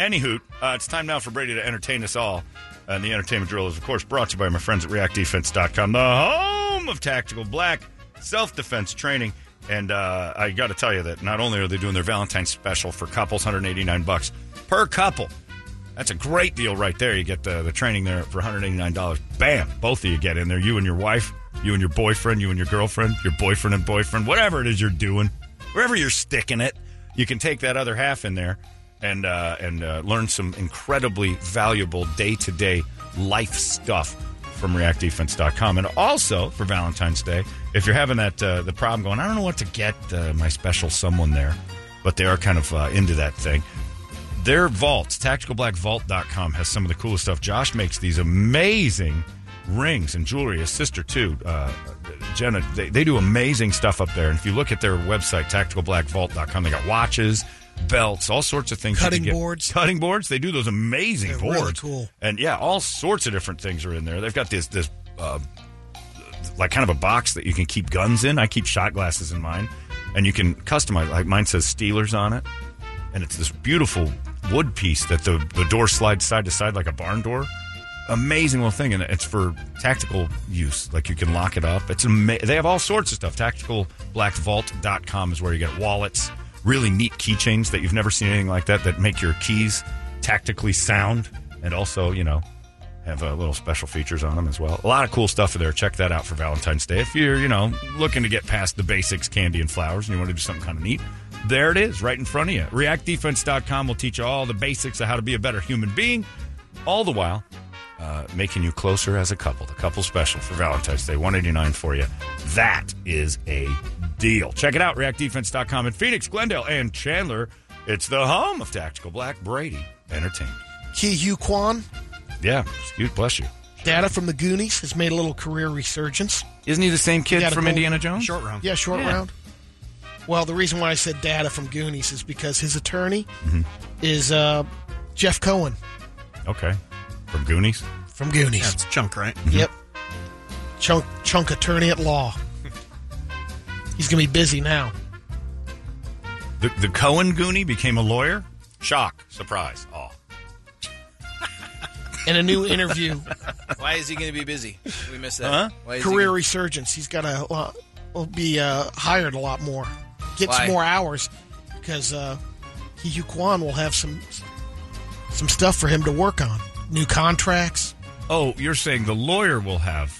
[SPEAKER 1] Anywho, uh, it's time now for Brady to entertain us all. And the entertainment drill is, of course, brought to you by my friends at reactdefense.com, the home of tactical black self defense training. And uh, I got to tell you that not only are they doing their Valentine's special for couples, 189 bucks per couple. That's a great deal right there. You get the, the training there for $189. Bam! Both of you get in there. You and your wife, you and your boyfriend, you and your girlfriend, your boyfriend and boyfriend, whatever it is you're doing, wherever you're sticking it, you can take that other half in there and, uh, and uh, learn some incredibly valuable day to day life stuff from reactdefense.com. And also for Valentine's Day, if you're having that uh, the problem going, I don't know what to get uh, my special someone there, but they are kind of uh, into that thing. Their vaults, tacticalblackvault.com, has some of the coolest stuff. Josh makes these amazing rings and jewelry. His sister, too, uh, Jenna, they, they do amazing stuff up there. And if you look at their website, tacticalblackvault.com, they got watches, belts, all sorts of things. you
[SPEAKER 2] Cutting
[SPEAKER 1] can get.
[SPEAKER 2] boards.
[SPEAKER 1] Cutting boards. They do those amazing
[SPEAKER 2] They're
[SPEAKER 1] boards.
[SPEAKER 2] really cool.
[SPEAKER 1] And yeah, all sorts of different things are in there. They've got this, this, uh, like kind of a box that you can keep guns in. I keep shot glasses in mine, and you can customize. Like mine says Steelers on it, and it's this beautiful wood piece that the the door slides side to side like a barn door. Amazing little thing, and it's for tactical use. Like you can lock it up. It's ama- they have all sorts of stuff. Tacticalblackvault.com is where you get wallets, really neat keychains that you've never seen anything like that that make your keys tactically sound, and also you know have uh, little special features on them as well. A lot of cool stuff there. Check that out for Valentine's Day. If you're, you know, looking to get past the basics, candy and flowers, and you want to do something kind of neat, there it is right in front of you. ReactDefense.com will teach you all the basics of how to be a better human being, all the while uh, making you closer as a couple. The couple special for Valentine's Day, 189 for you. That is a deal. Check it out, ReactDefense.com in Phoenix, Glendale, and Chandler. It's the home of Tactical Black Brady Entertainment.
[SPEAKER 2] Ki Yu Kwan,
[SPEAKER 1] Yeah, excuse, bless you.
[SPEAKER 2] data from the Goonies, has made a little career resurgence.
[SPEAKER 1] Isn't he the same kid
[SPEAKER 2] He had a
[SPEAKER 1] from
[SPEAKER 2] gold-
[SPEAKER 1] Indiana Jones? Short
[SPEAKER 3] round.
[SPEAKER 2] Yeah, short
[SPEAKER 1] Yeah.
[SPEAKER 2] round. Well, the reason why I said data from Goonies is because his attorney is uh, Jeff Cohen.
[SPEAKER 1] Okay. From Goonies?
[SPEAKER 2] From Goonies.
[SPEAKER 3] Yeah, it's Chunk, right?
[SPEAKER 2] Yep. Chunk chunk attorney at law. He's gonna be busy now.
[SPEAKER 1] The, the Cohen Goonie became a lawyer? Shock, surprise, awe.
[SPEAKER 2] In a new interview,
[SPEAKER 7] Why is he going to be busy? We missed that.
[SPEAKER 1] Huh?
[SPEAKER 7] Why is he
[SPEAKER 2] career
[SPEAKER 7] gonna-
[SPEAKER 2] resurgence. He's got to uh, will be uh, hired a lot more, get
[SPEAKER 7] Why?
[SPEAKER 2] some more hours because uh, Hee Hee Kwan will have some some stuff for him to work on, new contracts.
[SPEAKER 1] Oh, you're saying the lawyer will have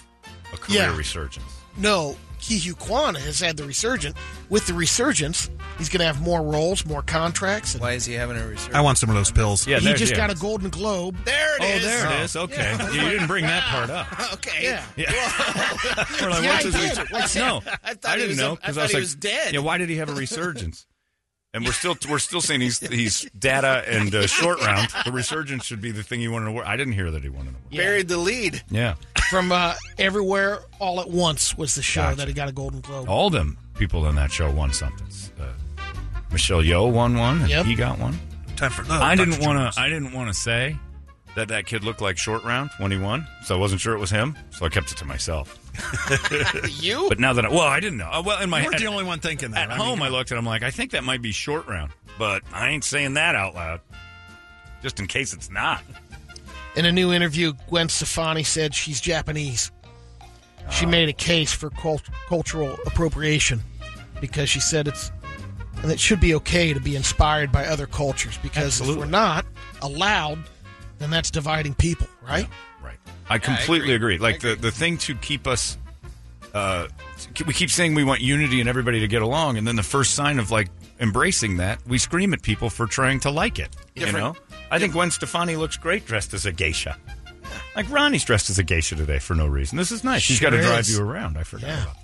[SPEAKER 1] a career
[SPEAKER 2] Yeah.
[SPEAKER 1] resurgence.
[SPEAKER 2] No, Hee Hee Kwan has had the resurgence. With the resurgence, he's going to have more roles, more contracts. And
[SPEAKER 7] Why is he having a research?
[SPEAKER 3] I want some of those pills.
[SPEAKER 1] Yeah,
[SPEAKER 2] he just got a Golden Globe.
[SPEAKER 7] There it
[SPEAKER 1] Oh,
[SPEAKER 7] is. Oh,
[SPEAKER 1] there it is. Okay. You didn't bring that part up.
[SPEAKER 7] Okay.
[SPEAKER 2] Yeah.
[SPEAKER 1] We're like,
[SPEAKER 7] Yeah,
[SPEAKER 1] what's
[SPEAKER 7] I
[SPEAKER 1] his
[SPEAKER 7] did.
[SPEAKER 1] resur-
[SPEAKER 7] I said-
[SPEAKER 1] no,
[SPEAKER 7] I thought
[SPEAKER 1] I
[SPEAKER 7] he
[SPEAKER 1] didn't
[SPEAKER 7] was
[SPEAKER 1] know
[SPEAKER 7] up- I
[SPEAKER 1] because
[SPEAKER 7] thought
[SPEAKER 1] was
[SPEAKER 7] he
[SPEAKER 1] like,
[SPEAKER 7] was dead.
[SPEAKER 1] Yeah, why did he have a resurgence? And we're still we're still saying he's he's data and uh, short round. The resurgence should be the thing you want to award. I didn't hear that he won an award.
[SPEAKER 7] Buried the lead.
[SPEAKER 1] Yeah,
[SPEAKER 2] From uh, Everywhere All at Once was the show that he got a Golden Globe.
[SPEAKER 7] Oh.
[SPEAKER 1] all them people in that show won something. Uh, Michelle Yeoh won one. and
[SPEAKER 2] Yep.
[SPEAKER 1] He got one.
[SPEAKER 3] Time for oh,
[SPEAKER 7] Oh,
[SPEAKER 1] I didn't want to. I didn't want to say, that that kid looked like Short Round when he won, so I wasn't sure it was him, so I kept it to myself.
[SPEAKER 7] you?
[SPEAKER 1] But now that I, well, I didn't know. Uh, Well, in my
[SPEAKER 3] You weren't
[SPEAKER 1] head,
[SPEAKER 3] the only one thinking
[SPEAKER 1] at
[SPEAKER 3] that. I mean,
[SPEAKER 1] home, I looked and I'm like, I think that might be Short Round, but I ain't saying that out loud, just in case it's not.
[SPEAKER 2] In a new interview, Gwen Stefani said she's Japanese.
[SPEAKER 1] Uh,
[SPEAKER 2] She made a case for cult- cultural appropriation because she said it's and it should be okay to be inspired by other cultures because if we're not allowed, then that's dividing people, right?
[SPEAKER 1] I completely agree. Like the the thing to keep us, uh, to- we keep saying we want unity and everybody to get along, and then the first sign of like embracing that, we scream at people for trying to like it. You
[SPEAKER 11] Different-
[SPEAKER 1] know, I think Gwen Stefani looks great dressed as a geisha. Like Ronnie's dressed as a geisha today for no reason. This is nice. She's
[SPEAKER 11] Sure
[SPEAKER 1] got to drive
[SPEAKER 11] is.
[SPEAKER 1] you around. I forgot. About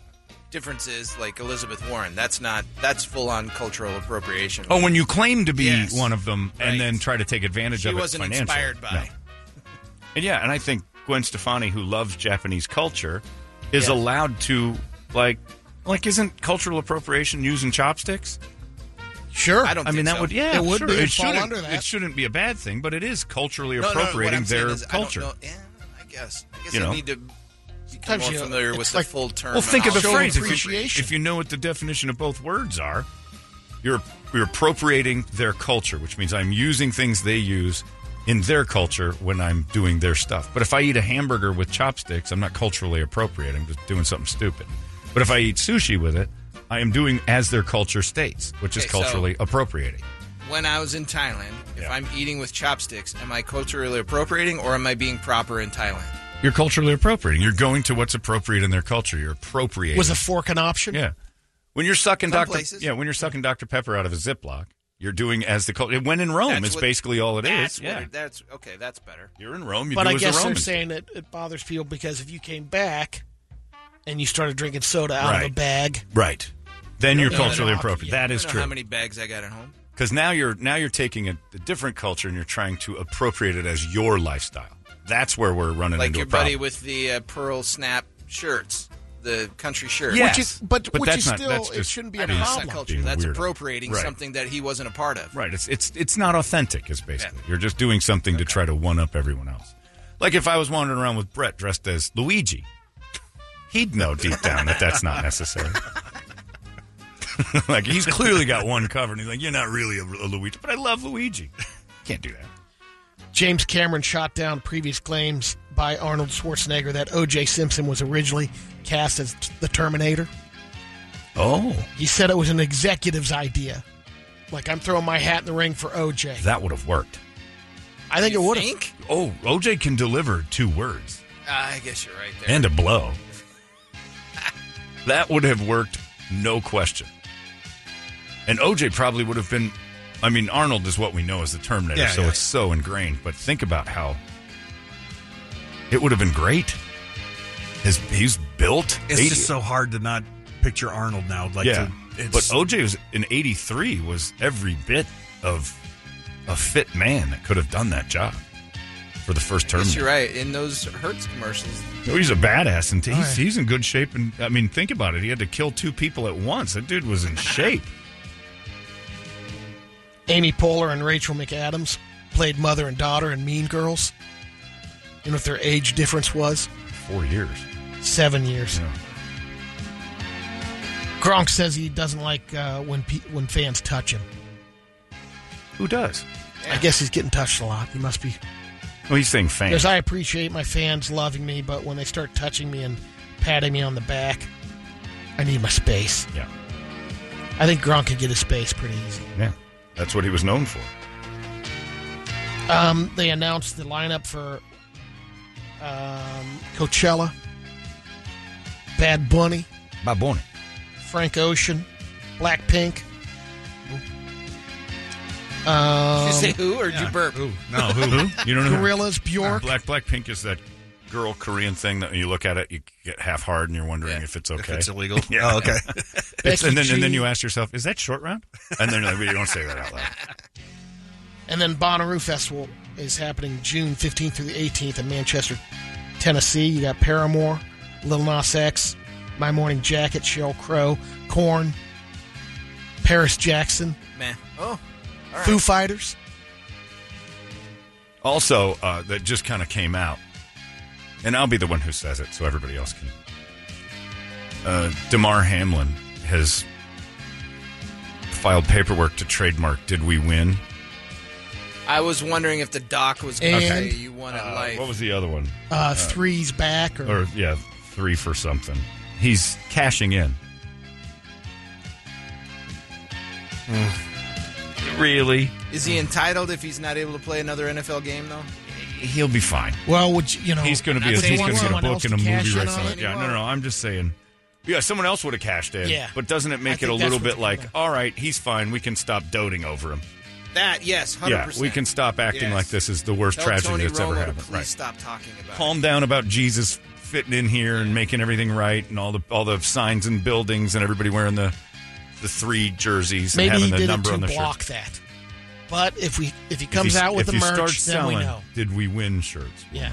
[SPEAKER 7] Difference is like Elizabeth Warren. That's not. That's full on cultural appropriation.
[SPEAKER 1] that. Oh, when you claim to be one of them and then try to take advantage
[SPEAKER 7] she
[SPEAKER 1] of it
[SPEAKER 7] wasn't
[SPEAKER 1] financially.
[SPEAKER 7] inspired by.
[SPEAKER 1] No. And yeah, and I think Gwen Stefani, who loves Japanese culture, is
[SPEAKER 7] Yeah.
[SPEAKER 1] allowed to like like isn't cultural appropriation using chopsticks?
[SPEAKER 2] Sure.
[SPEAKER 7] I don't
[SPEAKER 1] I mean
[SPEAKER 7] think
[SPEAKER 1] that
[SPEAKER 7] so.
[SPEAKER 1] would yeah,
[SPEAKER 7] It would
[SPEAKER 1] sure.
[SPEAKER 7] be,
[SPEAKER 1] it
[SPEAKER 7] it'd fall
[SPEAKER 1] shouldn't
[SPEAKER 7] under that.
[SPEAKER 1] it shouldn't be a bad thing, but it is culturally
[SPEAKER 7] No, no, what
[SPEAKER 1] appropriating
[SPEAKER 7] I'm saying
[SPEAKER 1] their
[SPEAKER 7] is I don't
[SPEAKER 1] culture.
[SPEAKER 7] know- yeah, I guess. I guess
[SPEAKER 1] You
[SPEAKER 7] you
[SPEAKER 1] know.
[SPEAKER 7] need to become
[SPEAKER 1] Sometimes
[SPEAKER 7] more
[SPEAKER 1] you-
[SPEAKER 7] familiar with
[SPEAKER 1] it's
[SPEAKER 7] the
[SPEAKER 1] like-
[SPEAKER 7] full term.
[SPEAKER 1] Well, think of the
[SPEAKER 7] and all.
[SPEAKER 1] phrase. If you, if you know what the definition of both words are, you're you're appropriating their culture, which means I'm using things they use in their culture when I'm doing their stuff. But if I eat a hamburger with chopsticks, I'm not culturally appropriate. I'm just doing something stupid. But if I eat sushi with it, I am doing as their culture states, which is
[SPEAKER 7] Okay, so-
[SPEAKER 1] culturally appropriating.
[SPEAKER 7] when I was in Thailand, if I'm eating with chopsticks, am I culturally appropriating or am I being proper in Thailand?
[SPEAKER 1] You're culturally appropriating. You're going to what's appropriate in their culture. You're appropriating.
[SPEAKER 2] Was a fork an option?
[SPEAKER 1] Yeah. When you're sucking
[SPEAKER 2] Some
[SPEAKER 1] Dr.
[SPEAKER 2] places.
[SPEAKER 1] Yeah, when you're sucking Dr. Pepper out of a Ziploc, you're doing as the culture. When in Rome
[SPEAKER 7] That's
[SPEAKER 1] is
[SPEAKER 7] what-
[SPEAKER 1] basically all it is.
[SPEAKER 7] that's what
[SPEAKER 1] yeah.
[SPEAKER 7] it- that's okay. That's better.
[SPEAKER 1] You're in Rome. You
[SPEAKER 2] but
[SPEAKER 1] do
[SPEAKER 2] I
[SPEAKER 1] as
[SPEAKER 2] guess
[SPEAKER 1] a
[SPEAKER 2] they're
[SPEAKER 1] Roman.
[SPEAKER 2] saying that it bothers people because if you came back and you started drinking soda out
[SPEAKER 1] Right.
[SPEAKER 2] of a bag,
[SPEAKER 1] right. Then you're
[SPEAKER 2] No, no, no,
[SPEAKER 1] culturally
[SPEAKER 2] no.
[SPEAKER 1] appropriate.
[SPEAKER 2] Yeah.
[SPEAKER 1] That is
[SPEAKER 7] I don't
[SPEAKER 1] true.
[SPEAKER 7] Know how many bags I got at home?
[SPEAKER 1] Because now you're now you're taking a, a different culture and you're trying to appropriate it as your lifestyle. That's where we're running
[SPEAKER 7] Like
[SPEAKER 1] into
[SPEAKER 7] your
[SPEAKER 1] a
[SPEAKER 7] buddy
[SPEAKER 1] problem.
[SPEAKER 7] with the uh, pearl snap shirts, the country shirt.
[SPEAKER 1] Yes. Which is- but- But which that's is not-
[SPEAKER 7] not,
[SPEAKER 1] still- that's it just shouldn't be a problem.
[SPEAKER 7] culture.
[SPEAKER 1] being a
[SPEAKER 7] That's
[SPEAKER 1] weirdo.
[SPEAKER 7] appropriating
[SPEAKER 1] Right.
[SPEAKER 7] something that he wasn't a part of.
[SPEAKER 1] Right. It's it's it's not authentic. Is basically you're just doing something to try to one up everyone else. Like if I was wandering around with Brett dressed as Luigi, he'd know deep down that that's not necessary. like he's clearly got one covered. And he's like, you're not really a, a Luigi, but I love Luigi. Can't do that.
[SPEAKER 2] James Cameron shot down previous claims by Arnold Schwarzenegger that O.J. Simpson was originally cast as t- the Terminator.
[SPEAKER 1] Oh,
[SPEAKER 2] He said it was an executive's idea. Like, I'm throwing my hat in the ring for O.J.
[SPEAKER 1] that would have worked.
[SPEAKER 2] I think it would have.
[SPEAKER 1] Oh, OJ can deliver two words
[SPEAKER 7] Ah, I guess you're right there.
[SPEAKER 1] and a blow. that would have worked, no question. And OJ probably would have been. I mean, Arnold is what we know as the Terminator,
[SPEAKER 3] Yeah,
[SPEAKER 1] so
[SPEAKER 3] yeah.
[SPEAKER 1] it's so ingrained. But think about how it would have been great. His he's built.
[SPEAKER 3] It's
[SPEAKER 1] 80
[SPEAKER 3] just so hard to not picture Arnold now. Like,
[SPEAKER 1] yeah,
[SPEAKER 3] to, it's,
[SPEAKER 1] but OJ was in '83 was every bit of a fit man that could have done that job for the first
[SPEAKER 7] Yes,
[SPEAKER 1] Terminator.
[SPEAKER 7] you're right. In those Hertz commercials,
[SPEAKER 1] No, he's a badass, and t-
[SPEAKER 7] All
[SPEAKER 1] he's,
[SPEAKER 7] right.
[SPEAKER 1] he's in good shape. And I mean, think about it. He had to kill two people at once. That dude was in shape.
[SPEAKER 2] Amy Poehler and Rachel McAdams played mother and daughter in Mean Girls. You know what their age difference was?
[SPEAKER 1] Four years.
[SPEAKER 2] Seven years. Gronk says he doesn't like uh, when pe- when fans touch him.
[SPEAKER 1] Who does?
[SPEAKER 2] I guess he's getting touched a lot. He must be.
[SPEAKER 1] Well, he's saying
[SPEAKER 2] Because
[SPEAKER 1] fans.
[SPEAKER 2] I appreciate my fans loving me, but when they start touching me and patting me on the back, I need my space.
[SPEAKER 1] Yeah.
[SPEAKER 2] I think Gronk could get his space pretty easy.
[SPEAKER 1] yeah, that's what he was known for.
[SPEAKER 2] Um, they announced the lineup for um, Coachella, Bad Bunny,
[SPEAKER 1] By Bonnie.
[SPEAKER 2] Frank Ocean, Blackpink. Um,
[SPEAKER 7] Did you say who or did you burp? Who?
[SPEAKER 1] No, Oh, who? You don't know. who?
[SPEAKER 2] Gorillaz, Bjork.
[SPEAKER 1] Black Black Pink is that girl Korean thing that when you look at it, you get half hard, and you're wondering if it's okay,
[SPEAKER 3] it's illegal.
[SPEAKER 1] yeah.
[SPEAKER 3] Oh, okay.
[SPEAKER 1] It's- and
[SPEAKER 2] Becky
[SPEAKER 1] then and then
[SPEAKER 2] G.
[SPEAKER 1] you ask yourself, is that short round? And then you're like, well, you don't say that out loud.
[SPEAKER 2] And then Bonnaroo Festival is happening June 15th through the 18th in Manchester, Tennessee. You got Paramore, Lil Nas X, My Morning Jacket, Sheryl Crow, Korn, Paris Jackson,
[SPEAKER 7] man. Oh, all right.
[SPEAKER 2] Foo Fighters.
[SPEAKER 1] Also, uh, that just kind of came out, and I'll be the one who says it so everybody else can. Uh, Damar Hamlin has filed paperwork to trademark Did We Win?
[SPEAKER 7] I was wondering if the doc was going to say
[SPEAKER 2] And-
[SPEAKER 7] you wanted life.
[SPEAKER 1] uh, What was the other one?
[SPEAKER 2] Uh, three's back, or,
[SPEAKER 1] or yeah, three for something. He's cashing in. Really?
[SPEAKER 7] Is he entitled if he's not able to play another NFL game though?
[SPEAKER 1] He'll be fine.
[SPEAKER 2] well, would you, you know
[SPEAKER 1] he's going to be a,
[SPEAKER 2] would you
[SPEAKER 1] he's
[SPEAKER 2] want
[SPEAKER 1] going to get a
[SPEAKER 2] someone
[SPEAKER 1] book
[SPEAKER 2] else
[SPEAKER 1] and a
[SPEAKER 2] to
[SPEAKER 1] movie
[SPEAKER 2] cash in
[SPEAKER 1] right
[SPEAKER 2] on
[SPEAKER 1] somewhere.
[SPEAKER 2] it?
[SPEAKER 1] Yeah, no, no, no. I'm just saying. Yeah, someone else would have cashed in.
[SPEAKER 7] Yeah.
[SPEAKER 1] But doesn't it
[SPEAKER 7] I
[SPEAKER 1] make it
[SPEAKER 7] think
[SPEAKER 1] a
[SPEAKER 7] that's
[SPEAKER 1] little
[SPEAKER 7] what's
[SPEAKER 1] bit like, all right, he's fine. We can stop doting over him.
[SPEAKER 7] That yes, hundred
[SPEAKER 1] Yeah,
[SPEAKER 7] percent.
[SPEAKER 1] we can stop acting like this is the worst
[SPEAKER 7] Tell
[SPEAKER 1] tragedy
[SPEAKER 7] Tony
[SPEAKER 1] that's ever
[SPEAKER 7] Romo to
[SPEAKER 1] happened.
[SPEAKER 7] Please
[SPEAKER 1] Right.
[SPEAKER 7] stop talking about.
[SPEAKER 1] Calm down about Jesus fitting in here and making everything right, and all the all the signs and buildings, and everybody wearing the the three jerseys
[SPEAKER 2] Maybe
[SPEAKER 1] and having
[SPEAKER 2] he
[SPEAKER 1] the
[SPEAKER 2] did it
[SPEAKER 1] number
[SPEAKER 2] to
[SPEAKER 1] on the shirt.
[SPEAKER 2] block that. But if we if he
[SPEAKER 1] If
[SPEAKER 2] comes
[SPEAKER 1] you-
[SPEAKER 2] out
[SPEAKER 1] if
[SPEAKER 2] with the
[SPEAKER 1] you
[SPEAKER 2] merch,
[SPEAKER 1] start
[SPEAKER 2] then
[SPEAKER 1] selling,
[SPEAKER 2] we know.
[SPEAKER 1] Did we win shirts?
[SPEAKER 2] Yeah.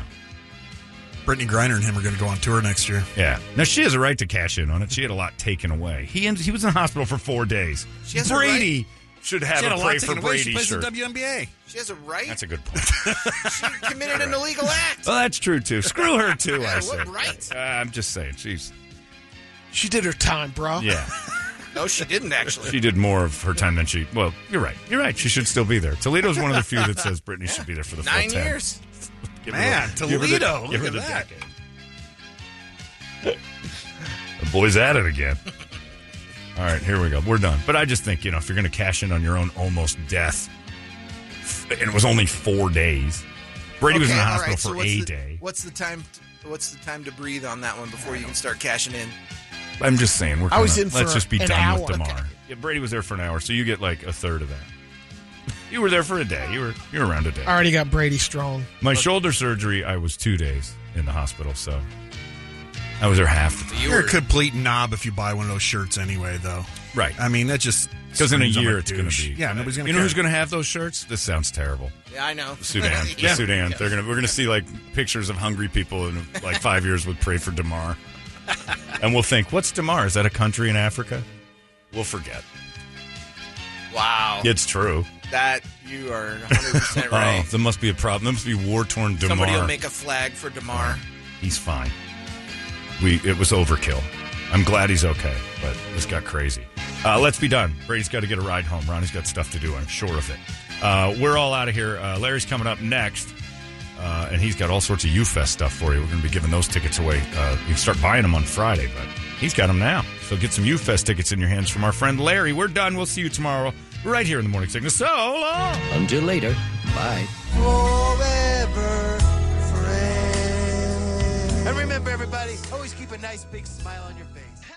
[SPEAKER 3] Brittany Griner and him are going to go on tour next year.
[SPEAKER 1] Yeah. Now she has a right to cash in on it. She had a lot taken away. He he was in the hospital for four days.
[SPEAKER 7] She has a
[SPEAKER 1] Brady
[SPEAKER 7] right.
[SPEAKER 1] should have
[SPEAKER 7] She had
[SPEAKER 1] a
[SPEAKER 7] a lot
[SPEAKER 1] pray
[SPEAKER 7] taken
[SPEAKER 1] for
[SPEAKER 7] away. She
[SPEAKER 1] Brady
[SPEAKER 7] plays in
[SPEAKER 1] shirt.
[SPEAKER 7] the
[SPEAKER 3] WNBA.
[SPEAKER 7] She has a right.
[SPEAKER 1] That's a good point.
[SPEAKER 7] she committed an illegal act.
[SPEAKER 1] well, that's true too. Screw her too. I
[SPEAKER 7] Yeah,
[SPEAKER 1] say.
[SPEAKER 7] what right?
[SPEAKER 1] Uh, I'm just saying. She's
[SPEAKER 2] She did her time, bro.
[SPEAKER 1] yeah.
[SPEAKER 7] No, she didn't actually.
[SPEAKER 1] She did more of her time than she. Well, you're right. You're right. She should still be there. Toledo's one of the few that says Brittany should be there for the
[SPEAKER 7] Nine
[SPEAKER 1] full 10.
[SPEAKER 7] years.
[SPEAKER 1] Give her
[SPEAKER 7] Man,
[SPEAKER 1] the- give her the-
[SPEAKER 7] Toledo.
[SPEAKER 1] give her
[SPEAKER 7] Look
[SPEAKER 1] the
[SPEAKER 7] at that.
[SPEAKER 1] decade. The boy's at it again. All right, here we go. We're done. But I just think, you know, if you're going to cash in on your own almost death, f- and it was only four days, Brady was in the
[SPEAKER 7] Okay, all
[SPEAKER 1] hospital
[SPEAKER 7] right, so
[SPEAKER 1] for
[SPEAKER 7] what's
[SPEAKER 1] a
[SPEAKER 7] the-
[SPEAKER 1] day.
[SPEAKER 7] What's the time? What's the time to breathe on that one before you can start cashing in?
[SPEAKER 1] I'm just saying, we're
[SPEAKER 7] I
[SPEAKER 1] going
[SPEAKER 7] was
[SPEAKER 1] to
[SPEAKER 7] in
[SPEAKER 1] let's
[SPEAKER 7] for
[SPEAKER 1] just be
[SPEAKER 7] an
[SPEAKER 1] done with
[SPEAKER 7] hour.
[SPEAKER 1] Demar. Yeah, Brady was there for an hour, so you get like a third of that. You were there for a day. You were you were around a day.
[SPEAKER 2] I already got Brady strong.
[SPEAKER 1] My shoulder surgery, I was two days in the hospital, so I was there half the time.
[SPEAKER 3] You're a complete knob if you buy one of those shirts anyway, though.
[SPEAKER 1] Right.
[SPEAKER 3] I mean, that just
[SPEAKER 1] Because in a
[SPEAKER 3] screams I'm
[SPEAKER 1] year, it's going
[SPEAKER 3] douche.
[SPEAKER 1] to be.
[SPEAKER 3] Yeah, nobody's going to.
[SPEAKER 1] You know who's going to have those shirts? This sounds terrible.
[SPEAKER 7] Yeah, I know.
[SPEAKER 1] Sudan,
[SPEAKER 7] Yeah.
[SPEAKER 1] the Sudan.
[SPEAKER 7] Yeah.
[SPEAKER 1] They're gonna we're gonna see like pictures of hungry people in like five years with pray for Damar, and we'll think, what's Damar? Is that a country in Africa? We'll forget.
[SPEAKER 7] Wow.
[SPEAKER 1] It's true.
[SPEAKER 7] That you are 100 percent right.
[SPEAKER 1] Oh, there must be a problem. There must be war torn Damar.
[SPEAKER 7] Somebody will make a flag for Demar.
[SPEAKER 1] he's fine. We it was overkill. I'm glad he's okay, but this got crazy. Uh, let's be done. Brady's got to get a ride home. Ronnie's got stuff to do. I'm sure of it. Uh, we're all out of here. Uh, Larry's coming up next, uh, and he's got all sorts of UFest stuff for you. We're going to be giving those tickets away. Uh, you can start buying them on Friday, but he's got them now. So get some UFest tickets in your hands from our friend Larry. We're done. We'll see you tomorrow right here in the morning sickness. So long. Until later. Bye.
[SPEAKER 14] Forever friend. And remember, everybody, always keep a nice big smile on your face.